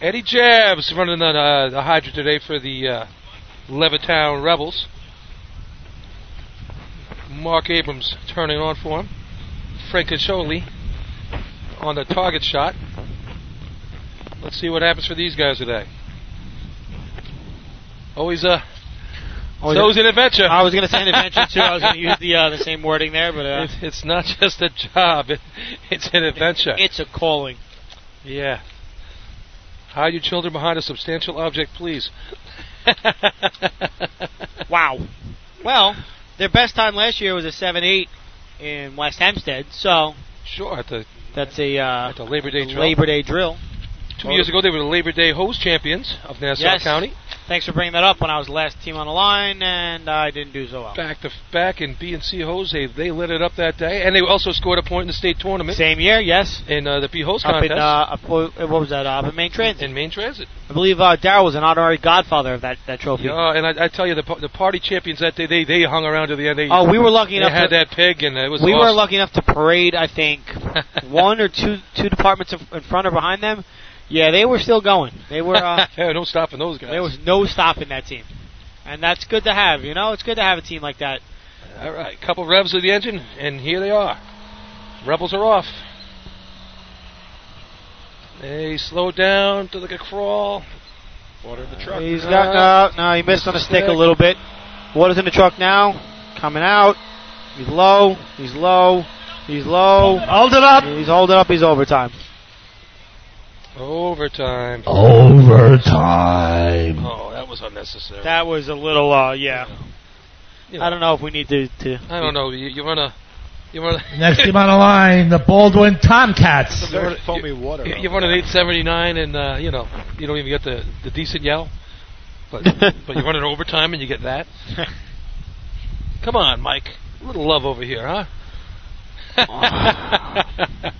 Speaker 2: Eddie Jabs running on uh, the hydrant today for the uh, Levittown Rebels. Mark Abrams turning on for him. Frank Cacholi on the target shot. Let's see what happens for these guys today. Always a
Speaker 1: oh,
Speaker 2: so an adventure.
Speaker 1: I was going to say an adventure too. I was going to use the uh, the same wording there, but uh,
Speaker 2: It's, it's not just a job; it, it's an adventure.
Speaker 1: it's a calling.
Speaker 2: yeah. Hide your children behind a substantial object, please.
Speaker 1: Wow. Well, their best time last year was a seven eight in West Hempstead, so
Speaker 2: sure, at the,
Speaker 1: that's a uh,
Speaker 2: at the Labor Day drill.
Speaker 1: Labor Day drill.
Speaker 2: Two years ago, they were the Labor Day hose champions of Nassau
Speaker 1: Yes.
Speaker 2: County.
Speaker 1: Thanks for bringing that up when I was last team on the line, and I didn't do so well.
Speaker 2: Back to back in B and C hose, they, they lit it up that day, and they also scored a point in the state tournament
Speaker 1: Same year, yes.
Speaker 2: in uh, the B hose
Speaker 1: Up
Speaker 2: contest
Speaker 1: in uh, up, what was that? Uh, up in Main Transit.
Speaker 2: in Main Transit.
Speaker 1: I believe uh, Daryl was an honorary godfather of that that trophy.
Speaker 2: Yeah, and I, I tell you, the, pa- the party champions that day, they, they hung around to the end. They,
Speaker 1: Oh, we were lucky
Speaker 2: they
Speaker 1: enough.
Speaker 2: had
Speaker 1: to,
Speaker 2: that pig, and it was
Speaker 1: we were
Speaker 2: awesome.
Speaker 1: lucky enough to parade, I think, one or two two departments in- in front or behind them. Yeah, they were still going. They were. Uh,
Speaker 2: yeah, no stopping those guys.
Speaker 1: there was no stopping that team, and that's good to have. You know, it's good to have a team like that.
Speaker 2: All right, couple revs of the engine, and here they are. Rebels are off. They slow down to like a crawl.
Speaker 6: Water in the truck.
Speaker 1: He's got uh, no, no. He missed on the stick a little bit. What is in the truck now? Coming out. He's low. He's low. He's low.
Speaker 3: Hold it up.
Speaker 1: He's holding up. He's overtime.
Speaker 2: Overtime.
Speaker 3: Oh. Overtime.
Speaker 2: Oh, that was unnecessary.
Speaker 1: That was a little. uh Yeah.
Speaker 2: You know,
Speaker 1: I don't know if we need to. to
Speaker 2: I don't know. You, you run a. You run. A
Speaker 3: Next team on the line, the Baldwin Tomcats.
Speaker 6: Very foamy water.
Speaker 2: You, you run an 879, and uh, you know you don't even get the the decent yell. But, but you run it overtime and you get that. Come on, Mike. A little love over here, huh?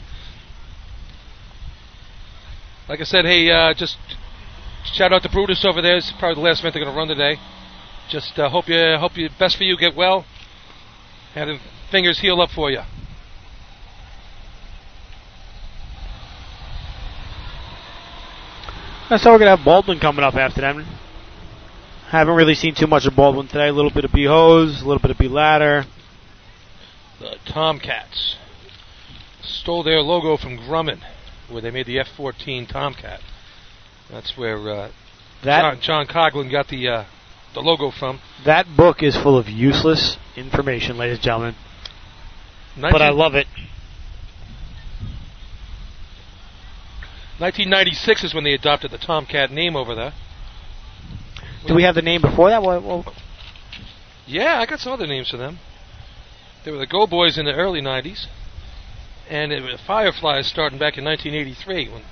Speaker 2: like I said, hey, uh, just shout out to Brutus over there. It's probably the last event they're going to run today. Just uh, hope you hope you best for you. Get well. Have the fingers heal up for you.
Speaker 1: That's how we're gonna have Baldwin coming up after them. Haven't really seen too much of Baldwin today. A little bit of B hose, a little bit of B ladder.
Speaker 2: The Tomcats stole their logo from Grumman, where they made the F-14 Tomcat. That's where uh,
Speaker 1: That
Speaker 2: John, John Coughlin got the uh, the logo from.
Speaker 1: that book is full of useless information, ladies and gentlemen. But I
Speaker 2: 19
Speaker 1: love it.
Speaker 2: 1996 is when they adopted the Tomcat name over there.
Speaker 1: Do we have the name before that? Well, well
Speaker 2: Yeah, I got some other names for them. They were the Go Boys in the early 90s, and it was Fireflies starting back in 1983 when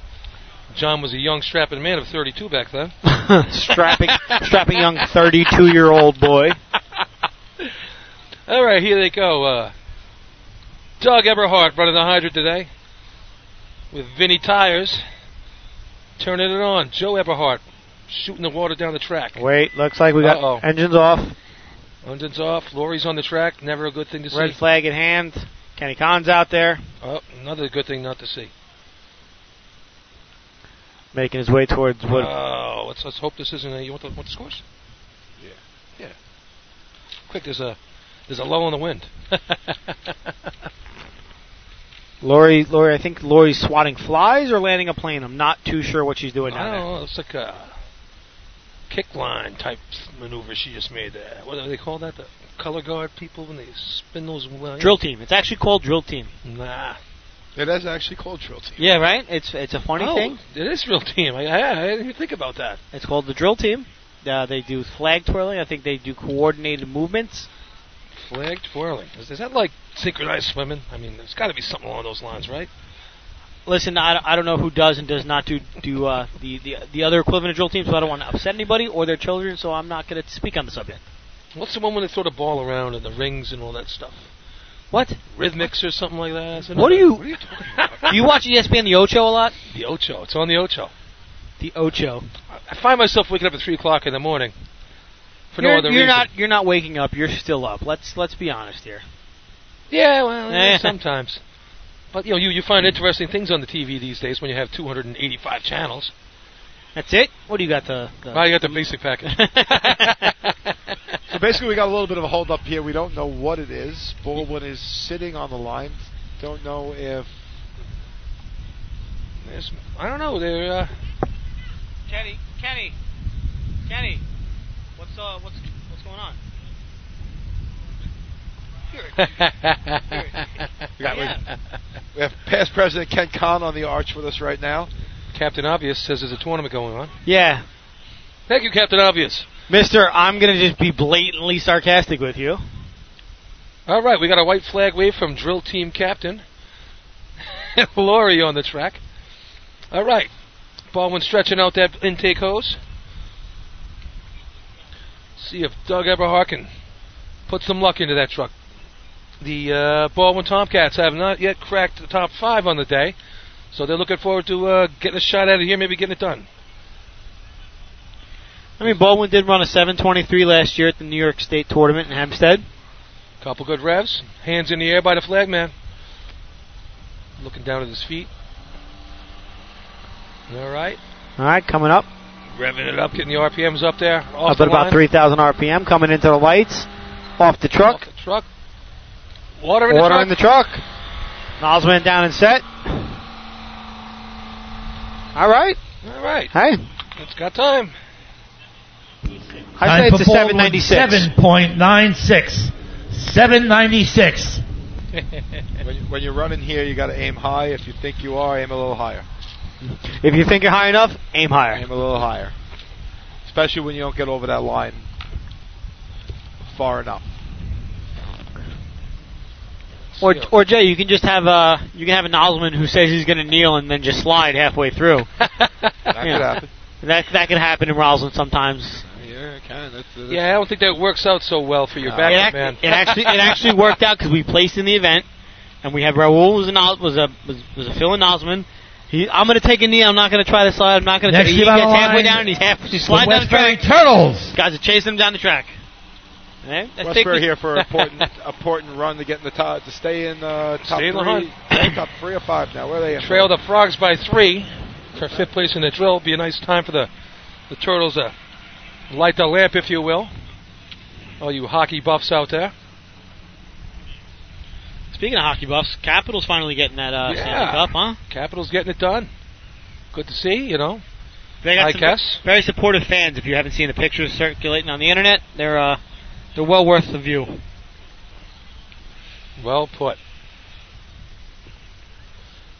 Speaker 2: John was a young, strapping man of 32 back then.
Speaker 1: strapping, strapping young 32-year-old boy.
Speaker 2: All right, here they go. Uh, Doug Eberhardt running the hydrant today with Vinny Tires. Turning it on. Joe Eberhardt shooting the water down the track.
Speaker 1: Wait, looks like we got
Speaker 2: Uh-oh.
Speaker 1: engines off.
Speaker 2: Engines off. Lorry's on the track. Never a good thing to
Speaker 1: Red
Speaker 2: see.
Speaker 1: flag in hand. Kenny Khan's out there
Speaker 2: Oh, another good thing not to see.
Speaker 1: making his way towards what
Speaker 2: Oh, let's, let's hope this isn't a. You want the, want the scores? Yeah. Yeah. Quick, there's a there's a lull in the wind.
Speaker 1: Lori. Lori, I think Lori's swatting flies or landing a plane. I'm not too sure what she's doing
Speaker 2: I
Speaker 1: down
Speaker 2: don't
Speaker 1: there.
Speaker 2: know. Oh, It's like a kick line type maneuver she just made there. What do they call that? The color guard people when they spin those lines?
Speaker 1: Drill team. It's actually called drill team.
Speaker 2: Nah.
Speaker 6: It is actually called drill team.
Speaker 1: Yeah, right. It's it's a funny
Speaker 2: oh,
Speaker 1: thing.
Speaker 2: It is real team. I, I, I didn't even think about that.
Speaker 1: It's called the drill team. Uh, they do flag twirling. I think they do coordinated movements.
Speaker 2: Flag twirling. Is, is that like synchronized swimming? I mean, there's got to be something along those lines, right?
Speaker 1: Listen, I, I don't know who does and does not do do uh, the, the the other equivalent of drill teams, so I don't want to upset anybody or their children, so I'm not going to speak on the subject.
Speaker 2: What's the one when they throw the ball around and the rings and all that stuff?
Speaker 1: What?
Speaker 2: Rhythmics or something like that? Isn't
Speaker 1: What
Speaker 2: it?
Speaker 1: are you-
Speaker 2: What are you talking about?
Speaker 1: Do you watch E ESPN the Ocho a lot?
Speaker 2: the Ocho. It's on the Ocho.
Speaker 1: The Ocho.
Speaker 2: I I find myself waking up at three o'clock in the morning for
Speaker 1: you're
Speaker 2: no other
Speaker 1: you're
Speaker 2: reason.
Speaker 1: not you're not waking up. You're still up. Let's let's be honest here.
Speaker 2: Yeah, well,
Speaker 1: Eh.
Speaker 2: yeah, sometimes. But you know, you, you find interesting things on the TV these days when you have 285 channels.
Speaker 1: That's it. What do you got? The, the
Speaker 2: Now you got the basic package.
Speaker 6: So basically, we got a little bit of a hold up here. We don't know what it is. Baldwin is sitting on the line. Don't know if
Speaker 2: There's- I don't know. They're uh,
Speaker 5: Kenny, Kenny, Kenny, what's uh, what's what's going on? Here. Yeah.
Speaker 6: we have past president Ken Khan on the arch with us right now.
Speaker 2: Captain Obvious says there's a tournament going on.
Speaker 1: yeah,
Speaker 2: Thank you, Captain Obvious.
Speaker 1: Mister. I'm gonna just be blatantly sarcastic with you.
Speaker 2: All right, we got a white flag wave from drill team captain Laurie on the track. All right, Baldwin stretching out that intake hose. See if Doug Eberhardt can put some luck into that truck. The uh, Baldwin Tomcats have not yet cracked the top five on the day, so they're looking forward to uh, getting a shot at it here, maybe getting it done.
Speaker 1: I mean, Baldwin did run a 7:23 last year at the New York State tournament in Hempstead.
Speaker 2: Couple good revs, hands in the air by the flag man. Looking down at his feet. All right.
Speaker 1: All right, coming up,
Speaker 2: Revving it up, getting the RPMs up there.
Speaker 1: up
Speaker 2: Off
Speaker 1: at
Speaker 2: the
Speaker 1: about
Speaker 2: line,
Speaker 1: 3,000 RPM, coming into the lights, off the truck,
Speaker 2: Off the truck. Water in
Speaker 1: water
Speaker 2: the
Speaker 1: in the
Speaker 2: truck.
Speaker 1: truck. Nosman down and set. All right,
Speaker 2: All right,
Speaker 1: hey,
Speaker 2: it's got time.
Speaker 1: I say it's a 796.
Speaker 3: Seven point nine six. Seven ninety six.
Speaker 6: When, you, when you're running here, you got to aim high. If you think you are, aim a little higher.
Speaker 1: If you think you're high enough, aim higher.
Speaker 6: Aim a little higher, especially when you don't get over that line far enough.
Speaker 1: Or,
Speaker 2: Yeah.
Speaker 1: or Jay, you can just have a you can have an Osman who says he's going to kneel and then just slide halfway through.
Speaker 6: That
Speaker 1: Yeah.
Speaker 6: could happen.
Speaker 1: That that can happen in Roslyn sometimes.
Speaker 6: Yeah,
Speaker 5: it can. That's, that's
Speaker 2: Yeah, I don't think that works out so well for your
Speaker 5: No.
Speaker 2: backup
Speaker 1: act-
Speaker 2: man.
Speaker 1: it actually it actually worked out because we placed in the event, and we had Raul was an Os- was a was, was a Phil and Osman. He, I'm gonna take a knee. I'm not gonna try to slide. I'm not gonna.
Speaker 3: Next
Speaker 1: try, he
Speaker 3: team
Speaker 1: gets
Speaker 3: on the
Speaker 1: halfway
Speaker 3: line,
Speaker 1: down. And he's half. He's
Speaker 3: The
Speaker 1: sliding down the
Speaker 3: Westbury
Speaker 1: track.
Speaker 3: Turtles.
Speaker 1: Guys are chasing him down the track. Eh? Let's take
Speaker 5: Westbury
Speaker 1: this-
Speaker 5: here for an important important run to get in the top to stay in uh, top
Speaker 2: Stay in the
Speaker 5: three, top three or five now. Where are they? in?
Speaker 2: Trail the Frogs by three for fifth place in the drill. Be a nice time for the the Turtles to light the lamp, if you will. All you hockey buffs out there.
Speaker 1: Speaking of hockey buffs, Capitals finally getting that uh,
Speaker 2: Yeah.
Speaker 1: Stanley Cup, huh?
Speaker 2: Capitals getting it done. Good to see, you know.
Speaker 1: They got
Speaker 2: I
Speaker 1: some
Speaker 2: guess.
Speaker 1: very supportive fans. If you haven't seen the pictures circulating on the internet, they're uh, they're well worth the view.
Speaker 2: Well put.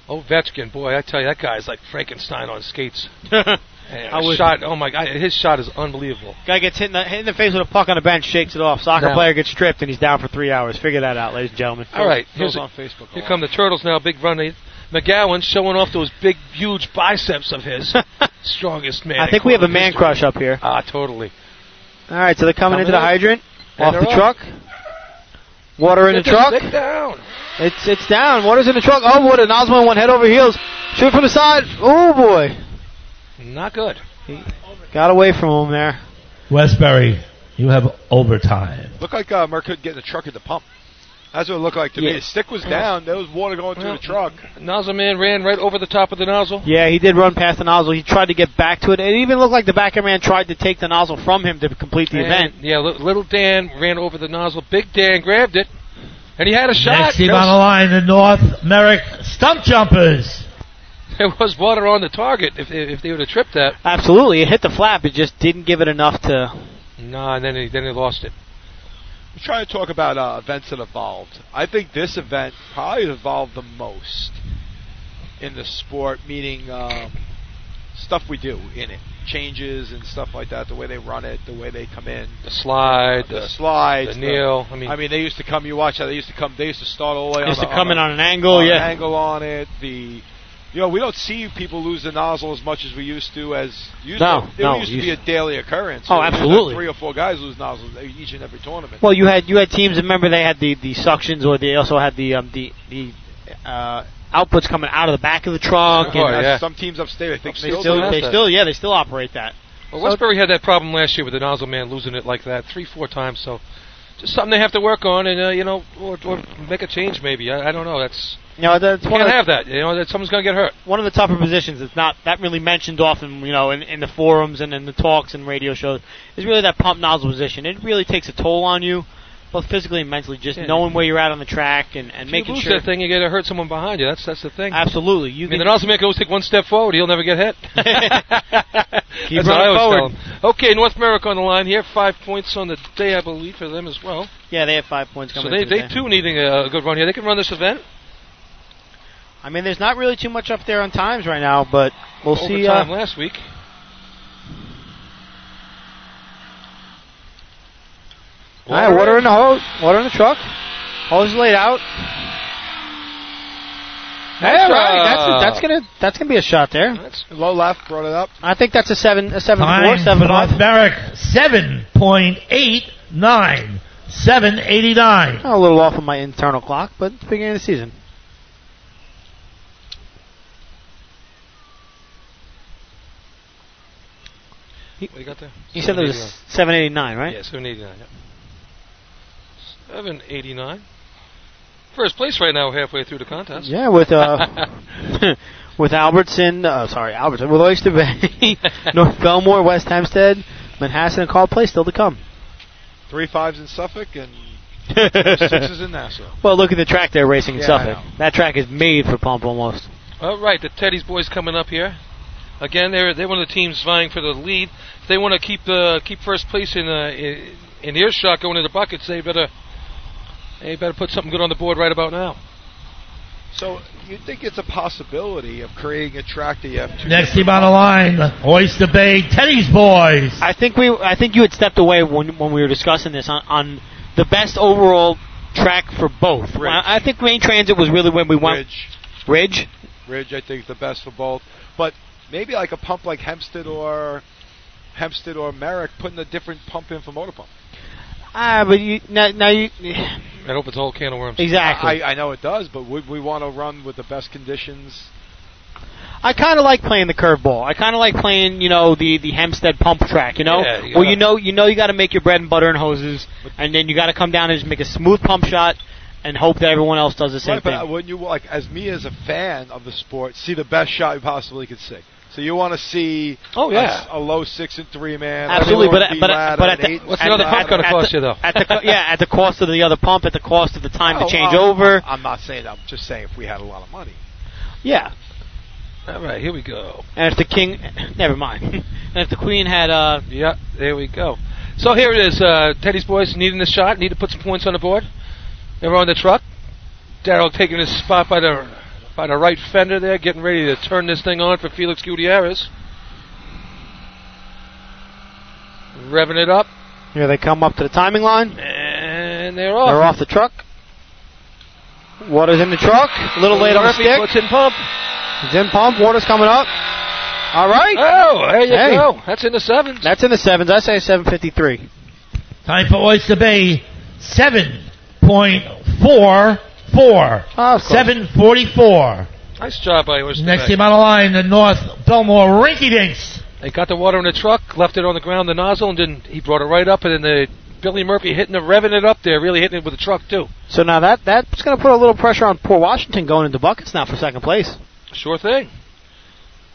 Speaker 2: Ovechkin, boy, I tell you, that guy's like Frankenstein on skates.
Speaker 1: Guy
Speaker 2: And
Speaker 1: I was-
Speaker 2: shot, oh my god, his shot is unbelievable.
Speaker 1: gets hit in, the, hit in the face with a puck on a bench, shakes it off. Soccer
Speaker 2: No.
Speaker 1: player gets stripped, and he's down for three hours. Figure that out, ladies and gentlemen.
Speaker 2: All right,
Speaker 5: Phil's
Speaker 2: here's a,
Speaker 5: on Facebook. a
Speaker 2: here
Speaker 5: lot.
Speaker 2: come the Turtles now, big run. They- McGowan showing off those big, huge biceps of his. Strongest man.
Speaker 1: I
Speaker 2: in
Speaker 1: think we have a
Speaker 2: Cleveland
Speaker 1: man
Speaker 2: history.
Speaker 1: crush up here.
Speaker 2: Ah, totally.
Speaker 1: All right, so they're coming,
Speaker 2: Coming
Speaker 1: into the
Speaker 2: in.
Speaker 1: hydrant,
Speaker 2: And
Speaker 1: off
Speaker 2: they're
Speaker 1: the truck.
Speaker 2: off.
Speaker 1: Water in the
Speaker 2: Get this
Speaker 1: truck.
Speaker 2: dick down.
Speaker 1: It's it's down. Water's in the truck. Oh, Wood and Osmond went head over heels. Shoot from the side. Oh boy,
Speaker 2: Not good.
Speaker 1: got away from him there.
Speaker 3: Westbury, you have overtime.
Speaker 5: Looked like uh, Merck could get in the truck at the pump. That's what it looked like to
Speaker 1: Yeah.
Speaker 5: me. The stick was down. There was water going through
Speaker 2: Well,
Speaker 5: the truck.
Speaker 2: Nozzle man ran right over the top of the nozzle.
Speaker 1: Yeah, he did run past the nozzle. He tried to get back to it. It even looked like the backer man tried to take the nozzle from him to complete the
Speaker 2: And,
Speaker 1: event.
Speaker 2: yeah, li- little Dan ran over the nozzle. Big Dan grabbed it, and he had a shot.
Speaker 3: Next team
Speaker 2: There
Speaker 3: on the
Speaker 2: was,
Speaker 3: line, the North Merrick Stump Jumpers.
Speaker 2: there was water on the target. If if they would have tripped that,
Speaker 1: Absolutely, it hit the flap. It just didn't give it enough to.
Speaker 2: nah. And then he then he lost it.
Speaker 5: We're trying to talk about uh, events that evolved. I think this event probably evolved the most in the sport, meaning um, stuff we do in it, changes and stuff like that. The way they run it, the way they come in,
Speaker 2: The slide,
Speaker 5: the,
Speaker 2: the,
Speaker 5: slides,
Speaker 2: the kneel. I
Speaker 5: the-
Speaker 2: mean,
Speaker 5: I mean, they used to come. You watch how they used to come. They used to start all the way.
Speaker 1: Just
Speaker 5: on
Speaker 1: to
Speaker 5: the,
Speaker 1: come in
Speaker 5: the-
Speaker 1: on an angle,
Speaker 5: an
Speaker 1: yeah.
Speaker 5: angle on it. The you know we don't see people lose the nozzle as much as we used to. As used
Speaker 1: No,
Speaker 5: to, it
Speaker 1: no,
Speaker 5: used
Speaker 1: you-
Speaker 5: to be a daily occurrence.
Speaker 1: Oh,
Speaker 5: You had
Speaker 1: absolutely.
Speaker 5: Three or four guys lose nozzles each and every tournament.
Speaker 1: Well, you had you had teams. Remember, they had the the suctions, or they also had the um, the the uh, outputs coming out of the back of the truck.
Speaker 2: Oh,
Speaker 1: and uh,
Speaker 5: That's-
Speaker 2: yeah.
Speaker 5: Some teams upstate, I think,
Speaker 1: they
Speaker 5: still,
Speaker 1: still,
Speaker 5: do.
Speaker 1: they
Speaker 2: that.
Speaker 1: still, yeah, they still operate that.
Speaker 2: well, Westbury had that problem last year with the nozzle man losing it like that three, four times. So, just something they have to work on, and uh, you know, or, or make a change maybe. I, I don't know. That's
Speaker 1: You know, that's
Speaker 2: you
Speaker 1: one of,
Speaker 2: can't
Speaker 1: the,
Speaker 2: have that. You know, that someone's gonna get hurt.
Speaker 1: one of the tougher positions. It's not that really mentioned often, you know, in, in the forums and in the talks and radio shows. Is really that pump nozzle position. It really takes a toll on you, both physically and mentally. Just
Speaker 2: Yeah.
Speaker 1: knowing where you're at on the track and, and
Speaker 2: If
Speaker 1: making
Speaker 2: you lose
Speaker 1: sure.
Speaker 2: that thing, you get to hurt someone behind you. That's that's the thing.
Speaker 1: Absolutely, you
Speaker 2: I mean, the
Speaker 1: can-
Speaker 2: nozzle man can always take one step forward. He'll never get hit.
Speaker 1: Keep
Speaker 2: That's what I
Speaker 1: running
Speaker 2: always
Speaker 1: forward.
Speaker 2: tell 'em. Okay, North Merrick on the line here. Five points on the day, I believe, for them as well.
Speaker 1: Yeah, they have five points
Speaker 2: So
Speaker 1: coming.
Speaker 2: they,
Speaker 1: into the
Speaker 2: they
Speaker 1: day.
Speaker 2: too needing a good run here. They can run this event.
Speaker 1: I mean, there's not really too much up there on times right now, but we'll see.
Speaker 2: Overtime
Speaker 1: Uh,
Speaker 2: last week.
Speaker 1: all right, water in the hose, water in the truck. Hose laid out.
Speaker 2: Nice
Speaker 1: all right,
Speaker 2: job.
Speaker 1: that's, that's gonna that's gonna be a shot there.
Speaker 2: That's-
Speaker 5: Low left, brought it up.
Speaker 1: I think that's a seven a seven
Speaker 3: Time
Speaker 1: four seven
Speaker 3: for
Speaker 1: five.
Speaker 3: North Merrick, 7.89. 7.89.
Speaker 1: A little off of my internal clock, but it's the beginning of the season.
Speaker 2: What do you got there?
Speaker 1: You said there was 789, right?
Speaker 2: Yeah, 789. Yep. 789. First place right now, halfway through the contest.
Speaker 1: Yeah, with uh, with Albertson, uh, sorry, Albertson, with Oyster Bay, North Belmore, West Hempstead, Manhasset, and Call Play still to come.
Speaker 5: Three fives in Suffolk and
Speaker 1: well,
Speaker 5: sixes in Nassau.
Speaker 1: look at the track they're racing in
Speaker 5: Yeah, I
Speaker 1: Suffolk.
Speaker 5: know.
Speaker 1: That track is made for pump almost.
Speaker 2: All right, the Teddy's boys coming up here. Again, they're they're one of the teams vying for the lead. If they want to keep uh, keep first place in, uh, in in earshot going to the buckets, they better they better put something good on the board right about now.
Speaker 5: So you think it's a possibility of creating a track that you have two
Speaker 3: Next team on the line, Oyster Bay Teddy's Boys.
Speaker 1: I think we, I think you had stepped away when when we were discussing this on, on the best overall track for both.
Speaker 5: Ridge.
Speaker 1: I, I think Main Transit was really when we went
Speaker 5: Ridge.
Speaker 1: Ridge.
Speaker 5: Ridge, I think, is the best for both. But maybe like a pump like Hempstead or
Speaker 6: Hempstead or Merrick putting a different pump in for motor pump.
Speaker 1: Ah, but you now, now you
Speaker 2: That opens a whole can of worms.
Speaker 1: exactly.
Speaker 6: I, I know it does, but would we want to run with the best conditions?
Speaker 1: I kind of like playing the curveball. I kind of like playing, you know, the the Hempstead pump track. You know,
Speaker 2: Yeah, you
Speaker 1: well,
Speaker 2: gotta-
Speaker 1: you know, you know, you got to make your bread and butter and hoses, and then you got to come down and just make a smooth pump shot, and hope that everyone else does the same
Speaker 6: right,
Speaker 1: thing.
Speaker 6: but wouldn't you like, as me as a fan of the sport, see the best shot you possibly could see? So you want to see
Speaker 2: Oh,
Speaker 6: a
Speaker 2: yeah.
Speaker 6: s- a, low six and three man,
Speaker 1: Absolutely, but
Speaker 6: a
Speaker 1: but
Speaker 6: ladder,
Speaker 1: but at
Speaker 6: an
Speaker 1: the,
Speaker 6: eight
Speaker 2: What's
Speaker 1: at
Speaker 2: another
Speaker 1: the-
Speaker 2: pump
Speaker 1: at-
Speaker 2: gonna
Speaker 1: at
Speaker 2: cost
Speaker 1: the-
Speaker 2: you, though?
Speaker 1: At the co- yeah, at the cost of the other pump, at the cost of the time
Speaker 6: Oh,
Speaker 1: to change
Speaker 6: I'm-
Speaker 1: over.
Speaker 6: I'm not saying. I'm just saying if we had a lot of money.
Speaker 1: Yeah,
Speaker 2: All right, here we go.
Speaker 1: and if the king, never mind. and if the queen had uh,
Speaker 2: Yeah, there we go. So here it is. Uh, Teddy's boys needing a shot. Need to put some points on the board. They're on the truck. Daryl taking his spot by the by the right fender there, getting ready to turn this thing on for Felix Gutierrez. Revving it up,
Speaker 1: here they come up to the timing line.
Speaker 2: and they're
Speaker 6: Oh.
Speaker 1: They're
Speaker 2: off.
Speaker 1: off the truck. Water's in the truck. A little late on the
Speaker 2: Murphy
Speaker 1: stick.
Speaker 2: puts in pump.
Speaker 1: It's in pump. Water's coming up. All right.
Speaker 2: Oh, there you
Speaker 1: Hey.
Speaker 2: go. That's in the sevens.
Speaker 1: That's in the sevens. I say 753.
Speaker 3: Time for Oyster Bay, 7.44.
Speaker 1: Oh, of course.
Speaker 3: 744.
Speaker 2: nice job by Oyster
Speaker 3: Next
Speaker 2: Bay.
Speaker 3: team on the line, the North Belmore Rinky Dinks.
Speaker 2: They got the water in the truck, left it on the ground, the nozzle, and then he brought it right up, and then the Billy Murphy hitting the revving it up there, really hitting it with the truck too.
Speaker 1: So now that that's going to put a little pressure on poor Washington going into buckets now for second place.
Speaker 2: Sure thing.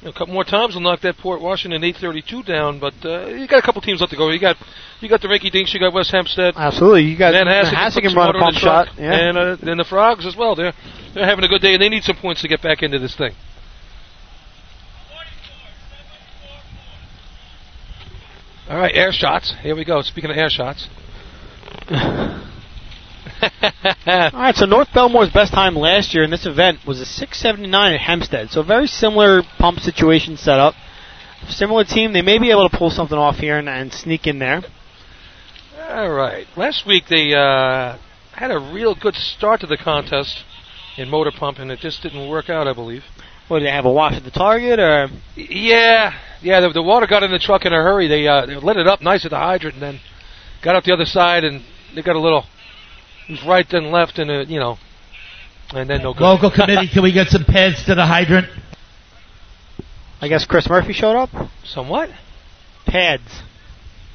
Speaker 2: You know, a couple more times will knock that Port Washington 832 down, but uh, you got a couple teams left to go. You got you got the Ricky Dinks, you got West Hempstead,
Speaker 1: Absolutely. You guys,
Speaker 2: and Hassick,
Speaker 1: Hassick
Speaker 2: put
Speaker 1: can
Speaker 2: some
Speaker 1: run
Speaker 2: water
Speaker 1: a
Speaker 2: in
Speaker 1: pump
Speaker 2: the truck,
Speaker 1: shot. Yeah.
Speaker 2: and uh, then the Frogs as well. They're they're having a good day, and they need some points to get back into this thing. All right, air shots. Here we go. Speaking of air shots.
Speaker 1: All right. So North Belmore's best time last year in this event was a 679 at Hempstead. So very similar pump situation setup. Similar team. They may be able to pull something off here and, and sneak in there.
Speaker 2: All right. Last week they uh, had a real good start to the contest in motor pump, and it just didn't work out, I believe.
Speaker 1: What do they have a wash at the target or?
Speaker 2: Y- Yeah, yeah. The, the water got in the truck in a hurry. They uh, they lit it up nice at the hydrant, and then got up the other side, and they got a little it was right then left, and uh, you know, and then no good.
Speaker 3: Local committee, can we get some pads to the hydrant?
Speaker 1: I guess Chris Murphy showed up.
Speaker 2: Somewhat.
Speaker 1: Pads.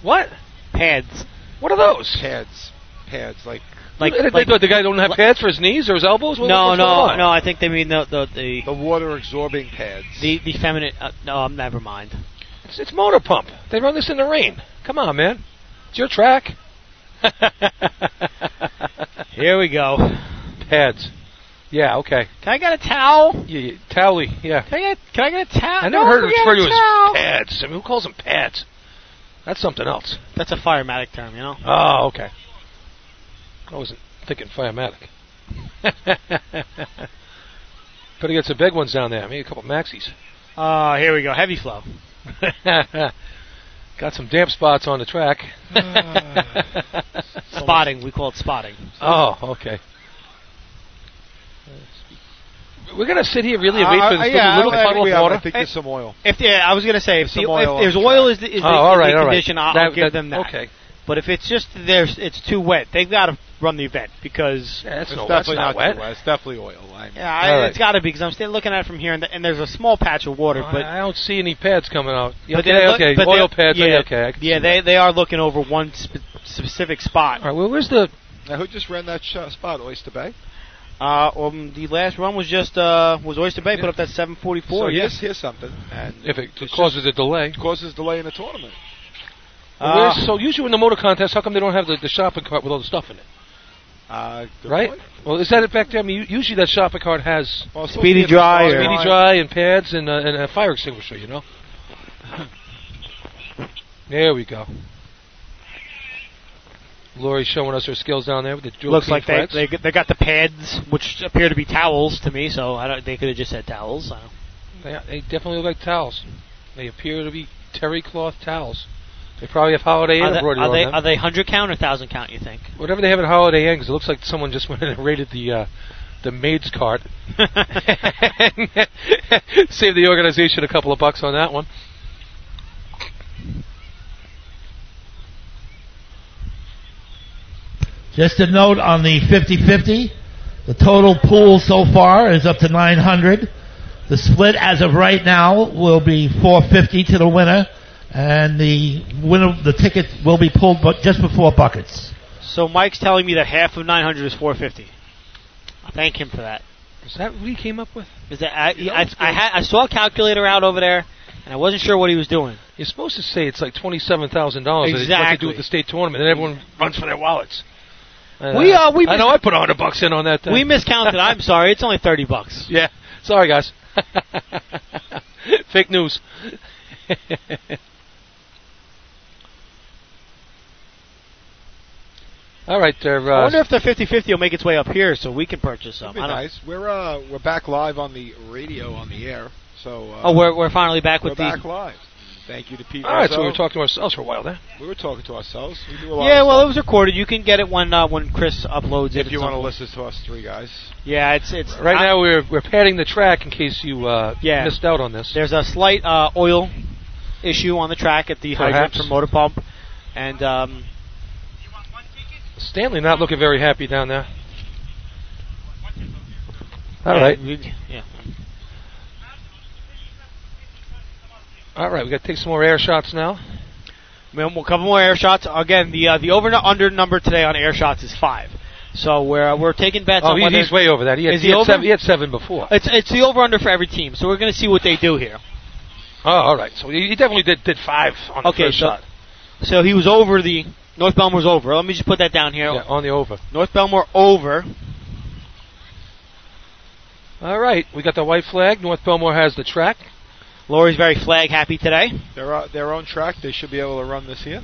Speaker 2: What?
Speaker 1: Pads.
Speaker 2: What are those?
Speaker 6: Pads, pads like
Speaker 1: Like,
Speaker 2: What did they
Speaker 1: like
Speaker 2: do? the guy don't have pads for his knees or his elbows. What,
Speaker 1: no,
Speaker 2: what's
Speaker 1: no,
Speaker 2: going on?
Speaker 1: no. I think they mean the the the
Speaker 6: the water absorbing pads.
Speaker 1: the, the feminine. Uh, no, um, never mind.
Speaker 2: It's, it's motor pump. They run this in the rain. Come on, man. It's your track.
Speaker 1: Here we go.
Speaker 2: Pads. Yeah, okay.
Speaker 1: Can I get a towel?
Speaker 2: Yeah, yeah, Tally, yeah.
Speaker 1: Can I get can I get a towel?
Speaker 2: I never heard it
Speaker 1: forget
Speaker 2: referred
Speaker 1: a
Speaker 2: to as
Speaker 1: towel.
Speaker 2: pads. I mean, who calls them pads? That's something else.
Speaker 1: That's a firematic term, you know.
Speaker 2: Oh, okay. I wasn't thinking firematic. Better get some big ones down there. Maybe a couple maxis.
Speaker 1: Uh, here we go. Heavy flow.
Speaker 2: Got some damp spots on the track.
Speaker 1: Spotting. We call it spotting.
Speaker 2: Oh, okay. We're gonna sit here really and wait
Speaker 6: Uh,
Speaker 2: for this
Speaker 6: yeah,
Speaker 2: little
Speaker 6: I, think
Speaker 2: puddle
Speaker 6: we
Speaker 2: of
Speaker 6: have-
Speaker 2: water.
Speaker 6: I think there's some oil.
Speaker 1: If yeah, I was gonna say if,
Speaker 6: There's
Speaker 1: the,
Speaker 6: some oil
Speaker 1: if there's
Speaker 6: on the
Speaker 1: oil
Speaker 6: track.
Speaker 1: is the, is the,
Speaker 2: oh, all right,
Speaker 1: the
Speaker 2: all right.
Speaker 1: condition, I'll, I'll
Speaker 2: That-
Speaker 1: give
Speaker 2: that-
Speaker 1: them that.
Speaker 2: Okay,
Speaker 1: But if it's just there's it's too wet, they've got to run the event because
Speaker 2: Yeah, that's,
Speaker 6: it's
Speaker 2: no, that's
Speaker 6: definitely
Speaker 2: not
Speaker 6: too
Speaker 2: wet.
Speaker 6: It's definitely oil. I mean,
Speaker 1: Yeah, I,
Speaker 2: All right.
Speaker 1: it's got to be because I'm still looking at it from here, and, th- and there's a small patch of water, but
Speaker 2: I don't see any pads coming out.
Speaker 1: but
Speaker 2: okay,
Speaker 1: they're look-
Speaker 2: okay,
Speaker 1: but they're-
Speaker 2: oil pads.
Speaker 1: Yeah,
Speaker 2: okay, okay. I can
Speaker 1: yeah,
Speaker 2: see
Speaker 1: they
Speaker 2: that.
Speaker 1: they are looking over one spe- specific spot.
Speaker 2: All right, well, where's the?
Speaker 6: Now, who just ran that sh- spot? Oyster Bay.
Speaker 1: Uh, um, the last run was just uh was Oyster Bay put up that 744.
Speaker 6: so
Speaker 1: yes,
Speaker 6: here's, here's something, and
Speaker 2: If it
Speaker 6: it's
Speaker 2: causes a delay.
Speaker 6: just causes delay in the tournament.
Speaker 1: Uh,
Speaker 2: Where's, so usually in the motor contest, how come they don't have the, the shopping cart with all the stuff in it?
Speaker 6: Uh, good
Speaker 2: Right?
Speaker 6: point.
Speaker 2: Well, is that it back there? I mean, u- usually that shopping cart has
Speaker 6: Well, it's supposed
Speaker 1: Speedy
Speaker 6: to be a-
Speaker 1: dry or-
Speaker 2: Speedy dry and pads and, uh, and a fire extinguisher, you know. There we go. Lori's showing us her skills down there with the dual
Speaker 1: looks
Speaker 2: team
Speaker 1: like they,
Speaker 2: threats.
Speaker 1: they g- they got the pads, which appear to be towels to me. So I don't, they could have just said towels. I don't,
Speaker 2: They- they definitely look like towels. They appear to be terry cloth towels. They probably have Holiday Inn
Speaker 1: are they
Speaker 2: embroidered
Speaker 1: are
Speaker 2: on
Speaker 1: they,
Speaker 2: them.
Speaker 1: are they hundred count or thousand count? You think?
Speaker 2: Whatever they have at Holiday Inn, 'cause it looks like someone just went in and raided the uh, the maid's cart. Save the organization a couple of bucks on that one.
Speaker 3: Just a note on the 50-50. The total pool so far is up to 900. The split as of right now will be 450 to the winner, and the winner the ticket will be pulled but just before buckets.
Speaker 1: So Mike's telling me that half of 900 is 450. I thank him for that.
Speaker 2: Is that what he came up with?
Speaker 1: Is that I, I, I, had, I saw a calculator out over there, and I wasn't sure what he was doing.
Speaker 2: You're supposed to say it's like twenty-seven thousand dollars. What to
Speaker 1: Exactly.
Speaker 2: do with the state tournament, and everyone runs for their wallets. And,
Speaker 1: We, uh, we
Speaker 2: I know I put a hundred bucks in on that. Thing.
Speaker 1: We miscounted. I'm sorry. It's only 30 bucks.
Speaker 2: Yeah. Sorry, guys. Fake news. All right, there.
Speaker 1: I
Speaker 2: Uh,
Speaker 1: wonder if the 50-50 will make its way up here so we can purchase some.
Speaker 5: That'd be
Speaker 1: I don't-
Speaker 5: nice. We're uh we're back live on the radio on the air. So uh,
Speaker 1: Oh, we're, we're finally back
Speaker 5: we're
Speaker 1: with
Speaker 5: back
Speaker 1: the.
Speaker 5: live. Thank you to Pete.
Speaker 2: all right, so we
Speaker 5: Rizzo.
Speaker 2: were talking to ourselves for a while there.
Speaker 5: We were talking to ourselves. We do a lot
Speaker 1: Yeah,
Speaker 5: of
Speaker 1: well, it
Speaker 5: stuff.
Speaker 1: was recorded. You can get it when uh, when Chris uploads it.
Speaker 5: if you
Speaker 1: at some
Speaker 5: want to
Speaker 1: point.
Speaker 5: listen to us three guys,
Speaker 1: Yeah, it's it's
Speaker 2: Right
Speaker 1: I-
Speaker 2: now, we're we're padding the track in case you uh,
Speaker 1: Yeah.
Speaker 2: missed out on this.
Speaker 1: There's a slight uh, oil issue on the track at the hydrant
Speaker 2: Perhaps.
Speaker 1: from motor pump, and um,
Speaker 2: Stanley not looking very happy down there. All right,
Speaker 1: we- yeah.
Speaker 2: all right. We got to take some more air shots now.
Speaker 1: I mean, a couple more air shots. Again, the uh, the over and under number today on air shots is five. So we're we're taking bets
Speaker 2: oh,
Speaker 1: on
Speaker 2: he-
Speaker 1: whether
Speaker 2: he's way over that. He had,
Speaker 1: Is he
Speaker 2: had
Speaker 1: over? Uh,
Speaker 2: seven, he had seven before.
Speaker 1: it's it's the over under for every team. So we're gonna see what they do here.
Speaker 2: Oh, all right. So he he definitely did did five on the
Speaker 1: Okay,
Speaker 2: first
Speaker 1: so-
Speaker 2: shot.
Speaker 1: So he was over the North Belmore's over. Let me just put that down here.
Speaker 2: Yeah, on the over.
Speaker 1: North Belmore over.
Speaker 2: All right, we got the white flag. North Belmore has the track.
Speaker 1: Lori's very flag happy today.
Speaker 5: they're uh, they're on track. They should be able to run this here.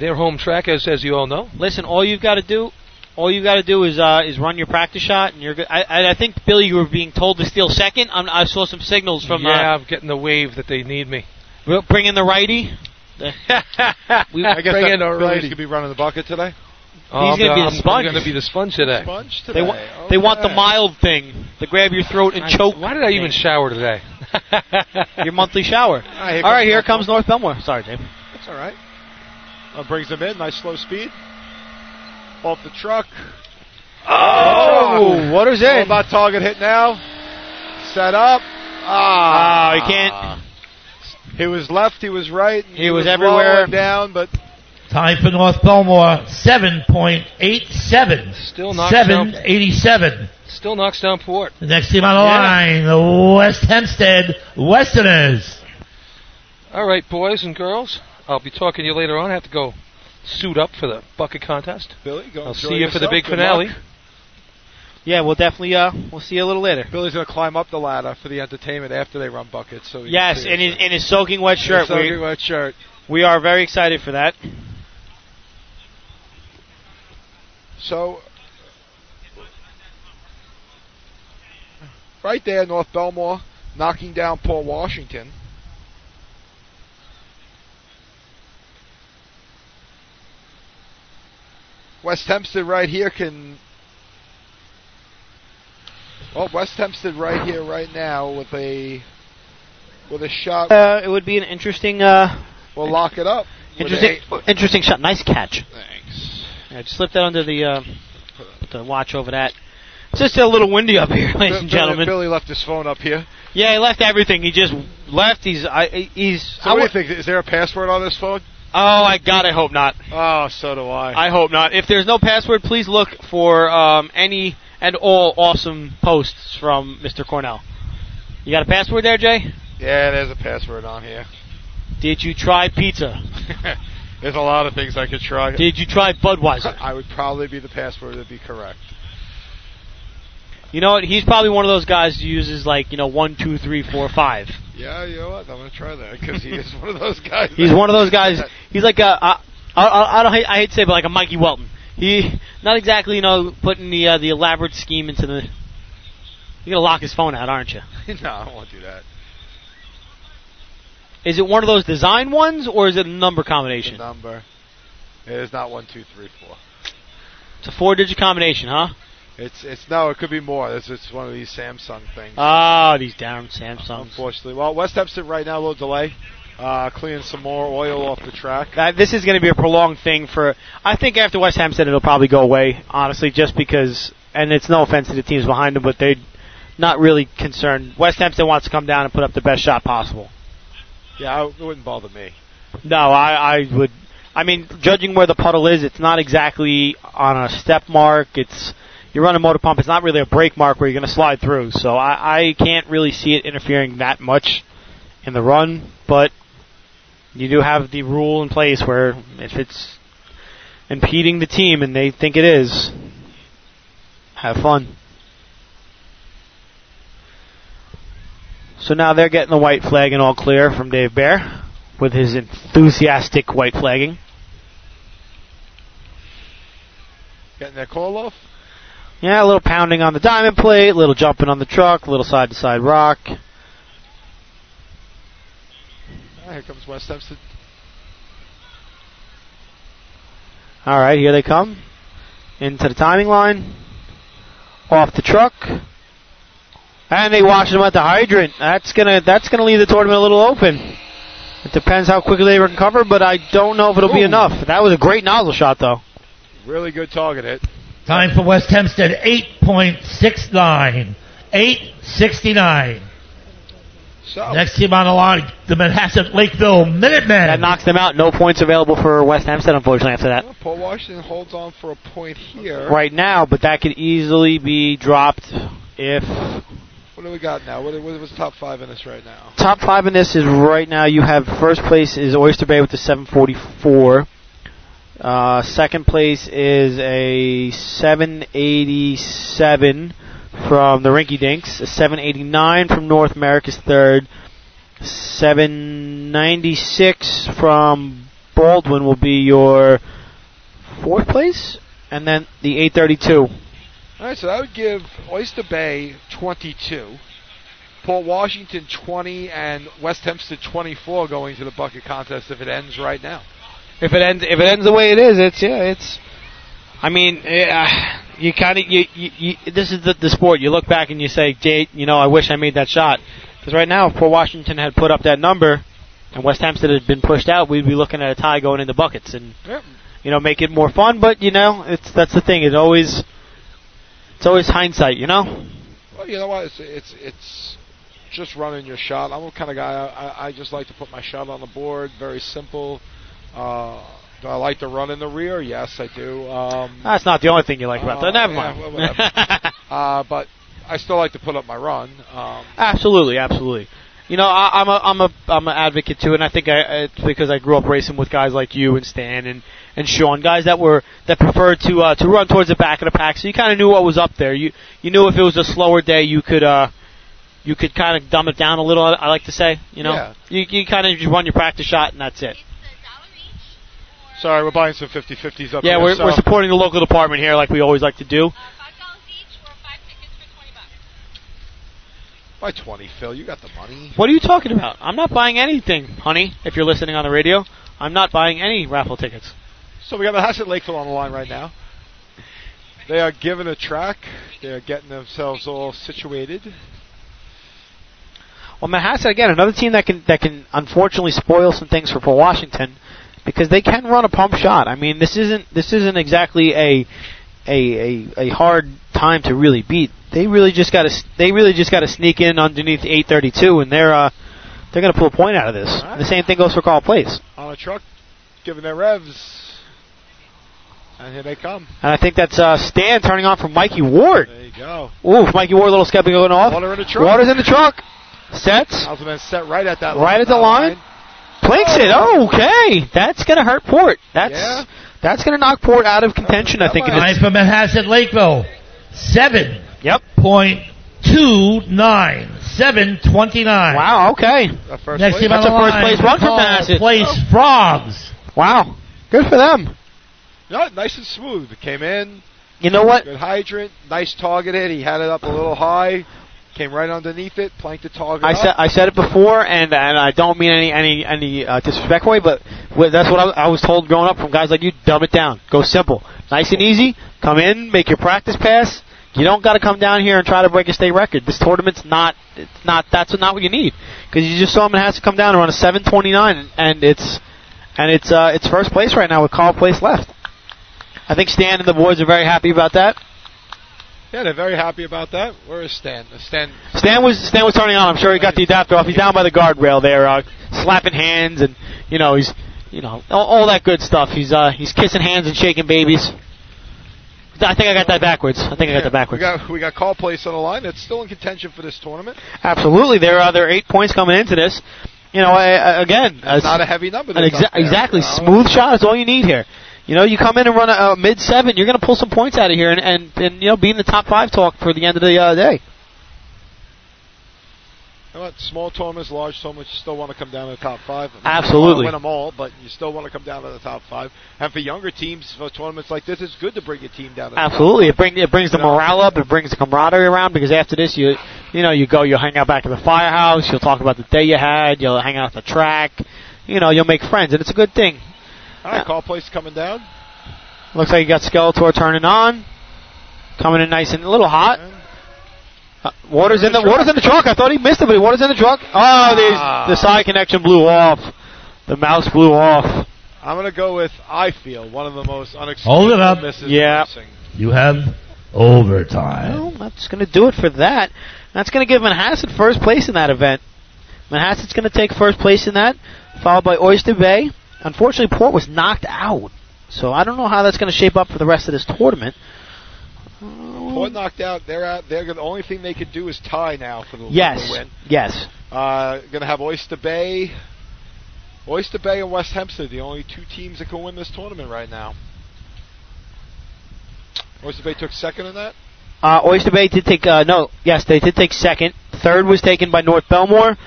Speaker 2: Their home track, as as you all know.
Speaker 1: Listen, all you've got to do, all you got to do is uh, is run your practice shot, and you're good. I, I- I think Billy, you were being told to steal second. I'm, I saw some signals from
Speaker 2: yeah, I'm uh, getting the wave that they need me.
Speaker 1: uh, bringing the righty.
Speaker 2: we
Speaker 5: I guess
Speaker 2: bring
Speaker 5: that
Speaker 2: in a
Speaker 5: Billy's
Speaker 2: righty.
Speaker 5: gonna be running the bucket today.
Speaker 2: Oh,
Speaker 1: He's gonna be the
Speaker 2: I'm-
Speaker 1: sponge.
Speaker 2: I'm going to be the sponge today.
Speaker 5: Sponge today.
Speaker 1: They want they want the mild thing, the grab your throat and
Speaker 2: I-
Speaker 1: choke.
Speaker 2: Why did I even
Speaker 1: thing.
Speaker 2: shower today?
Speaker 1: your monthly shower?
Speaker 5: right, here
Speaker 1: all right,
Speaker 5: comes
Speaker 1: here
Speaker 5: North
Speaker 1: comes North Belmore. Sorry, Dave.
Speaker 5: That's all right. Uh, brings them in. Nice slow speed. Off the truck.
Speaker 1: Oh, what is
Speaker 5: All
Speaker 1: it?
Speaker 5: about target hit now. Set up. Ah,
Speaker 1: Oh, he can't.
Speaker 5: He was left. He was right. and
Speaker 1: He was everywhere.
Speaker 5: low and down, but
Speaker 3: Time for North Belmore, 7.87.
Speaker 2: Still knocks down.
Speaker 3: 7.87.
Speaker 2: Still knocks down port.
Speaker 3: The next team on the
Speaker 2: Yeah.
Speaker 3: line, the West Hempstead Westerners.
Speaker 2: All right, boys and girls. I'll be talking to you later on. I have to go suit up for the bucket contest.
Speaker 5: Billy, go
Speaker 2: I'll
Speaker 5: enjoy
Speaker 2: see you for the
Speaker 5: yourself.
Speaker 2: big
Speaker 5: Good
Speaker 2: finale.
Speaker 5: luck.
Speaker 1: Yeah, we'll definitely uh we'll see you a little later.
Speaker 5: Billy's gonna climb up the ladder for the entertainment after they run buckets. So you can
Speaker 1: Yes,
Speaker 5: see
Speaker 1: in
Speaker 5: it.
Speaker 1: his in his soaking wet shirt.
Speaker 5: So
Speaker 1: we,
Speaker 5: do a shirt.
Speaker 1: we are very excited for that.
Speaker 5: So, right there, North Belmore knocking down Paul Washington. West Hempstead right here can. Well, West Hempstead right here, right now, with a with a shot
Speaker 1: Uh, it would be an interesting uh
Speaker 5: will lock it up. with
Speaker 1: Interesting, interesting shot. Nice catch.
Speaker 5: a- Thanks.
Speaker 1: Yeah, just slip that under the uh, put the watch over that. It's just a little windy up here, ladies
Speaker 5: Billy-
Speaker 1: and gentlemen.
Speaker 5: Billy left his phone up here.
Speaker 1: Yeah, he left everything. He just left. He's I, he's.
Speaker 5: So what
Speaker 1: I
Speaker 5: do
Speaker 1: wa-
Speaker 5: you think? Is there a password on this phone?
Speaker 1: oh, I God, I hope not.
Speaker 5: Oh, so do I.
Speaker 1: I hope not. If there's no password, please look for um, any and all awesome posts from Mr. Cornell. You got a password there, Jay?
Speaker 5: Yeah, there's a password on here.
Speaker 1: Did you try pizza?
Speaker 5: there's a lot of things I could try.
Speaker 1: Did you try Budweiser?
Speaker 5: I would probably be the password that would be correct.
Speaker 1: You know what? He's probably one of those guys who uses like you know one, two, three, four, five.
Speaker 5: Yeah, Oh, you know what? I'm gonna try that because he is one of those guys.
Speaker 1: He's one of those guys. He's like a, I, I, I don't, hate, I hate to say, it, but like a Mikey Welton. He not exactly, you know, putting the uh, the elaborate scheme into the. You're gonna lock his phone out, aren't you?
Speaker 5: no, I won't do that.
Speaker 1: Is it one of those design ones, or is it a number
Speaker 5: The
Speaker 1: combination?
Speaker 5: number. It is not one, two, three, four.
Speaker 1: It's a four-digit combination, huh?
Speaker 5: It's it's no. It could be more. It's it's one of these Samsung things.
Speaker 1: Oh, these damn Samsungs.
Speaker 5: Unfortunately, well, West Hempstead right now a little delay.
Speaker 2: uh, cleaning some more oil off the track.
Speaker 1: Uh, this is going to be a prolonged thing for. I think after West Hampstead, it'll probably go away. Honestly, just because, and it's no offense to the teams behind them, but they're not really concerned. West Hampstead wants to come down and put up the best shot possible.
Speaker 2: Yeah, I- it wouldn't bother me.
Speaker 1: No, I, I would. I mean, judging where the puddle is, it's not exactly on a step mark. It's you're running motor pump. It's not really a brake mark where you're going to slide through. So I, I can't really see it interfering that much in the run. But you do have the rule in place where if it's impeding the team and they think it is, have fun. So now they're getting the white flag and all clear from Dave Bear with his enthusiastic white flagging.
Speaker 2: Getting their call off.
Speaker 1: Yeah, a little pounding on the diamond plate, a little jumping on the truck, a little side to side rock.
Speaker 2: Ah, here comes West Hempstead.
Speaker 1: All right, here they come. Into the timing line. Off the truck. And they watch them at the hydrant. That's gonna that's gonna leave the tournament a little open. It depends how quickly they recover, but I don't know if it'll be
Speaker 2: Ooh.
Speaker 1: enough. That was a great nozzle shot though.
Speaker 2: Really good target hit.
Speaker 3: Time for West Hempstead, 8.69. 8.69.
Speaker 2: So
Speaker 3: Next team on the line, the Manhasset Lakeville
Speaker 1: That
Speaker 3: Minutemen.
Speaker 1: knocks them out. No points available for West Hampstead, unfortunately, after that.
Speaker 2: Paul Washington holds on for a point here.
Speaker 1: Right now, but that could easily be dropped if
Speaker 2: What do we got now? What, what was the top five in this right now?
Speaker 1: top five in this is right now. You have first place is Oyster Bay with the 744. Uh, second place is a 787 from the Rinky Dinks. A 789 from North America's third. 796 from Baldwin will be your fourth place, and then the 832.
Speaker 2: All right, so I would give Oyster Bay 22, Port Washington 20, and West Hempstead 24 going to the bucket contest if it ends right now.
Speaker 1: If it ends, if it ends the way it is, it's yeah, it's. I mean, uh, you kind of you, you, you this is the, the sport. You look back and you say, "Jade, you know, I wish I made that shot." Because right now, if Port Washington had put up that number, and West Hampstead had been pushed out, we'd be looking at a tie going into buckets, and
Speaker 2: Yep.
Speaker 1: you know, make it more fun. But you know, it's that's the thing. It always, it's always hindsight, you know.
Speaker 2: Well, you know what? It's it's, it's just running your shot. I'm the kind of guy. I, I- I just like to put my shot on the board. Very simple. Uh, do I like to run in the rear? Yes, I do. Um,
Speaker 1: That's not the only thing you like about
Speaker 2: Oh,
Speaker 1: that. Never
Speaker 2: yeah,
Speaker 1: mind.
Speaker 2: well, whatever. uh, but I still like to put up my run. Um,
Speaker 1: Absolutely, absolutely. You know, I, I'm a I'm a I'm an advocate too, and I think I it's because I grew up racing with guys like you and Stan and and Sean, guys that were that preferred to uh, to run towards the back of the pack. So you kind of knew what was up there. You you knew if it was a slower day, you could uh you could kind of dumb it down a little. I, I like to say, you know,
Speaker 2: Yeah.
Speaker 1: you you kind of just run your practice shot and that's it.
Speaker 2: sorry, we're buying some 50-50s up
Speaker 1: Yeah,
Speaker 2: here.
Speaker 1: we're
Speaker 2: so-
Speaker 1: we're supporting the local department here, like we always like to do.
Speaker 2: By 20, Phil. You got the money.
Speaker 1: What are you talking about? I'm not buying anything, honey. If you're listening on the radio, I'm not buying any raffle tickets.
Speaker 2: So we got the Hassett Lakeville on the line right now. They are given a track. They are getting themselves all situated.
Speaker 1: Well, Manhasset again, another team that can that can unfortunately spoil some things for, for Washington because they can run a pump shot. I mean, this isn't this isn't exactly a a a, a hard time to really beat. They really just got to they really just got to sneak in underneath 832, and they're uh, they're going to pull a point out of this.
Speaker 2: All right.
Speaker 1: The same thing goes for Carl Place,
Speaker 2: On a truck, giving their revs. And here they come.
Speaker 1: and I think that's uh, Stan turning on from Mikey Ward.
Speaker 2: There you go.
Speaker 1: Ooh, Mikey Ward, a little skeptic going off.
Speaker 2: Water in the truck.
Speaker 1: Water's in the truck. Sets.
Speaker 2: Alderman set right at that
Speaker 1: Right at the line. Planks it. Oh, okay. That's gonna hurt Port. That's
Speaker 2: Yeah.
Speaker 1: that's gonna knock Port out of contention. I think. It
Speaker 3: Time
Speaker 1: is.
Speaker 3: for Manhasset Lakeville, 7.29.
Speaker 1: Yep.
Speaker 3: 7.29.
Speaker 1: Wow. Okay.
Speaker 2: That first
Speaker 3: Next
Speaker 2: play.
Speaker 3: team on
Speaker 1: That's
Speaker 3: the
Speaker 1: a first
Speaker 3: line,
Speaker 1: place run for
Speaker 3: Paul
Speaker 1: Manhasset.
Speaker 3: Place Frogs.
Speaker 1: Wow. Good for them.
Speaker 2: No, nice and smooth. Came in.
Speaker 1: You know what?
Speaker 2: Good hydrant. Nice targeted. He had it up a little high. Came right underneath it. Planked the target.
Speaker 1: I
Speaker 2: up.
Speaker 1: said I said it before, and and I don't mean any any any uh, disrespect way, but wh- that's what I, I was told growing up from guys like you. Dumb it down. Go simple, nice and easy. Come in, make your practice pass. You don't got to come down here and try to break a state record. This tournament's not, it's not. That's not what you need because you just saw him and has to come down and run a 7:29, and it's, and it's, uh, it's first place right now with Carl place left. I think Stan and the boys are very happy about that.
Speaker 6: Yeah, they're very happy about that. Where is Stan? Uh, Stan.
Speaker 1: Stan was Stan was turning on. I'm sure he got the adapter off. He's down by the guardrail there, uh, slapping hands, and you know he's, you know, all, all that good stuff. He's uh, he's kissing hands and shaking babies. I think I got that backwards. I think I got that
Speaker 6: We
Speaker 1: backwards.
Speaker 6: got we got call place on the line. That's still in contention for this tournament.
Speaker 1: Absolutely, there are there are eight points coming into this. You know, I, I, again, a s-
Speaker 6: Not a heavy number.
Speaker 1: an
Speaker 6: that's
Speaker 1: exa-
Speaker 6: up there.
Speaker 1: exactly
Speaker 6: Uh,
Speaker 1: smooth shot is all you need here. You know, you come in and run a, a mid seven, you're going to pull some points out of here, and, and and you know, be in the top five talk for the end of the uh, day.
Speaker 6: You know what? Small tournaments, large tournaments, you still want to come down to the top five. I mean,
Speaker 1: Absolutely.
Speaker 6: You want to win them all, but you still want to come down to the top five. And for younger teams, for tournaments like this, it's good to bring your team down. To the top
Speaker 1: Absolutely, it brings it brings the morale up, it brings the camaraderie around because after this, you you know, you go, you'll hang out back at the firehouse, you'll talk about the day you had, you'll hang out at the track, you know, you'll make friends, and it's a good thing.
Speaker 6: five. All right, call place coming down.
Speaker 1: Looks like you got Skeletor turning on, coming in nice and a little hot. Uh, water's in the water's in the truck. I thought he missed it, but he- water's in the truck. Oh, these the side connection blew off. The mouse blew off.
Speaker 6: I'm gonna go with I feel one of the most unexpected
Speaker 3: Hold it up.
Speaker 6: misses.
Speaker 1: Yeah.
Speaker 6: in racing.
Speaker 3: You have overtime.
Speaker 1: Well, that's going to do it for that. That's going to give Manhasset first place in that event. Manhasset's going to take first place in that, followed by Oyster Bay. Unfortunately, Port was knocked out, so I don't know how that's going to shape up for the rest of this tournament.
Speaker 6: Port knocked out. They're out. They're gonna- the only thing they could do is tie now for the for the
Speaker 1: Yes,
Speaker 6: win.
Speaker 1: yes.
Speaker 6: Uh, gonna have Oyster Bay, Oyster Bay and West Hempstead, the only two teams that can win this tournament right now. Oyster Bay took second in that.
Speaker 1: Uh, Oyster Bay did take, uh, no, yes, they did take second. Third was taken by North Belmore.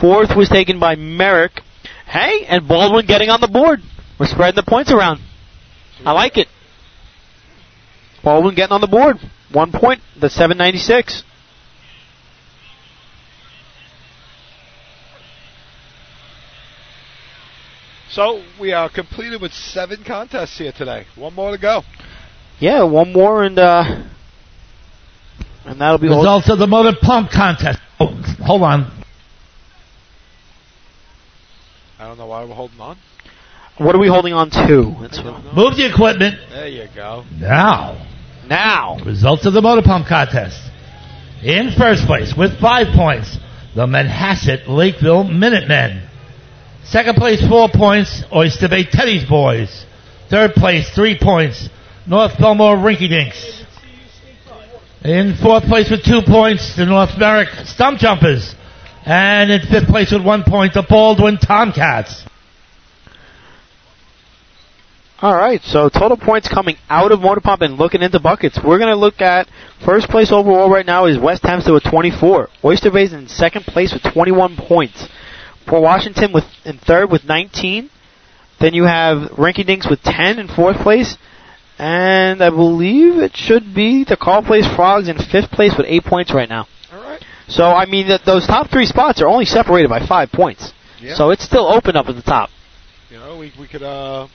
Speaker 1: Fourth was taken by Merrick. Hey, and Baldwin getting on the board. We're spreading the points around. I like it. Baldwin getting on the board. One point, the 796.
Speaker 6: So we are completed with seven contests here today. One more to go.
Speaker 1: Yeah, one more and, uh, and that'll be all-
Speaker 3: Results of the motor pump contest. Oh, hold on.
Speaker 6: I don't know why we're holding on.
Speaker 1: What are we holding on to? That's what-
Speaker 3: Move the equipment
Speaker 6: There you go.
Speaker 3: now.
Speaker 1: now.
Speaker 3: Results of the motor pump contest. In first place with five points, the Manhasset Lakeville Minutemen. Second place, four points, Oyster Bay Teddy's Boys. Third place, three points, North Belmore Rinky Dinks. In fourth place with two points, the North Merrick Stump Jumpers. And in fifth place with one point, the Baldwin Tomcats.
Speaker 1: All right, so total points coming out of Motor Pump and looking into buckets. We're going to look at first place overall right now is West Hempstead with 24. Oyster Bay's in second place with 21 points. Port Washington with in third with 19. Then you have Rinky Dinks with 10 in fourth place. And I believe it should be the Call Place Frogs in fifth place with eight points right now.
Speaker 6: All right.
Speaker 1: So, I mean, th- those top three spots are only separated by five points.
Speaker 6: Yeah.
Speaker 1: So it's still open up at the top.
Speaker 6: You know, we, we could uh,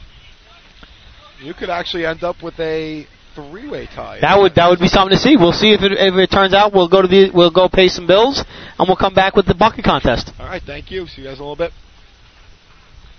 Speaker 6: you could actually end up with a three-way tie.
Speaker 1: That would that would be something to see. We'll see if it if it turns out. We'll go to the we'll go pay some bills and we'll come back with the bucket contest.
Speaker 6: All right. Thank you. See you guys in a little bit.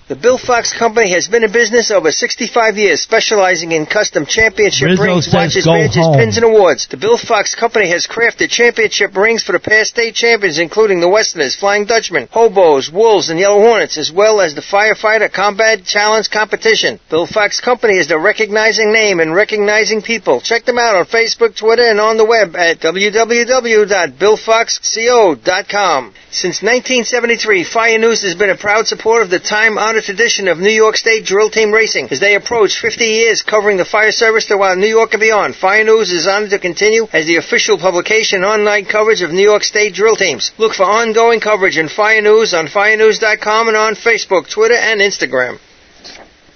Speaker 4: The Bill Fox Company has been in business over 65 years, specializing in custom championship
Speaker 3: Rizzo
Speaker 4: rings,
Speaker 3: says
Speaker 4: watches,
Speaker 3: go
Speaker 4: badges,
Speaker 3: home.
Speaker 4: pins, and awards. The Bill Fox Company has crafted championship rings for the past state champions, including the Westerners, Flying Dutchman, Hobos, Wolves, and Yellow Hornets, as well as the Firefighter Combat Challenge Competition. Bill Fox Company is the recognizing name and recognizing people. Check them out on Facebook, Twitter, and on the web at www.billfoxco.com. Since 1973, Fire News has been a proud supporter of the time-honored tradition of New York State drill team racing. As they approach 50 years covering the fire service throughout New York and beyond, Fire News is honored to continue as the official publication and online coverage of New York State drill teams. Look for ongoing coverage in Fire News on firenews.com and on Facebook, Twitter, and Instagram.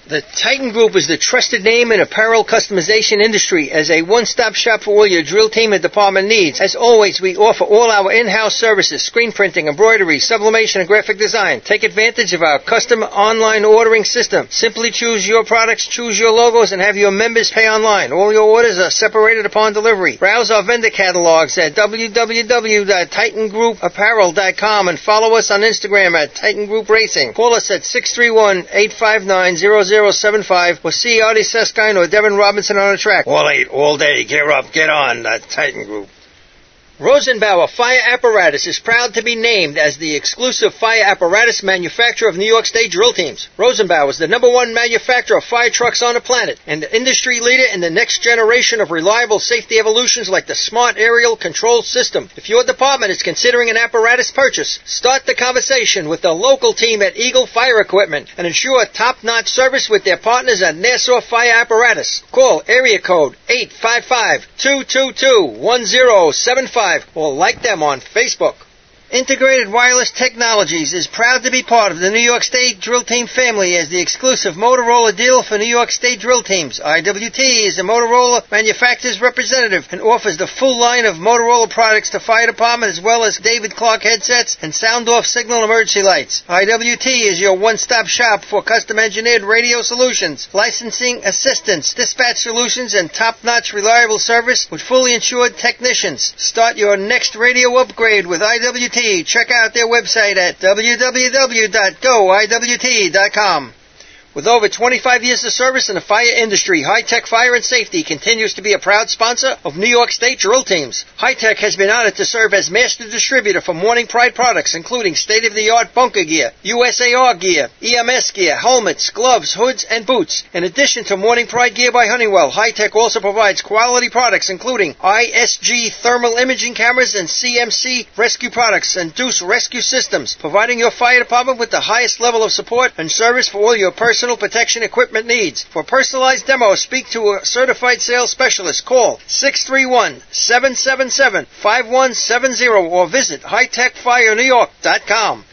Speaker 4: The Titan Group is the trusted name in apparel customization industry as a one-stop shop for all your drill team and department needs. As always, we offer all our in-house services, screen printing, embroidery, sublimation, and graphic design. Take advantage of our custom online ordering system. Simply choose your products, choose your logos, and have your members pay online. All your orders are separated upon delivery. Browse our vendor catalogs at www.titangroupapparel.com and follow us on Instagram at Titan Group Racing. Call us at 631-859-0075 or see Artie Seskine or Devin Robinson on the track. All eight, all day, gear up, get on, the Titan Group. Rosenbauer Fire Apparatus is proud to be named as the exclusive fire apparatus manufacturer of New York State drill teams. Rosenbauer is the number one manufacturer of fire trucks on the planet and the industry leader in the next generation of reliable safety evolutions like the Smart Aerial Control System. If your department is considering an apparatus purchase, start the conversation with the local team at Eagle Fire Equipment and ensure top-notch service with their partners at Nassau Fire Apparatus. Call area code 855-222-1075 or like them on Facebook. Integrated Wireless Technologies is proud to be part of the New York State Drill Team family as the exclusive Motorola deal for New York State Drill Teams. IWT is the Motorola manufacturer's representative and offers the full line of Motorola products to fire department as well as David Clark headsets and sound off signal emergency lights. IWT is your one-stop shop for custom engineered radio solutions, licensing assistance, dispatch solutions, and top-notch reliable service with fully insured technicians. Start your next radio upgrade with IWT Check out their website at www.goiwt.com. With over 25 years of service in the fire industry, High Tech Fire and Safety continues to be a proud sponsor of New York State drill teams. High Tech has been honored to serve as master distributor for Morning Pride products, including state-of-the-art bunker gear, USAR gear, EMS gear, helmets, gloves, hoods, and boots. In addition to Morning Pride gear by Honeywell, High Tech also provides quality products, including ISG thermal imaging cameras and CMC rescue products and Deuce rescue systems, providing your fire department with the highest level of support and service for all your personal personal protection equipment needs. For personalized demos, speak to a certified sales specialist. Call 631-777-5170 or visit hightechfirenewyork.com.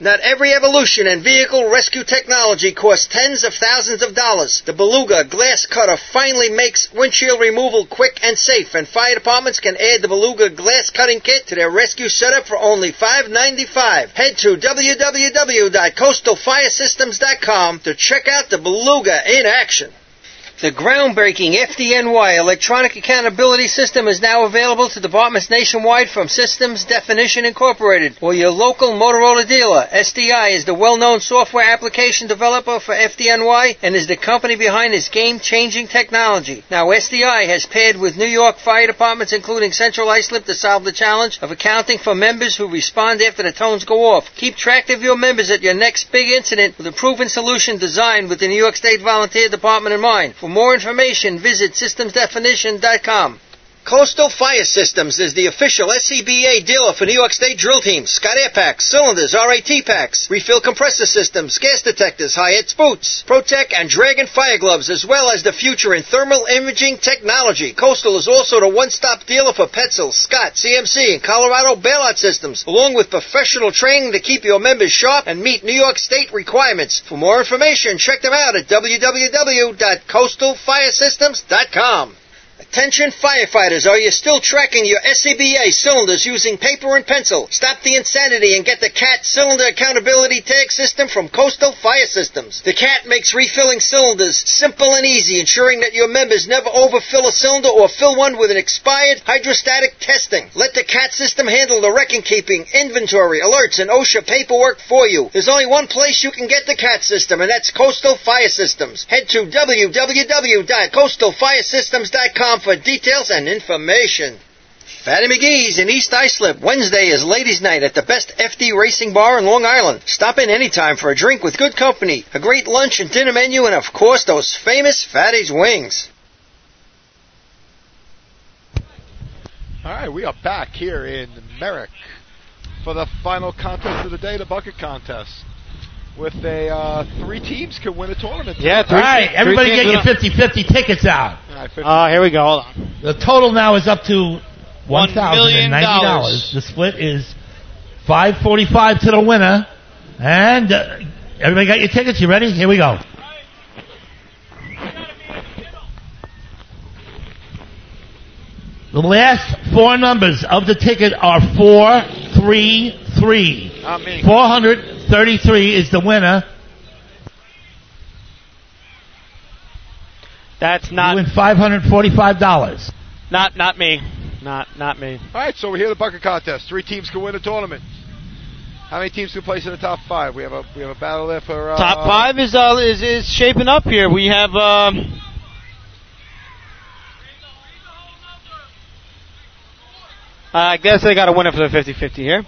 Speaker 4: Not every evolution in vehicle rescue technology costs tens of thousands of dollars. The Beluga glass cutter finally makes windshield removal quick and safe, and fire departments can add the Beluga glass cutting kit to their rescue setup for only $5.95. Head to www.coastalfiresystems.com to check out the Beluga in action. The groundbreaking FDNY electronic accountability system is now available to departments nationwide from Systems Definition Incorporated or your local Motorola dealer. SDI is the well-known software application developer for FDNY and is the company behind this game-changing technology. Now SDI has paired with New York fire departments including Central Islip to solve the challenge of accounting for members who respond after the tones go off. Keep track of your members at your next big incident with a proven solution designed with the New York State Volunteer Department in mind. For more information, visit systemsdefinition.com. Coastal Fire Systems is the official SCBA dealer for New York State drill teams, Scott Air Packs, cylinders, RAT packs, refill compressor systems, gas detectors, Hyatt's boots, Protec and Dragon fire gloves, as well as the future in thermal imaging technology. Coastal is also the one-stop dealer for Petzl, Scott, CMC, and Colorado bailout systems, along with professional training to keep your members sharp and meet New York State requirements. For more information, check them out at www.coastalfiresystems.com. Attention firefighters, are you still tracking your SCBA cylinders using paper and pencil? Stop the insanity and get the CAT Cylinder Accountability Tag System from Coastal Fire Systems. The CAT makes refilling cylinders simple and easy, ensuring that your members never overfill a cylinder or fill one with an expired hydrostatic testing. Let the CAT system handle the record keeping, inventory, alerts, and OSHA paperwork for you. There's only one place you can get the CAT system, and that's Coastal Fire Systems. Head to www.coastalfiresystems.com for details and information. Fatty McGee's in East Islip. Wednesday is ladies' night at the best FD racing bar in Long Island. Stop in anytime for a drink with good company, a great lunch and dinner menu, and of course those famous Fatty's wings.
Speaker 6: All right, we are back here in Merrick for the final contest of the day, the bucket contest. With a uh, three teams can win a tournament.
Speaker 1: Yeah,
Speaker 3: All
Speaker 1: three
Speaker 3: right,
Speaker 1: teams- three
Speaker 3: everybody
Speaker 1: teams
Speaker 3: get your
Speaker 1: without-
Speaker 3: 50-50 tickets out.
Speaker 6: All right, fifty-
Speaker 1: Uh, here we go. Hold on.
Speaker 3: The total now is up to one thousand and ninety
Speaker 5: $1,090.
Speaker 3: dollars. The split is five forty-five to the winner, and uh, everybody got your tickets. You ready? Here we go. The last four numbers of the ticket are 433.
Speaker 7: Not me.
Speaker 3: 433 is the winner.
Speaker 1: That's
Speaker 3: You
Speaker 1: not
Speaker 3: win $545.
Speaker 1: not not me. Not not me.
Speaker 5: All right, so we're here at the bucket contest. Three teams can win a tournament. How many teams can place in the top five? We have a we have a battle there for uh,
Speaker 1: Top five is uh, is is shaping up here. We have um, I guess they got a winner for the 50-50 here.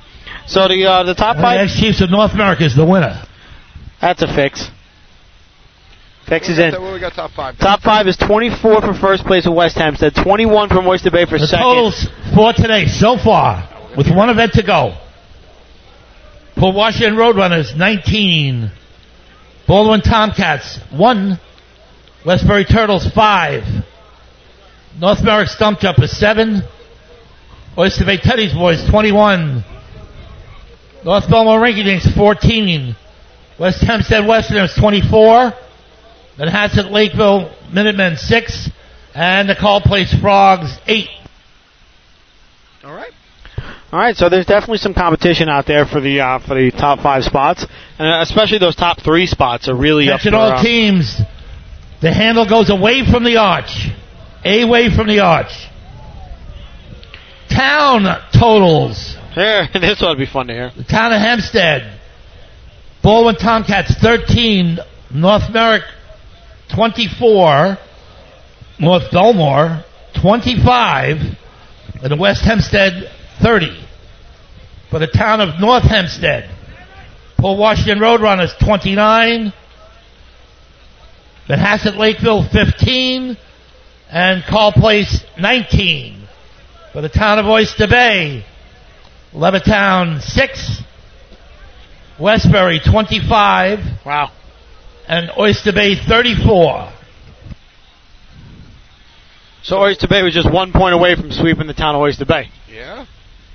Speaker 1: So the uh, the top
Speaker 3: And the
Speaker 1: five.
Speaker 3: ex-Chiefs of North America is the winner.
Speaker 1: That's a fix. Fix
Speaker 5: We
Speaker 1: is
Speaker 5: got,
Speaker 1: in.
Speaker 5: that- well, we got top five.
Speaker 1: Top five is 24 for first place at West Hampstead, 21 from Oyster Bay for
Speaker 3: The
Speaker 1: second.
Speaker 3: totals for today so far, with one event to go. For Washington Roadrunners, 19. Baldwin Tomcats, 1. Westbury Turtles, 5. North Merrick Stump Jumpers, 7. Oyster Bay Teddy's Boys, 21. North Belmore Rinky Dinks, 14. West Hempstead Westerners, 24. Manhasset Lakeville Minutemen, 6. And the Call Place Frogs, 8.
Speaker 5: All right.
Speaker 1: All right, so there's definitely some competition out there for the uh, for the top five spots, and uh, especially those top three spots are really
Speaker 3: Attention
Speaker 1: up for,
Speaker 3: all
Speaker 1: uh,
Speaker 3: teams. The handle goes away from the arch. Away from the arch. Town totals.
Speaker 1: Here, this ought to be fun to hear.
Speaker 3: The town of Hempstead. Baldwin Tomcats 13. North Merrick 24. North Belmore 25. And the West Hempstead 30. For the town of North Hempstead. Paul Washington Roadrunners 29. Manhasset Lakeville 15. And Call Place 19. For the town of Oyster Bay, Levittown 6, Westbury 25,
Speaker 1: Wow.
Speaker 3: and Oyster Bay 34.
Speaker 1: So Oyster Bay was just one point away from sweeping the town of Oyster Bay
Speaker 5: Yeah.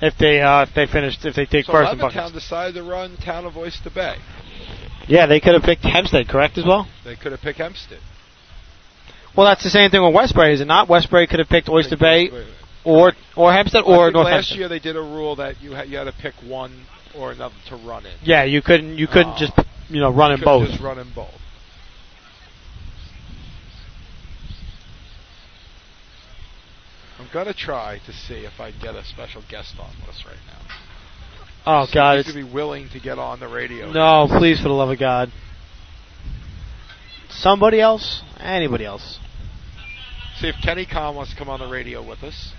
Speaker 1: if they uh, if they finished if they take
Speaker 5: So
Speaker 1: first in
Speaker 5: Levittown
Speaker 1: buckets.
Speaker 5: decided to run Town of Oyster Bay.
Speaker 1: Yeah, they could have picked Hempstead, correct as well.
Speaker 5: They could have picked Hempstead.
Speaker 1: Well, that's the same thing with Westbury, is it not? Westbury could have picked Oyster Bay or or Hempstead
Speaker 5: I
Speaker 1: or
Speaker 5: think
Speaker 1: North
Speaker 5: last
Speaker 1: Hempstead.
Speaker 5: year they did a rule that you had, you had to pick one or another to run it.
Speaker 1: Yeah, you couldn't you couldn't
Speaker 5: Oh.
Speaker 1: just you know run in
Speaker 5: Couldn't
Speaker 1: both.
Speaker 5: Just run in both. I'm gonna try to see if I can get a special guest on with us right now.
Speaker 1: Oh
Speaker 5: See if
Speaker 1: God,
Speaker 5: he's
Speaker 1: it's,
Speaker 5: gonna be willing to get on the radio.
Speaker 1: no! Please, for the love of God, somebody else, anybody else.
Speaker 5: See if Kenny Khan wants to come on the radio with us.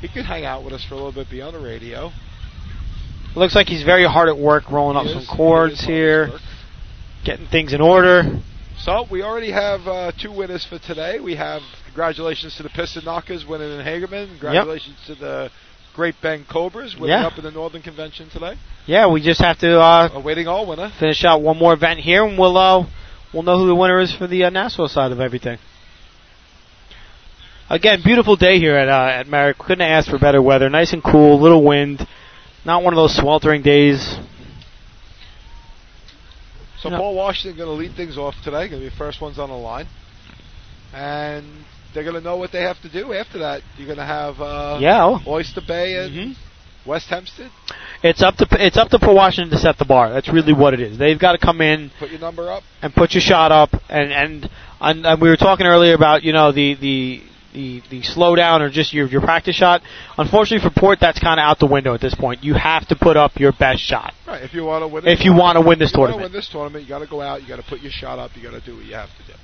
Speaker 5: He could hang out with us for a little bit beyond the radio.
Speaker 1: Looks like he's very hard at work rolling up
Speaker 5: He is- he
Speaker 1: some cords
Speaker 5: is on
Speaker 1: here,
Speaker 5: his work.
Speaker 1: getting things in order.
Speaker 5: So we already have uh, two winners for today. We have congratulations to the Piston Knockers winning in Hagerman. Congratulations to the Great Bend Cobras winning
Speaker 1: Yeah.
Speaker 5: up in the Northern Convention today.
Speaker 1: Yeah, we just have to uh,
Speaker 5: Awaiting all winner.
Speaker 1: finish out one more event here, and we'll uh, we'll know who the winner is for the uh, Nassau side of everything. Again, beautiful day here at uh, at Merrick. Couldn't ask for better weather. Nice and cool, little wind. Not one of those sweltering days.
Speaker 5: So
Speaker 1: No.
Speaker 5: Paul Washington going to lead things off today. Going to be the first ones on the line, and they're going to know what they have to do after that. You're going to have uh,
Speaker 1: yeah. oh.
Speaker 5: Oyster Bay and
Speaker 1: Mhm.
Speaker 5: West Hempstead.
Speaker 1: It's up to it's up to Port Washington to set the bar. That's really what it is. They've got to come in
Speaker 5: Put your number up.
Speaker 1: and put your shot up, and and, and, and we were talking earlier about you know the the. The, the slowdown or just your your practice shot. Unfortunately for Port, that's kind of out the window at this point. You have to put up your best shot
Speaker 5: Right, if you want to win.
Speaker 1: if you want to win this
Speaker 5: if you wanna win
Speaker 1: tournament.
Speaker 5: this tournament, you got to go out. You got to put your shot up. You got to do what you have to do.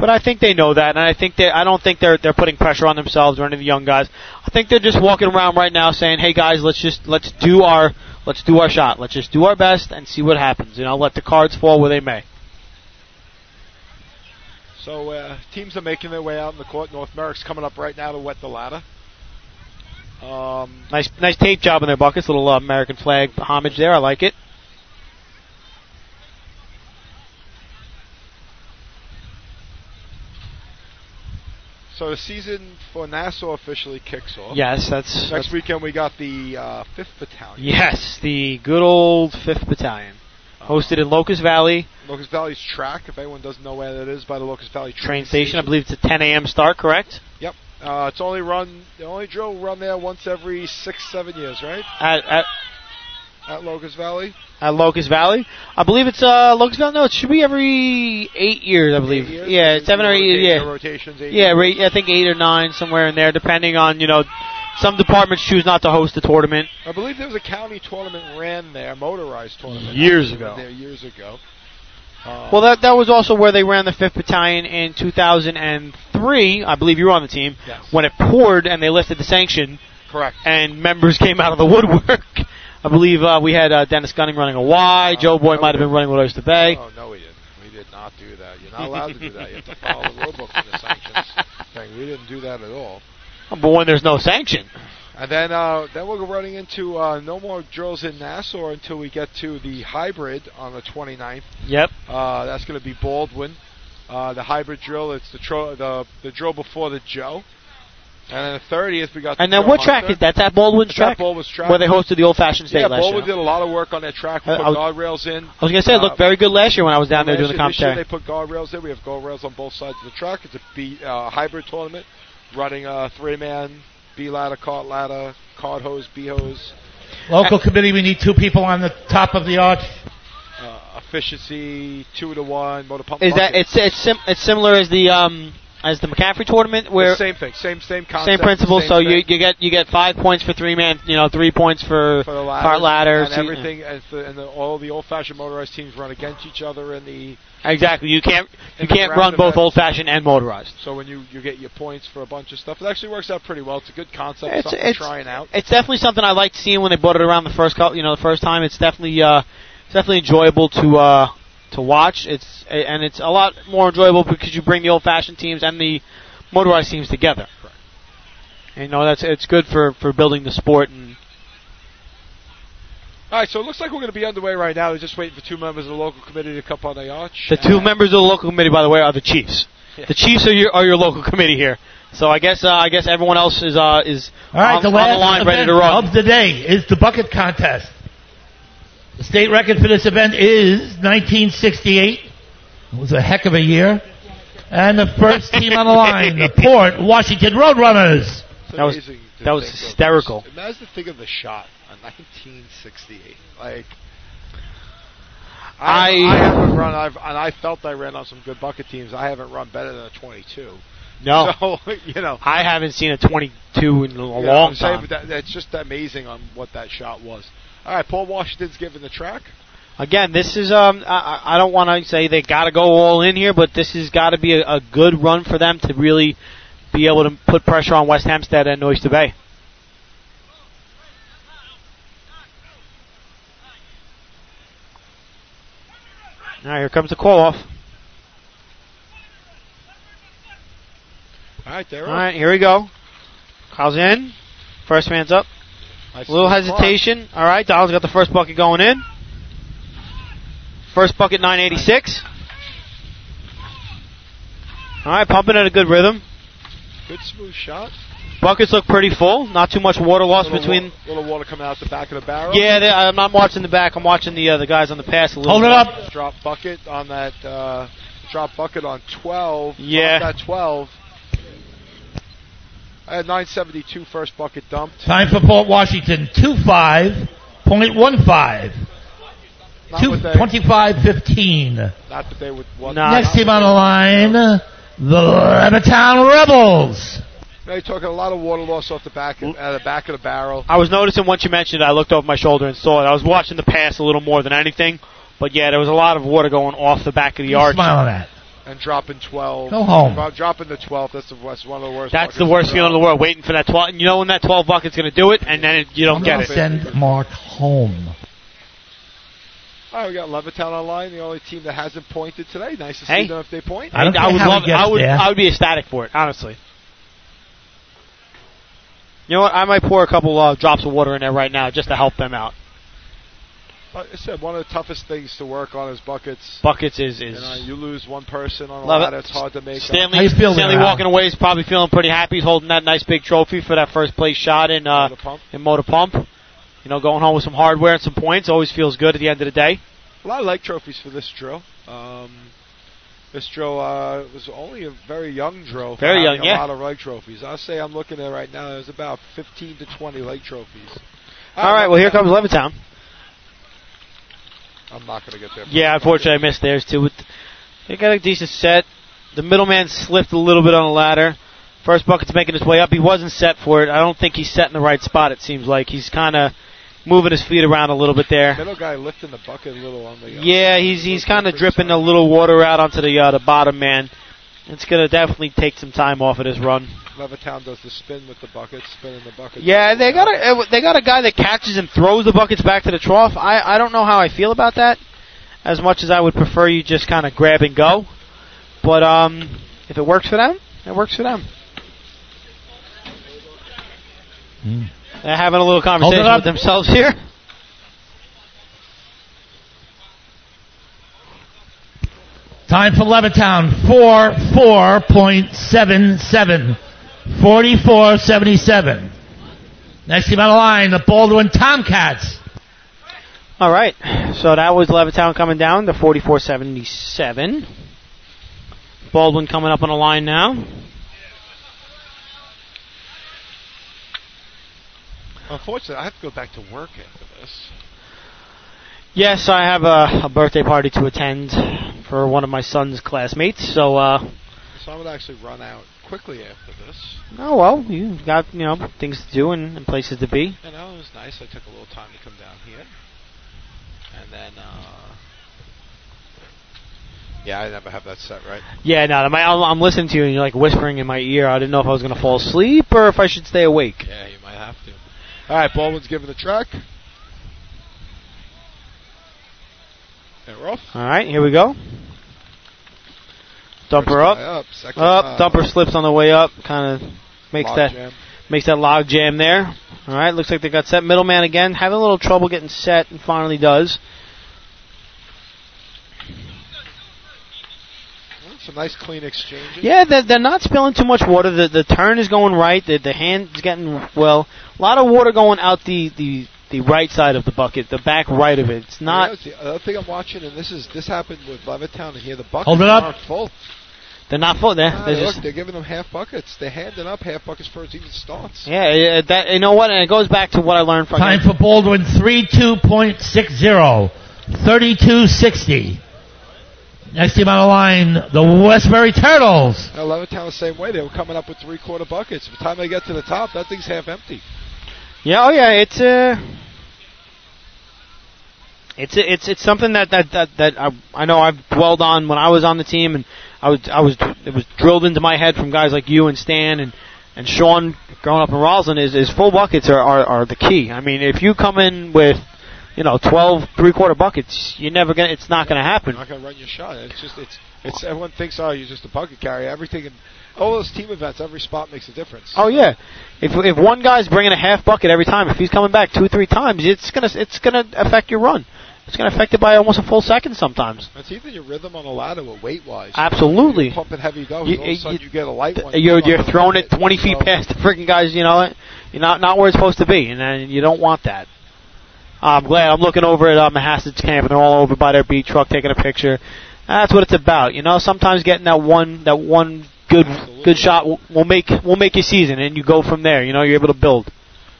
Speaker 1: But I think they know that, and I think they I don't think they're they're putting pressure on themselves or any of the young guys. I think they're just walking around right now saying, "Hey guys, let's just let's do our let's do our shot. Let's just do our best and see what happens. You know, let the cards fall where they may."
Speaker 5: So uh, teams are making their way out in the court. North Merrick's coming up right now to wet the ladder. Um,
Speaker 1: Nice, nice tape job in their buckets. Little uh, American flag homage there. I like it.
Speaker 5: so the season for Nassau officially kicks off.
Speaker 1: Yes, that's,
Speaker 5: Next
Speaker 1: that's
Speaker 5: weekend we got the uh, Fifth Battalion.
Speaker 1: yes, the good old Fifth Battalion, hosted in Locust Valley
Speaker 5: Locust Valley's track. If anyone doesn't know where that is, by the Locust Valley
Speaker 1: train station. I believe it's a 10 a.m. start. Correct.
Speaker 5: Yep.
Speaker 2: Uh, it's only run, they only drill run there once every six, seven years, right?
Speaker 1: At, at,
Speaker 2: At Locust Valley.
Speaker 1: at Locust Valley. I believe it's uh, Locust Valley. No, it should be every eight years, I believe.
Speaker 2: Eight years?
Speaker 1: Yeah,
Speaker 2: They
Speaker 1: seven or eight.
Speaker 2: rotate
Speaker 1: years,
Speaker 2: their
Speaker 1: Yeah,
Speaker 2: rotations. Eight
Speaker 1: yeah,
Speaker 2: years.
Speaker 1: right, I think eight or nine somewhere in there, depending on you know. Some departments choose not to host the tournament.
Speaker 2: I believe there was a county tournament ran there, motorized tournament
Speaker 1: Years
Speaker 2: that
Speaker 1: ago.
Speaker 2: was There years ago. Uh,
Speaker 1: Well, that that was also where they ran the 5th Battalion in 2003. I believe you were on the team
Speaker 2: Yes.
Speaker 1: when it poured and they lifted the sanction.
Speaker 2: correct.
Speaker 1: and members came out of the woodwork. I believe uh, we had uh, Dennis Gunning running a Y. Joe Boy might have been running with Oyster Bay.
Speaker 2: Oh no, we didn't. We did not do that. You're not allowed to do that. You have to follow the rule book and the sanctions thing. We didn't do that at all.
Speaker 1: But when there's no sanction,
Speaker 2: And then uh, then we're running into uh, no more drills in Nassau until we get to the hybrid on the 29th.
Speaker 1: yep,
Speaker 2: Uh, that's going to be Baldwin. Uh, the hybrid drill. It's the, tro- the the drill before the Joe. And then the 30th we got. the
Speaker 1: And then
Speaker 2: Joe
Speaker 1: what track
Speaker 2: Hunter.
Speaker 1: is that? That Baldwin's track,
Speaker 2: That Baldwin's track.
Speaker 1: where they hosted the old-fashioned state
Speaker 2: yeah,
Speaker 1: last
Speaker 2: Baldwin
Speaker 1: year.
Speaker 2: did a lot of work on that track. We
Speaker 1: Uh,
Speaker 2: put
Speaker 1: I was-
Speaker 2: guardrails in.
Speaker 1: I was gonna say it
Speaker 2: Uh,
Speaker 1: looked very good last year when I was down there doing the
Speaker 2: Last year-
Speaker 1: commentary.
Speaker 2: This year they put guardrails there. We have guardrails on both sides of the track. It's a B, uh, hybrid tournament, running a three-man B ladder, cart ladder, cart hose, B hose,
Speaker 3: Local committee, we need two people on the top of the arch.
Speaker 2: uh, efficiency two to one, motor pump.
Speaker 1: Is that
Speaker 2: bucket.
Speaker 1: it's it's sim- it's similar as the um as the McCaffrey tournament where
Speaker 2: The same thing, same same concept,
Speaker 1: same principle?
Speaker 2: same
Speaker 1: so you
Speaker 2: thing
Speaker 1: you get you get five points for three man, you know, three points for,
Speaker 2: for the ladder,
Speaker 1: cart ladder,
Speaker 2: and
Speaker 1: two-
Speaker 2: everything, and, the, and the, all the old-fashioned motorized teams run against each other in the.
Speaker 1: Exactly, you can't you
Speaker 2: And the
Speaker 1: can't
Speaker 2: round
Speaker 1: run both
Speaker 2: events.
Speaker 1: old fashioned and motorized.
Speaker 2: So when you you get your points for a bunch of stuff, it actually works out pretty well. It's a good concept,
Speaker 1: It's-
Speaker 2: something
Speaker 1: it's-
Speaker 2: trying out.
Speaker 1: it's definitely something I liked seeing when they brought it around the first couple, you know, the first time. It's definitely uh, it's definitely enjoyable to uh, to watch. It's and it's a lot more enjoyable because you bring the old-fashioned teams and the motorized teams together. And, you know, that's it's good for for building the sport and
Speaker 2: All right, so it looks like we're going to be underway right now. We're just waiting for two members of the local committee to come on the arch.
Speaker 1: the two members of the local committee, by the way, are the chiefs. The chiefs are your are your local committee here. So I guess uh, I guess everyone else is uh, is
Speaker 3: All right,
Speaker 1: on,
Speaker 3: the
Speaker 1: on
Speaker 3: last
Speaker 1: the line ready
Speaker 3: event
Speaker 1: to run.
Speaker 3: of the day is the bucket contest. The state record for this event is 1968. It was a heck of a year. And the first team on the line, the Port Washington Roadrunners.
Speaker 2: It's
Speaker 1: That was-
Speaker 2: amazing to
Speaker 1: that was
Speaker 2: think of.
Speaker 1: hysterical.
Speaker 2: Imagine to think of the shot on 1968. Like
Speaker 1: I-
Speaker 2: I haven't run. I've and I felt I ran on some good bucket teams. I haven't run better than a 22.
Speaker 1: No,
Speaker 2: So you know,
Speaker 1: I haven't seen a 22 in a
Speaker 2: you know,
Speaker 1: long
Speaker 2: I'm saying,
Speaker 1: time.
Speaker 2: but that- that's just amazing on what that shot was. All right, Paul Washington's giving the track.
Speaker 1: Again, this is um I, I I don't want to say they got to go all in here, but this has got to be a, a good run for them to really be able to put pressure on West Hempstead and Oyster Bay. Now here comes the call off.
Speaker 2: All right, there.
Speaker 1: All right, here we go. Kyle's in. First man's up. A little hesitation. All right, Donald's got the first bucket going in. First bucket, 986. All right, pumping at a good rhythm.
Speaker 2: Good smooth shot.
Speaker 1: Buckets look pretty full. Not too much water loss
Speaker 2: Little
Speaker 1: between.
Speaker 2: wa- little water coming out the back of the barrel.
Speaker 1: Yeah, they, I'm not watching the back. I'm watching the uh, the guys on the pass a little.
Speaker 3: Hold it
Speaker 1: bit.
Speaker 3: up.
Speaker 2: drop bucket on that uh, drop bucket on 12.
Speaker 1: Yeah.
Speaker 2: Dropped that 12. I had 972 first bucket dumped.
Speaker 3: Time for Port Washington, 25.15.
Speaker 2: Not what they,
Speaker 3: 25.15.
Speaker 2: not what they would want.
Speaker 1: Nah.
Speaker 3: Next team on the line, the Levittown Rebels.
Speaker 2: They're talking a lot of water loss off the back of, out of the back of the barrel.
Speaker 1: I was noticing once you mentioned it, I looked over my shoulder and saw it. I was watching the pass a little more than anything, but yeah, there was a lot of water going off the back of the arch.
Speaker 3: Smiling at.
Speaker 2: And dropping 12.
Speaker 3: Go home.
Speaker 2: Dro- Dropping the 12. That's, the, that's one of the worst.
Speaker 1: That's
Speaker 2: buckets
Speaker 1: the worst
Speaker 2: in row.
Speaker 1: feeling in the world. Waiting for that 12, and you know when that 12 bucket's going to do it, and then it, you don't
Speaker 3: I'm
Speaker 1: get
Speaker 3: gonna
Speaker 1: it.
Speaker 3: Send Mark home.
Speaker 2: All right, we got Levittown online, the only team that hasn't pointed today. Nice to
Speaker 1: Hey.
Speaker 2: see them if they point.
Speaker 3: I don't care
Speaker 1: would
Speaker 3: how he
Speaker 1: love. it.
Speaker 3: gets
Speaker 1: I would.
Speaker 3: there.
Speaker 1: I would be ecstatic for it, honestly. You know what? I might pour a couple uh, drops of water in there right now just to help them out.
Speaker 2: Like I said, one of the toughest things to work on is buckets.
Speaker 1: Buckets is
Speaker 2: You,
Speaker 1: is
Speaker 2: know, you lose one person on a
Speaker 1: Love it.
Speaker 2: ladder, it's hard to make up.
Speaker 1: Stanley.
Speaker 3: How you feeling,
Speaker 1: Stanley
Speaker 3: Al?
Speaker 1: walking away is probably feeling pretty happy. He's holding that nice big trophy for that first place shot in uh,
Speaker 2: Motor pump.
Speaker 1: in motor pump. You know, going home with some hardware and some points always feels good at the end of the day.
Speaker 2: A lot of leg trophies for this drill. Um,
Speaker 5: This Drill uh, was only a very young drill. for
Speaker 1: Very
Speaker 5: having a
Speaker 1: young, yeah.
Speaker 5: lot of leg trophies. I'll say I'm looking at right now. There's about 15 to 20 leg trophies.
Speaker 1: All right, well, here comes Levittown.
Speaker 5: I'm not going to get there.
Speaker 1: Yeah, unfortunately, I missed theirs too. With- They got a decent set. The middleman slipped a little bit on the ladder. First bucket's making his way up. He wasn't set for it. I don't think he's set in the right spot. It seems like he's kind of moving his feet around a little bit there.
Speaker 5: Middle guy lifting the bucket a little on the. uh,
Speaker 1: Yeah, he's he's kind of
Speaker 5: Pretty
Speaker 1: dripping a
Speaker 5: solid.
Speaker 1: little water out onto the uh, the bottom man. It's gonna definitely take some time off of this run.
Speaker 5: Levittown does the spin with the bucket, spinning the bucket.
Speaker 1: Yeah, they got a uh, they got a guy that catches and throws the buckets back to the trough. I I don't know how I feel about that. As much as I would prefer you just kind of grab and go, but um, if it works for them, it works for them.
Speaker 3: Hmm.
Speaker 1: They're having a little conversation
Speaker 3: up.
Speaker 1: with themselves here.
Speaker 3: Time for Levittown, 44.77. 44.77. Next team on the line, the Baldwin Tomcats.
Speaker 1: All right, so that was Levittown coming down to 44-77. Baldwin coming up on the line now.
Speaker 5: Unfortunately, I have to go back to work after this.
Speaker 1: Yes, I have a, a birthday party to attend for one of my son's classmates. So, uh,
Speaker 5: So I would actually run out quickly after this.
Speaker 1: oh well, you've got you know things to do and, and places to be.
Speaker 5: You know, it was nice. I took a little time to come down here, and then. uh Yeah, I never have that set right.
Speaker 1: Yeah, no, my, I'm, I'm listening to you and you're like whispering in my ear. I didn't know if I was gonna fall asleep or if I should stay awake.
Speaker 5: Yeah, you might have to. All right, Baldwin's giving the track. And we're off.
Speaker 1: All right, here we go. Dumper
Speaker 5: First
Speaker 1: up,
Speaker 5: guy up. Second
Speaker 1: up.
Speaker 5: guy.
Speaker 1: Dumper slips on the way up, kind of makes
Speaker 5: Log
Speaker 1: that
Speaker 5: jam.
Speaker 1: makes that log jam there. All right, looks like they got set. Middleman again, having a little trouble getting set, and finally does.
Speaker 5: Some nice clean exchanges.
Speaker 1: Yeah, they're, they're not spilling too much water. The the turn is going right. The the hand is getting well. A lot of water going out the the the right side of the bucket, the back right of it. It's
Speaker 5: You know,
Speaker 1: not.
Speaker 5: it's the other thing I'm watching, and this is this happened with Levittown, and here the buckets
Speaker 3: Hold it up.
Speaker 5: aren't full.
Speaker 1: They're not full. They're,
Speaker 5: Ah,
Speaker 1: they're
Speaker 5: look,
Speaker 1: just.
Speaker 5: they're giving them half buckets. They're handing up half buckets for its even starts.
Speaker 1: Yeah, yeah, that you know what? And it goes back to what I learned from.
Speaker 3: Time for Baldwin, 32.60. 32.60. Next team on the line, the Westbury Turtles.
Speaker 5: Now Levittown the same way. They were coming up with three quarter buckets. By the time they get to the top, that thing's half empty.
Speaker 1: Yeah, oh yeah, it's uh it's it's it's something that that that, that I, I know I've dwelled on when I was on the team, and I was I was it was drilled into my head from guys like you and Stan and and Sean growing up in Roslyn is is full buckets are are, are the key. I mean, if you come in with you know 12 three quarter buckets, you're never gonna it's not gonna happen.
Speaker 5: You're not gonna run your shot. It's just it's it's everyone thinks oh you're just a bucket carrier. Everything in all those team events, every spot makes a difference.
Speaker 1: Oh yeah, if if one guy's bringing a half bucket every time, if he's coming back two three times, it's gonna it's gonna affect your run. It's gonna affect it by almost a full second sometimes.
Speaker 5: It's either your rhythm on a ladder or weight wise.
Speaker 1: Absolutely.
Speaker 5: Pumping heavy doughs,
Speaker 1: You-
Speaker 5: all of a sudden
Speaker 1: you-
Speaker 5: you, get a light one.
Speaker 1: You're
Speaker 5: you
Speaker 1: you're
Speaker 5: fucking
Speaker 1: throwing
Speaker 5: hit
Speaker 1: it 20 feet
Speaker 5: So-
Speaker 1: past the freaking guys. You know, you're not not where it's supposed to be, and then you don't want that. I'm glad I'm looking over at um, Hassett's camp, and they're all over by their beat truck taking a picture. That's what it's about, you know. Sometimes getting that one that one good good shot will, will make will make your season, and you go from there. You know, you're able to build.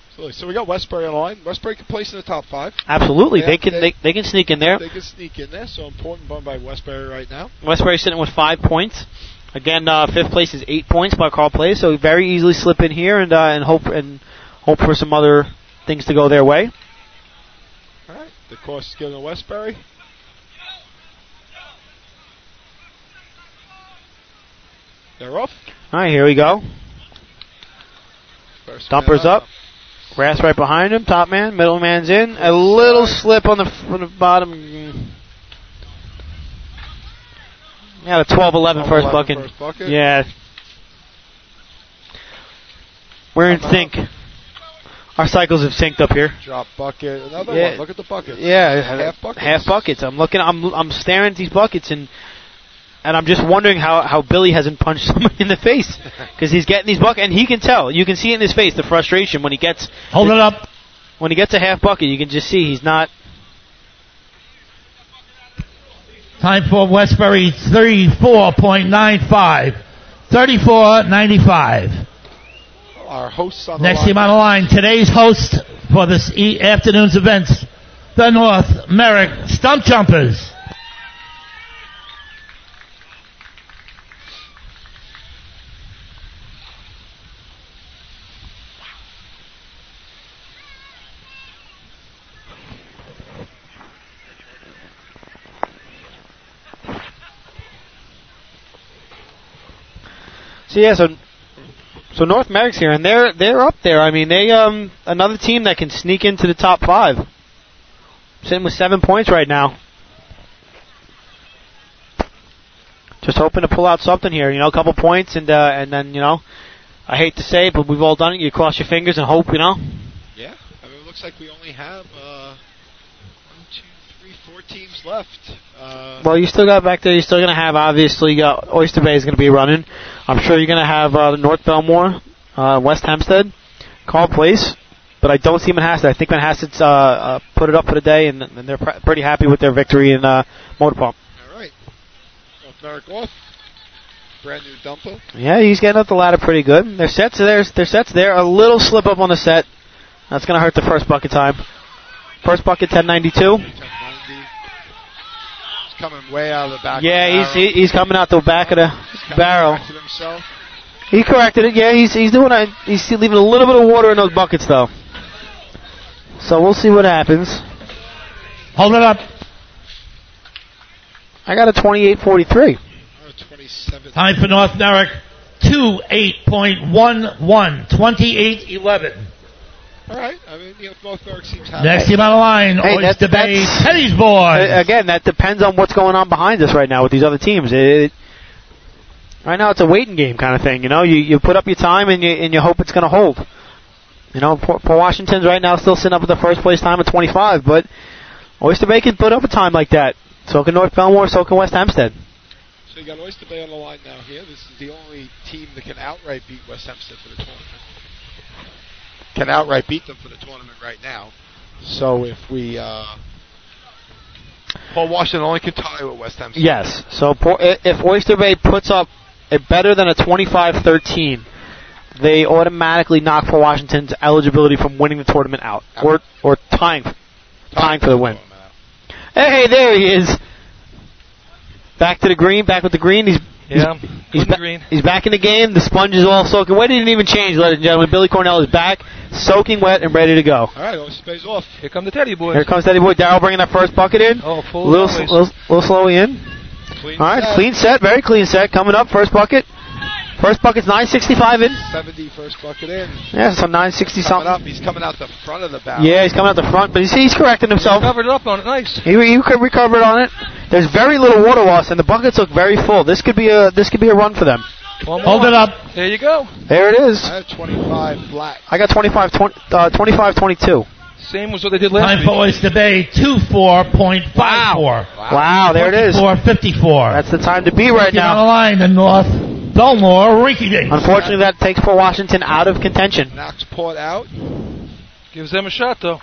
Speaker 5: Absolutely. So we got Westbury on the line. Westbury can place in the top five.
Speaker 1: Absolutely,
Speaker 5: Yeah,
Speaker 1: they can
Speaker 5: they-
Speaker 1: they, they can sneak in there.
Speaker 5: They can sneak in there. So important run by Westbury right now.
Speaker 1: Westbury sitting with five points. Again, uh, fifth place is eight points by Carl Place, so very easily slip in here and uh, and hope and hope for some other things to go their way.
Speaker 5: All right. The course is given to Westbury. They're off.
Speaker 1: All right, here we go.
Speaker 5: First
Speaker 1: Dumpers
Speaker 5: man
Speaker 1: up. Grass right behind him. Top man, middle man's in. A little slip on the, on the bottom. Yeah, the 12-11 first
Speaker 5: 11
Speaker 1: bucket.
Speaker 5: First bucket.
Speaker 1: Yeah. We're in
Speaker 5: Timeout.
Speaker 1: sync. Our cycles have synced up here.
Speaker 5: Drop bucket. Another
Speaker 1: Yeah.
Speaker 5: one. Look at the bucket.
Speaker 1: Yeah,
Speaker 5: Half buckets.
Speaker 1: Half buckets. I'm looking. I'm I'm staring at these buckets and and I'm just wondering how how Billy hasn't punched someone in the face because he's getting these buckets and he can tell. You can see it in his face the frustration when he gets
Speaker 3: Hold it up.
Speaker 1: when he gets a half bucket. You can just see he's not.
Speaker 3: Time for Westbury 34.95. 34.95.
Speaker 6: Our hosts on
Speaker 3: Next
Speaker 6: the
Speaker 3: team
Speaker 6: line.
Speaker 3: on the line, today's host for this e- afternoon's events, the North Merrick Stump Jumpers.
Speaker 1: So yeah, so so North Merrick's here, and they're they're up there. I mean, they um another team that can sneak into the top five. Sitting with seven points right now. Just hoping to pull out something here, you know, a couple points, and uh, and then you know, I hate to say it, but we've all done it. You cross your fingers and hope, you know.
Speaker 6: Yeah, I mean, it looks like we only have uh, one, two, three, four teams left. Uh,
Speaker 1: Well, you still got back there. You're still gonna have obviously uh, Oyster Bay is gonna be running. I'm sure you're gonna have uh, North Belmore, uh, West Hempstead, Call Place, but I don't see Manhasset. I think Manhasset's uh, uh, put it up for the day, and, and they're pr- pretty happy with their victory in uh, Motor Pump.
Speaker 6: all right, North Merrick off. Brand new dumper.
Speaker 1: Yeah, he's getting up the ladder pretty good. Their sets there. Their sets there. A little slip up on the set. That's gonna hurt the first bucket time. First bucket, 1092.
Speaker 6: 1090. He's coming way out of the back.
Speaker 1: Yeah, he's
Speaker 6: of the barrel.
Speaker 1: he, he's coming out the back of
Speaker 6: He's
Speaker 1: the
Speaker 6: coming
Speaker 1: barrel.
Speaker 6: back to himself.
Speaker 1: He corrected it. Yeah, he's he's doing. A, he's still leaving a little bit of water in those buckets though. So we'll see what happens.
Speaker 3: Hold it up.
Speaker 1: I got a 28-43.
Speaker 6: Oh, 27.
Speaker 3: Time for North Merrick, 28.11. 28.11.
Speaker 6: All right, I mean, you know, North Merrick seems happy.
Speaker 3: Next team on the line,
Speaker 1: Hey, that's-
Speaker 3: Oyster Bay
Speaker 1: that's-
Speaker 3: Teddy's Boys.
Speaker 1: A- Again, that depends on what's going on behind us right now with these other teams. It, right now, it's a waiting game kind of thing. You know, you you put up your time and you and you hope it's going to hold. You know, for, for Washington's right now still sitting up at the first place time of 25, but Oyster Bay can put up a time like that. So can North Belmore, so can West Hempstead.
Speaker 6: So you got Oyster Bay on the line now here. This is the only team that can outright beat West Hempstead for the tournament. Can outright beat them for the tournament right now. So if we, uh, Paul Washington only can tie with West Hempstead.
Speaker 1: Yes. So po- i- if Oyster Bay puts up a better than a 25-13, they automatically knock for Washington's eligibility from winning the tournament out or or tying tying for the win. Hey, there he is. Back to the green, back with the green. He's
Speaker 2: Yeah,
Speaker 1: he's,
Speaker 2: he's
Speaker 1: ba-
Speaker 2: green.
Speaker 1: he's back in the game. The sponge is all soaking wet. He didn't even change, ladies and gentlemen. Billy Cornell is back, soaking wet and ready to go.
Speaker 6: All right, Oyster Bay's off.
Speaker 2: Here come the Teddy boys.
Speaker 1: Here comes Teddy Boy. Darrell bringing that first bucket in.
Speaker 2: Oh, full
Speaker 1: little,
Speaker 2: always.
Speaker 1: little, little slowly in.
Speaker 6: Clean
Speaker 1: All right,
Speaker 6: set.
Speaker 1: clean set, very clean set. Coming up, first bucket. First bucket's 965 in.
Speaker 6: 70 first bucket in.
Speaker 1: Yeah, so 960
Speaker 6: Coming
Speaker 1: something.
Speaker 6: up, he's coming out the front of the barrel.
Speaker 1: Yeah, he's coming out the front, but you see, he's correcting himself.
Speaker 2: covered it up on it. Nice.
Speaker 1: He, he could recover it on it. There's very little water loss, and the buckets look very full. This could be a this could be a run for them. uh,
Speaker 2: One
Speaker 3: Hold
Speaker 2: more.
Speaker 3: it up.
Speaker 2: There you go.
Speaker 1: There it is.
Speaker 6: I have 25 uh, black.
Speaker 1: I got 25, 20, uh, 25, 22.
Speaker 2: Same as what they did last
Speaker 3: Time
Speaker 2: week.
Speaker 3: for Oyster Bay, 24.54.
Speaker 1: Wow, there it is.
Speaker 3: 454.
Speaker 1: That's the time to be right
Speaker 3: Team on the
Speaker 1: now.
Speaker 3: line, the North Belmore Rinky Dink.
Speaker 1: Unfortunately, that takes Port Washington out of contention.
Speaker 6: Knocks Port out.
Speaker 2: Gives them a shot though.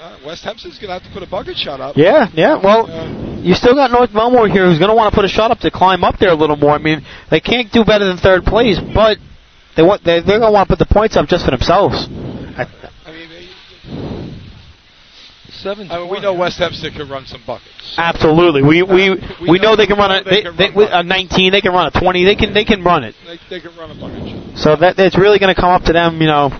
Speaker 6: Uh, West Hempstead's going to have to put a bucket shot up.
Speaker 1: Yeah, yeah. Well,
Speaker 6: Uh,
Speaker 1: you still got North Belmore here, who's going to want to put a shot up to climb up there a little more. I mean, they can't do better than third place, but they want they, they're going to want to put the points up just for themselves. I,
Speaker 6: I mean, they-
Speaker 2: Seven.
Speaker 6: I mean, we know West Hempstead can run some buckets.
Speaker 1: Ah. absolutely, we we
Speaker 6: We
Speaker 1: we know
Speaker 6: know-
Speaker 1: they can run a
Speaker 6: we know
Speaker 1: they,
Speaker 6: they can
Speaker 1: they,
Speaker 6: run
Speaker 1: with a
Speaker 6: buckets.
Speaker 1: 19, they can run a 20, they can they can run it.
Speaker 6: They, they can run a bucket shot.
Speaker 1: So that it's really going to come up to them, you know.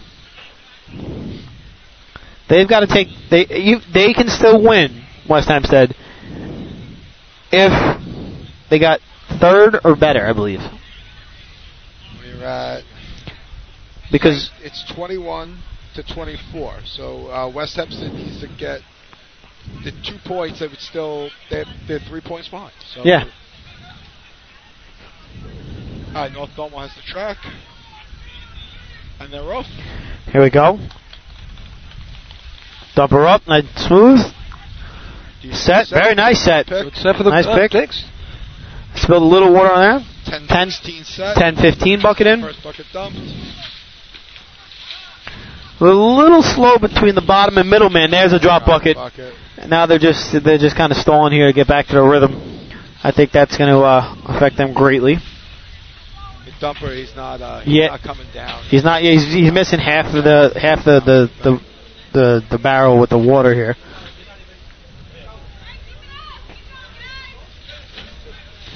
Speaker 1: They've got to take they you, they can still win. West Hempstead, if they got third or better, I believe,
Speaker 6: We're at
Speaker 1: because
Speaker 6: uh, it's 21 to 24. So uh, West Hempstead needs to get the two points. They would still they're, they're three points behind. So
Speaker 1: yeah,
Speaker 6: All right, uh, North Belmont has the track, and they're off.
Speaker 1: here we go. Dump her up, nice smooth set, very nice set.
Speaker 6: Pick,
Speaker 2: Except for the
Speaker 1: Nice
Speaker 2: uh,
Speaker 1: pick.
Speaker 2: picks.
Speaker 1: Spilled a little water on
Speaker 6: 10,
Speaker 1: Ten.
Speaker 6: 16 set.
Speaker 1: there. 10-15 bucket in.
Speaker 6: First bucket dumped.
Speaker 1: A little slow between the bottom and middle man. There's a drop bucket.
Speaker 6: Bucket.
Speaker 1: Now they're just they're just kind of stalling here to get back to their rhythm. I think that's going to uh, affect them greatly.
Speaker 6: The dumper, he's not. Uh, he's
Speaker 1: Yeah.
Speaker 6: not coming down.
Speaker 1: He's not. He's, he's missing half of the half the the, the the the barrel with the water here.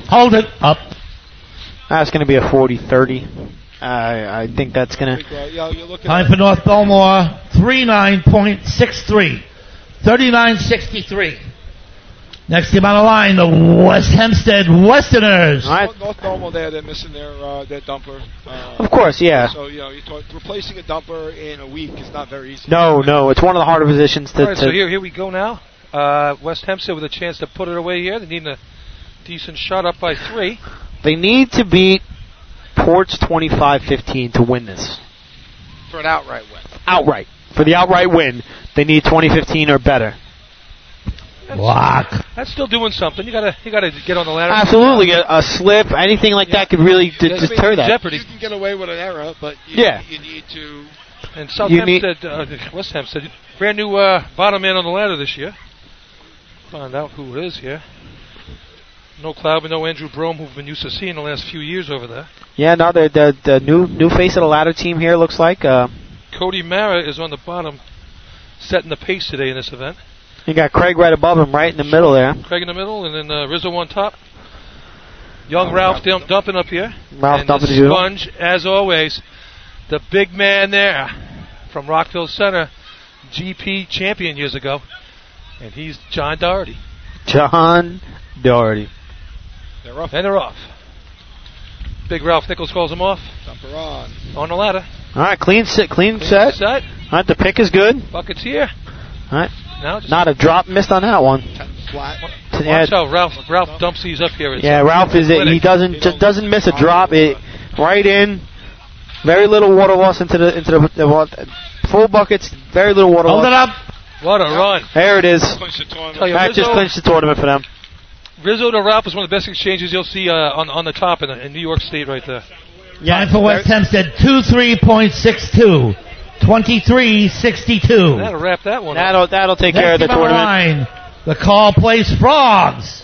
Speaker 3: Hold it up.
Speaker 1: That's going to be a 40-30. I I think that's going to.
Speaker 6: Well, yo, you're looking
Speaker 3: Time
Speaker 6: at
Speaker 3: for North Belmore, 39.63. 39.63. Next team on the line, the West Hempstead Westerners.
Speaker 1: I,
Speaker 6: North- North Normal there. They're missing their uh, their dumper. Uh,
Speaker 1: of course, yeah.
Speaker 6: so you know, you're talk- replacing a dumper in a week is not very easy.
Speaker 1: No, no, it's one of the harder positions to.
Speaker 2: All right, so
Speaker 1: to
Speaker 2: here, here we go now. Uh, West Hempstead with a chance to put it away here. They need a decent shot up by three.
Speaker 1: they need to beat Ports 25-15 to win this
Speaker 6: for an outright win.
Speaker 1: outright. For the outright win, they need 20-15 or better.
Speaker 3: Block.
Speaker 2: That's still doing something. You gotta, you gotta get on the ladder.
Speaker 1: Absolutely, a, a slip, anything like that could really d-
Speaker 2: Yeah, I mean,
Speaker 1: deter that.
Speaker 2: Jeopardy.
Speaker 6: You can get away with an error, but you,
Speaker 1: Yeah.
Speaker 6: you need to.
Speaker 2: And South
Speaker 1: You need-
Speaker 2: Hempstead, uh, West Hempstead, brand new uh, bottom man on the ladder this year. Find out who it is here. No Cloud, but no Andrew Brome, who've been used to seeing the last few years over there.
Speaker 1: Yeah, no, the the, the new new face of the ladder team here looks like. Uh,
Speaker 2: Cody Mara is on the bottom, setting the pace today in this event.
Speaker 1: you got Craig right above him, right in the middle there.
Speaker 2: Craig in the middle, and then uh, Rizzo on top. Young
Speaker 6: Oh,
Speaker 2: Ralph dump, dumping up here.
Speaker 1: Ralph
Speaker 2: and the
Speaker 1: dumping the judo.
Speaker 2: sponge, as always, the big man there from Rockville Center, GP champion years ago, and he's John Doherty.
Speaker 1: John Doherty.
Speaker 6: They're off.
Speaker 2: And they're off. Big Ralph Nichols calls him off
Speaker 6: Dumper on.
Speaker 2: on the ladder.
Speaker 1: All right, clean set, clean,
Speaker 2: Clean
Speaker 1: set.
Speaker 2: set.
Speaker 1: All right, the pick is good.
Speaker 2: Buckets here.
Speaker 1: All right,
Speaker 2: Now just
Speaker 1: not a drop missed on that one.
Speaker 6: Ten flat.
Speaker 1: Yeah,
Speaker 2: watch out. Ralph Ralph dumps these up here. It's
Speaker 1: yeah, Ralph is it. He doesn't just doesn't miss a drop. It right in. Very little water loss into the into the, the wa- full buckets. Very little water
Speaker 3: Hold it
Speaker 1: loss.
Speaker 3: up.
Speaker 2: What a run.
Speaker 1: There it is.
Speaker 6: Clinch the
Speaker 2: Tell
Speaker 6: tournament.
Speaker 2: you,
Speaker 1: That just
Speaker 2: Rizzo,
Speaker 1: clinched the tournament for them.
Speaker 2: Rizzo to Ralph is one of the best exchanges you'll see uh, on on the top in, in New York State right there.
Speaker 3: Time for West Hempstead, 23.62. 23.62.
Speaker 2: That'll wrap that one. up.
Speaker 1: That'll that'll take care of
Speaker 3: Next
Speaker 1: the
Speaker 3: team on the
Speaker 1: tournament,
Speaker 3: line, the call plays Frogs.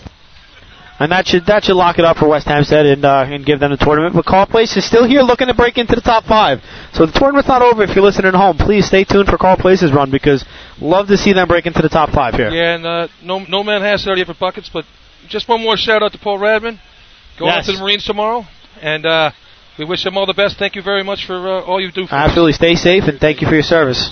Speaker 1: and that should that should lock it up for West Hampstead and uh, and give them the tournament. But Call Place is still here, looking to break into the top five. So the tournament's not over. If you're listening at home, please stay tuned for Call Place's run because love to see them break into the top five here.
Speaker 2: Yeah, and uh, no no man has 30 for buckets, but just one more shout out to Paul Radman. Go out
Speaker 1: Yes.
Speaker 2: to the Marines tomorrow, and uh, we wish him all the best. Thank you very much for uh, all you do for us.
Speaker 1: Absolutely, stay safe and thank you for your service.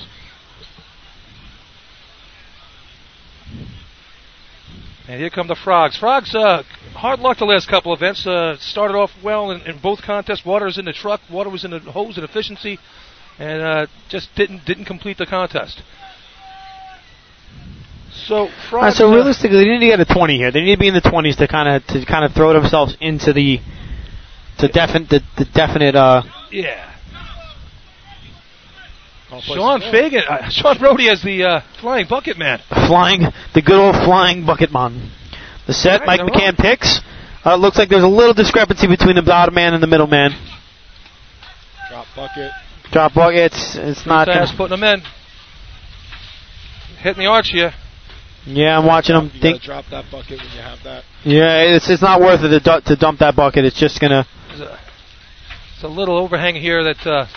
Speaker 2: And here come the frogs. Frogs, uh, hard luck the last couple events. Uh, started off well in, in both contests. Water was in the truck. Water was in the hose and efficiency, and uh, just didn't didn't complete the contest. So
Speaker 1: All right,
Speaker 2: frogs.
Speaker 1: so
Speaker 2: uh,
Speaker 1: realistically, they need to get a 20 here. They need to be in the 20s to kind of to kind of throw themselves into the to definite the, the definite. Uh,
Speaker 2: yeah.
Speaker 6: Call place
Speaker 2: Sean
Speaker 6: again.
Speaker 2: Fagan, uh, Sean Brody as the uh, flying bucket man.
Speaker 1: flying the good old flying bucket man. The set,
Speaker 2: All
Speaker 1: Mike
Speaker 2: right, they're
Speaker 1: McCann picks. Uh, looks like there's a little discrepancy between the bottom man and the middle man.
Speaker 6: Drop bucket.
Speaker 1: Drop buckets. It's not. gonna-
Speaker 2: Fast putting him in. Hitting the arch here.
Speaker 1: yeah, I'm watching him.
Speaker 6: You
Speaker 1: Think.
Speaker 6: gotta drop that bucket when you have that.
Speaker 1: Yeah, it's it's not worth it to, du- to dump that bucket. It's just gonna.
Speaker 2: There's a, it's a little overhang here that uh,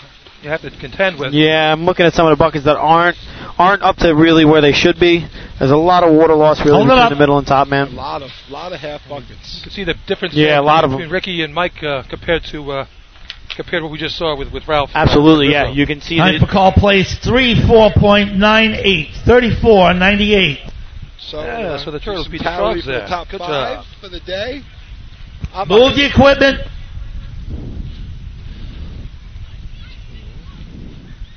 Speaker 2: you have to contend with.
Speaker 1: Yeah, I'm looking at some of the buckets that aren't aren't up to really where they should be. There's a lot of water loss really
Speaker 3: Hold it
Speaker 1: between
Speaker 3: up.
Speaker 1: the middle and top man.
Speaker 6: A lot of lot of half buckets.
Speaker 2: You can see the difference.
Speaker 1: Yeah,
Speaker 2: there
Speaker 1: a lot of
Speaker 2: between
Speaker 1: them.
Speaker 2: Ricky and Mike uh, compared to uh, compared to what we just saw with with Ralph.
Speaker 1: Absolutely, yeah.
Speaker 2: Rizzo.
Speaker 1: You can see
Speaker 3: Time for
Speaker 1: that.
Speaker 3: call place 34.98. 34.98.
Speaker 6: So
Speaker 2: Yeah,
Speaker 6: uh,
Speaker 2: so the Turtles
Speaker 6: some
Speaker 2: beat the Frogs
Speaker 6: tally for
Speaker 2: there.
Speaker 6: The top
Speaker 2: Good job.
Speaker 6: five for the day. I'm
Speaker 3: Move the equipment.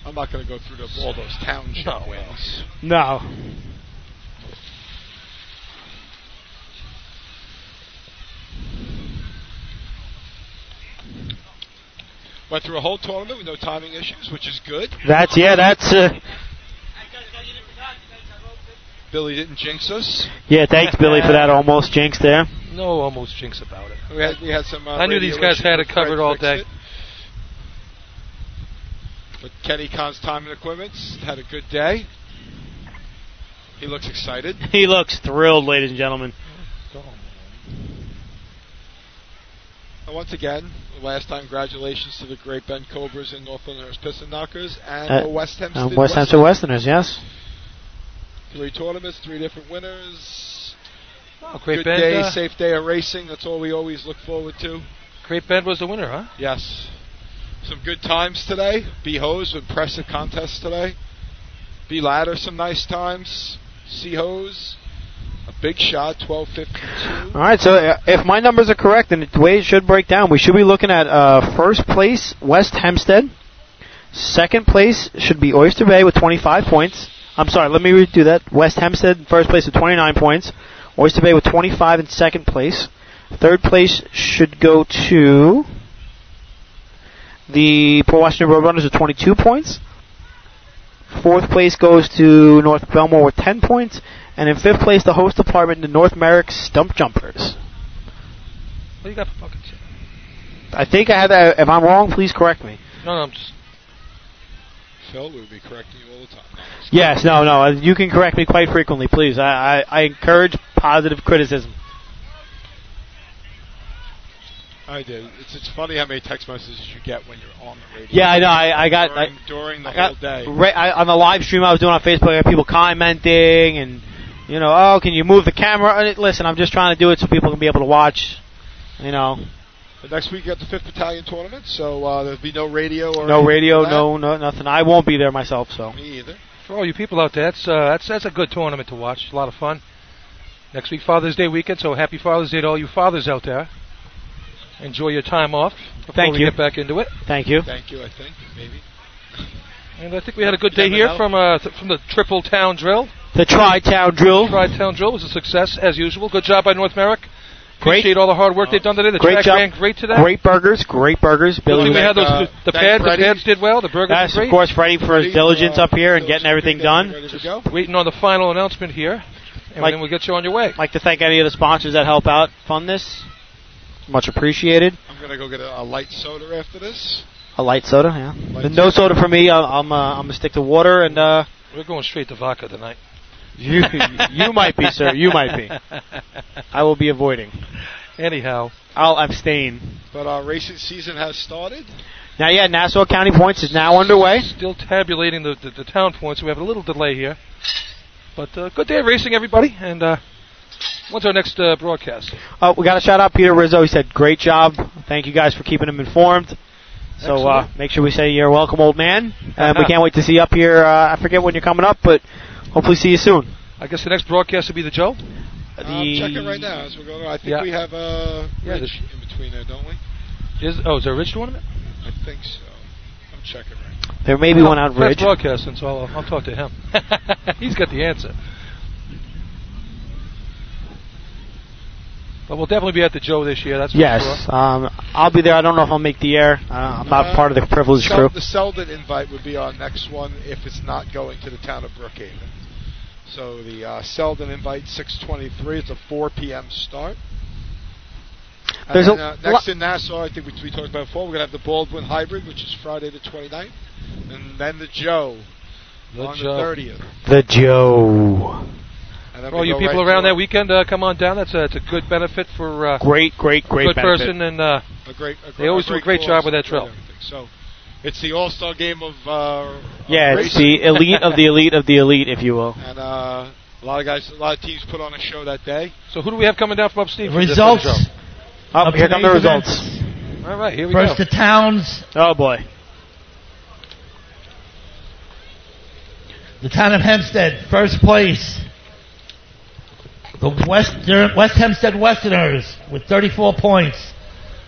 Speaker 6: I'm not going to go through the, all those township
Speaker 2: No.
Speaker 6: wins.
Speaker 1: No.
Speaker 6: Went through a whole tournament with no timing issues, which is good.
Speaker 1: That's yeah. That's uh,
Speaker 6: Billy didn't jinx us.
Speaker 1: yeah. Thanks, Billy, for that almost jinx there.
Speaker 2: No, almost jinx about it.
Speaker 6: We had, we had some. Uh,
Speaker 2: I knew
Speaker 6: radio
Speaker 2: these guys
Speaker 6: issues,
Speaker 2: had it
Speaker 6: but Fred
Speaker 2: covered all
Speaker 6: fixed
Speaker 2: day.
Speaker 6: it. But Kenny Khan's time and equipment had a good day. He looks excited.
Speaker 1: He looks thrilled, ladies and gentlemen.
Speaker 6: And once again, last time, congratulations to the great Ben Cobras and North Northlanders Piston Knockers and
Speaker 1: Uh,
Speaker 6: the West Hempstead.
Speaker 1: Um, West Hampshire Westerners, yes.
Speaker 6: Three tournaments, three different winners.
Speaker 2: Oh, Great
Speaker 6: Good
Speaker 2: Bend.
Speaker 6: day,
Speaker 2: uh,
Speaker 6: safe day of racing. That's all we always look forward to.
Speaker 2: Great Bend was the winner, huh?
Speaker 6: Yes. Some good times today. B Hose, impressive contest today. B Ladder, some nice times. C Hose, a big shot, 1252.
Speaker 1: All right, so uh, if my numbers are correct, and the way it should break down, we should be looking at uh, first place West Hempstead. Second place should be Oyster Bay with 25 points. I'm sorry, let me redo that. West Hempstead in first place with 29 points. Oyster Bay with 25 in second place. Third place should go to the Port Washington Roadrunners with 22 points. Fourth place goes to North Belmore with 10 points. And in fifth place, the host department, the North Merrick Stump Jumpers.
Speaker 2: What do you got for buckets?
Speaker 1: I think I had that. If I'm wrong, please correct me.
Speaker 2: No, no, I'm just.
Speaker 6: Phil will be correcting you all the time.
Speaker 1: Yes, no, no. uh, You can correct me quite frequently, please. I, I, I encourage positive criticism.
Speaker 6: I did. It's, it's funny how many text messages you get when you're on the radio.
Speaker 1: Yeah, I know. I, I got. I,
Speaker 6: during, during the
Speaker 1: I got
Speaker 6: whole day.
Speaker 1: Right, I, on the live stream I was doing on Facebook, I got people commenting and, you know, oh, can you move the camera? And it- listen, I'm just trying to do it so people can be able to watch. You know,
Speaker 6: But next week you got the fifth battalion tournament, so uh, there'll be no radio or
Speaker 1: no
Speaker 6: anything
Speaker 1: radio,
Speaker 6: like that.
Speaker 1: no, no, nothing. I won't be there myself, so.
Speaker 6: me either.
Speaker 2: For all you people out there, that's, uh, that's, that's a good tournament to watch. A lot of fun. Next week, Father's Day weekend, so happy Father's Day to all you fathers out there. Enjoy your time off before
Speaker 1: Thank
Speaker 2: we
Speaker 1: you.
Speaker 2: get back into it.
Speaker 1: Thank you.
Speaker 6: Thank you. I think maybe.
Speaker 2: And I think we had a good
Speaker 6: You
Speaker 2: day
Speaker 6: never
Speaker 2: here
Speaker 6: know.
Speaker 2: from uh, th- from the Triple Town Drill.
Speaker 1: The Tri-Town Drill.
Speaker 2: Tri Town Drill was a success as usual. Good job by North Merrick.
Speaker 1: Great.
Speaker 2: Appreciate all the hard work they've done today. The
Speaker 1: Great
Speaker 2: track
Speaker 1: job.
Speaker 2: ran great today.
Speaker 1: Great burgers, great burgers.
Speaker 2: Good
Speaker 1: Billy
Speaker 2: thing we had those,
Speaker 6: Uh,
Speaker 2: the pads.
Speaker 6: thank
Speaker 2: The
Speaker 6: Freddie.
Speaker 2: pads did well. The burgers
Speaker 1: Yes,
Speaker 2: were
Speaker 1: of
Speaker 2: great.
Speaker 1: course, Freddie for his
Speaker 6: Ready,
Speaker 1: diligence
Speaker 6: uh,
Speaker 1: up here and
Speaker 6: Phil,
Speaker 1: getting
Speaker 6: you
Speaker 1: everything
Speaker 6: think that's
Speaker 1: done.
Speaker 6: Ready to go?
Speaker 2: Waiting on the final announcement here, and
Speaker 1: Like-
Speaker 2: then we'll get you on your way.
Speaker 1: I'd like to thank any of the sponsors that help out fund this. Much appreciated.
Speaker 6: I'm gonna go get a, a light soda after this.
Speaker 1: A light soda, yeah.
Speaker 6: Light
Speaker 1: But no soda for me. I'll, I'm uh, I'm gonna stick to water and uh
Speaker 2: We're going straight to vodka tonight.
Speaker 1: you you might be, sir. You might be. I will be avoiding.
Speaker 2: Anyhow,
Speaker 1: I'll abstain.
Speaker 6: But our racing season has started.
Speaker 1: Now, yeah, Nassau County points is now underway.
Speaker 2: still tabulating the, the, the town points. We have a little delay here, but uh, good day of racing, everybody. And uh, when's our next uh, broadcast?
Speaker 1: Oh, we got to shout out Peter Rizzo. He said, "Great job. Thank you guys for keeping him informed." So uh,
Speaker 2: Excellent.
Speaker 1: make sure we say you're welcome, old man. And we can't wait to see you up here. Uh, I forget when you're coming up, but hopefully see you soon.
Speaker 2: I guess the next broadcast will be the Joe.
Speaker 6: I'm checking right now as we're going. on. I think
Speaker 2: Yeah.
Speaker 6: we have a
Speaker 2: Yeah,
Speaker 6: ridge
Speaker 2: this-
Speaker 6: in between there, don't we?
Speaker 2: Is oh, is there a rich tournament?
Speaker 6: I think so. I'm checking right. now.
Speaker 1: There may be one out
Speaker 2: That's
Speaker 1: Ridge.
Speaker 2: broadcasting, so I'll, I'll talk to him. He's got the answer. But we'll definitely be at the Joe this year. That's for
Speaker 1: Yes,
Speaker 2: sure.
Speaker 1: um, I'll be there. I don't know if I'll make the air. Uh, I'm not
Speaker 6: Uh,
Speaker 1: part of the privileged
Speaker 6: Sel-
Speaker 1: crew.
Speaker 6: The Selden invite would be our next one if it's not going to the town of Brookhaven. So the uh, Selden invite 6:23. It's a 4 p.m. start. And
Speaker 1: There's a
Speaker 6: then, uh, next
Speaker 1: lo-
Speaker 6: in Nassau, I think we, we talked about before. We're gonna have the Baldwin Hybrid, which is Friday the 29th, and then the Joe
Speaker 2: The
Speaker 6: on
Speaker 2: Joe.
Speaker 6: the 30th.
Speaker 1: The Joe.
Speaker 6: And then
Speaker 2: For all
Speaker 6: we
Speaker 2: you
Speaker 6: go
Speaker 2: people
Speaker 6: right
Speaker 2: around
Speaker 6: to
Speaker 2: that weekend, uh, come on down. That's a, it's a good benefit for uh,
Speaker 1: Great, great, great
Speaker 2: good
Speaker 1: benefit.
Speaker 2: person. And uh,
Speaker 6: a great. A
Speaker 2: They always do a great
Speaker 6: cause,
Speaker 2: job with that
Speaker 6: great
Speaker 2: drill.
Speaker 6: everything. So, it's the all-star game of. Uh,
Speaker 1: Yeah,
Speaker 6: of
Speaker 1: it's
Speaker 6: racing.
Speaker 1: the elite of the elite of the elite, if you will.
Speaker 6: And uh, a lot of guys, a lot of teams put on a show that day.
Speaker 2: so, who do we have coming down from upstate? for this, uh,
Speaker 3: Results.
Speaker 2: Joe?
Speaker 1: Oh,
Speaker 3: of
Speaker 1: here come the
Speaker 3: today's
Speaker 1: results.
Speaker 3: events.
Speaker 2: All right, here we
Speaker 3: First,
Speaker 2: go.
Speaker 3: the towns.
Speaker 1: Oh boy.
Speaker 3: The town of Hempstead, first place. The Western, West Hempstead Westerners with 34 points.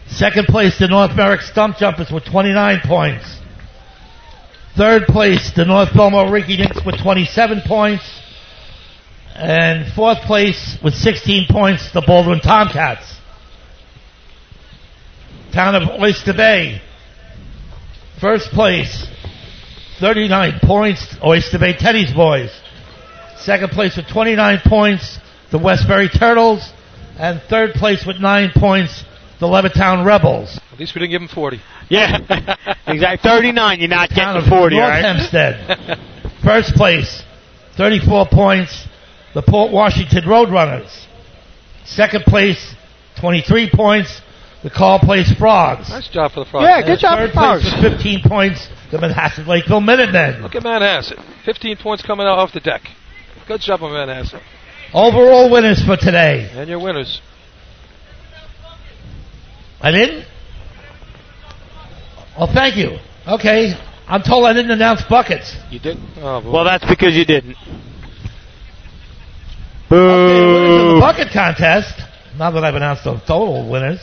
Speaker 3: Second place, the North Merrick Stump Jumpers with 29 points. Third place, the North Belmore Ricky Dicks with 27 points. And fourth place with 16 points, the Baldwin Tomcats. Town of Oyster Bay, first place, 39 points, Oyster Bay Teddy's Boys. Second place with 29 points, the Westbury Turtles. And third place with 9 points, the Levittown Rebels.
Speaker 2: At least we didn't give him 40.
Speaker 1: Yeah, exactly. 39. You're not
Speaker 3: Town
Speaker 1: getting
Speaker 3: of
Speaker 1: the 40, all
Speaker 3: North
Speaker 1: right?
Speaker 3: Hempstead. First place, 34 points, the Port Washington Roadrunners. Second place, 23 points, The call place Frogs.
Speaker 2: Nice job for the Frogs.
Speaker 1: Yeah, Oh, good job,
Speaker 3: Third
Speaker 1: Frogs.
Speaker 3: place with 15 points, the Manhasset Lakeville Minutemen.
Speaker 2: Look at Manhasset. 15 points coming out off the deck. Good job on Manhasset.
Speaker 3: Overall winners for today.
Speaker 2: And your winners.
Speaker 3: I didn't? Well, Oh, thank you. Okay. I'm told I didn't announce buckets.
Speaker 6: You did.
Speaker 2: Oh, boy.
Speaker 8: Well, that's because you didn't.
Speaker 3: Okay, winners of the
Speaker 8: Boo!
Speaker 3: bucket contest. Now that I've announced the total winners.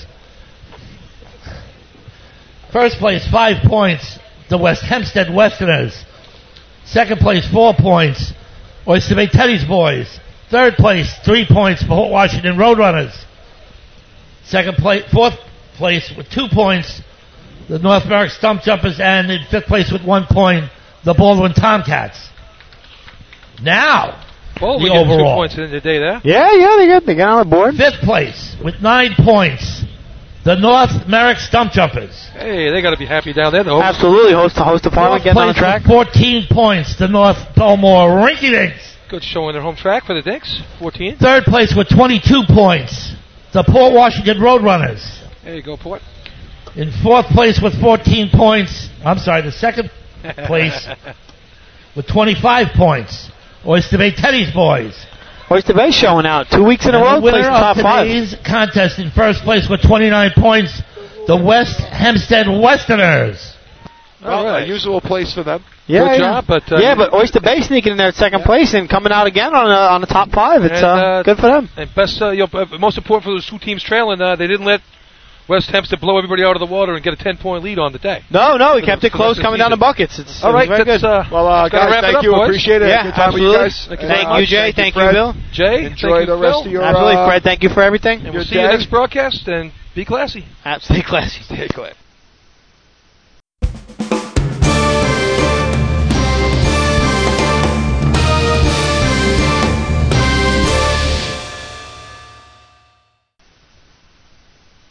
Speaker 3: First place, five points, the West Hempstead Westerners. Second place, four points, Oyster Bay Teddy's Boys. Third place, three points, Port Washington Roadrunners. Second place, fourth place with two points, the North Merrick Stump Jumpers, and in fifth place with one point, the Baldwin Tomcats. Now,
Speaker 2: Bowling
Speaker 3: the
Speaker 2: getting
Speaker 3: overall.
Speaker 2: two points in the day there.
Speaker 1: Yeah, yeah, they got they got on the board.
Speaker 3: Fifth place with nine points, the North Merrick Stump Jumpers.
Speaker 2: Hey, they got to be happy down there. though.
Speaker 1: Absolutely, host the host department
Speaker 3: Fourth
Speaker 1: getting on the
Speaker 3: place
Speaker 1: track.
Speaker 3: with 14 points, the North Belmore Rinky Dinks.
Speaker 2: Good showing their home track for the Dicks. 14.
Speaker 3: Third place with 22 points, the Port Washington Roadrunners.
Speaker 2: There you go, Port.
Speaker 3: In fourth place with 14 points, I'm sorry, the second place with 25 points, Oyster Bay Teddy's Boys.
Speaker 1: Oyster Bay showing out two weeks in a
Speaker 3: And
Speaker 1: row,
Speaker 3: the winner
Speaker 1: placed
Speaker 3: of
Speaker 1: top five.
Speaker 3: today's contest in first place with 29 points, the West Hempstead Westerners.
Speaker 2: All
Speaker 6: Well,
Speaker 2: right.
Speaker 6: A usual place for them.
Speaker 1: Yeah,
Speaker 2: Good
Speaker 1: yeah.
Speaker 2: job, but, uh,
Speaker 1: yeah, but Oyster Bay sneaking in there at second place and coming out again on a, on the top five. It's
Speaker 2: And,
Speaker 1: uh,
Speaker 2: uh,
Speaker 1: good for them.
Speaker 2: And best, uh, you know, uh, most important for those two teams trailing, uh, they didn't let West Hempstead blow everybody out of the water and get a 10 point lead on the day.
Speaker 1: No, no, we
Speaker 2: So
Speaker 1: kept
Speaker 2: the-
Speaker 1: it close
Speaker 2: so
Speaker 1: coming down
Speaker 2: the
Speaker 1: the
Speaker 2: season-
Speaker 1: buckets. It's
Speaker 2: All right,
Speaker 1: it's very
Speaker 2: that's,
Speaker 1: good.
Speaker 2: uh,
Speaker 6: Well, uh,
Speaker 2: Gotta
Speaker 6: guys,
Speaker 2: wrap it
Speaker 6: thank
Speaker 2: up,
Speaker 6: you.
Speaker 2: boys.
Speaker 6: Appreciate it.
Speaker 1: yeah,
Speaker 6: Good time with you
Speaker 1: absolutely.
Speaker 6: guys.
Speaker 1: Thank,
Speaker 2: you
Speaker 6: Uh,
Speaker 2: very
Speaker 1: you, Jay.
Speaker 6: thank you,
Speaker 1: Thank you,
Speaker 6: Fred.
Speaker 1: Bill.
Speaker 2: Jay,
Speaker 6: Enjoy
Speaker 2: thank you,
Speaker 6: the rest
Speaker 2: Phil.
Speaker 6: of your.
Speaker 1: absolutely,
Speaker 6: uh,
Speaker 1: Fred. Thank you for everything.
Speaker 2: And we'll
Speaker 6: Good
Speaker 2: see you
Speaker 6: day.
Speaker 2: next broadcast, and be classy.
Speaker 1: Absolutely classy.
Speaker 6: Stay glad.